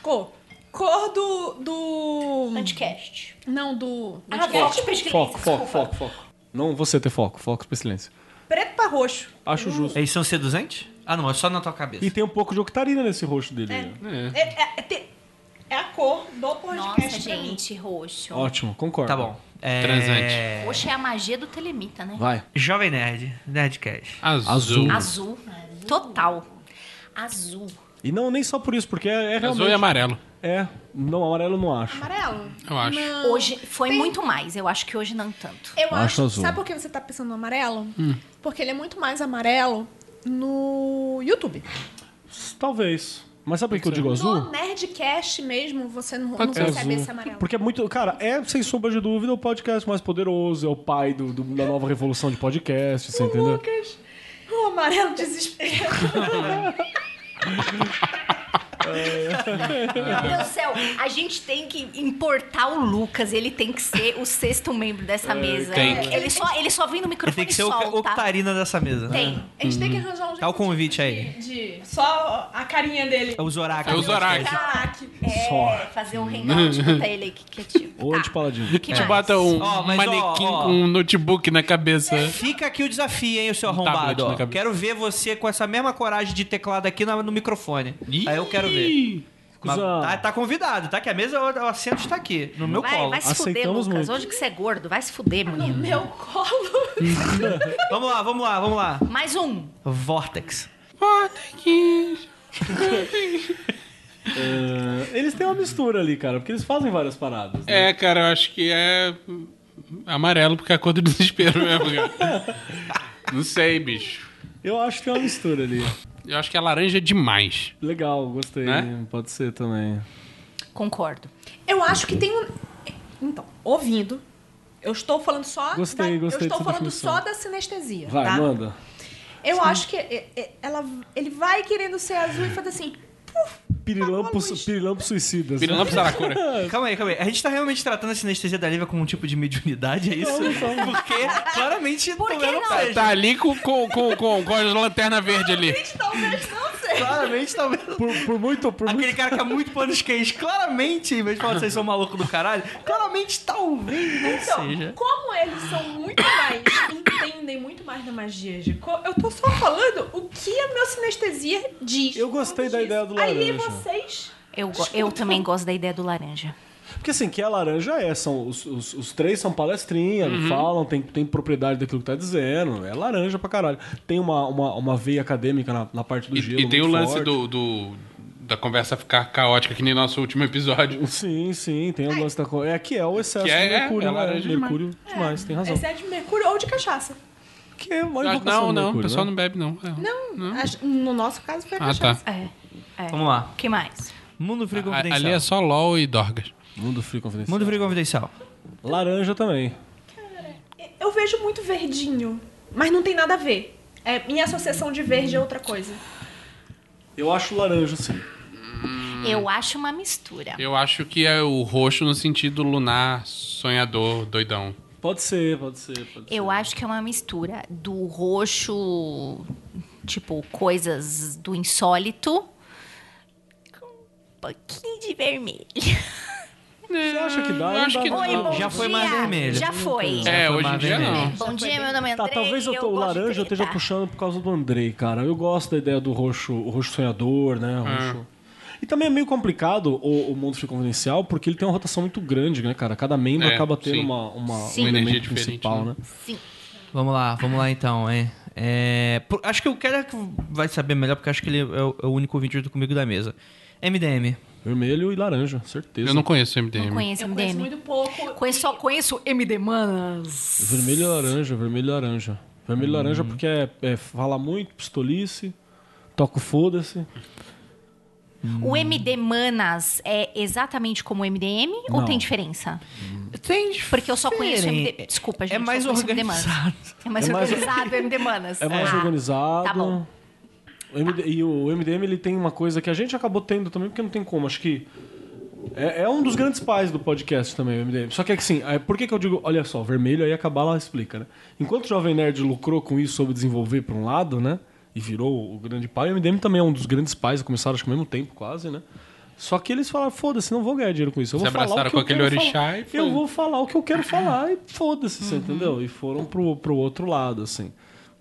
[SPEAKER 5] Cor. Cor do. do...
[SPEAKER 2] Anticast.
[SPEAKER 5] Não, do.
[SPEAKER 2] Ah, foco de pestilência.
[SPEAKER 6] Foco,
[SPEAKER 2] desculpa.
[SPEAKER 6] foco, foco, foco. Não você ter foco, foco pra silêncio.
[SPEAKER 5] Preto pra roxo.
[SPEAKER 6] Acho justo.
[SPEAKER 3] Eles são seduzentes? Ah, não, é só na tua cabeça.
[SPEAKER 6] E tem um pouco de octarina nesse rosto dele.
[SPEAKER 5] É, é- é te- é a cor do podcast
[SPEAKER 2] Nossa,
[SPEAKER 5] pra mim.
[SPEAKER 2] gente, roxo.
[SPEAKER 6] Ótimo, concordo.
[SPEAKER 3] Tá bom. É...
[SPEAKER 4] Transante.
[SPEAKER 2] Roxo é a magia do telemita, né?
[SPEAKER 6] Vai.
[SPEAKER 3] Jovem Nerd, Nerdcast.
[SPEAKER 4] Azul.
[SPEAKER 6] Azul.
[SPEAKER 2] Azul. Total. Azul.
[SPEAKER 6] E não, nem só por isso, porque é, é realmente.
[SPEAKER 4] Azul e amarelo.
[SPEAKER 6] É, não, amarelo eu não acho.
[SPEAKER 5] Amarelo?
[SPEAKER 4] Eu acho.
[SPEAKER 2] Hoje foi muito mais. Eu acho que hoje não tanto.
[SPEAKER 5] Eu
[SPEAKER 6] Acho
[SPEAKER 5] acho.
[SPEAKER 6] azul. Hum.
[SPEAKER 5] Sabe por que você tá pensando no amarelo? Porque ele é muito mais amarelo no YouTube.
[SPEAKER 6] Talvez. Mas sabe por que eu digo azul?
[SPEAKER 5] No Nerdcast mesmo, você não,
[SPEAKER 4] Pode
[SPEAKER 5] não
[SPEAKER 4] ser
[SPEAKER 5] percebe
[SPEAKER 6] azul.
[SPEAKER 5] esse amarelo.
[SPEAKER 6] Porque é muito. Cara, é, sem sombra de dúvida, o podcast mais poderoso, é o pai do, do- da nova revolução de podcast, você entendeu?
[SPEAKER 5] Lucas, o amarelo desespero.
[SPEAKER 2] Meu Deus do céu, a gente tem que importar o Lucas. Ele tem que ser o sexto membro dessa mesa.
[SPEAKER 4] tem.
[SPEAKER 2] Ele só, ele só vem no
[SPEAKER 3] Ele
[SPEAKER 2] microfone
[SPEAKER 3] tem que
[SPEAKER 2] e
[SPEAKER 3] ser o
[SPEAKER 2] solta.
[SPEAKER 3] octarina dessa mesa. né?
[SPEAKER 2] tá? Tem.
[SPEAKER 5] A gente tem que arranjar um jeito.
[SPEAKER 3] Tá o convite aí.
[SPEAKER 5] De, de- só a carinha dele.
[SPEAKER 3] É o Zorak.
[SPEAKER 4] É o Zorak.
[SPEAKER 5] Caraca.
[SPEAKER 2] É, fazer um hangout pra ele aí que que é tipo.
[SPEAKER 6] Ou de
[SPEAKER 2] Tá.
[SPEAKER 6] paladino.
[SPEAKER 2] Que
[SPEAKER 4] A gente
[SPEAKER 2] mais?
[SPEAKER 4] bota um
[SPEAKER 3] Ó, mas ó,
[SPEAKER 4] manequim
[SPEAKER 3] ó.
[SPEAKER 4] com um notebook na cabeça.
[SPEAKER 3] Fica aqui o desafio, hein, o seu
[SPEAKER 4] tablet
[SPEAKER 3] arrombado.
[SPEAKER 4] tá na
[SPEAKER 3] ó.
[SPEAKER 4] cabeça.
[SPEAKER 3] Quero ver você com essa mesma coragem de teclado aqui na- no, microfone. Aí eu quero ver.
[SPEAKER 4] Ih,
[SPEAKER 3] Mas,
[SPEAKER 6] Cusão.
[SPEAKER 3] tá, tá convidado, tá? Que a mesa, o, o assento está aqui, no meu
[SPEAKER 2] Vai,
[SPEAKER 3] colo.
[SPEAKER 2] vai se fuder,
[SPEAKER 6] Aceitamos
[SPEAKER 2] Lucas.
[SPEAKER 6] muito.
[SPEAKER 2] Hoje que você é gordo, vai se fuder, menino.
[SPEAKER 5] Meu colo.
[SPEAKER 3] Vamos lá, vamos lá, vamos lá.
[SPEAKER 2] Mais um.
[SPEAKER 3] Vortex.
[SPEAKER 6] É, eles têm uma mistura ali, cara, porque eles fazem várias paradas. né?
[SPEAKER 4] É, cara, eu acho que é amarelo porque é a cor do [LAUGHS] desespero mesmo, cara. Não sei, bicho.
[SPEAKER 6] Eu acho que tem uma mistura ali.
[SPEAKER 4] Eu acho que é laranja demais.
[SPEAKER 6] Legal, gostei.
[SPEAKER 4] Né?
[SPEAKER 6] Pode ser também.
[SPEAKER 2] Concordo.
[SPEAKER 5] Eu acho que tem um. Então, ouvindo. Eu estou falando só.
[SPEAKER 6] Gostei,
[SPEAKER 5] da,
[SPEAKER 6] gostei
[SPEAKER 5] Eu estou
[SPEAKER 6] dessa
[SPEAKER 5] falando
[SPEAKER 6] definição.
[SPEAKER 5] só da sinestesia.
[SPEAKER 6] Vai,
[SPEAKER 5] tá?
[SPEAKER 6] manda.
[SPEAKER 5] Eu acho que é- é- ela, ele vai querendo ser azul e faz assim. puf,
[SPEAKER 6] Pirilampo,
[SPEAKER 5] Luz.
[SPEAKER 6] pirilampo suicidas.
[SPEAKER 4] Pirilampo
[SPEAKER 6] [LAUGHS]
[SPEAKER 4] Saracura.
[SPEAKER 3] Calma aí, calma aí. A gente tá realmente tratando a sinestesia da Lívia como um tipo de mediunidade, é isso? Porque claramente
[SPEAKER 2] Por que
[SPEAKER 3] eu
[SPEAKER 2] não?
[SPEAKER 3] sei.
[SPEAKER 4] Tá ali com, com, com, com, com as lanternas verdes ali.
[SPEAKER 5] Talvez não seja.
[SPEAKER 3] Claramente talvez.
[SPEAKER 6] Por, por muito, por
[SPEAKER 3] Aquele
[SPEAKER 6] muito.
[SPEAKER 3] cara que é muito panos quentes, claramente, em vez de falar vocês são malucos do caralho, claramente talvez não
[SPEAKER 5] Então,
[SPEAKER 3] seja.
[SPEAKER 5] como eles são muito mais. entendem muito mais da magia de cor, eu tô só falando o que a minha sinestesia diz.
[SPEAKER 6] Eu gostei da
[SPEAKER 5] Diz.
[SPEAKER 6] ideia do
[SPEAKER 5] Aí
[SPEAKER 6] laranja.
[SPEAKER 5] vocês.
[SPEAKER 2] Eu, go- eu também gosto da ideia do laranja.
[SPEAKER 6] Porque assim, que a laranja é, são os, os- os três são palestrinha,
[SPEAKER 4] Uhum.
[SPEAKER 6] falam, tem, tem propriedade daquilo que tá dizendo, é laranja pra caralho. Tem uma, uma, uma veia acadêmica na, na parte do
[SPEAKER 4] E,
[SPEAKER 6] gelo.
[SPEAKER 4] e tem o
[SPEAKER 6] muito
[SPEAKER 4] lance
[SPEAKER 6] forte.
[SPEAKER 4] do, do- da conversa ficar caótica, que nem nosso último episódio.
[SPEAKER 6] Sim, sim, tem o lance da cor. É que é o excesso
[SPEAKER 4] Que é-
[SPEAKER 6] de mercúrio,
[SPEAKER 4] é, é
[SPEAKER 6] né?
[SPEAKER 4] laranja
[SPEAKER 6] mercúrio demais. tem razão.
[SPEAKER 5] Esse é de mercúrio ou de cachaça.
[SPEAKER 6] Que é uma
[SPEAKER 4] Ah,
[SPEAKER 6] invocação
[SPEAKER 4] Não,
[SPEAKER 6] do
[SPEAKER 4] não, o
[SPEAKER 6] mercúrio,
[SPEAKER 4] pessoal
[SPEAKER 6] né?
[SPEAKER 4] não bebe, não. É.
[SPEAKER 5] Não, acho- no nosso caso foi a
[SPEAKER 4] Ah,
[SPEAKER 5] cachaça.
[SPEAKER 4] tá.
[SPEAKER 2] É. é.
[SPEAKER 3] Vamos lá.
[SPEAKER 2] O que mais?
[SPEAKER 3] Mundo Frio
[SPEAKER 4] A-
[SPEAKER 3] Confidencial.
[SPEAKER 4] Ali é só LOL e Dorgas.
[SPEAKER 6] Mundo frio confidencial.
[SPEAKER 3] Mundo Frio Confidencial.
[SPEAKER 6] Laranja também.
[SPEAKER 5] Eu vejo muito verdinho. Mas não tem nada a ver. É, minha associação de verde é outra coisa.
[SPEAKER 6] Eu acho laranja, sim.
[SPEAKER 2] Hum. Eu acho uma mistura.
[SPEAKER 4] Eu acho que é o roxo no sentido lunar, sonhador, doidão.
[SPEAKER 6] Pode ser, pode ser. Pode
[SPEAKER 2] Eu
[SPEAKER 6] ser.
[SPEAKER 2] acho que é uma mistura do roxo, tipo, coisas do insólito, com um pouquinho de vermelho.
[SPEAKER 6] Você acha que dá?
[SPEAKER 4] Eu acho que
[SPEAKER 6] dá,
[SPEAKER 4] não.
[SPEAKER 2] bom
[SPEAKER 3] já foi
[SPEAKER 2] dia.
[SPEAKER 3] mais vermelho.
[SPEAKER 2] Já foi.
[SPEAKER 4] É,
[SPEAKER 3] foi
[SPEAKER 4] hoje em
[SPEAKER 3] mais
[SPEAKER 4] dia
[SPEAKER 3] vermelho.
[SPEAKER 4] não.
[SPEAKER 2] Bom dia, meu nome é
[SPEAKER 6] Tá,
[SPEAKER 2] Andrei.
[SPEAKER 6] talvez eu tô o
[SPEAKER 2] gosto de
[SPEAKER 6] laranja eu esteja
[SPEAKER 2] treta.
[SPEAKER 6] puxando por causa do Andrei, cara. Eu gosto da ideia do roxo, o roxo sonhador,
[SPEAKER 4] Ah.
[SPEAKER 6] né? O roxo- E também é meio complicado o, o mundo circunvencial, porque ele tem uma rotação muito grande, né, cara? Cada membro
[SPEAKER 4] É,
[SPEAKER 6] acaba tendo
[SPEAKER 4] sim.
[SPEAKER 6] uma, uma,
[SPEAKER 2] Sim. Uma
[SPEAKER 6] um
[SPEAKER 4] energia
[SPEAKER 6] elemento
[SPEAKER 4] diferente,
[SPEAKER 6] principal,
[SPEAKER 4] né?
[SPEAKER 6] né?
[SPEAKER 2] Sim.
[SPEAKER 3] Vamos lá, vamos lá então, hein? É, por- acho que o cara que vai saber melhor, porque acho que ele é o, é o único vídeo do comigo da mesa. MDM.
[SPEAKER 6] Vermelho e laranja, certeza.
[SPEAKER 4] Eu não conheço o MDM.
[SPEAKER 2] Não conheço
[SPEAKER 5] Eu conheço
[SPEAKER 2] MDM.
[SPEAKER 5] muito pouco.
[SPEAKER 2] Conheço, só conheço MD Manas.
[SPEAKER 6] Vermelho e laranja, vermelho e laranja.
[SPEAKER 4] Hum.
[SPEAKER 6] Vermelho e laranja porque é, é fala muito, pistolice, toca o foda-se.
[SPEAKER 2] O MD Manas é exatamente como o MDM ou
[SPEAKER 6] Não.
[SPEAKER 2] tem diferença?
[SPEAKER 3] Tem
[SPEAKER 2] Porque eu só conheço o
[SPEAKER 3] diferente.
[SPEAKER 2] MD. Desculpa, gente.
[SPEAKER 3] É mais
[SPEAKER 2] só conheço o MD Manas.
[SPEAKER 3] organizado.
[SPEAKER 6] [LAUGHS]
[SPEAKER 2] É mais
[SPEAKER 6] É mais-
[SPEAKER 2] organizado o
[SPEAKER 6] [LAUGHS]
[SPEAKER 2] MD Manas.
[SPEAKER 6] É mais
[SPEAKER 2] Ah,
[SPEAKER 6] organizado.
[SPEAKER 2] Tá bom.
[SPEAKER 6] O MD E o MDM ele tem uma coisa que a gente acabou tendo também, porque não tem como. Acho que é, é um dos grandes pais do podcast também, o MDM. Só que é que assim, é, por que, que eu digo, olha só, vermelho, aí a Cabala explica, né? Enquanto o Jovem Nerd lucrou com isso, soube desenvolver por um lado, né? E virou o grande pai, o MDM também é um dos grandes pais, começaram acho que ao mesmo tempo quase, né? Só que eles falaram, foda-se, não vou ganhar dinheiro com isso. Eu
[SPEAKER 4] Se
[SPEAKER 6] vou falar
[SPEAKER 4] abraçaram
[SPEAKER 6] o que
[SPEAKER 4] com
[SPEAKER 6] eu
[SPEAKER 4] aquele
[SPEAKER 6] quero
[SPEAKER 4] orixá
[SPEAKER 6] falar.
[SPEAKER 4] e foi. Uhum.
[SPEAKER 6] Eu vou falar o que eu quero falar e foda-se, você entendeu? E foram pro, pro outro lado, assim.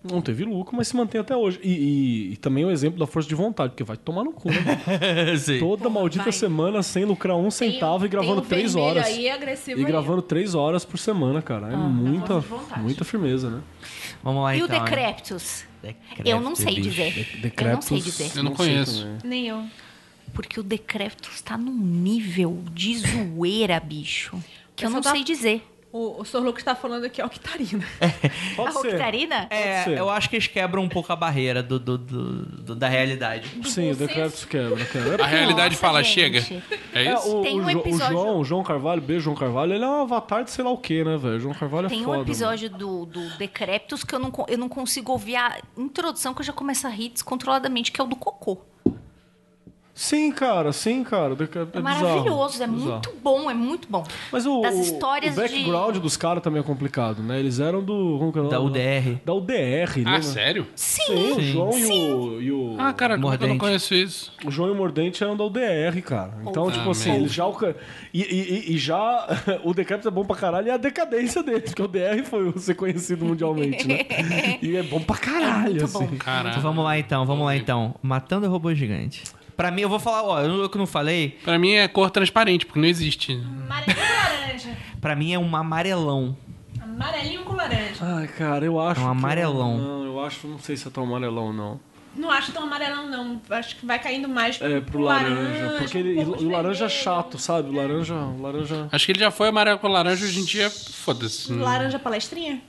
[SPEAKER 6] Não teve lucro, mas se mantém até hoje. E, e- e também o exemplo da força de vontade, porque vai tomar no cu, né?
[SPEAKER 3] [LAUGHS] Sim.
[SPEAKER 6] Toda maldita
[SPEAKER 5] vai.
[SPEAKER 6] semana sem lucrar um centavo e gravando
[SPEAKER 5] tem o
[SPEAKER 6] três
[SPEAKER 5] vermelho
[SPEAKER 6] horas.
[SPEAKER 5] Aí, é agressivo
[SPEAKER 6] e
[SPEAKER 5] aí. Ah,
[SPEAKER 6] gravando três horas por semana, cara. É muita, muita firmeza, né?
[SPEAKER 3] Vamos lá
[SPEAKER 2] E o
[SPEAKER 3] então. hein?
[SPEAKER 2] Decreptus?
[SPEAKER 3] Decrépito,
[SPEAKER 2] Eu não sei
[SPEAKER 3] bicho.
[SPEAKER 2] dizer.
[SPEAKER 6] Decreptus,
[SPEAKER 2] Eu não sei dizer.
[SPEAKER 4] Eu não
[SPEAKER 6] sei
[SPEAKER 4] conheço.
[SPEAKER 6] também.
[SPEAKER 5] Nem eu.
[SPEAKER 2] Porque o Decreptus está num nível de zoeira, bicho, que eu
[SPEAKER 5] Essa
[SPEAKER 2] não
[SPEAKER 5] da-
[SPEAKER 2] sei dizer.
[SPEAKER 5] O, o Sr. Lucas tá falando aqui, ó, que tarina.
[SPEAKER 2] A
[SPEAKER 6] Pode ser.
[SPEAKER 2] Roctarina?
[SPEAKER 3] É,
[SPEAKER 6] ser.
[SPEAKER 3] eu acho que eles quebram um pouco a barreira do, do- do- do- da realidade.
[SPEAKER 6] Sim, o Decreptus quebra, quebra.
[SPEAKER 4] A realidade
[SPEAKER 2] Nossa,
[SPEAKER 4] fala,
[SPEAKER 2] gente.
[SPEAKER 4] chega. É
[SPEAKER 6] É,
[SPEAKER 4] isso?
[SPEAKER 6] o,
[SPEAKER 2] Tem um
[SPEAKER 6] o Jo- o
[SPEAKER 2] episódio-
[SPEAKER 6] João, o João Carvalho, beijo João Carvalho, ele é um avatar de sei lá o que, né, velho? O João Carvalho é
[SPEAKER 2] Tem um
[SPEAKER 6] foda.
[SPEAKER 2] episódio do, do Decreptus que eu não, con- eu não consigo ouvir a introdução que eu já começo a rir descontroladamente, que é o do Cocô.
[SPEAKER 6] mano. Sim, cara, sim, cara. o Decreptus
[SPEAKER 2] É
[SPEAKER 6] bizarro,
[SPEAKER 2] maravilhoso, é
[SPEAKER 6] bizarro.
[SPEAKER 2] muito bom, é muito bom.
[SPEAKER 6] Mas o,
[SPEAKER 2] das
[SPEAKER 6] o-
[SPEAKER 2] histórias
[SPEAKER 6] o background
[SPEAKER 2] de-
[SPEAKER 6] dos caras também é complicado, né? Eles eram do. Como que é o
[SPEAKER 3] Da
[SPEAKER 6] nome?
[SPEAKER 3] UDR.
[SPEAKER 6] Da UDR, né?
[SPEAKER 4] Ah, sério?
[SPEAKER 2] Sim,
[SPEAKER 6] Sim, o João e o. E o,
[SPEAKER 4] Ah, cara, como é que eu não
[SPEAKER 3] Mordente.
[SPEAKER 4] conheço isso?
[SPEAKER 6] o João e o Mordente eram da UDR, cara. Então, tipo
[SPEAKER 4] Ah,
[SPEAKER 6] assim,
[SPEAKER 4] merda.
[SPEAKER 6] eles já. alca- E, e- e- e já. [LAUGHS] o Decrépito é bom pra caralho e a decadência deles, porque o DR foi o ser conhecido mundialmente,
[SPEAKER 4] [LAUGHS]
[SPEAKER 6] né? E é bom pra caralho,
[SPEAKER 2] muito bom.
[SPEAKER 6] assim.
[SPEAKER 4] Caralho.
[SPEAKER 3] Então vamos lá então, vamos lá então. Matando o robô gigante. Pra mim, eu vou falar, ó, eu, eu que não falei,
[SPEAKER 4] Pra mim é cor transparente, porque não existe.
[SPEAKER 5] Amarelinho com laranja.
[SPEAKER 3] pra mim é um amarelão.
[SPEAKER 5] Amarelinho com laranja.
[SPEAKER 6] Ai, cara, eu acho.
[SPEAKER 3] É um
[SPEAKER 6] que-
[SPEAKER 3] amarelão.
[SPEAKER 6] não, eu acho. Não sei se é tão amarelão, não.
[SPEAKER 5] Não acho tão amarelão, não. Acho que vai caindo mais
[SPEAKER 6] É, pro laranja. porque
[SPEAKER 5] um
[SPEAKER 6] ele,
[SPEAKER 5] pouco
[SPEAKER 6] o
[SPEAKER 5] de
[SPEAKER 6] laranja é
[SPEAKER 5] vermelho.
[SPEAKER 6] chato, sabe? O laranja. O laranja.
[SPEAKER 4] Acho que ele já foi amarelo com laranja, hoje em dia, foda-se.
[SPEAKER 6] né?
[SPEAKER 5] Laranja palestrinha?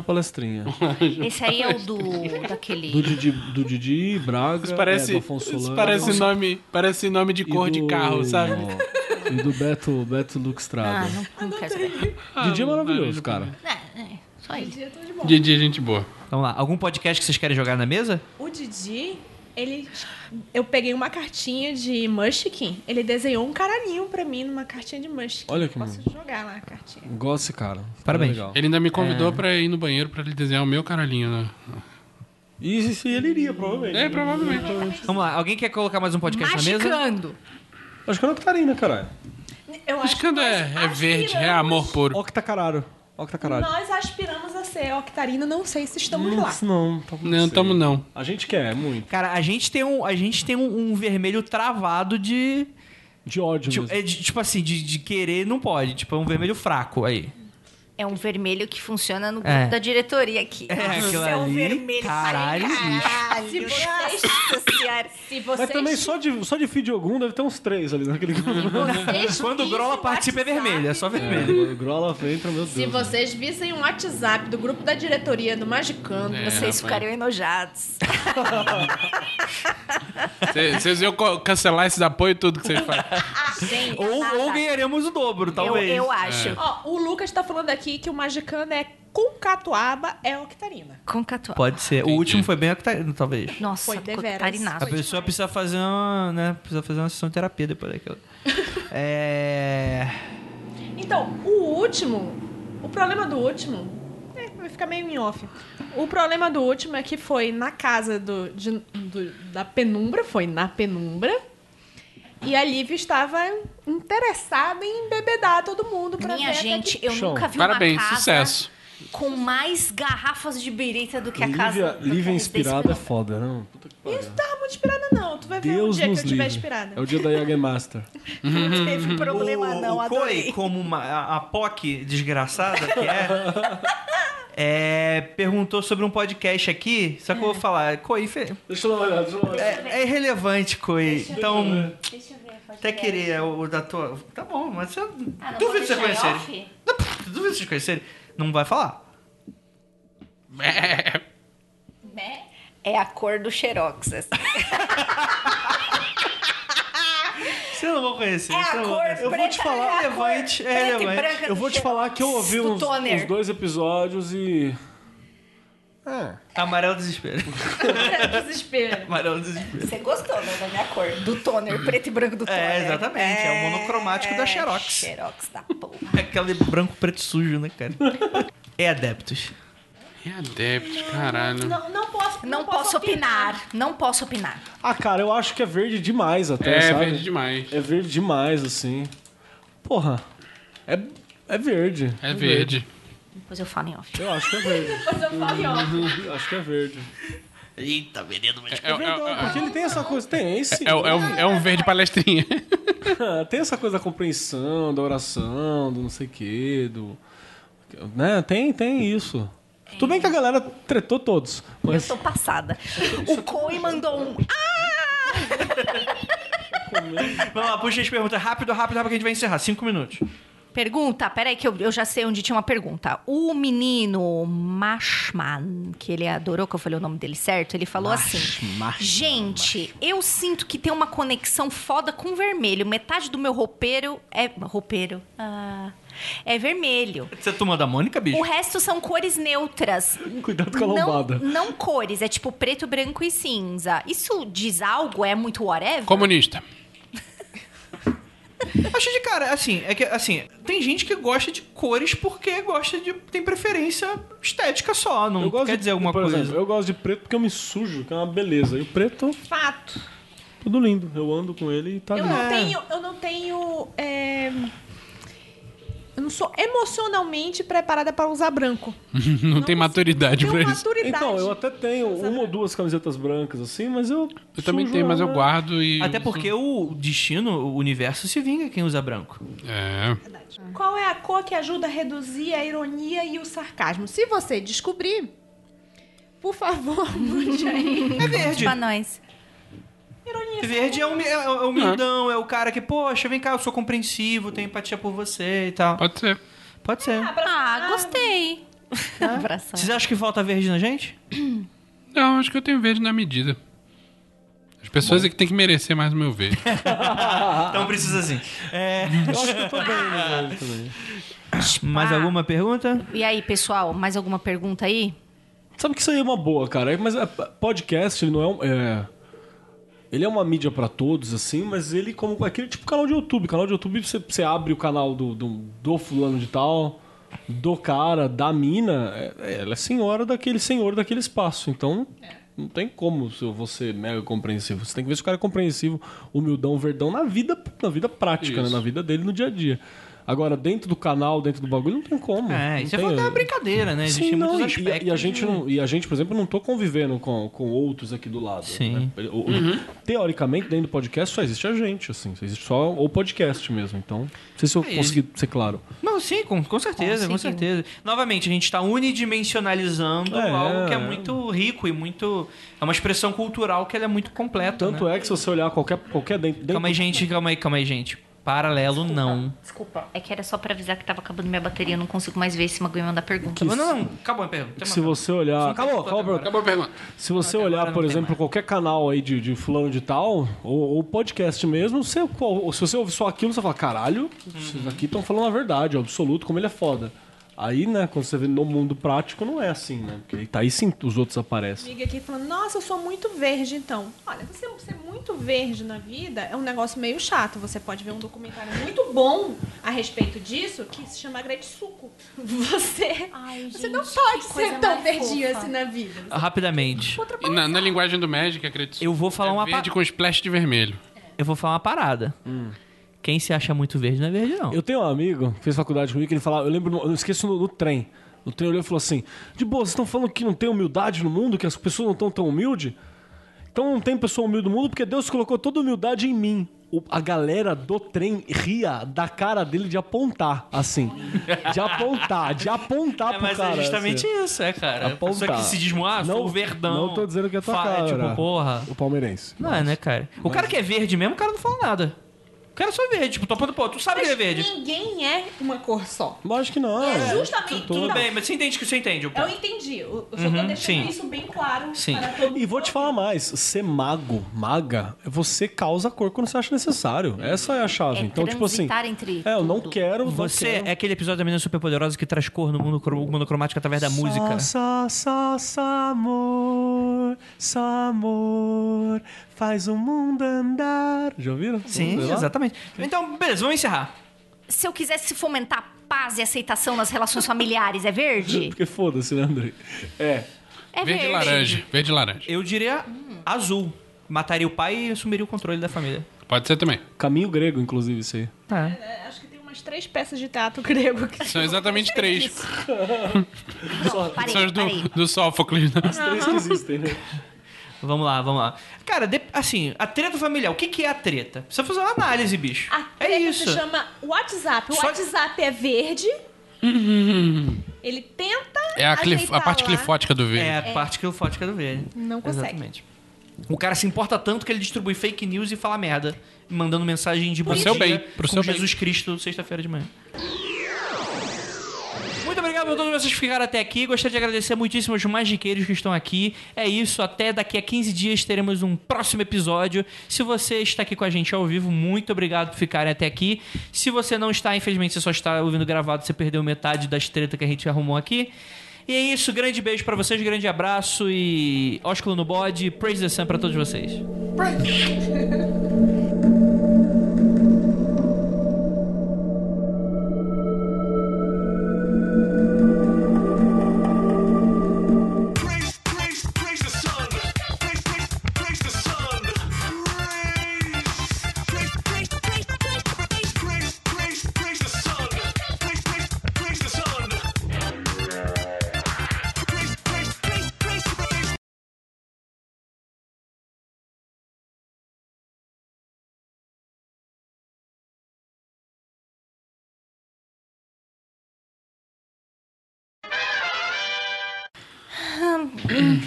[SPEAKER 4] [LAUGHS]
[SPEAKER 6] palestrinha.
[SPEAKER 2] Esse aí é o do daquele.
[SPEAKER 6] Do Didi, do Didi Braga.
[SPEAKER 4] Isso
[SPEAKER 6] é,
[SPEAKER 4] parece,
[SPEAKER 6] do Afonso
[SPEAKER 4] isso
[SPEAKER 6] Solano,
[SPEAKER 4] parece nome, parece nome de
[SPEAKER 6] e
[SPEAKER 4] cor de
[SPEAKER 6] do-
[SPEAKER 4] carro, sabe?
[SPEAKER 6] E do Beto, Beto
[SPEAKER 2] Ah,
[SPEAKER 6] Luxtrada.
[SPEAKER 2] não, não quero saber.
[SPEAKER 6] Didi é maravilhoso, cara.
[SPEAKER 2] É, é, só ele.
[SPEAKER 4] Didi é gente boa.
[SPEAKER 3] Vamos lá, algum podcast que vocês querem jogar na mesa?
[SPEAKER 5] O Didi, ele. Eu peguei uma cartinha de Mushkin. Ele desenhou um caralhinho pra mim numa cartinha de Mushkin.
[SPEAKER 6] Olha que
[SPEAKER 5] Posso
[SPEAKER 6] mano.
[SPEAKER 5] jogar lá a cartinha.
[SPEAKER 6] Gosto desse cara.
[SPEAKER 3] Parabéns.
[SPEAKER 6] Cara legal.
[SPEAKER 4] Ele ainda me convidou pra ir no banheiro pra ele desenhar o meu caralhinho, né?
[SPEAKER 6] E isso, ele iria, provavelmente.
[SPEAKER 4] É, provavelmente.
[SPEAKER 3] Vamos lá, alguém quer colocar mais um podcast na mesa?
[SPEAKER 2] Machucando.
[SPEAKER 6] Acho que é Octarina, caralho.
[SPEAKER 5] Eu acho que
[SPEAKER 4] Piscando é,
[SPEAKER 5] nós
[SPEAKER 4] é verde, é
[SPEAKER 5] aspiramos-
[SPEAKER 4] amor puro.
[SPEAKER 6] Octacaralho. Octacaralho.
[SPEAKER 5] Nós aspiramos a ser octarina, não sei se estamos lá.
[SPEAKER 6] Não, não, tá bom,
[SPEAKER 4] Não,
[SPEAKER 6] sei.
[SPEAKER 4] tamo não.
[SPEAKER 6] A gente quer, é muito.
[SPEAKER 3] Cara, a gente tem um, a gente tem um, um vermelho travado de,
[SPEAKER 6] De ódio
[SPEAKER 3] tipo,
[SPEAKER 6] mesmo.
[SPEAKER 3] é de- tipo assim, de, de querer não pode, tipo é um vermelho fraco aí.
[SPEAKER 2] É um vermelho que funciona no grupo
[SPEAKER 3] É.
[SPEAKER 2] da diretoria aqui.
[SPEAKER 3] É, aquilo
[SPEAKER 2] Nossa, é um
[SPEAKER 3] ali,
[SPEAKER 2] vermelho.
[SPEAKER 3] caralho,
[SPEAKER 2] caralho. Nossa senhora.
[SPEAKER 5] Ah, Se vocês,
[SPEAKER 6] Mas também só de, só de Fidiogum deve ter uns três ali naquele
[SPEAKER 5] [LAUGHS]
[SPEAKER 6] grupo.
[SPEAKER 5] vocês
[SPEAKER 3] [LAUGHS] Quando o
[SPEAKER 5] vissem
[SPEAKER 3] Grola participa é
[SPEAKER 5] WhatsApp-
[SPEAKER 3] vermelho, é só vermelho.
[SPEAKER 6] É, o Grola entra, meu Deus. né?
[SPEAKER 5] Se vocês vissem um WhatsApp do grupo da diretoria do Magicando,
[SPEAKER 4] É,
[SPEAKER 2] Vocês ficariam enojados.
[SPEAKER 4] Cê- Vocês iam co- cancelar esse apoio e tudo que vocês fazem.
[SPEAKER 5] gente.
[SPEAKER 3] Ou, ou ganharemos o dobro,
[SPEAKER 2] Eu,
[SPEAKER 3] talvez.
[SPEAKER 2] eu acho.
[SPEAKER 5] Ó, o Lucas tá falando aqui que o Magicando é Concatuaba é octarina.
[SPEAKER 2] Concatuaba.
[SPEAKER 3] Pode ser. O
[SPEAKER 4] Entendi.
[SPEAKER 3] último foi bem octarino, talvez.
[SPEAKER 2] Nossa,
[SPEAKER 5] Foi deveras.
[SPEAKER 3] A
[SPEAKER 2] Tarinasco.
[SPEAKER 5] Foi
[SPEAKER 3] pessoa
[SPEAKER 5] demais.
[SPEAKER 3] precisa fazer uma, né, precisa fazer uma sessão de terapia depois [LAUGHS] daquilo. é...
[SPEAKER 5] Então, o último, o problema do último, é, vai ficar meio em off. O problema do último é que foi na casa do, de- do- da penumbra, foi na penumbra. E a Liv estava interessada em embebedar todo mundo pra ver
[SPEAKER 2] Minha
[SPEAKER 5] até
[SPEAKER 2] gente,
[SPEAKER 5] que-
[SPEAKER 2] eu
[SPEAKER 6] Show.
[SPEAKER 2] nunca vi
[SPEAKER 4] Parabéns,
[SPEAKER 2] uma casa
[SPEAKER 4] sucesso.
[SPEAKER 2] com mais garrafas de birita do que a
[SPEAKER 6] Lívia,
[SPEAKER 2] casa.
[SPEAKER 6] Lívia
[SPEAKER 2] da
[SPEAKER 6] inspirada é foda, não? Puta que pariu.
[SPEAKER 5] Isso tava muito inspirada, não. Tu vai ver um
[SPEAKER 6] Deus
[SPEAKER 5] dia que eu
[SPEAKER 6] nos
[SPEAKER 5] estiver
[SPEAKER 6] livre.
[SPEAKER 5] inspirada. um
[SPEAKER 6] É o dia da Yoga Master.
[SPEAKER 2] Não teve problema, não.
[SPEAKER 3] o Koi,
[SPEAKER 2] Adorei.
[SPEAKER 3] como uma, a, a POC desgraçada que é,
[SPEAKER 2] [LAUGHS]
[SPEAKER 3] é, perguntou sobre um podcast aqui, só que
[SPEAKER 2] É.
[SPEAKER 3] eu vou falar, Koi, fe-
[SPEAKER 6] Deixa eu dar uma olhada, deixa eu dar uma olhada.
[SPEAKER 3] é, é irrelevante, Koi. então,
[SPEAKER 5] Tá
[SPEAKER 3] até querer o, o da tua... Tá bom, mas você,
[SPEAKER 2] É. Ah,
[SPEAKER 3] duvido
[SPEAKER 2] não, pode
[SPEAKER 3] você
[SPEAKER 2] deixar em
[SPEAKER 3] conhecerem.
[SPEAKER 2] off?
[SPEAKER 3] Não, pff, Duvido vocês conhecerem. Não vai falar.
[SPEAKER 2] É a cor do Xerox. assim. essa.
[SPEAKER 3] Vocês não vão conhecer.
[SPEAKER 2] É a
[SPEAKER 3] vocês não vão
[SPEAKER 2] cor
[SPEAKER 3] conhecer. Eu vou
[SPEAKER 2] preta-
[SPEAKER 3] te falar,
[SPEAKER 2] é a
[SPEAKER 3] é
[SPEAKER 2] cor
[SPEAKER 3] relevante, é
[SPEAKER 2] preta e
[SPEAKER 3] relevante.
[SPEAKER 2] branca
[SPEAKER 6] Eu
[SPEAKER 2] do
[SPEAKER 6] vou te falar que eu ouvi
[SPEAKER 2] do
[SPEAKER 6] uns,
[SPEAKER 2] toner.
[SPEAKER 6] uns dois episódios e.
[SPEAKER 3] Amarelo
[SPEAKER 5] [LAUGHS]
[SPEAKER 3] desespero.
[SPEAKER 2] [LAUGHS]
[SPEAKER 5] Desespero.
[SPEAKER 3] Amarelo desespero.
[SPEAKER 2] Você gostou né, da minha cor? Do toner, preto e branco do toner.
[SPEAKER 3] É, exatamente, é o monocromático da Xerox.
[SPEAKER 2] é, Xerox da porra.
[SPEAKER 3] É Aquele branco, preto e sujo, né, cara? É adeptos.
[SPEAKER 4] É adepto, caralho.
[SPEAKER 5] Não, não posso
[SPEAKER 2] Não posso opinar. Não posso opinar.
[SPEAKER 6] Ah, cara, eu acho que é verde demais até,
[SPEAKER 4] É
[SPEAKER 6] sabe?
[SPEAKER 4] verde demais.
[SPEAKER 6] É verde demais, assim. Porra. É, é verde.
[SPEAKER 4] É verde.
[SPEAKER 2] Depois eu falo em off.
[SPEAKER 6] Eu acho que
[SPEAKER 5] [LAUGHS]
[SPEAKER 6] é verde.
[SPEAKER 5] Depois eu falo em off.
[SPEAKER 6] Eu acho que é verde.
[SPEAKER 3] Eita, veneno, mas...
[SPEAKER 4] É, é- é-
[SPEAKER 6] Porque ele tem essa coisa. Tem, esse.
[SPEAKER 4] é- é um- é um verde palestrinha. [LAUGHS]
[SPEAKER 6] [LAUGHS] Tem essa coisa da compreensão, da oração, do não sei o quê, do. Né? Tem, tem isso. Tudo bem que a galera tretou todos. Mas [LAUGHS]
[SPEAKER 2] Eu tô passada. O Coi mandou um.
[SPEAKER 3] Vamos lá, puxa as perguntas. Rápido, rápido, rápido, que a gente vai encerrar. Cinco minutos.
[SPEAKER 2] Ah, Pergunta, peraí que eu, eu já sei onde tinha uma pergunta. O menino Mashman, que ele adorou que eu falei o nome dele certo, ele falou assim: Gente, eu sinto que tem uma conexão foda com o vermelho. Metade do meu roupeiro é. Roupeiro? Ah, é vermelho.
[SPEAKER 3] Você é turma da Mônica, bicho?
[SPEAKER 2] O resto são cores neutras.
[SPEAKER 6] Cuidado com a lombada.
[SPEAKER 2] Não, não cores, é tipo preto, branco e cinza. Isso diz algo? É muito whatever?
[SPEAKER 4] Comunista.
[SPEAKER 3] Acho de cara, assim, é que, assim, tem gente que gosta de cores porque gosta de... tem preferência estética só, não
[SPEAKER 6] eu gosto
[SPEAKER 3] quer
[SPEAKER 6] de-
[SPEAKER 3] dizer alguma
[SPEAKER 6] por
[SPEAKER 3] coisa.
[SPEAKER 6] Exemplo, eu gosto de preto porque eu me sujo, que é uma beleza. E o preto,
[SPEAKER 5] Fato.
[SPEAKER 6] tudo lindo. Eu ando com ele e tá
[SPEAKER 5] Eu
[SPEAKER 6] lindo.
[SPEAKER 5] não tenho. Eu não tenho. é, Eu não sou emocionalmente preparada para usar branco.
[SPEAKER 4] Não, tem maturidade
[SPEAKER 5] Tenho
[SPEAKER 4] pra isso.
[SPEAKER 5] maturidade.
[SPEAKER 6] Então, eu até tenho uma ou duas camisetas brancas assim, mas eu.
[SPEAKER 4] Eu também
[SPEAKER 6] sujo
[SPEAKER 4] tenho, mas eu
[SPEAKER 6] ela. né?
[SPEAKER 4] guardo e.
[SPEAKER 3] Até
[SPEAKER 4] uso.
[SPEAKER 3] porque o destino, o universo se vinga quem usa branco.
[SPEAKER 4] É.
[SPEAKER 5] Qual é a cor que ajuda a reduzir a ironia e o sarcasmo? Se você descobrir, por favor, [LAUGHS] mande aí.
[SPEAKER 3] É verde.
[SPEAKER 2] Pra nós.
[SPEAKER 5] Ironia.
[SPEAKER 3] Verde é o é, é humildão, é o cara que, poxa, vem cá, eu sou compreensivo, tenho empatia por você e tal.
[SPEAKER 4] Pode ser.
[SPEAKER 3] Pode ser.
[SPEAKER 2] Ah, gostei. [LAUGHS] Abração.
[SPEAKER 3] Vocês acham que falta verde na gente?
[SPEAKER 4] Não, acho que eu tenho verde na medida. As pessoas é que tem que merecer mais o meu verde.
[SPEAKER 3] Então precisa sim. É,
[SPEAKER 6] Eu acho que eu tô bem
[SPEAKER 4] [LAUGHS]
[SPEAKER 6] no verde também.
[SPEAKER 3] Mais
[SPEAKER 2] Ah.
[SPEAKER 3] alguma pergunta?
[SPEAKER 2] E aí, pessoal, mais alguma pergunta aí?
[SPEAKER 6] Sabe que isso aí é uma boa, cara. é- Mas é, podcast ele não é, um- é- Ele é uma mídia pra todos, assim, mas ele como aquele tipo canal de YouTube. Canal de YouTube você, você abre o canal do, do, do fulano de tal, do cara, da mina. é- é- ela é senhora daquele senhor daquele espaço. Então não tem como se eu vou ser mega compreensivo. Você tem que ver se o cara é compreensivo, humildão, verdão na vida, na vida prática, né? na vida dele no dia a dia. Agora, dentro do canal, dentro do bagulho, não tem como.
[SPEAKER 3] É,
[SPEAKER 6] Não
[SPEAKER 3] isso é
[SPEAKER 6] tem-
[SPEAKER 3] uma brincadeira, né? Existem
[SPEAKER 6] Sim, não,
[SPEAKER 3] muitos
[SPEAKER 6] e- e,
[SPEAKER 3] aspectos.
[SPEAKER 6] e a gente
[SPEAKER 3] de-
[SPEAKER 6] não, e a gente, por exemplo, não tô convivendo com, com outros aqui do lado.
[SPEAKER 3] Sim.
[SPEAKER 6] né? O- o- Teoricamente, dentro do podcast só existe a gente, assim, só existe só o podcast mesmo. Então, não sei se eu
[SPEAKER 3] É,
[SPEAKER 6] consegui ser claro.
[SPEAKER 3] Não, sim, com, com certeza, com
[SPEAKER 2] Conseguiu.
[SPEAKER 3] certeza. Novamente, a gente tá unidimensionalizando
[SPEAKER 6] É.
[SPEAKER 3] algo que é muito rico e muito... É uma expressão cultural que ela é muito completa,
[SPEAKER 6] Tanto
[SPEAKER 3] né?
[SPEAKER 6] é que se você olhar qualquer, qualquer dentro, dentro
[SPEAKER 3] Calma aí, gente, calma aí, calma aí, gente. Paralelo, não.
[SPEAKER 2] Desculpa, é que era só pra avisar que tava acabando minha bateria, eu não consigo mais ver esse Magui mandar pergunta.
[SPEAKER 3] Não, Tá não, não. Acabou a pergunta.
[SPEAKER 6] se você olhar.
[SPEAKER 3] Acabou,
[SPEAKER 6] Calma,
[SPEAKER 3] acabou.
[SPEAKER 6] calma,
[SPEAKER 4] Acabou a pergunta.
[SPEAKER 6] Se você
[SPEAKER 3] agora
[SPEAKER 6] olhar,
[SPEAKER 3] não
[SPEAKER 6] por
[SPEAKER 3] tem
[SPEAKER 6] exemplo,
[SPEAKER 3] mais.
[SPEAKER 6] qualquer canal aí de, de fulano de tal, ou, ou podcast mesmo, você, ou- se você ouve só aquilo, você fala, caralho, vocês aqui estão falando a verdade, o absoluto, como ele é foda. Aí, né, quando você vê no mundo prático, não é assim, né? Porque aí tá aí sim os outros aparecem.
[SPEAKER 5] amiga aqui falando, nossa, eu sou muito verde, então. Olha, você ser muito verde na vida é um negócio meio chato. Você pode ver um documentário muito bom a respeito disso, que se chama Gretsuko. [LAUGHS] Você,
[SPEAKER 2] Ai,
[SPEAKER 5] você
[SPEAKER 2] gente,
[SPEAKER 5] não pode
[SPEAKER 2] que coisa
[SPEAKER 5] ser tão
[SPEAKER 2] mais
[SPEAKER 5] verdinho
[SPEAKER 2] fofa.
[SPEAKER 5] assim na vida.
[SPEAKER 3] Rapidamente.
[SPEAKER 4] E na, na linguagem do Magic, acredito.
[SPEAKER 3] Eu vou falar
[SPEAKER 4] é
[SPEAKER 3] uma pa-
[SPEAKER 4] verde com splash de vermelho.
[SPEAKER 3] Eu vou falar uma parada.
[SPEAKER 6] Hum.
[SPEAKER 3] Quem se acha muito verde não é verde, não.
[SPEAKER 6] Eu tenho um amigo que fez faculdade comigo, que ele falava, eu lembro, no- eu não esqueço no, no trem. No trem olhou e falou assim: De boa, vocês estão falando que não tem humildade no mundo, que as pessoas não estão tão humildes? Então não tem pessoa humilde no mundo porque Deus colocou toda a humildade em mim. O- a galera do trem ria da cara dele de apontar, assim. De apontar, de apontar
[SPEAKER 3] É,
[SPEAKER 6] pro
[SPEAKER 3] mas
[SPEAKER 6] cara.
[SPEAKER 3] é justamente
[SPEAKER 6] assim.
[SPEAKER 3] isso, é, cara. A pessoa
[SPEAKER 6] Apontar.
[SPEAKER 3] que se diz, ah, sou o verdão.
[SPEAKER 6] Não tô dizendo que é tua
[SPEAKER 3] Fa-
[SPEAKER 6] cara.
[SPEAKER 3] Tipo, porra.
[SPEAKER 6] O palmeirense.
[SPEAKER 3] Não é, né, cara? O cara que é verde mesmo, o cara não fala nada. O cara só é verde. Tipo, tô apontando, pô, tu sabe que ele é verde.
[SPEAKER 5] Ninguém é uma cor só.
[SPEAKER 6] Lógico que não.
[SPEAKER 5] É justamente.
[SPEAKER 3] Tudo
[SPEAKER 5] não,
[SPEAKER 3] bem, mas você entende que você entende. Pô.
[SPEAKER 5] Eu entendi. Eu eu só tô
[SPEAKER 3] Uhum,
[SPEAKER 5] deixando
[SPEAKER 3] sim.
[SPEAKER 5] isso bem claro
[SPEAKER 3] Sim.
[SPEAKER 5] para todo mundo.
[SPEAKER 6] E vou te falar mais, ser mago, maga, você causa a cor quando você acha necessário. Essa é a chave.
[SPEAKER 2] É
[SPEAKER 6] então, tipo assim,
[SPEAKER 2] transitar entre
[SPEAKER 6] é, eu não
[SPEAKER 2] tudo.
[SPEAKER 6] quero não
[SPEAKER 3] Você
[SPEAKER 6] quero.
[SPEAKER 3] é aquele episódio da menina superpoderosa que traz cor no mundo cro- monocromático através da
[SPEAKER 4] é
[SPEAKER 3] música.
[SPEAKER 5] assim.
[SPEAKER 6] Só, só, só amor, só amor, faz o mundo andar. Já ouviram?
[SPEAKER 3] Sim,
[SPEAKER 6] Sei lá.
[SPEAKER 3] exatamente. Então, beleza, vamos encerrar.
[SPEAKER 2] Se eu quisesse fomentar paz e aceitação nas relações familiares, é verde?
[SPEAKER 6] Porque foda-se, né, Andrei? É,
[SPEAKER 2] É
[SPEAKER 4] verde
[SPEAKER 2] verde.
[SPEAKER 4] e laranja. Verde e laranja.
[SPEAKER 3] Eu diria
[SPEAKER 5] Hum.
[SPEAKER 3] azul. Mataria o pai e assumiria o controle da família.
[SPEAKER 4] Pode ser também.
[SPEAKER 6] caminho grego, inclusive, isso aí.
[SPEAKER 5] É, Acho que tem umas três peças de teatro [LAUGHS] grego que
[SPEAKER 4] São exatamente três.
[SPEAKER 2] Não, parei,
[SPEAKER 4] São as
[SPEAKER 2] parei.
[SPEAKER 4] do, do Sófocles. né?
[SPEAKER 6] Três
[SPEAKER 2] [LAUGHS]
[SPEAKER 6] que existem, né?
[SPEAKER 3] Vamos lá, vamos lá. Cara, de- assim, a treta familiar, o que, que é a treta? Precisa fazer uma análise, bicho.
[SPEAKER 5] A
[SPEAKER 3] é
[SPEAKER 5] treta
[SPEAKER 3] isso.
[SPEAKER 5] se chama WhatsApp. O
[SPEAKER 3] Só-
[SPEAKER 5] WhatsApp é verde. Ele tenta.
[SPEAKER 4] Uhum. É a, clif-
[SPEAKER 5] ajeitar
[SPEAKER 4] a parte
[SPEAKER 5] lá.
[SPEAKER 4] clifótica do verde.
[SPEAKER 3] É a parte que o Fótica do verde.
[SPEAKER 5] Não consegue.
[SPEAKER 3] Exatamente. O cara se importa tanto que ele distribui fake news e fala merda, mandando mensagem de bom
[SPEAKER 4] seu
[SPEAKER 3] dia
[SPEAKER 4] bem, pro
[SPEAKER 3] com
[SPEAKER 4] seu bem.
[SPEAKER 3] Jesus Cristo sexta-feira de manhã. Muito obrigado por todos vocês que ficaram até aqui. Gostaria de agradecer muitíssimo aos magiqueiros que estão aqui. É isso, até daqui a 15 dias teremos um próximo episódio. Se você está aqui com a gente ao vivo, muito obrigado por ficarem até aqui. Se você não está, infelizmente você só está ouvindo gravado, você perdeu metade das tretas que a gente arrumou aqui. E é isso, grande beijo pra vocês, grande abraço e ósculo no bode, praise the sun pra todos vocês.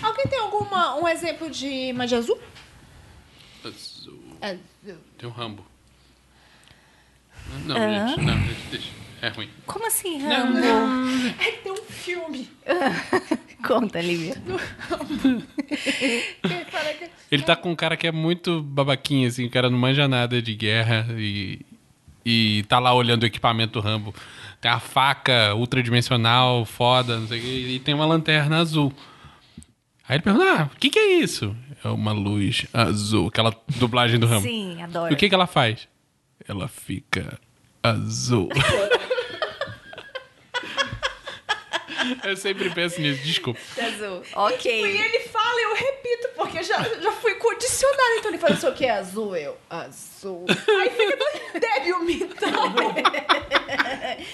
[SPEAKER 5] Alguém tem alguma um exemplo de magia azul?
[SPEAKER 3] É.
[SPEAKER 4] Tem um Rambo. Não, gente. Não, gente, deixa. É ruim.
[SPEAKER 2] Como assim, Rambo?
[SPEAKER 5] É que tem um filme.
[SPEAKER 2] Conta, Lívia.
[SPEAKER 5] que fala que-
[SPEAKER 4] Ele tá com um cara que é muito babaquinho, assim, o cara não manja nada de guerra e, e tá lá olhando o equipamento do Rambo. Tem uma faca ultradimensional, foda, não sei o quê, e tem uma lanterna azul. Aí ele pergunta: ah, o que, que é isso? É uma luz azul, aquela dublagem do Rambo.
[SPEAKER 2] Sim, adoro.
[SPEAKER 4] E o que, que ela faz? Ela fica azul. Eu sempre penso nisso, desculpa.
[SPEAKER 2] Azul.
[SPEAKER 5] E
[SPEAKER 2] Ok.
[SPEAKER 5] ele fala e eu repito, porque eu já, já fui condicionada. Então ele fala, isso aqui é azul, eu. [LAUGHS] Azul. Aí fica do- débil mental.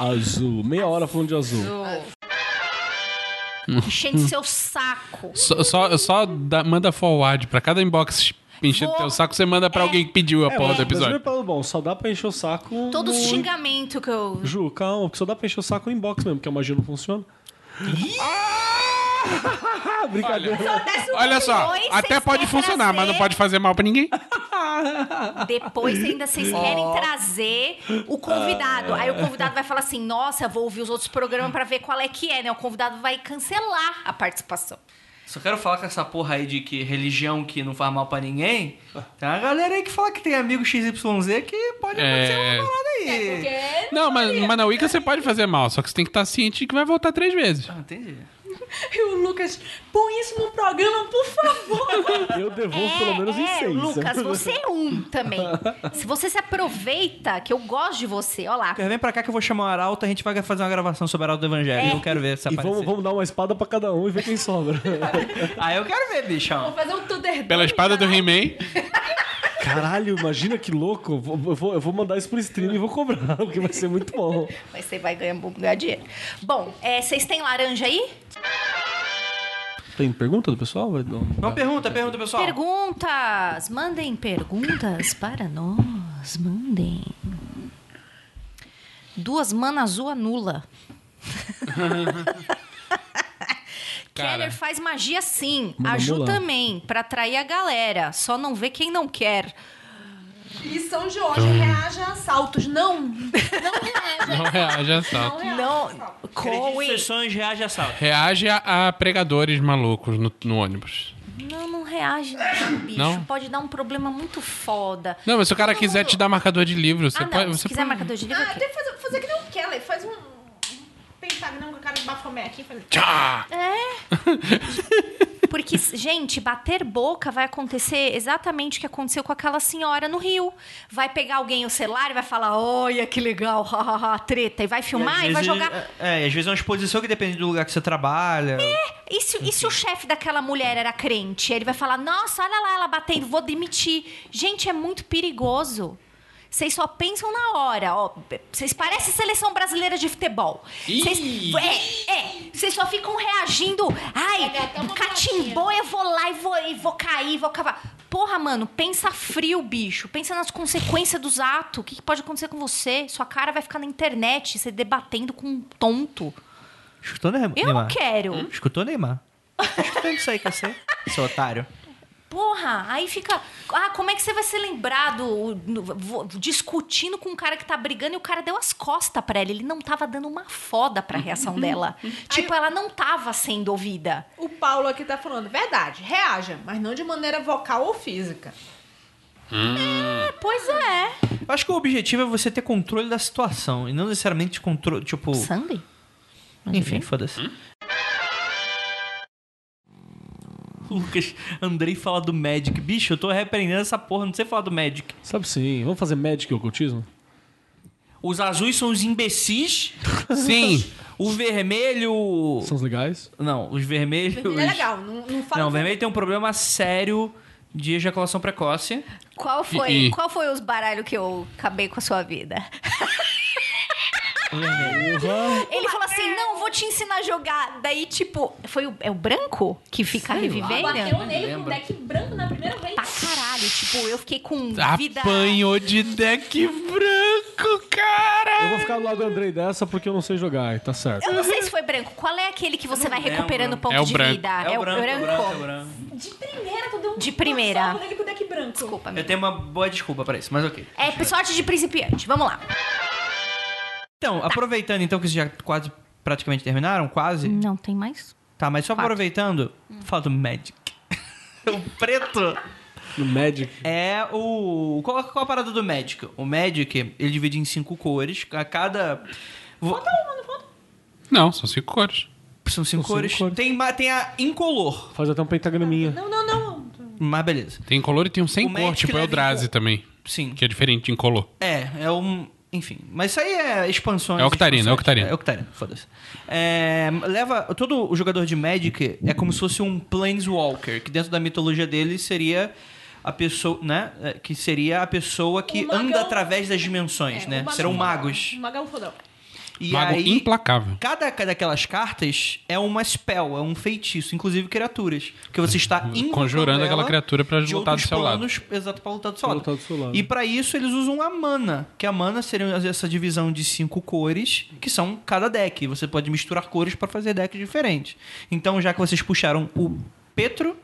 [SPEAKER 6] Azul. Meia hora falando de azul.
[SPEAKER 2] Enchendo
[SPEAKER 4] Hum.
[SPEAKER 2] seu saco.
[SPEAKER 4] Só, só, só dá- manda forward pra cada inbox enchendo
[SPEAKER 2] Vou-
[SPEAKER 4] teu saco, você manda pra alguém que pediu a
[SPEAKER 6] É,
[SPEAKER 4] porra
[SPEAKER 6] mas-
[SPEAKER 4] do
[SPEAKER 6] mas
[SPEAKER 4] episódio.
[SPEAKER 6] meu pau é bom, só dá pra encher o saco.
[SPEAKER 2] Todo
[SPEAKER 4] Hum.
[SPEAKER 6] no-
[SPEAKER 2] xingamento que eu.
[SPEAKER 6] Ju, calma, porque só dá pra encher o saco no inbox mesmo, porque a magia não funciona. Ah! [LAUGHS] Brincadeira.
[SPEAKER 4] Olha só,
[SPEAKER 2] Oi,
[SPEAKER 4] até
[SPEAKER 2] um vocês
[SPEAKER 4] pode
[SPEAKER 2] querem
[SPEAKER 4] funcionar, mas não
[SPEAKER 2] trazer?
[SPEAKER 4] pode fazer mal pra ninguém.
[SPEAKER 2] Depois
[SPEAKER 4] [LAUGHS]
[SPEAKER 2] ainda vocês querem trazer o convidado. Aí o convidado vai falar assim: é, nossa, vou ouvir os outros programas pra ver qual é que é, né? O convidado vai cancelar a participação.
[SPEAKER 9] Só quero falar com essa porra aí de que religião que não faz mal pra ninguém. Tem uma galera aí que fala que tem amigo XYZ que pode acontecer
[SPEAKER 4] É.
[SPEAKER 9] uma parada aí.
[SPEAKER 5] Porque
[SPEAKER 4] Não, mas, mas na Wicca você pode fazer mal, só que você tem que estar ciente de que vai voltar três vezes.
[SPEAKER 9] Ah, entendi.
[SPEAKER 5] [LAUGHS] E o Lucas, põe isso no programa, por favor.
[SPEAKER 6] Eu devolvo pelo menos em seis.
[SPEAKER 2] É,
[SPEAKER 6] [LAUGHS]
[SPEAKER 2] Lucas, você é um também. Se você se aproveita, que eu gosto de você, olha lá.
[SPEAKER 3] Vem pra cá que eu vou chamar o Arauto, a gente vai fazer uma gravação sobre o Arauto do
[SPEAKER 2] É.
[SPEAKER 3] Evangelho. Eu quero ver se
[SPEAKER 6] E vamos,
[SPEAKER 3] aparecer.
[SPEAKER 6] vamos dar uma espada pra cada um e ver quem sobra.
[SPEAKER 3] Ah, eu quero ver, bichão.
[SPEAKER 5] Vou fazer um Tudor
[SPEAKER 4] Pela espada do He-Man.
[SPEAKER 6] Caralho, imagina que louco. Eu vou- Eu vou, eu vou mandar isso pro stream e vou cobrar, [LAUGHS] porque vai ser muito bom.
[SPEAKER 2] Mas você vai ganhar, ganhar dinheiro. Bom, é, vocês têm laranja aí?
[SPEAKER 6] Tem pergunta do pessoal? Vai dar um-
[SPEAKER 3] Não, pergunta, pergunta, pessoal.
[SPEAKER 2] Perguntas! Mandem perguntas para nós. Mandem. Duas mana azul anula.
[SPEAKER 4] [LAUGHS] Cara.
[SPEAKER 2] Keller faz magia sim.
[SPEAKER 6] Mana
[SPEAKER 2] Aju
[SPEAKER 6] nula.
[SPEAKER 2] também, pra atrair a galera. Só não vê quem não quer.
[SPEAKER 5] E São Jorge reage a assaltos. Não, não reage.
[SPEAKER 4] Não reage a assalto.
[SPEAKER 2] Não,
[SPEAKER 3] Acredite,
[SPEAKER 2] Coen.
[SPEAKER 3] seus sonhos reage a assalto.
[SPEAKER 4] Reage a, a pregadores malucos no, no ônibus.
[SPEAKER 2] Não, não reage, não, bicho.
[SPEAKER 4] Não?
[SPEAKER 2] Pode dar um problema muito foda.
[SPEAKER 4] Não, mas se o cara
[SPEAKER 2] Todo
[SPEAKER 4] quiser
[SPEAKER 2] mundo-
[SPEAKER 4] te dar marcador de livro, você
[SPEAKER 2] ah, não.
[SPEAKER 4] pode.
[SPEAKER 2] Se
[SPEAKER 4] Você
[SPEAKER 2] quiser marcador de livro,
[SPEAKER 5] Ah,
[SPEAKER 2] ok.
[SPEAKER 5] tem que fazer, fazer que nem o Keller. Faz um um pentagrama com a cara de Bafomé aqui. Faz...
[SPEAKER 2] Porque, gente, bater boca vai acontecer exatamente o que aconteceu com aquela senhora no Rio. Vai pegar alguém o celular e vai falar: olha que legal, [LAUGHS] hahaha, treta. E vai filmar e,
[SPEAKER 3] às
[SPEAKER 2] vai
[SPEAKER 3] vezes-
[SPEAKER 2] jogar. É.
[SPEAKER 3] É, é, às vezes é uma exposição que depende do lugar que você trabalha.
[SPEAKER 2] E se, e se o chefe daquela mulher era crente? Ele vai falar: nossa, olha lá ela batendo, vou demitir. Gente, é muito perigoso. Vocês só pensam na hora, ó. Vocês parecem seleção brasileira de futebol. Vocês
[SPEAKER 4] Ih!
[SPEAKER 2] é, é, vocês só ficam reagindo. Ai, catimbou, eu vou lá e vou, e vou cair, vou cavar. Porra, mano, pensa frio, bicho. Pensa nas consequências dos atos. O que que pode acontecer com você? Sua cara vai ficar na internet, você debatendo com um tonto.
[SPEAKER 3] Escutou, né,
[SPEAKER 2] Eu
[SPEAKER 3] Neymar?
[SPEAKER 2] não quero.
[SPEAKER 3] Escutou,
[SPEAKER 2] [LAUGHS]
[SPEAKER 3] Neymar? Escutou isso aí que eu sei, seu otário.
[SPEAKER 2] Porra, aí fica. Ah, como é que você vai ser lembrado o- no- vo- discutindo com um cara que tá brigando e o cara deu as costas pra ela? Ele não tava dando uma foda pra [LAUGHS] reação dela. tipo, ela não tava sendo ouvida.
[SPEAKER 5] O Paulo aqui tá falando, verdade, reaja, mas não de maneira vocal ou física.
[SPEAKER 2] É, pois é.
[SPEAKER 3] Eu acho que o objetivo é você ter controle da situação e não necessariamente controle, tipo...
[SPEAKER 2] Uhum. Sangue?
[SPEAKER 3] Enfim, foda-se. [LAUGHS] Lucas, Andrei fala do Magic. Bicho, eu tô repreendendo essa porra, não sei falar do Magic.
[SPEAKER 6] Sabe sim, vamos fazer Magic e ocultismo?
[SPEAKER 3] Os azuis são os imbecis,
[SPEAKER 4] Sim.
[SPEAKER 3] o vermelho...
[SPEAKER 6] São os legais?
[SPEAKER 3] Não, os vermelhos...
[SPEAKER 5] Vermelho é legal, não, não fala.
[SPEAKER 3] Não, o vermelho tem um problema sério de ejaculação precoce.
[SPEAKER 2] Qual foi,
[SPEAKER 4] E- e-
[SPEAKER 2] qual foi os baralhos que eu acabei com a sua vida? Ele falou assim: não, vou te ensinar a jogar. Daí, tipo, foi o, é o branco que fica revivendo?
[SPEAKER 3] né?
[SPEAKER 5] Bateu nele com um deck branco na primeira vez.
[SPEAKER 2] Ah, Pra caralho, tipo, eu fiquei com vida.
[SPEAKER 4] Apanhou de deck branco, cara!
[SPEAKER 6] Eu vou ficar do lado do Andrei dessa porque eu não sei jogar, e tá certo.
[SPEAKER 2] Eu não sei se foi branco. Qual é aquele que você vai recuperando ponto
[SPEAKER 4] É o
[SPEAKER 2] de
[SPEAKER 4] branco.
[SPEAKER 2] vida?
[SPEAKER 3] branco.
[SPEAKER 5] De primeira, tu deu um
[SPEAKER 2] De primeira.
[SPEAKER 5] soco nele com o deck branco.
[SPEAKER 2] Desculpa,
[SPEAKER 3] Eu
[SPEAKER 2] amigo.
[SPEAKER 3] tenho uma boa desculpa pra isso, mas ok.
[SPEAKER 2] É sorte de principiante. Vamos lá.
[SPEAKER 3] Então, aproveitando então que vocês já quase praticamente terminaram, quase.
[SPEAKER 2] Não tem mais?
[SPEAKER 3] Tá, mas só aproveitando, fala do Magic. [LAUGHS] o preto
[SPEAKER 6] No Magic.
[SPEAKER 3] é o. Qual, qual a parada do Magic? O Magic, ele divide em cinco cores. A cada. vo-
[SPEAKER 4] Não, são cinco cores.
[SPEAKER 3] São cinco cores. Tem, ma- tem a incolor.
[SPEAKER 6] Faz até um pentagraminha.
[SPEAKER 5] Não, não, não.
[SPEAKER 3] Mas beleza.
[SPEAKER 4] Tem color e tem um sem
[SPEAKER 3] O
[SPEAKER 4] cor,
[SPEAKER 3] Magic
[SPEAKER 4] tipo
[SPEAKER 2] é
[SPEAKER 3] leva em
[SPEAKER 4] Eldrazi
[SPEAKER 3] cor.
[SPEAKER 4] também.
[SPEAKER 3] Sim.
[SPEAKER 4] Que é diferente em color.
[SPEAKER 3] É, é um. Enfim, mas isso aí é expansões.
[SPEAKER 4] É octarina,
[SPEAKER 3] expansões.
[SPEAKER 4] é octarina.
[SPEAKER 3] É octarina, foda-se. É, leva. Todo o jogador de Magic é como se fosse um Planeswalker, que dentro da mitologia dele seria a pessoa. né? É, Que seria a pessoa que
[SPEAKER 5] O magão-
[SPEAKER 3] anda através das dimensões,
[SPEAKER 5] É,
[SPEAKER 3] né?
[SPEAKER 5] o mago
[SPEAKER 3] Serão
[SPEAKER 5] fodão.
[SPEAKER 3] magos.
[SPEAKER 5] O Magão fodão.
[SPEAKER 3] E
[SPEAKER 4] Mago
[SPEAKER 3] aí.
[SPEAKER 4] implacável.
[SPEAKER 3] Cada daquelas cartas é uma spell, é um feitiço, inclusive criaturas. Que você está invocando
[SPEAKER 4] Conjurando
[SPEAKER 3] ela
[SPEAKER 4] aquela criatura pra
[SPEAKER 3] de
[SPEAKER 4] lutar do
[SPEAKER 3] outros
[SPEAKER 4] seu lado.
[SPEAKER 3] planos, Exato, pra lutar do seu
[SPEAKER 6] Pra
[SPEAKER 3] lado.
[SPEAKER 6] lutar do seu lado.
[SPEAKER 3] E pra isso eles usam a mana, que a mana seria essa divisão de cinco cores, que são cada deck. Você pode misturar cores pra fazer decks diferentes. Então, já que vocês puxaram o Petro,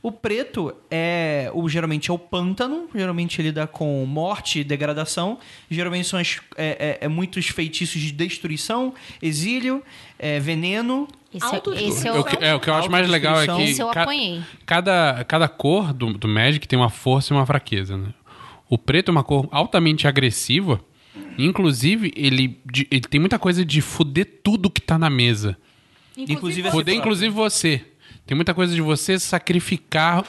[SPEAKER 3] o preto é o geralmente é o pântano, geralmente ele dá com morte, e degradação, geralmente são as- é, é- é muitos feitiços de destruição, exílio, é, veneno,
[SPEAKER 2] Esse, é-
[SPEAKER 5] Autodescrição.
[SPEAKER 2] esse é
[SPEAKER 4] O
[SPEAKER 2] o...
[SPEAKER 4] que- é, o que eu acho mais legal é que
[SPEAKER 2] Esse eu
[SPEAKER 4] ca-
[SPEAKER 2] apanhei.
[SPEAKER 4] cada, cada cor do, do Magic tem uma força e uma fraqueza, né? O preto é uma cor altamente agressiva. Inclusive, ele, de- ele tem muita coisa de fuder tudo que tá na mesa.
[SPEAKER 3] Inclusive,
[SPEAKER 4] Fuder, inclusive, você. Tem muita coisa de você sacrificar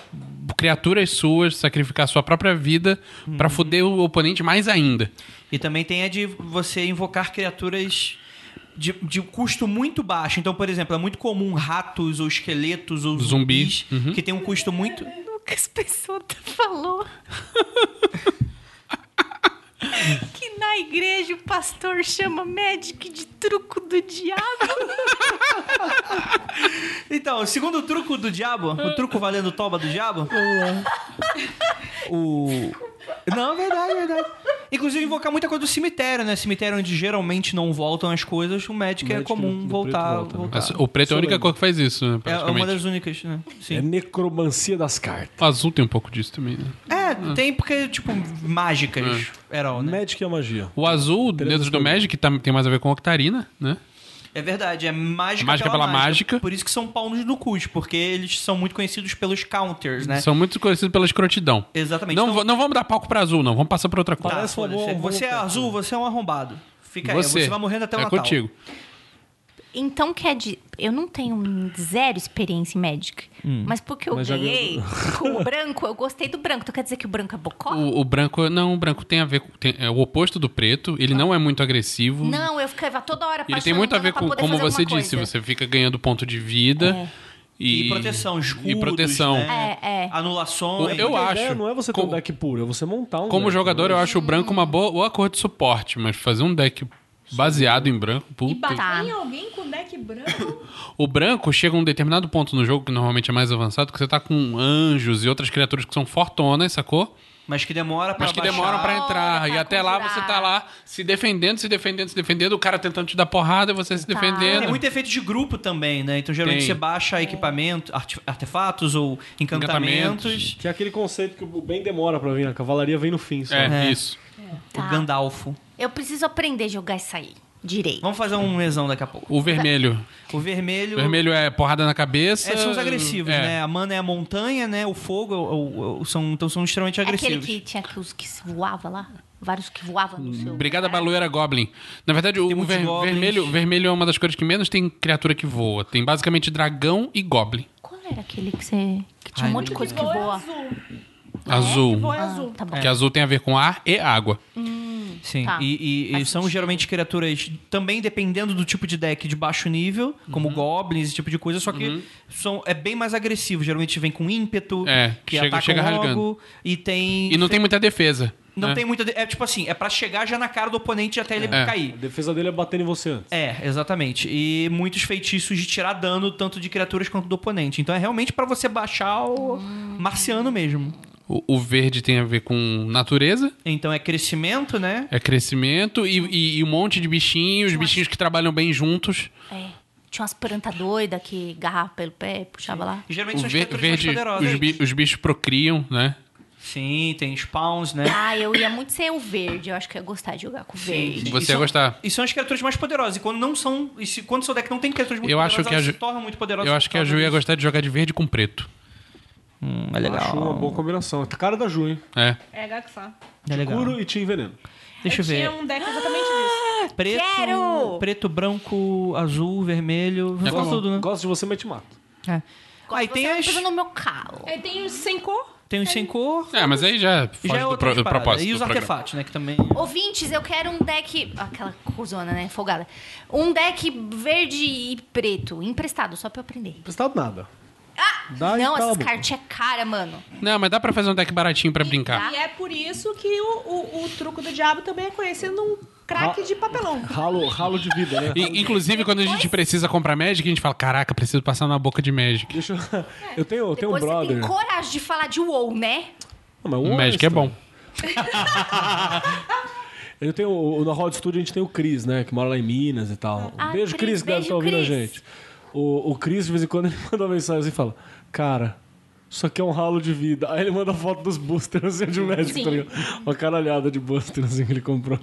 [SPEAKER 4] criaturas suas, sacrificar sua própria vida pra
[SPEAKER 3] Uhum.
[SPEAKER 4] fuder o oponente mais ainda.
[SPEAKER 3] E também tem a de você invocar criaturas de, de custo muito baixo. Então, por exemplo, é muito comum ratos ou esqueletos ou
[SPEAKER 4] Zumbi.
[SPEAKER 3] zumbis que tem um custo muito.
[SPEAKER 2] Lucas Pessota falou que na igreja o pastor chama
[SPEAKER 3] é.
[SPEAKER 2] médico de truco do diabo.
[SPEAKER 3] Então, segundo o truco do diabo, o truco valendo toba do diabo. o. Não, é verdade, é verdade. Inclusive invocar muita coisa do cemitério, né? Cemitério onde geralmente não voltam as coisas, o Magic é
[SPEAKER 6] Magic no-
[SPEAKER 3] comum
[SPEAKER 6] no
[SPEAKER 3] voltar.
[SPEAKER 6] preto volta, né?
[SPEAKER 3] voltar.
[SPEAKER 4] Mas o preto é a única
[SPEAKER 6] lembro.
[SPEAKER 4] cor que faz isso, né?
[SPEAKER 3] É
[SPEAKER 4] Praticamente.
[SPEAKER 3] uma das únicas, né?
[SPEAKER 6] É
[SPEAKER 3] Sim.
[SPEAKER 6] necromancia das cartas.
[SPEAKER 4] O azul tem um pouco disso também, né?
[SPEAKER 3] É, tem porque, tipo, mágicas eram, né?
[SPEAKER 6] Magic é magia.
[SPEAKER 4] O azul, dentro do Magic, tá- tem mais a ver com Octarina, né?
[SPEAKER 3] É verdade, é mágica,
[SPEAKER 4] Mágica pela mágica.
[SPEAKER 3] Por isso que são paunos no cus, porque eles são muito conhecidos pelos counters,
[SPEAKER 2] É.
[SPEAKER 3] né?
[SPEAKER 4] São muito conhecidos pela escrotidão.
[SPEAKER 3] Exatamente.
[SPEAKER 4] Não,
[SPEAKER 3] Então-
[SPEAKER 4] vo- não vamos dar palco pra azul, não. Vamos passar pra outra
[SPEAKER 3] Tá,
[SPEAKER 4] coisa.
[SPEAKER 6] Parece uma
[SPEAKER 3] foda-se.
[SPEAKER 6] boa- boa
[SPEAKER 3] você é
[SPEAKER 6] oferta.
[SPEAKER 3] azul, você é um arrombado. Fica
[SPEAKER 4] você,
[SPEAKER 3] aí, você vai morrendo até o
[SPEAKER 4] é
[SPEAKER 3] Natal.
[SPEAKER 4] contigo.
[SPEAKER 2] Então quer dizer, eu não tenho zero experiência em médica,
[SPEAKER 4] Hum.
[SPEAKER 2] mas porque eu
[SPEAKER 6] Mas já
[SPEAKER 2] ganhei [LAUGHS] com
[SPEAKER 4] [LAUGHS]
[SPEAKER 2] o branco, eu gostei do branco. Então quer dizer que o branco é bocó?
[SPEAKER 4] O, o branco, não, o branco tem a ver com. tem- é o oposto do preto. Ele não é muito agressivo.
[SPEAKER 2] Não, eu ficava toda hora
[SPEAKER 4] Ele tem muito a ver
[SPEAKER 2] pra
[SPEAKER 4] com,
[SPEAKER 2] poder
[SPEAKER 4] como
[SPEAKER 2] fazer
[SPEAKER 4] você
[SPEAKER 2] alguma
[SPEAKER 4] disse,
[SPEAKER 2] coisa.
[SPEAKER 4] você fica ganhando ponto de vida. E,
[SPEAKER 3] E proteção, escudos,
[SPEAKER 4] E proteção.
[SPEAKER 3] né?
[SPEAKER 2] É, é.
[SPEAKER 3] Anulações.
[SPEAKER 4] Eu
[SPEAKER 6] A
[SPEAKER 4] acho.
[SPEAKER 6] ideia não é você ter
[SPEAKER 4] como,
[SPEAKER 6] um deck puro, é você montar um
[SPEAKER 4] como
[SPEAKER 6] deck,
[SPEAKER 4] jogador,
[SPEAKER 6] né?
[SPEAKER 4] eu acho o branco uma boa, boa cor de suporte, mas fazer um deck baseado em branco,
[SPEAKER 5] E
[SPEAKER 4] puta.
[SPEAKER 5] bater
[SPEAKER 2] Tá.
[SPEAKER 5] em alguém com deck branco.
[SPEAKER 4] O branco chega a um determinado ponto no jogo, que normalmente é mais avançado, que você tá com anjos e outras criaturas que são fortonas, sacou?
[SPEAKER 3] Mas que demora pra
[SPEAKER 4] Mas que
[SPEAKER 3] baixar.
[SPEAKER 4] demoram pra entrar.
[SPEAKER 2] Pra
[SPEAKER 4] e até lá
[SPEAKER 2] conjurar.
[SPEAKER 4] você tá lá se defendendo, se defendendo, se defendendo, o cara tentando te dar porrada e você se defendendo.
[SPEAKER 3] Tem É muito efeito de grupo também, né? Então geralmente
[SPEAKER 4] né? Tem.
[SPEAKER 3] você baixa equipamento, arte- artefatos ou encantamentos.
[SPEAKER 4] Encantamentos.
[SPEAKER 6] Que é aquele conceito que o bem demora pra vir, a cavalaria vem no fim. Só.
[SPEAKER 4] É,
[SPEAKER 3] É.
[SPEAKER 4] isso.
[SPEAKER 2] Tá.
[SPEAKER 3] O Gandalfo.
[SPEAKER 2] Eu preciso aprender a jogar isso aí direito.
[SPEAKER 3] Vamos fazer um mesão daqui a pouco.
[SPEAKER 4] O vermelho.
[SPEAKER 3] O vermelho.
[SPEAKER 4] O vermelho é porrada na cabeça.
[SPEAKER 3] É, são os agressivos,
[SPEAKER 4] é.
[SPEAKER 3] né? A mana é a montanha, né? O fogo, é o- o- o- são, então são extremamente
[SPEAKER 2] É Aquele
[SPEAKER 3] agressivos.
[SPEAKER 2] que tinha os que voava lá, vários que voavam no seu.
[SPEAKER 4] Brigada Baloeira Goblin. Na verdade, o
[SPEAKER 3] muitos
[SPEAKER 4] ver-
[SPEAKER 3] goblins.
[SPEAKER 4] vermelho, vermelho é uma das cores que menos tem criatura que voa. Tem basicamente dragão e goblin.
[SPEAKER 2] Qual era aquele que você que tinha
[SPEAKER 3] Ai,
[SPEAKER 2] um monte de coisa que
[SPEAKER 5] Voa é
[SPEAKER 2] voa?
[SPEAKER 5] azul.
[SPEAKER 4] azul.
[SPEAKER 5] Voa é azul.
[SPEAKER 2] Tá bom.
[SPEAKER 4] Que azul tem a ver com ar e água.
[SPEAKER 3] Sim,
[SPEAKER 2] Tá.
[SPEAKER 3] e, e- e
[SPEAKER 2] Faz
[SPEAKER 3] são
[SPEAKER 2] sentido.
[SPEAKER 3] geralmente criaturas também dependendo do tipo de deck de baixo nível,
[SPEAKER 4] Uhum.
[SPEAKER 3] como goblins, esse tipo de coisa, só que são, é bem mais agressivo. Geralmente vem com ímpeto,
[SPEAKER 4] É,
[SPEAKER 3] que
[SPEAKER 4] chega-
[SPEAKER 3] atacam
[SPEAKER 4] chega
[SPEAKER 3] logo,
[SPEAKER 4] rasgando.
[SPEAKER 3] e tem...
[SPEAKER 4] E não tem muita defesa.
[SPEAKER 3] não
[SPEAKER 4] né?
[SPEAKER 3] tem muita... de- É tipo assim, é pra chegar já na cara do oponente até ele
[SPEAKER 4] É.
[SPEAKER 3] cair.
[SPEAKER 6] A defesa dele é batendo em você antes.
[SPEAKER 3] É, exatamente. E muitos feitiços de tirar dano, tanto de criaturas quanto do oponente. Então é realmente pra você baixar o
[SPEAKER 2] Hum.
[SPEAKER 3] marciano mesmo.
[SPEAKER 4] O, o verde tem a ver com natureza,
[SPEAKER 3] Então é crescimento, né?
[SPEAKER 4] é crescimento e, e- e um monte de bichinhos, bichinhos que trabalham bem juntos.
[SPEAKER 2] É. Tinha umas plantas doidas que agarrava pelo pé, puxava lá.
[SPEAKER 3] E geralmente
[SPEAKER 4] O
[SPEAKER 3] são as
[SPEAKER 4] ver-
[SPEAKER 3] criaturas
[SPEAKER 4] verde,
[SPEAKER 3] mais poderosas.
[SPEAKER 4] os, bi- os bichos procriam, né?
[SPEAKER 3] Sim, tem spawns, né?
[SPEAKER 2] Ah, eu ia muito ser o verde. Eu acho que eu ia gostar de jogar com o verde.
[SPEAKER 4] Você
[SPEAKER 3] Isso- é-
[SPEAKER 4] ia gostar.
[SPEAKER 3] E são as criaturas mais poderosas. E quando não são. E se, quando seu deck não tem criaturas muito
[SPEAKER 4] Eu acho
[SPEAKER 3] poderosas,
[SPEAKER 4] que a
[SPEAKER 3] elas
[SPEAKER 4] Ju-
[SPEAKER 3] se tornam muito poderosas.
[SPEAKER 4] Eu acho que a Ju ia gostar de jogar de verde com preto.
[SPEAKER 3] É
[SPEAKER 6] Acho uma boa combinação. Tá Cara da Ju, hein?
[SPEAKER 4] É.
[SPEAKER 5] É, Gaxá.
[SPEAKER 3] É legal.
[SPEAKER 6] Curo e te enveneno.
[SPEAKER 3] Deixa eu ver.
[SPEAKER 5] Tinha um deck exatamente
[SPEAKER 3] Ah!
[SPEAKER 5] disso.
[SPEAKER 3] Preto,
[SPEAKER 2] Quero!
[SPEAKER 3] preto, branco, azul, vermelho.
[SPEAKER 4] Tá
[SPEAKER 3] Gosto
[SPEAKER 6] Gosto,
[SPEAKER 3] tudo, né?
[SPEAKER 6] gosto de você, mas te mato.
[SPEAKER 3] É.
[SPEAKER 2] Gosto
[SPEAKER 3] Aí
[SPEAKER 2] de
[SPEAKER 3] tem,
[SPEAKER 2] você,
[SPEAKER 3] as,
[SPEAKER 2] tudo no meu calo.
[SPEAKER 5] É, tem os sem cor.
[SPEAKER 3] tem os sem cor.
[SPEAKER 4] É, mas aí já
[SPEAKER 3] E
[SPEAKER 4] foge
[SPEAKER 3] já é
[SPEAKER 4] do,
[SPEAKER 3] outra
[SPEAKER 4] pro, do
[SPEAKER 3] disparada.
[SPEAKER 4] propósito.
[SPEAKER 3] E os
[SPEAKER 4] do programa.
[SPEAKER 3] artefatos, né? Que também.
[SPEAKER 2] Ouvintes, eu quero um deck. Aquela cozona, né? Folgada. Um deck verde e preto. Emprestado, só pra eu aprender.
[SPEAKER 6] Prestado nada. Dá e
[SPEAKER 2] Ah, Não,
[SPEAKER 6] cala a
[SPEAKER 2] essas
[SPEAKER 6] boca.
[SPEAKER 2] cartas é cara, mano.
[SPEAKER 4] Não, mas dá pra fazer um deck baratinho pra brincar.
[SPEAKER 5] E é por isso que o, o, o truco do diabo também é conhecido um craque de papelão.
[SPEAKER 6] Ralo, ralo de
[SPEAKER 4] [LAUGHS]
[SPEAKER 6] vida, né?
[SPEAKER 4] E- inclusive, quando a gente precisa comprar Magic, a gente fala: Caraca, preciso passar na boca de Magic.
[SPEAKER 6] Deixa eu... Eu tenho, eu tenho um
[SPEAKER 2] Depois você
[SPEAKER 6] brother...
[SPEAKER 2] tem coragem de falar de WoW, né?
[SPEAKER 6] Não, mas um o
[SPEAKER 4] O Magic é bom.
[SPEAKER 6] Eu tenho o, na Roda Studio a gente tem o Cris, né? Que mora lá em Minas e tal.
[SPEAKER 2] Ah,
[SPEAKER 6] beijo,
[SPEAKER 2] Cris,
[SPEAKER 6] Cris, que deve
[SPEAKER 2] beijo,
[SPEAKER 6] estar ouvindo
[SPEAKER 2] Cris.
[SPEAKER 6] a gente. O, o Cris, de vez em quando, [LAUGHS] ele manda uma mensagem assim e fala: Cara, isso aqui é um ralo de vida. Aí ele manda foto dos boosters assim, de um médico, tá ligado? Uma caralhada de boosters assim, que ele comprou.